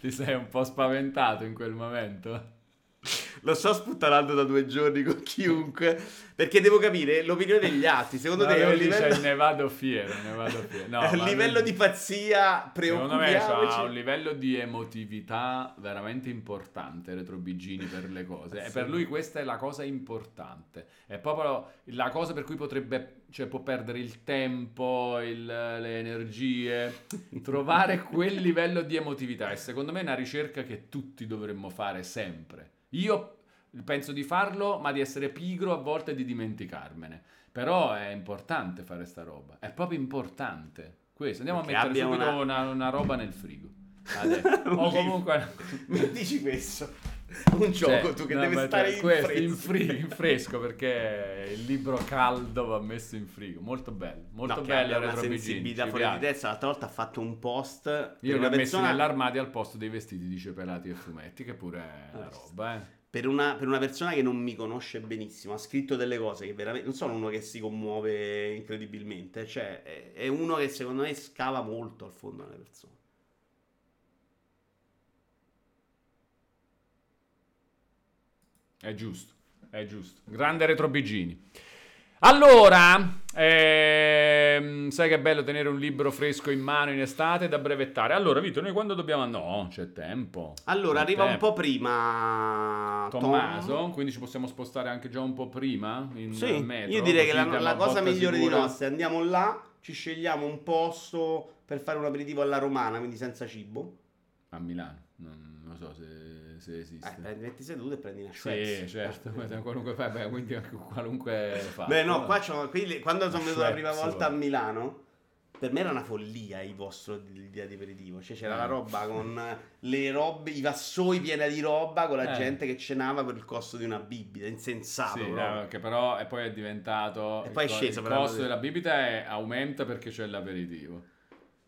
[SPEAKER 3] Ti sei un po' spaventato in quel momento?
[SPEAKER 1] <laughs> Lo sto sputtanando da due giorni con chiunque, perché devo capire l'opinione degli altri. Secondo
[SPEAKER 3] No,
[SPEAKER 1] te è un
[SPEAKER 3] lui dice,
[SPEAKER 1] livello,
[SPEAKER 3] ne vado fiero, ne vado fiero. No,
[SPEAKER 1] <laughs> è un
[SPEAKER 3] ma
[SPEAKER 1] livello
[SPEAKER 3] lui-
[SPEAKER 1] di pazzia
[SPEAKER 3] Secondo me
[SPEAKER 1] preoccupiamoci. <laughs>
[SPEAKER 3] ha un livello di emotività veramente importante Retro Bigini per le cose. E per lui questa è la cosa importante. È proprio la cosa per cui potrebbe, cioè può perdere il tempo, il- le energie. Trovare quel livello di emotività. E secondo me è una ricerca che tutti dovremmo fare sempre. Io penso di farlo, ma di essere pigro a volte e di dimenticarmene. Però è importante fare sta roba. È proprio importante. Questo. Andiamo
[SPEAKER 1] Che
[SPEAKER 3] a mettere
[SPEAKER 1] abbia
[SPEAKER 3] subito
[SPEAKER 1] una- <laughs>
[SPEAKER 3] una, una roba nel frigo. Adesso. o
[SPEAKER 1] Un libro.
[SPEAKER 3] comunque
[SPEAKER 1] Mi dici questo. un
[SPEAKER 3] Cioè,
[SPEAKER 1] gioco tu che
[SPEAKER 3] no,
[SPEAKER 1] deve
[SPEAKER 3] ma
[SPEAKER 1] stare
[SPEAKER 3] cioè,
[SPEAKER 1] in
[SPEAKER 3] questo,
[SPEAKER 1] fresco.
[SPEAKER 3] in, fri-
[SPEAKER 1] <laughs>
[SPEAKER 3] in fresco perché il libro caldo va messo in frigo. Molto bello, molto
[SPEAKER 1] No, che abbia
[SPEAKER 3] bello. il
[SPEAKER 1] una
[SPEAKER 3] retro BG,
[SPEAKER 1] sensibilità
[SPEAKER 3] ci
[SPEAKER 1] fuori di
[SPEAKER 3] piace.
[SPEAKER 1] testa. L'altra volta ha fatto un post. per
[SPEAKER 3] Io li ho
[SPEAKER 1] una
[SPEAKER 3] messi
[SPEAKER 1] persona-
[SPEAKER 3] nell'armadio al posto dei vestiti, dice Pelati e Fumetti, che pure è una
[SPEAKER 1] Ah, ci
[SPEAKER 3] roba, eh.
[SPEAKER 1] per una, per una persona che non mi conosce benissimo, ha scritto delle cose che veramente. Non sono uno che si commuove incredibilmente. Cioè, è, è uno che secondo me scava molto al fondo delle persone.
[SPEAKER 3] È giusto, è giusto. Grande retro Bigini. Allora, ehm, sai che è bello tenere un libro fresco in mano in estate da brevettare. Allora, Vito, noi quando dobbiamo... No, c'è tempo.
[SPEAKER 1] Allora,
[SPEAKER 3] C'è
[SPEAKER 1] arriva un
[SPEAKER 3] tempo.
[SPEAKER 1] po' prima. Tom.
[SPEAKER 3] Tommaso, quindi ci possiamo spostare anche già un po' prima in
[SPEAKER 1] Sì,
[SPEAKER 3] metro,
[SPEAKER 1] io direi
[SPEAKER 3] così
[SPEAKER 1] che la,
[SPEAKER 3] diamo
[SPEAKER 1] la
[SPEAKER 3] una
[SPEAKER 1] cosa
[SPEAKER 3] botta
[SPEAKER 1] migliore
[SPEAKER 3] sicura.
[SPEAKER 1] di nostra è andiamo là, ci scegliamo un posto per fare un aperitivo alla romana, quindi senza cibo.
[SPEAKER 3] A Milano, non, non so se, se esiste.
[SPEAKER 1] Eh, prendi, metti seduta e prendi una
[SPEAKER 3] sì,
[SPEAKER 1] Schweppes.
[SPEAKER 3] certo, <laughs>
[SPEAKER 1] Eh.
[SPEAKER 3] ma qualunque fai, beh, quindi anche qualunque fai.
[SPEAKER 1] Beh, no, qua c'ho- qui le- quando
[SPEAKER 3] Una
[SPEAKER 1] sono venuto la prima
[SPEAKER 3] Schweppes,
[SPEAKER 1] volta a
[SPEAKER 3] guarda.
[SPEAKER 1] Milano, per me era una follia il vostro di di aperitivo. Cioè, c'era
[SPEAKER 3] Eh.
[SPEAKER 1] la roba con le robe, i vassoi pieni di roba con la
[SPEAKER 3] Eh.
[SPEAKER 1] gente che cenava per il costo di una bibita. Insensato,
[SPEAKER 3] Sì,
[SPEAKER 1] proprio.
[SPEAKER 3] eh, che però e poi è diventato
[SPEAKER 1] E poi è
[SPEAKER 3] il co-
[SPEAKER 1] sceso,
[SPEAKER 3] il
[SPEAKER 1] però,
[SPEAKER 3] costo
[SPEAKER 1] così.
[SPEAKER 3] della bibita è- aumenta perché c'è l'aperitivo.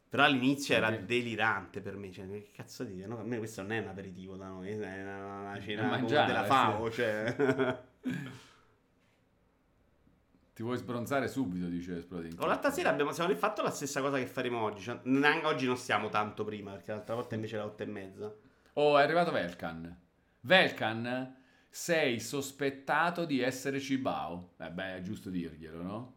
[SPEAKER 1] Però all'inizio era
[SPEAKER 3] Perché-
[SPEAKER 1] delirante per me. Cioè, che cazzo dite? No, a me questo non è un aperitivo da noi, è una, una cena
[SPEAKER 3] Da
[SPEAKER 1] con-
[SPEAKER 3] mangiare,
[SPEAKER 1] della FAO. Cioè. <laughs>
[SPEAKER 3] Ti vuoi sbronzare subito, dice Esploding.
[SPEAKER 1] Oh, l'altra sera abbiamo, siamo fatto la stessa cosa che faremo oggi. Cioè, neanche oggi non siamo tanto prima, perché l'altra volta invece era 8 e mezza.
[SPEAKER 3] Oh, è arrivato Velkan. Velkan, sei sospettato di essere Cibao. Eh beh, è giusto dirglielo, no?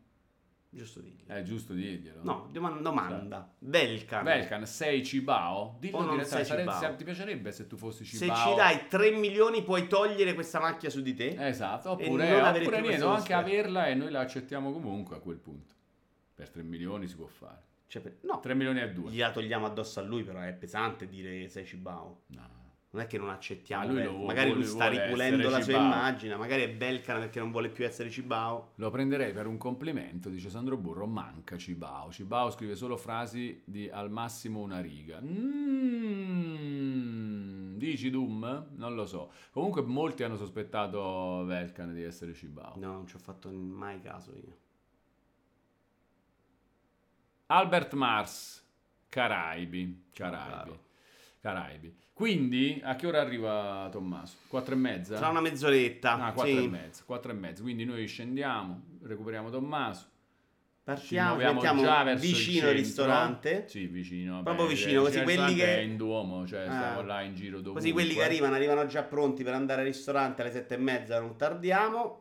[SPEAKER 1] Giusto di
[SPEAKER 3] È giusto dirglielo.
[SPEAKER 1] No, doma- domanda. Velkan.
[SPEAKER 3] Velkan, sei Cibao? Dillo
[SPEAKER 1] O non
[SPEAKER 3] direttamente,
[SPEAKER 1] sei
[SPEAKER 3] sare-
[SPEAKER 1] Cibao.
[SPEAKER 3] se- ti piacerebbe se tu fossi
[SPEAKER 1] Se
[SPEAKER 3] Cibao?
[SPEAKER 1] ci dai 3 milioni puoi togliere questa macchia su di te?
[SPEAKER 3] Esatto,
[SPEAKER 1] E
[SPEAKER 3] oppure,
[SPEAKER 1] non avere
[SPEAKER 3] oppure
[SPEAKER 1] più
[SPEAKER 3] niente,
[SPEAKER 1] questo
[SPEAKER 3] o anche
[SPEAKER 1] sospetto.
[SPEAKER 3] averla e noi la accettiamo comunque a quel punto. Per 3 milioni si può fare.
[SPEAKER 1] Cioè, per- no,
[SPEAKER 3] 3 milioni e 2.
[SPEAKER 1] gliela togliamo addosso a lui, però è pesante dire che sei cibao.
[SPEAKER 3] No.
[SPEAKER 1] Non è che non accettiamo.
[SPEAKER 3] Ma Ah, lui lo
[SPEAKER 1] Velkan.
[SPEAKER 3] vuole-
[SPEAKER 1] magari lui
[SPEAKER 3] lui
[SPEAKER 1] sta
[SPEAKER 3] vuole
[SPEAKER 1] ripulendo
[SPEAKER 3] essere
[SPEAKER 1] la sua
[SPEAKER 3] Cibao.
[SPEAKER 1] immagine, magari è Belkan perché non vuole più essere cibao.
[SPEAKER 3] Lo prenderei per un complimento, dice Sandro Burro, manca Cibao. Cibao scrive solo frasi di al massimo una riga. Mm, dici Doom? Non lo so. Comunque molti hanno sospettato Velkan di essere Cibao.
[SPEAKER 1] No, non ci ho fatto mai caso io.
[SPEAKER 3] Albert Mars, Caraibi, Caraibi,
[SPEAKER 1] caro.
[SPEAKER 3] Caraibi. Quindi a che ora arriva Tommaso? 4 e mezza?
[SPEAKER 1] Tra una mezz'oretta.
[SPEAKER 3] Ah, 4
[SPEAKER 1] sì.
[SPEAKER 3] e mezza, 4 e mezza. Quindi noi scendiamo, recuperiamo Tommaso.
[SPEAKER 1] Partiamo,
[SPEAKER 3] ci muoviamo
[SPEAKER 1] mettiamo
[SPEAKER 3] già verso il
[SPEAKER 1] vicino al
[SPEAKER 3] centro.
[SPEAKER 1] ristorante.
[SPEAKER 3] Sì, vicino. vabbè,
[SPEAKER 1] Proprio vicino,
[SPEAKER 3] il
[SPEAKER 1] così quelli
[SPEAKER 3] ristorante
[SPEAKER 1] che-
[SPEAKER 3] è in Duomo, cioè
[SPEAKER 1] Ah.
[SPEAKER 3] stiamo là in giro dovunque.
[SPEAKER 1] Così quelli che arrivano, arrivano già pronti per andare al ristorante alle sette e mezza, non tardiamo.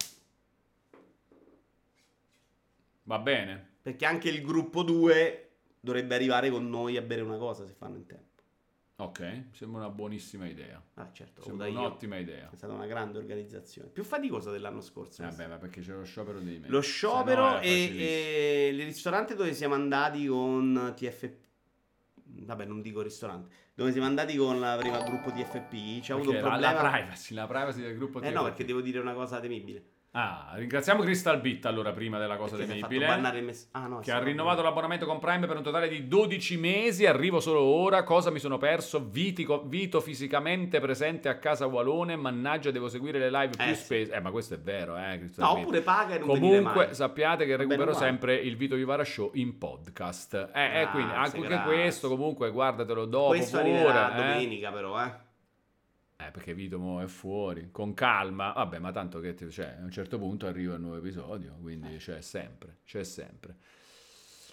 [SPEAKER 3] Va bene.
[SPEAKER 1] Perché anche il gruppo 2 dovrebbe arrivare con noi a bere una cosa se fanno in tempo.
[SPEAKER 3] Ok, sembra una buonissima idea.
[SPEAKER 1] Ah, certo, lo
[SPEAKER 3] Sembra
[SPEAKER 1] dai io.
[SPEAKER 3] un'ottima idea.
[SPEAKER 1] È stata una grande organizzazione. Più faticosa dell'anno scorso. questa.
[SPEAKER 3] Vabbè, ma perché c'è lo sciopero dei mezzi.
[SPEAKER 1] Lo
[SPEAKER 3] Se no
[SPEAKER 1] sciopero
[SPEAKER 3] era facilissimo.
[SPEAKER 1] e, e il ristorante dove siamo andati con TFP. Vabbè, non dico ristorante. Dove siamo andati con la prima gruppo TFP. C'è avuto un
[SPEAKER 3] Perché la-
[SPEAKER 1] problema.
[SPEAKER 3] La privacy, la privacy del gruppo
[SPEAKER 1] eh no,
[SPEAKER 3] TFP.
[SPEAKER 1] perché devo dire una cosa temibile.
[SPEAKER 3] Ah, ringraziamo Crystal Bit allora prima della cosa
[SPEAKER 1] Perché si è fatto
[SPEAKER 3] temibile.
[SPEAKER 1] bannare il mess- ah, no, è
[SPEAKER 3] Che ha
[SPEAKER 1] stato-
[SPEAKER 3] rinnovato l'abbonamento con Prime per un totale di 12 mesi. Arrivo solo ora. Cosa mi sono perso? Vitico- Vito fisicamente presente a casa Walone. Mannaggia, devo seguire le live più
[SPEAKER 1] Eh, sì.
[SPEAKER 3] spesso. Eh, ma questo è vero, eh, Cristiano
[SPEAKER 1] No,
[SPEAKER 3] Vito.
[SPEAKER 1] oppure paga e non venire
[SPEAKER 3] Comunque
[SPEAKER 1] mai.
[SPEAKER 3] sappiate che
[SPEAKER 1] Va bene,
[SPEAKER 3] recupero
[SPEAKER 1] uguale.
[SPEAKER 3] sempre il Vito Vivara Show in podcast. Eh, eh,
[SPEAKER 1] Grazie,
[SPEAKER 3] quindi anche
[SPEAKER 1] grazie.
[SPEAKER 3] questo comunque guardatelo dopo.
[SPEAKER 1] Questo
[SPEAKER 3] pure,
[SPEAKER 1] arriverà
[SPEAKER 3] eh.
[SPEAKER 1] domenica, però, eh.
[SPEAKER 3] Eh, perché Vito mo è fuori, con calma. Vabbè, ma tanto che ti- cioè, a un certo punto arriva il nuovo episodio, quindi
[SPEAKER 1] Eh.
[SPEAKER 3] c'è sempre, c'è sempre.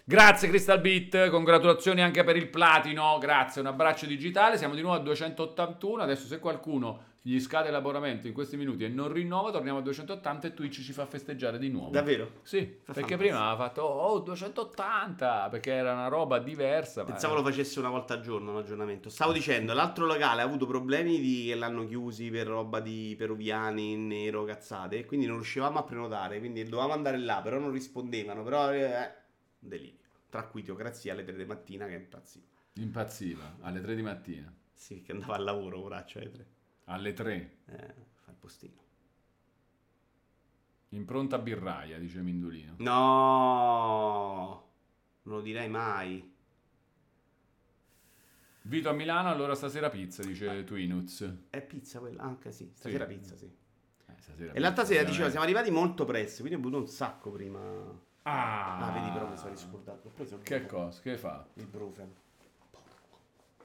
[SPEAKER 3] Grazie Crystal Beat, congratulazioni anche per il platino, grazie, un abbraccio digitale, siamo di nuovo a 281, adesso se qualcuno gli scade l'abbonamento in questi minuti e non rinnova, torniamo a 280 e Twitch ci fa festeggiare di nuovo.
[SPEAKER 1] Davvero?
[SPEAKER 3] Sì,
[SPEAKER 1] Fa
[SPEAKER 3] perché
[SPEAKER 1] fantastico.
[SPEAKER 3] prima aveva fatto oh 280, perché era una roba diversa. ma-
[SPEAKER 1] Pensavo lo facesse una volta al giorno un aggiornamento. Stavo
[SPEAKER 3] Ah,
[SPEAKER 1] dicendo, l'altro locale ha avuto problemi di, che l'hanno chiusi per roba di peruviani, nero, cazzate, quindi non riuscivamo a prenotare, quindi dovevamo andare là, però non rispondevano, però... eh, un delirio. Tra cui Teocrazia alle 3 di mattina che è impazzito.
[SPEAKER 3] Impazziva, alle 3 di mattina,
[SPEAKER 1] Sì, che andava al lavoro, poraccio, alle 3.
[SPEAKER 3] alle 3.
[SPEAKER 1] Eh, fa il postino.
[SPEAKER 3] Impronta birraia, dice Mindulino.
[SPEAKER 1] No! Non lo direi mai.
[SPEAKER 3] Vito a Milano, allora stasera pizza, dice Twinuz. Eh,
[SPEAKER 1] È pizza quella? Anche sì, stasera
[SPEAKER 3] Sì.
[SPEAKER 1] pizza, sì.
[SPEAKER 3] stasera
[SPEAKER 1] E l'altra
[SPEAKER 3] pizza,
[SPEAKER 1] sera diceva,
[SPEAKER 3] veramente.
[SPEAKER 1] siamo arrivati molto presto, quindi ho bevuto un sacco prima.
[SPEAKER 3] Ah,
[SPEAKER 1] Ah, vedi, però mi sono riscordato. Ho preso il
[SPEAKER 3] Che
[SPEAKER 1] Brufen.
[SPEAKER 3] cosa? Che fa?
[SPEAKER 1] Il Brufen.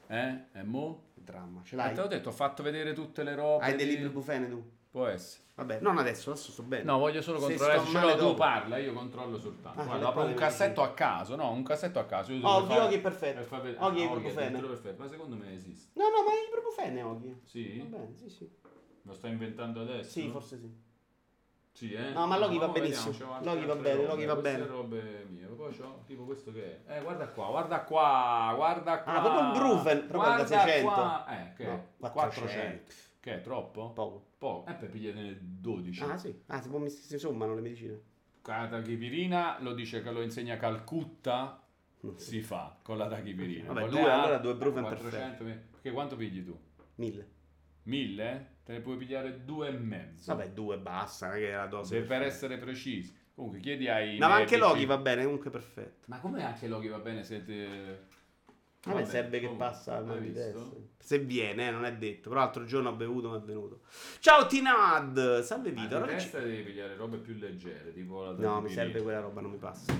[SPEAKER 3] Eh? E mo?
[SPEAKER 1] Il dramma. Ce
[SPEAKER 3] E
[SPEAKER 1] l'hai?
[SPEAKER 3] te ho detto, ho fatto vedere tutte le robe.
[SPEAKER 1] Hai
[SPEAKER 3] di-
[SPEAKER 1] dei libri bufene tu?
[SPEAKER 3] Può essere.
[SPEAKER 1] Vabbè, non adesso, adesso sto bene.
[SPEAKER 3] No, voglio solo
[SPEAKER 1] Eh, Se
[SPEAKER 3] controllare.
[SPEAKER 1] sto
[SPEAKER 3] Se ce l'ho,
[SPEAKER 1] male
[SPEAKER 3] tu
[SPEAKER 1] dopo.
[SPEAKER 3] parla, io controllo soltanto.
[SPEAKER 1] Ah,
[SPEAKER 3] Guarda,
[SPEAKER 1] le
[SPEAKER 3] apro un
[SPEAKER 1] parole
[SPEAKER 3] cassetto a caso. No, un cassetto a caso. Io
[SPEAKER 1] Oh,
[SPEAKER 3] devo
[SPEAKER 1] di
[SPEAKER 3] fare-
[SPEAKER 1] Oggi è perfetto.
[SPEAKER 3] per far
[SPEAKER 1] Oggi è
[SPEAKER 3] vedere- Ah, Oggi è
[SPEAKER 1] ibuprofene.
[SPEAKER 3] tutto perfetto. Ma secondo me esiste.
[SPEAKER 1] No, no, ma il ibuprofene oggi. Va
[SPEAKER 3] Sì? Eh,
[SPEAKER 1] bene, sì, sì.
[SPEAKER 3] Lo sto inventando adesso?
[SPEAKER 1] Sì, forse sì.
[SPEAKER 3] Sì, eh?
[SPEAKER 1] No, ma Loki
[SPEAKER 3] mo
[SPEAKER 1] va
[SPEAKER 3] vediamo,
[SPEAKER 1] benissimo.
[SPEAKER 3] c'ho altre-
[SPEAKER 1] Loki va
[SPEAKER 3] altre
[SPEAKER 1] bene,
[SPEAKER 3] robe.
[SPEAKER 1] Loki va
[SPEAKER 3] Queste
[SPEAKER 1] bene.
[SPEAKER 3] robe mie. Poi c'ho tipo questo che è. Eh, guarda qua, guarda qua, guarda qua.
[SPEAKER 1] Ah, proprio un Brufen, proprio da
[SPEAKER 3] Guarda
[SPEAKER 1] 600.
[SPEAKER 3] qua. Eh, che è?
[SPEAKER 1] No,
[SPEAKER 3] 400. Che è troppo?
[SPEAKER 1] Poco.
[SPEAKER 3] Poco. Eh, per pigliatene 12.
[SPEAKER 1] Ah, sì. Ah, si, può mis- si sommano le medicine.
[SPEAKER 3] Katachipirina lo dice che lo insegna Calcutta. Si fa con la tachipirina.
[SPEAKER 1] Vabbè,
[SPEAKER 3] Con
[SPEAKER 1] due,
[SPEAKER 3] le
[SPEAKER 1] allora
[SPEAKER 3] altre,
[SPEAKER 1] due Brufen
[SPEAKER 3] 400, Perché quanto pigli tu?
[SPEAKER 1] Mille.
[SPEAKER 3] 1000? Te ne puoi pigliare due e mezzo.
[SPEAKER 1] Vabbè, due basta, non è che è la dose.
[SPEAKER 3] Se per
[SPEAKER 1] perfetta.
[SPEAKER 3] essere precisi. Comunque chiedi ai...
[SPEAKER 1] No, ma anche
[SPEAKER 3] medici-
[SPEAKER 1] Loki va bene, comunque perfetto.
[SPEAKER 3] Ma come anche Loki va bene se te...
[SPEAKER 1] Vabbè,
[SPEAKER 3] Vabbè,
[SPEAKER 1] serve che
[SPEAKER 3] comunque,
[SPEAKER 1] passa al mal
[SPEAKER 3] hai
[SPEAKER 1] di
[SPEAKER 3] visto?
[SPEAKER 1] testa. Se viene, eh, non è detto. Però l'altro giorno ho bevuto, ma è venuto. Ciao Tinad! Salve
[SPEAKER 3] Ma
[SPEAKER 1] Vito.
[SPEAKER 3] di
[SPEAKER 1] Allora ci-
[SPEAKER 3] testa devi pigliare robe più leggere, tipo la
[SPEAKER 1] No, mi
[SPEAKER 3] tachipirina.
[SPEAKER 1] serve quella roba, non mi passa.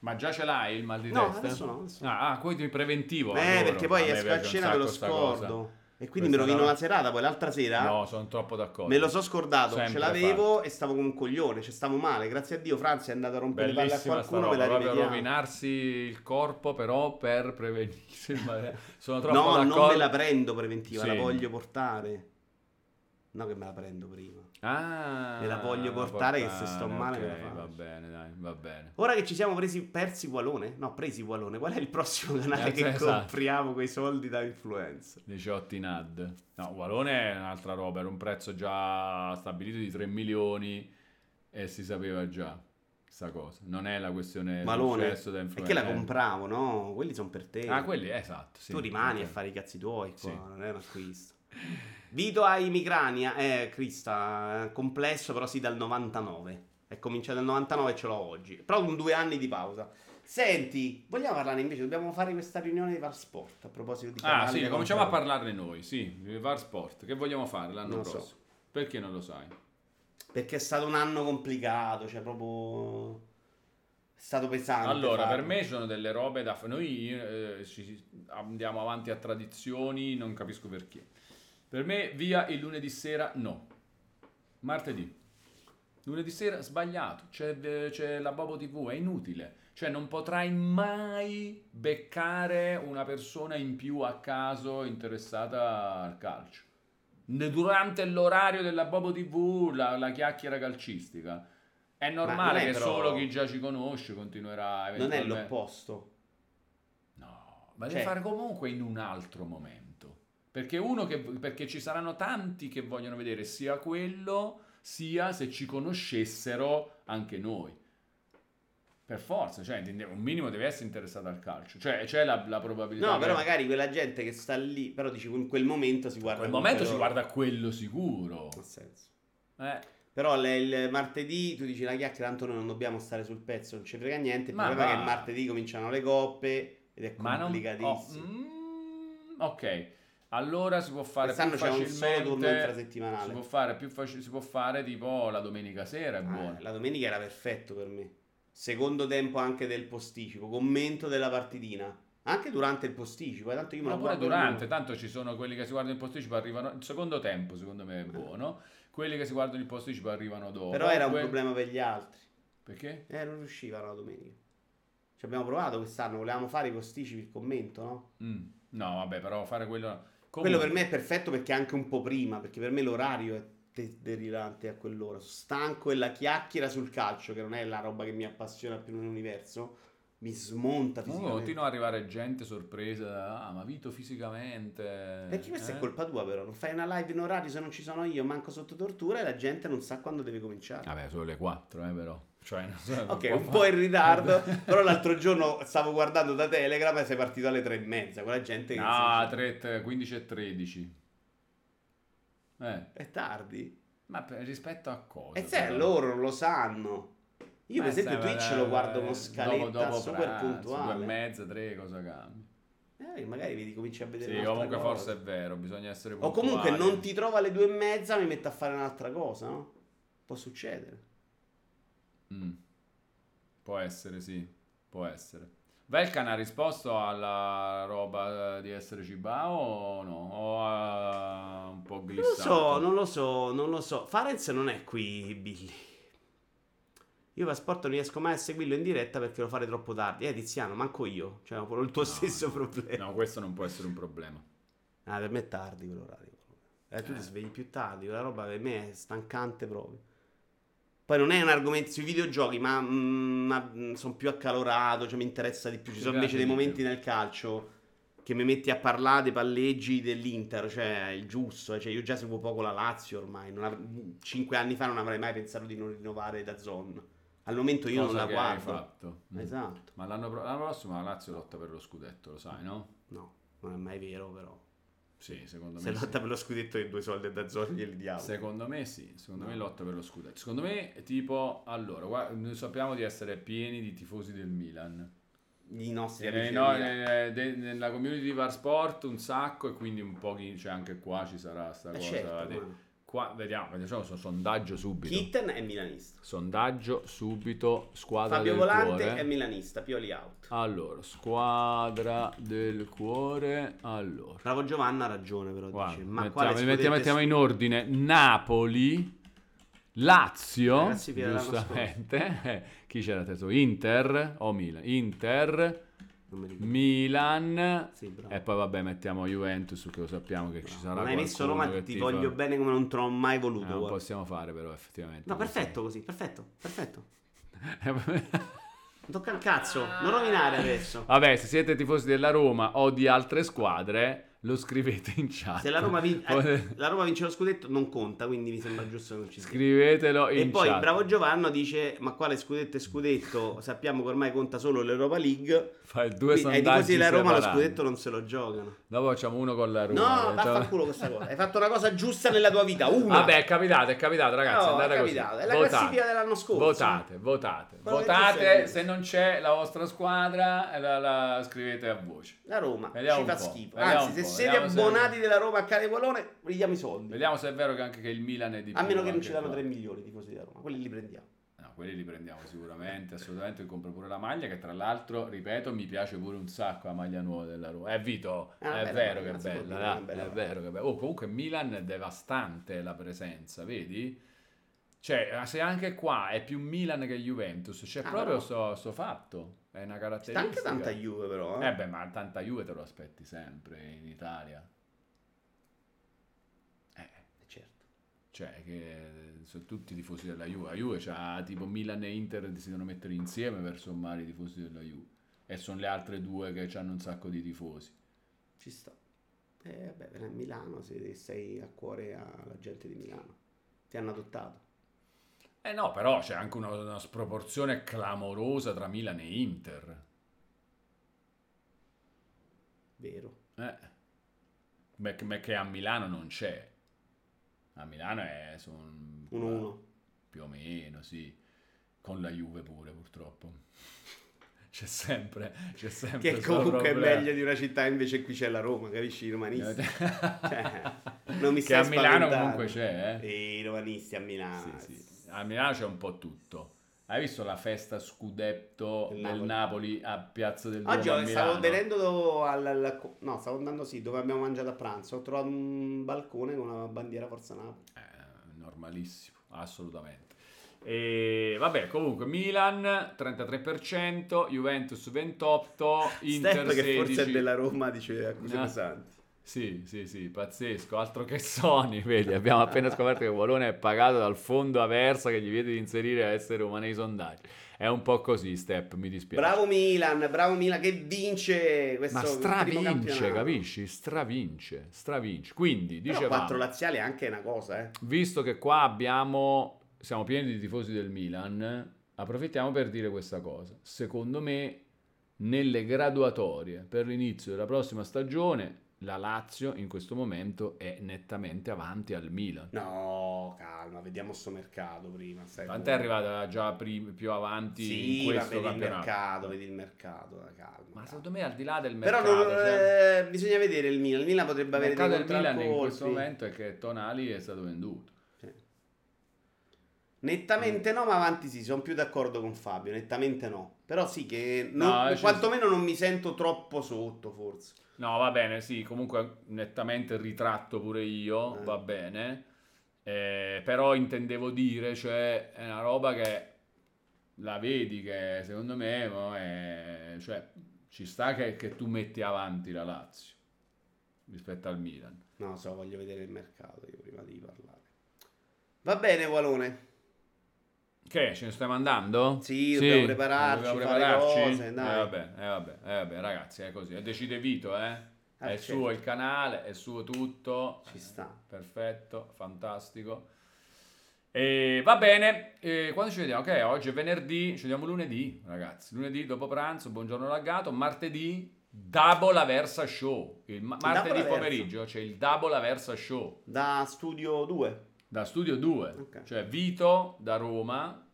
[SPEAKER 3] Ma già ce l'hai il mal di
[SPEAKER 1] No,
[SPEAKER 3] testa?
[SPEAKER 1] adesso no, adesso no.
[SPEAKER 3] Ah, ah, quello di preventivo.
[SPEAKER 1] Eh,
[SPEAKER 3] adoro.
[SPEAKER 1] perché poi
[SPEAKER 3] A me
[SPEAKER 1] esco a
[SPEAKER 3] piace un
[SPEAKER 1] cena me lo
[SPEAKER 3] sacco sta cosa.
[SPEAKER 1] scordo. E quindi
[SPEAKER 3] Questa
[SPEAKER 1] mi rovino
[SPEAKER 3] roba-
[SPEAKER 1] la serata, poi l'altra sera...
[SPEAKER 3] No, sono troppo d'accordo.
[SPEAKER 1] Me lo so scordato,
[SPEAKER 3] Sempre
[SPEAKER 1] ce l'avevo e stavo come un coglione, cioè stavo male. Grazie a Dio Franzi è andato a rompere le palle a
[SPEAKER 3] Bellissima sta
[SPEAKER 1] qualcuno, me
[SPEAKER 3] roba,
[SPEAKER 1] la
[SPEAKER 3] proprio
[SPEAKER 1] rivediamo.
[SPEAKER 3] rovinarsi il corpo però per prevenire il male. Sono troppo
[SPEAKER 1] No,
[SPEAKER 3] d'accordo.
[SPEAKER 1] non me la prendo preventiva,
[SPEAKER 3] Sì.
[SPEAKER 1] la voglio portare. No che me la prendo prima.
[SPEAKER 3] Ah,
[SPEAKER 1] Me la voglio portare, che se sto male me la
[SPEAKER 3] ok,
[SPEAKER 1] faccio.
[SPEAKER 3] Va bene, dai, va bene.
[SPEAKER 1] Ora che ci siamo presi, persi Gualone? No, presi Gualone. Qual è il prossimo canale che
[SPEAKER 3] Esatto.
[SPEAKER 1] compriamo con i soldi da influencer?
[SPEAKER 3] 18 in ad. No, Gualone è un'altra roba, era un prezzo già stabilito di 3 milioni e si sapeva già sta cosa. Non è la questione
[SPEAKER 1] Malone.
[SPEAKER 3] del successo da
[SPEAKER 1] Perché la
[SPEAKER 3] influencer.
[SPEAKER 1] compravo, no? Quelli sono per te.
[SPEAKER 3] Ah, quelli, esatto. sì.
[SPEAKER 1] tu rimani
[SPEAKER 3] Ok.
[SPEAKER 1] a fare i cazzi tuoi qua,
[SPEAKER 3] Sì.
[SPEAKER 1] non è un acquisto. Vito ai Micrania, eh, Crista, eh, complesso però sì dal 99. È cominciato nel 99 e ce l'ho oggi. Però con due anni di pausa. Senti, vogliamo parlare invece, dobbiamo fare questa riunione di Varsport a proposito di
[SPEAKER 3] Ah,
[SPEAKER 1] canali
[SPEAKER 3] sì,
[SPEAKER 1] da
[SPEAKER 3] cominciamo a
[SPEAKER 1] comprare.
[SPEAKER 3] parlarne noi, sì, di VAR Sport. Che vogliamo fare l'anno
[SPEAKER 1] Non lo so.
[SPEAKER 3] prossimo? Perché non lo sai?
[SPEAKER 1] Perché è stato un anno complicato, cioè proprio... È stato pesante.
[SPEAKER 3] Allora, per
[SPEAKER 1] farlo.
[SPEAKER 3] me ci sono delle robe da fare. Noi eh, ci- andiamo avanti a tradizioni, non capisco perché. Per me, via il lunedì sera, no. Martedì. Lunedì sera, sbagliato. C'è, eh, c'è la Bobo TV, è inutile. Cioè, non potrai mai beccare una persona in più a caso interessata al calcio. Ne- Durante l'orario della Bobo TV, la, la chiacchiera calcistica. È
[SPEAKER 1] non
[SPEAKER 3] normale
[SPEAKER 1] è
[SPEAKER 3] che
[SPEAKER 1] però-
[SPEAKER 3] solo chi già ci conosce continuerà
[SPEAKER 1] Non è
[SPEAKER 3] eventualmente.
[SPEAKER 1] l'opposto.
[SPEAKER 3] No, ma
[SPEAKER 1] Cioè-
[SPEAKER 3] devi fare comunque in un altro momento. Perché uno che perché ci saranno tanti che vogliono vedere sia quello, sia se ci conoscessero anche noi. Per forza, cioè, intende- un minimo deve essere interessato al calcio. Cioè, c'è la, la probabilità.
[SPEAKER 1] No, però
[SPEAKER 3] che-
[SPEAKER 1] magari quella gente che sta lì, però dici in quel momento si
[SPEAKER 3] In
[SPEAKER 1] guarda...
[SPEAKER 3] quel momento
[SPEAKER 1] comunque
[SPEAKER 3] si
[SPEAKER 1] loro.
[SPEAKER 3] guarda quello sicuro.
[SPEAKER 1] Ha senso.
[SPEAKER 3] Eh,
[SPEAKER 1] Però le- il martedì tu dici la chiacchiera, tanto noi non dobbiamo stare sul pezzo, non ci frega niente. Il
[SPEAKER 3] Ma
[SPEAKER 1] problema è
[SPEAKER 3] va.
[SPEAKER 1] che il martedì cominciano le coppe ed è
[SPEAKER 3] ma non. oh,
[SPEAKER 1] complicatissimo.
[SPEAKER 3] mm, ok, allora si può fare
[SPEAKER 1] Quest'anno
[SPEAKER 3] più
[SPEAKER 1] c'è un solo
[SPEAKER 3] facilmente.
[SPEAKER 1] turno
[SPEAKER 3] si può
[SPEAKER 1] infrasettimanale.
[SPEAKER 3] fare più faci- si può fare tipo la domenica sera, è buono.
[SPEAKER 1] Ah, la domenica era perfetto per me. Secondo tempo anche del posticipo, commento della partitina. Anche durante il posticipo, eh, tanto io me
[SPEAKER 3] Ma
[SPEAKER 1] lo
[SPEAKER 3] pure
[SPEAKER 1] guardo
[SPEAKER 3] durante,
[SPEAKER 1] in uno.
[SPEAKER 3] tanto ci sono quelli che si guardano il posticipo, arrivano. Il secondo tempo, secondo me, è buono. Quelli che si guardano il posticipo arrivano dopo.
[SPEAKER 1] Però era un
[SPEAKER 3] Que-
[SPEAKER 1] problema per gli altri.
[SPEAKER 3] Perché?
[SPEAKER 1] Eh, non riuscivano la domenica. Ci abbiamo provato quest'anno, volevamo fare i posticipi, il commento, no?
[SPEAKER 3] Mm. No, vabbè, però fare quello.
[SPEAKER 1] Quello
[SPEAKER 3] Comunque-
[SPEAKER 1] per me è perfetto perché è anche un po' prima, perché per me l'orario è de- derivante a quell'ora. Sono stanco e la chiacchiera sul calcio, che non è la roba che mi appassiona più nell'universo, mi smonta
[SPEAKER 3] Comunque
[SPEAKER 1] fisicamente.
[SPEAKER 3] continua ad arrivare gente sorpresa. Ah, ma Vito fisicamente.
[SPEAKER 1] Perché questa
[SPEAKER 3] eh?
[SPEAKER 1] è colpa tua però, non fai una live in orario se non ci sono io, manco sotto tortura e la gente non sa quando deve cominciare.
[SPEAKER 3] Vabbè, sono le 4, eh, però. Cioè, Ah, non so,
[SPEAKER 1] Ok,
[SPEAKER 3] può
[SPEAKER 1] un
[SPEAKER 3] fare-
[SPEAKER 1] po' in
[SPEAKER 3] <laughs>
[SPEAKER 1] ritardo, però l'altro giorno stavo guardando da Telegram e sei partito alle tre e mezza, quella gente che...
[SPEAKER 3] No, 3, 15 e 13. Eh,
[SPEAKER 1] È tardi.
[SPEAKER 3] ma per- rispetto a cosa?
[SPEAKER 1] E Eh, se
[SPEAKER 3] però?
[SPEAKER 1] loro lo sanno. Io,
[SPEAKER 3] Eh,
[SPEAKER 1] per esempio,
[SPEAKER 3] sai,
[SPEAKER 1] Twitch
[SPEAKER 3] vabbè,
[SPEAKER 1] lo guardo con
[SPEAKER 3] dopo-
[SPEAKER 1] scaletta
[SPEAKER 3] dopo
[SPEAKER 1] super
[SPEAKER 3] pranzo, Due e
[SPEAKER 1] puntuale.
[SPEAKER 3] mezza, tre, cosa cambia?
[SPEAKER 1] Eh, magari vedi, cominci a vedere
[SPEAKER 3] Sì,
[SPEAKER 1] un'altra
[SPEAKER 3] comunque
[SPEAKER 1] cosa.
[SPEAKER 3] forse è vero, bisogna essere
[SPEAKER 1] O
[SPEAKER 3] puntuali.
[SPEAKER 1] comunque non ti trova alle due e mezza, mi metto a fare un'altra cosa, no? Può succedere.
[SPEAKER 3] Mm. Può essere, sì, può essere. Velkan ha risposto alla roba eh, di essere cibao o no? O ha un po'
[SPEAKER 1] Non lo so,
[SPEAKER 3] glissato?
[SPEAKER 1] non lo so, non lo so. Farenz non è qui, Billy. Io Passporto non riesco mai a seguirlo in diretta perché lo fare troppo tardi. Eh, Tiziano, manco io. Cioè, ho il tuo
[SPEAKER 3] No,
[SPEAKER 1] stesso
[SPEAKER 3] no.
[SPEAKER 1] problema.
[SPEAKER 3] No, questo non può essere un problema.
[SPEAKER 1] Ah, per me è tardi quell'orario. Eh, tu ti
[SPEAKER 3] Eh.
[SPEAKER 1] svegli più tardi, quella roba per me è stancante proprio. Poi non è un argomento sui videogiochi, ma, mm, ma, mm, sono più accalorato, cioè mi interessa di più. Ci
[SPEAKER 3] Ti
[SPEAKER 1] sono
[SPEAKER 3] piace
[SPEAKER 1] invece dei
[SPEAKER 3] di
[SPEAKER 1] momenti
[SPEAKER 3] più.
[SPEAKER 1] nel calcio che mi metti a parlare dei palleggi dell'Inter, cioè è il giusto. eh, Cioè, io già seguo poco la Lazio ormai. non av- cinque anni fa non avrei mai pensato di non rinnovare da Zon. Al momento io
[SPEAKER 3] Cosa
[SPEAKER 1] non la
[SPEAKER 3] che hai
[SPEAKER 1] guardo.
[SPEAKER 3] fatto. Mm.
[SPEAKER 1] Esatto.
[SPEAKER 3] Ma l'anno, pro- l'anno prossimo la Lazio lotta per lo scudetto, lo sai, no?
[SPEAKER 1] No, non è mai vero però.
[SPEAKER 3] Sì, secondo me
[SPEAKER 1] Se
[SPEAKER 3] sì.
[SPEAKER 1] lotta per lo scudetto e due soldi da Zon glieli diamo.
[SPEAKER 3] Secondo me sì, secondo
[SPEAKER 1] No.
[SPEAKER 3] me lotta per lo scudetto. Secondo me, tipo, allora, guarda, noi sappiamo di essere pieni di tifosi del Milan.
[SPEAKER 1] I nostri
[SPEAKER 3] Eh,
[SPEAKER 1] amici.
[SPEAKER 3] no,
[SPEAKER 1] del Milan.
[SPEAKER 3] eh, de- nella community di Varsport un sacco e quindi un po' chi- cioè anche qua ci sarà sta
[SPEAKER 1] Eh,
[SPEAKER 3] cosa.
[SPEAKER 1] certo,
[SPEAKER 3] de-
[SPEAKER 1] ma-
[SPEAKER 3] qua, vediamo, facciamo un sondaggio subito.
[SPEAKER 1] Kitten è milanista.
[SPEAKER 3] Sondaggio subito, squadra
[SPEAKER 1] Fabio
[SPEAKER 3] del
[SPEAKER 1] Volante
[SPEAKER 3] cuore.
[SPEAKER 1] è milanista, Pioli out.
[SPEAKER 3] Allora, squadra del cuore. Allora,
[SPEAKER 1] Bravo Giovanna ha ragione però
[SPEAKER 3] guarda,
[SPEAKER 1] dice, ma
[SPEAKER 3] mettiamo,
[SPEAKER 1] quale
[SPEAKER 3] mettiamo-
[SPEAKER 1] scudetto
[SPEAKER 3] mettiamo
[SPEAKER 1] è-
[SPEAKER 3] in ordine Napoli, Lazio,
[SPEAKER 1] Ragazzi, Eh, via l'anno
[SPEAKER 3] giustamente. <laughs> Eh, Chi c'era terzo? Inter o Milan? Inter,
[SPEAKER 1] Non mi ricordo.
[SPEAKER 3] Milan.
[SPEAKER 1] Sì, bravo.
[SPEAKER 3] E poi vabbè, mettiamo Juventus che lo sappiamo che Eh, ci sarà
[SPEAKER 1] non hai messo
[SPEAKER 3] qualcuno
[SPEAKER 1] Roma,
[SPEAKER 3] che
[SPEAKER 1] ti
[SPEAKER 3] tifa-
[SPEAKER 1] voglio bene come non te l'ho mai
[SPEAKER 3] Eh,
[SPEAKER 1] voluto.
[SPEAKER 3] non
[SPEAKER 1] guarda.
[SPEAKER 3] possiamo fare però effettivamente.
[SPEAKER 1] No, perfetto così, perfetto, perfetto.
[SPEAKER 3] perfetto.
[SPEAKER 1] Non tocca il cazzo, non rovinare adesso.
[SPEAKER 3] <laughs> Vabbè, se siete tifosi della Roma o di altre squadre, lo scrivete in chat.
[SPEAKER 1] Se la Roma,
[SPEAKER 3] <laughs>
[SPEAKER 1] vin- eh,
[SPEAKER 3] Potete-
[SPEAKER 1] la Roma vince lo scudetto non conta, quindi mi sembra giusto che non ci sia.
[SPEAKER 3] Scrivetelo in
[SPEAKER 1] eh. E poi
[SPEAKER 3] chat.
[SPEAKER 1] bravo Giovanna dice: Ma quale scudetto è scudetto? Sappiamo che ormai conta solo l'Europa League.
[SPEAKER 3] Fai
[SPEAKER 1] Quindi
[SPEAKER 3] due
[SPEAKER 1] eh, ai
[SPEAKER 3] sondaggi
[SPEAKER 1] tifosi della Roma lo
[SPEAKER 3] separati.
[SPEAKER 1] scudetto non se lo giocano.
[SPEAKER 3] Dopo facciamo uno con la Roma. eh, cioè-
[SPEAKER 1] No, vaffanculo questa cosa.
[SPEAKER 3] <laughs>
[SPEAKER 1] Hai fatto una cosa giusta nella tua vita. Una.
[SPEAKER 3] Vabbè, è capitato, è capitato, ragazzi.
[SPEAKER 1] No,
[SPEAKER 3] andate
[SPEAKER 1] è
[SPEAKER 3] così.
[SPEAKER 1] capitato. È la classifica dell'anno scorso.
[SPEAKER 3] Votate, votate.
[SPEAKER 1] Quello che tu sei.
[SPEAKER 3] votate se non c'è la vostra squadra, la, la scrivete a voce.
[SPEAKER 1] La Roma
[SPEAKER 3] Vediamo
[SPEAKER 1] ci
[SPEAKER 3] un
[SPEAKER 1] fa
[SPEAKER 3] po',
[SPEAKER 1] schifo.
[SPEAKER 3] vediamo
[SPEAKER 1] Anzi,
[SPEAKER 3] un
[SPEAKER 1] se
[SPEAKER 3] po',
[SPEAKER 1] siete
[SPEAKER 3] vediamo se-
[SPEAKER 1] abbonati della Roma a Cane Volone, vi diamo i soldi.
[SPEAKER 3] Vediamo se è vero che anche che il Milan è di
[SPEAKER 1] A
[SPEAKER 3] più,
[SPEAKER 1] meno che non
[SPEAKER 3] anche
[SPEAKER 1] ci danno
[SPEAKER 3] qua.
[SPEAKER 1] 3 milioni di cose della Roma. Quelli li prendiamo.
[SPEAKER 3] No, quelli li prendiamo sicuramente, assolutamente. Compro pure la maglia, che tra l'altro, ripeto, mi piace pure un sacco la maglia nuova della Roma. Eh, Vito,
[SPEAKER 1] Ah, bella
[SPEAKER 3] è vero
[SPEAKER 1] maglia,
[SPEAKER 3] che è
[SPEAKER 1] si può
[SPEAKER 3] bella,
[SPEAKER 1] dire,
[SPEAKER 3] dai,
[SPEAKER 1] è bella
[SPEAKER 3] è
[SPEAKER 1] maglia.
[SPEAKER 3] vero che è bella. Oh, comunque Milan è devastante la presenza, vedi? Cioè, se anche qua è più Milan che Juventus, c'è
[SPEAKER 1] Ah,
[SPEAKER 3] proprio
[SPEAKER 1] però.
[SPEAKER 3] sto, sto fatto, è una
[SPEAKER 1] Sta
[SPEAKER 3] caratteristica.
[SPEAKER 1] anche tanta Juve, però. eh.
[SPEAKER 3] Eh beh, ma tanta Juve te lo aspetti sempre in Italia. Eh,
[SPEAKER 1] Certo.
[SPEAKER 3] cioè, che sono tutti i tifosi della Juve. La Juve c'ha tipo Milan e Inter che si devono mettere insieme per sommare i tifosi della Juve. E sono le altre due che hanno un sacco di tifosi.
[SPEAKER 1] Ci sta. Eh, vabbè, vieni a Milano se sei a cuore alla gente di Milano. Ti hanno adottato.
[SPEAKER 3] Eh no, però c'è anche una, una sproporzione clamorosa tra Milan e Inter.
[SPEAKER 1] Vero.
[SPEAKER 3] Eh. Beh, che- beh, che a Milano non c'è. A Milano è... son-
[SPEAKER 1] 1-1.
[SPEAKER 3] Più o meno, sì. Con la Juve pure, purtroppo. <laughs> C'è sempre... C'è sempre
[SPEAKER 1] Che
[SPEAKER 3] sto
[SPEAKER 1] comunque è
[SPEAKER 3] problema.
[SPEAKER 1] meglio di una città invece qui c'è la Roma, capisci? I
[SPEAKER 3] <laughs>
[SPEAKER 1] romanisti. Cioè, non mi
[SPEAKER 3] che
[SPEAKER 1] stai
[SPEAKER 3] a Milano
[SPEAKER 1] spaventando.
[SPEAKER 3] comunque c'è, eh.
[SPEAKER 1] E i romanisti a Milano.
[SPEAKER 3] Ah, Sì, sì. A Milano c'è un po' tutto. Hai visto la festa scudetto
[SPEAKER 1] Del
[SPEAKER 3] del Napoli a Piazza del Duomo
[SPEAKER 1] Oggi
[SPEAKER 3] a
[SPEAKER 1] ho- stavo
[SPEAKER 3] Milano?
[SPEAKER 1] venendo do- al, al- no, stavo andando sì, dove abbiamo mangiato a pranzo. Ho trovato un balcone con una bandiera Forza Napoli.
[SPEAKER 3] Eh, normalissimo, assolutamente. E vabbè, comunque Milan 33%, Juventus 28, Inter Ah,
[SPEAKER 1] Step
[SPEAKER 3] 16.
[SPEAKER 1] che forse è della Roma, dice accuse
[SPEAKER 3] No.
[SPEAKER 1] pesanti.
[SPEAKER 3] Sì, sì, sì, pazzesco, altro che Sony, <laughs> vedi, abbiamo appena scoperto che Volone è pagato dal fondo Aversa che gli vieta di inserire a essere umano nei sondaggi. È un po' così, Step, mi dispiace.
[SPEAKER 1] Bravo Milan, bravo Milan che vince questo
[SPEAKER 3] Ma
[SPEAKER 1] primo
[SPEAKER 3] stravince,
[SPEAKER 1] campionato.
[SPEAKER 3] capisci? Stravince, stravince. Quindi,
[SPEAKER 1] Però
[SPEAKER 3] dicevamo,
[SPEAKER 1] quattro laziali è anche una cosa, eh.
[SPEAKER 3] visto che qua abbiamo, siamo pieni di tifosi del Milan, approfittiamo per dire questa cosa. Secondo me, nelle graduatorie per l'inizio della prossima stagione, la Lazio in questo momento è nettamente avanti al Milan.
[SPEAKER 1] No, calma, vediamo sto mercato prima. stai
[SPEAKER 3] Tant'è
[SPEAKER 1] buono.
[SPEAKER 3] arrivata già prim- più avanti
[SPEAKER 1] Sì,
[SPEAKER 3] in
[SPEAKER 1] ma
[SPEAKER 3] questo
[SPEAKER 1] vedi il
[SPEAKER 3] campionato.
[SPEAKER 1] mercato, vedi il mercato, eh, calma.
[SPEAKER 3] Ma
[SPEAKER 1] calma.
[SPEAKER 3] secondo me al di là del
[SPEAKER 1] Però
[SPEAKER 3] mercato,
[SPEAKER 1] non-
[SPEAKER 3] cioè,
[SPEAKER 1] eh, bisogna vedere il Milan. Il Milan
[SPEAKER 3] il
[SPEAKER 1] potrebbe avere
[SPEAKER 3] mercato
[SPEAKER 1] dei
[SPEAKER 3] del Milan in questo
[SPEAKER 1] contraccolpi.
[SPEAKER 3] momento è che Tonali è stato venduto.
[SPEAKER 1] Nettamente no, ma avanti sì, sono più d'accordo con Fabio, nettamente no. Però sì che
[SPEAKER 3] No,
[SPEAKER 1] non-
[SPEAKER 3] eh, ci-
[SPEAKER 1] quantomeno non mi sento troppo sotto, forse.
[SPEAKER 3] No, va bene, sì, comunque nettamente ritratto pure io,
[SPEAKER 1] Eh.
[SPEAKER 3] va bene. Eh, però intendevo dire, cioè, è una roba che la vedi che secondo me mo, è- cioè, ci sta che, che tu metti avanti la Lazio rispetto al Milan.
[SPEAKER 1] No, so, voglio vedere il mercato io prima di parlare. Va bene, Valone.
[SPEAKER 3] Che, ce ne stiamo andando?
[SPEAKER 1] Sì, dobbiamo prepararci,
[SPEAKER 3] dobbiamo
[SPEAKER 1] fare
[SPEAKER 3] prepararci?
[SPEAKER 1] cose, dai.
[SPEAKER 3] Eh, vabbè, eh, vabbè, eh, vabbè, ragazzi, è così. E Decide Vito, eh?
[SPEAKER 1] Ah,
[SPEAKER 3] è
[SPEAKER 1] certo.
[SPEAKER 3] suo il canale, è suo tutto.
[SPEAKER 1] Ci sta.
[SPEAKER 3] Perfetto, fantastico. E va bene, e quando ci vediamo? Ok, oggi è venerdì, ci vediamo lunedì, ragazzi. Lunedì dopo pranzo, buongiorno laggato. Martedì, Double Aversa Show. Il ma-
[SPEAKER 1] Double
[SPEAKER 3] martedì
[SPEAKER 1] Aversa.
[SPEAKER 3] pomeriggio c'è il Double Aversa Show
[SPEAKER 1] Da Studio 2.
[SPEAKER 3] da Studio 2,
[SPEAKER 1] Ok.
[SPEAKER 3] cioè Vito da Roma,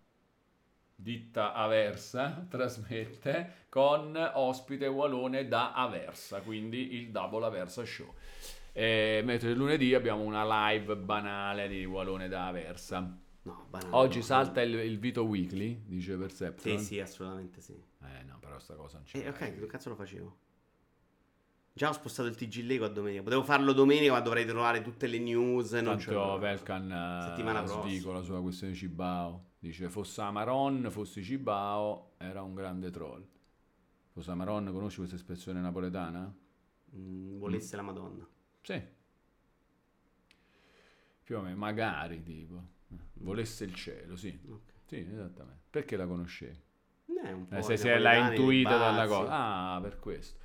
[SPEAKER 3] ditta Aversa, <laughs> trasmette con ospite Walone da Aversa, quindi il Double Aversa Show. E mentre lunedì abbiamo una live banale di Walone da Aversa.
[SPEAKER 1] No, banale.
[SPEAKER 3] Oggi
[SPEAKER 1] no.
[SPEAKER 3] salta il, il Vito Weekly, dice Perception.
[SPEAKER 1] Sì, sì, assolutamente sì.
[SPEAKER 3] Eh no, però sta cosa non c'è.
[SPEAKER 1] Eh, ok, che cazzo lo facevo? Già ho spostato il TG Lego a domenica. Potevo farlo domenica, ma dovrei trovare tutte le news. e Non
[SPEAKER 3] Tanto
[SPEAKER 1] c'ho-
[SPEAKER 3] Velkan
[SPEAKER 1] Settimana
[SPEAKER 3] eh,
[SPEAKER 1] prossima.
[SPEAKER 3] svicola sulla questione Cibao. Dice fosse Amaron, fossi Cibao, era un grande troll. Fosse Amaron, conosci questa espressione napoletana?
[SPEAKER 1] Mm, volesse la Madonna.
[SPEAKER 3] Sì. Più o meno, magari tipo. Volesse il cielo, sì.
[SPEAKER 1] Ok.
[SPEAKER 3] Sì, esattamente. Perché la conoscevi?
[SPEAKER 1] Eh, un po'
[SPEAKER 3] Eh,
[SPEAKER 1] i
[SPEAKER 3] se se l'ha
[SPEAKER 1] napoletani,
[SPEAKER 3] intuita
[SPEAKER 1] dei
[SPEAKER 3] dalla
[SPEAKER 1] bassi.
[SPEAKER 3] cosa. Ah, per questo.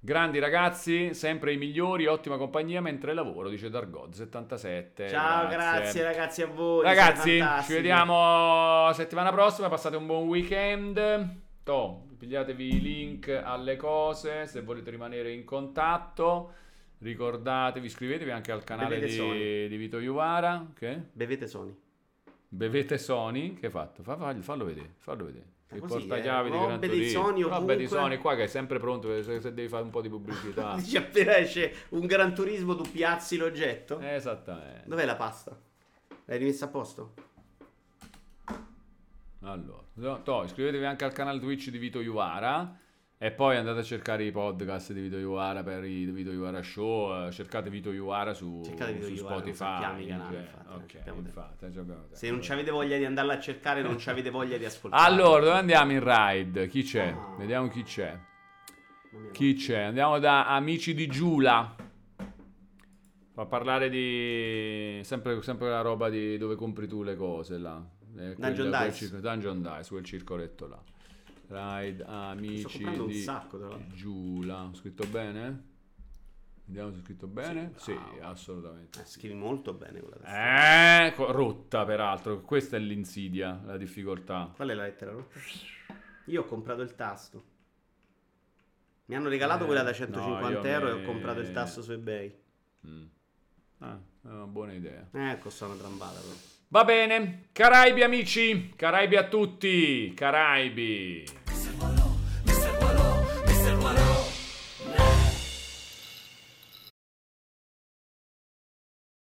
[SPEAKER 3] Grandi ragazzi, sempre i migliori, ottima compagnia mentre lavoro, dice Dargod77.
[SPEAKER 1] Ciao, grazie ragazzi a voi. siete
[SPEAKER 3] eh, Ragazzi,
[SPEAKER 1] fantastici.
[SPEAKER 3] ci vediamo settimana prossima. Passate un buon weekend. Toh, pigliatevi i link alle cose se volete rimanere in contatto. Ricordatevi, iscrivetevi anche al canale
[SPEAKER 1] Bevete
[SPEAKER 3] di,
[SPEAKER 1] Sony.
[SPEAKER 3] di Vito Iuvara. Che?
[SPEAKER 1] Bevete Sony.
[SPEAKER 3] Bevete Sony. Che hai fatto? Fa- fa- fallo vedere, fallo vedere.
[SPEAKER 1] Ma
[SPEAKER 3] Il
[SPEAKER 1] così,
[SPEAKER 3] portachiavi
[SPEAKER 1] eh,
[SPEAKER 3] di Gran
[SPEAKER 1] robe di
[SPEAKER 3] Torino.
[SPEAKER 1] Sony
[SPEAKER 3] Robe di
[SPEAKER 1] ovunque.
[SPEAKER 3] Sony qua che è sempre pronto se, se devi fare un po' di pubblicità.
[SPEAKER 1] <laughs> Dici appena esce un gran turismo, tu piazzi l'oggetto.
[SPEAKER 3] Eh. Esattamente.
[SPEAKER 1] Dov'è la pasta? L'hai rimessa a posto?
[SPEAKER 3] Allora, no, to, iscrivetevi anche al canale Twitch di Vito Iuvara e poi andate a cercare i podcast di Vito Iuvara per i Vito Iuvara Show, eh, cercate Vito Iuvara su,
[SPEAKER 1] Cercate Vito
[SPEAKER 3] su
[SPEAKER 1] Iuvara, non sappiamo
[SPEAKER 3] Spotify.
[SPEAKER 1] i canali,
[SPEAKER 3] cioè,
[SPEAKER 1] infatti, non
[SPEAKER 3] ok,
[SPEAKER 1] abbiamo tempo.
[SPEAKER 3] infatti, non ci abbiamo tempo.
[SPEAKER 1] Se non ci avete voglia di andarla a cercare, non ci avete voglia di ascoltare.
[SPEAKER 3] Allora, dove andiamo in ride? Chi c'è?
[SPEAKER 1] Ah.
[SPEAKER 3] Vediamo chi c'è.
[SPEAKER 1] Mamma mia,
[SPEAKER 3] Chi c'è? Andiamo da Amici di Giula. Fa parlare di. Sempre, sempre la roba di dove compri tu le cose là. Eh, quel-
[SPEAKER 1] Dungeon
[SPEAKER 3] quel
[SPEAKER 1] Dice.
[SPEAKER 3] circo- Dungeon Dice, quel circoletto là. Ride
[SPEAKER 1] Sto
[SPEAKER 3] Amici
[SPEAKER 1] comprando un
[SPEAKER 3] di
[SPEAKER 1] sacco, tra l'altro.
[SPEAKER 3] Giula. Ho scritto bene? Vediamo se ho scritto bene. Sì,
[SPEAKER 1] bravo.
[SPEAKER 3] assolutamente.
[SPEAKER 1] Eh, scrivi molto bene quella testa.
[SPEAKER 3] Eh, co- rotta peraltro. Questa è l'insidia, la difficoltà.
[SPEAKER 1] Qual è la lettera rotta? Io ho comprato il tasto. Mi hanno regalato
[SPEAKER 3] Eh,
[SPEAKER 1] quella da
[SPEAKER 3] no,
[SPEAKER 1] 150
[SPEAKER 3] io
[SPEAKER 1] euro
[SPEAKER 3] mi-
[SPEAKER 1] e ho comprato il tasto su eBay.
[SPEAKER 3] Mm. Ah, è una buona idea.
[SPEAKER 1] Ecco, sono trambata però.
[SPEAKER 3] Va bene, Caraibi amici, Caraibi a tutti, Caraibi.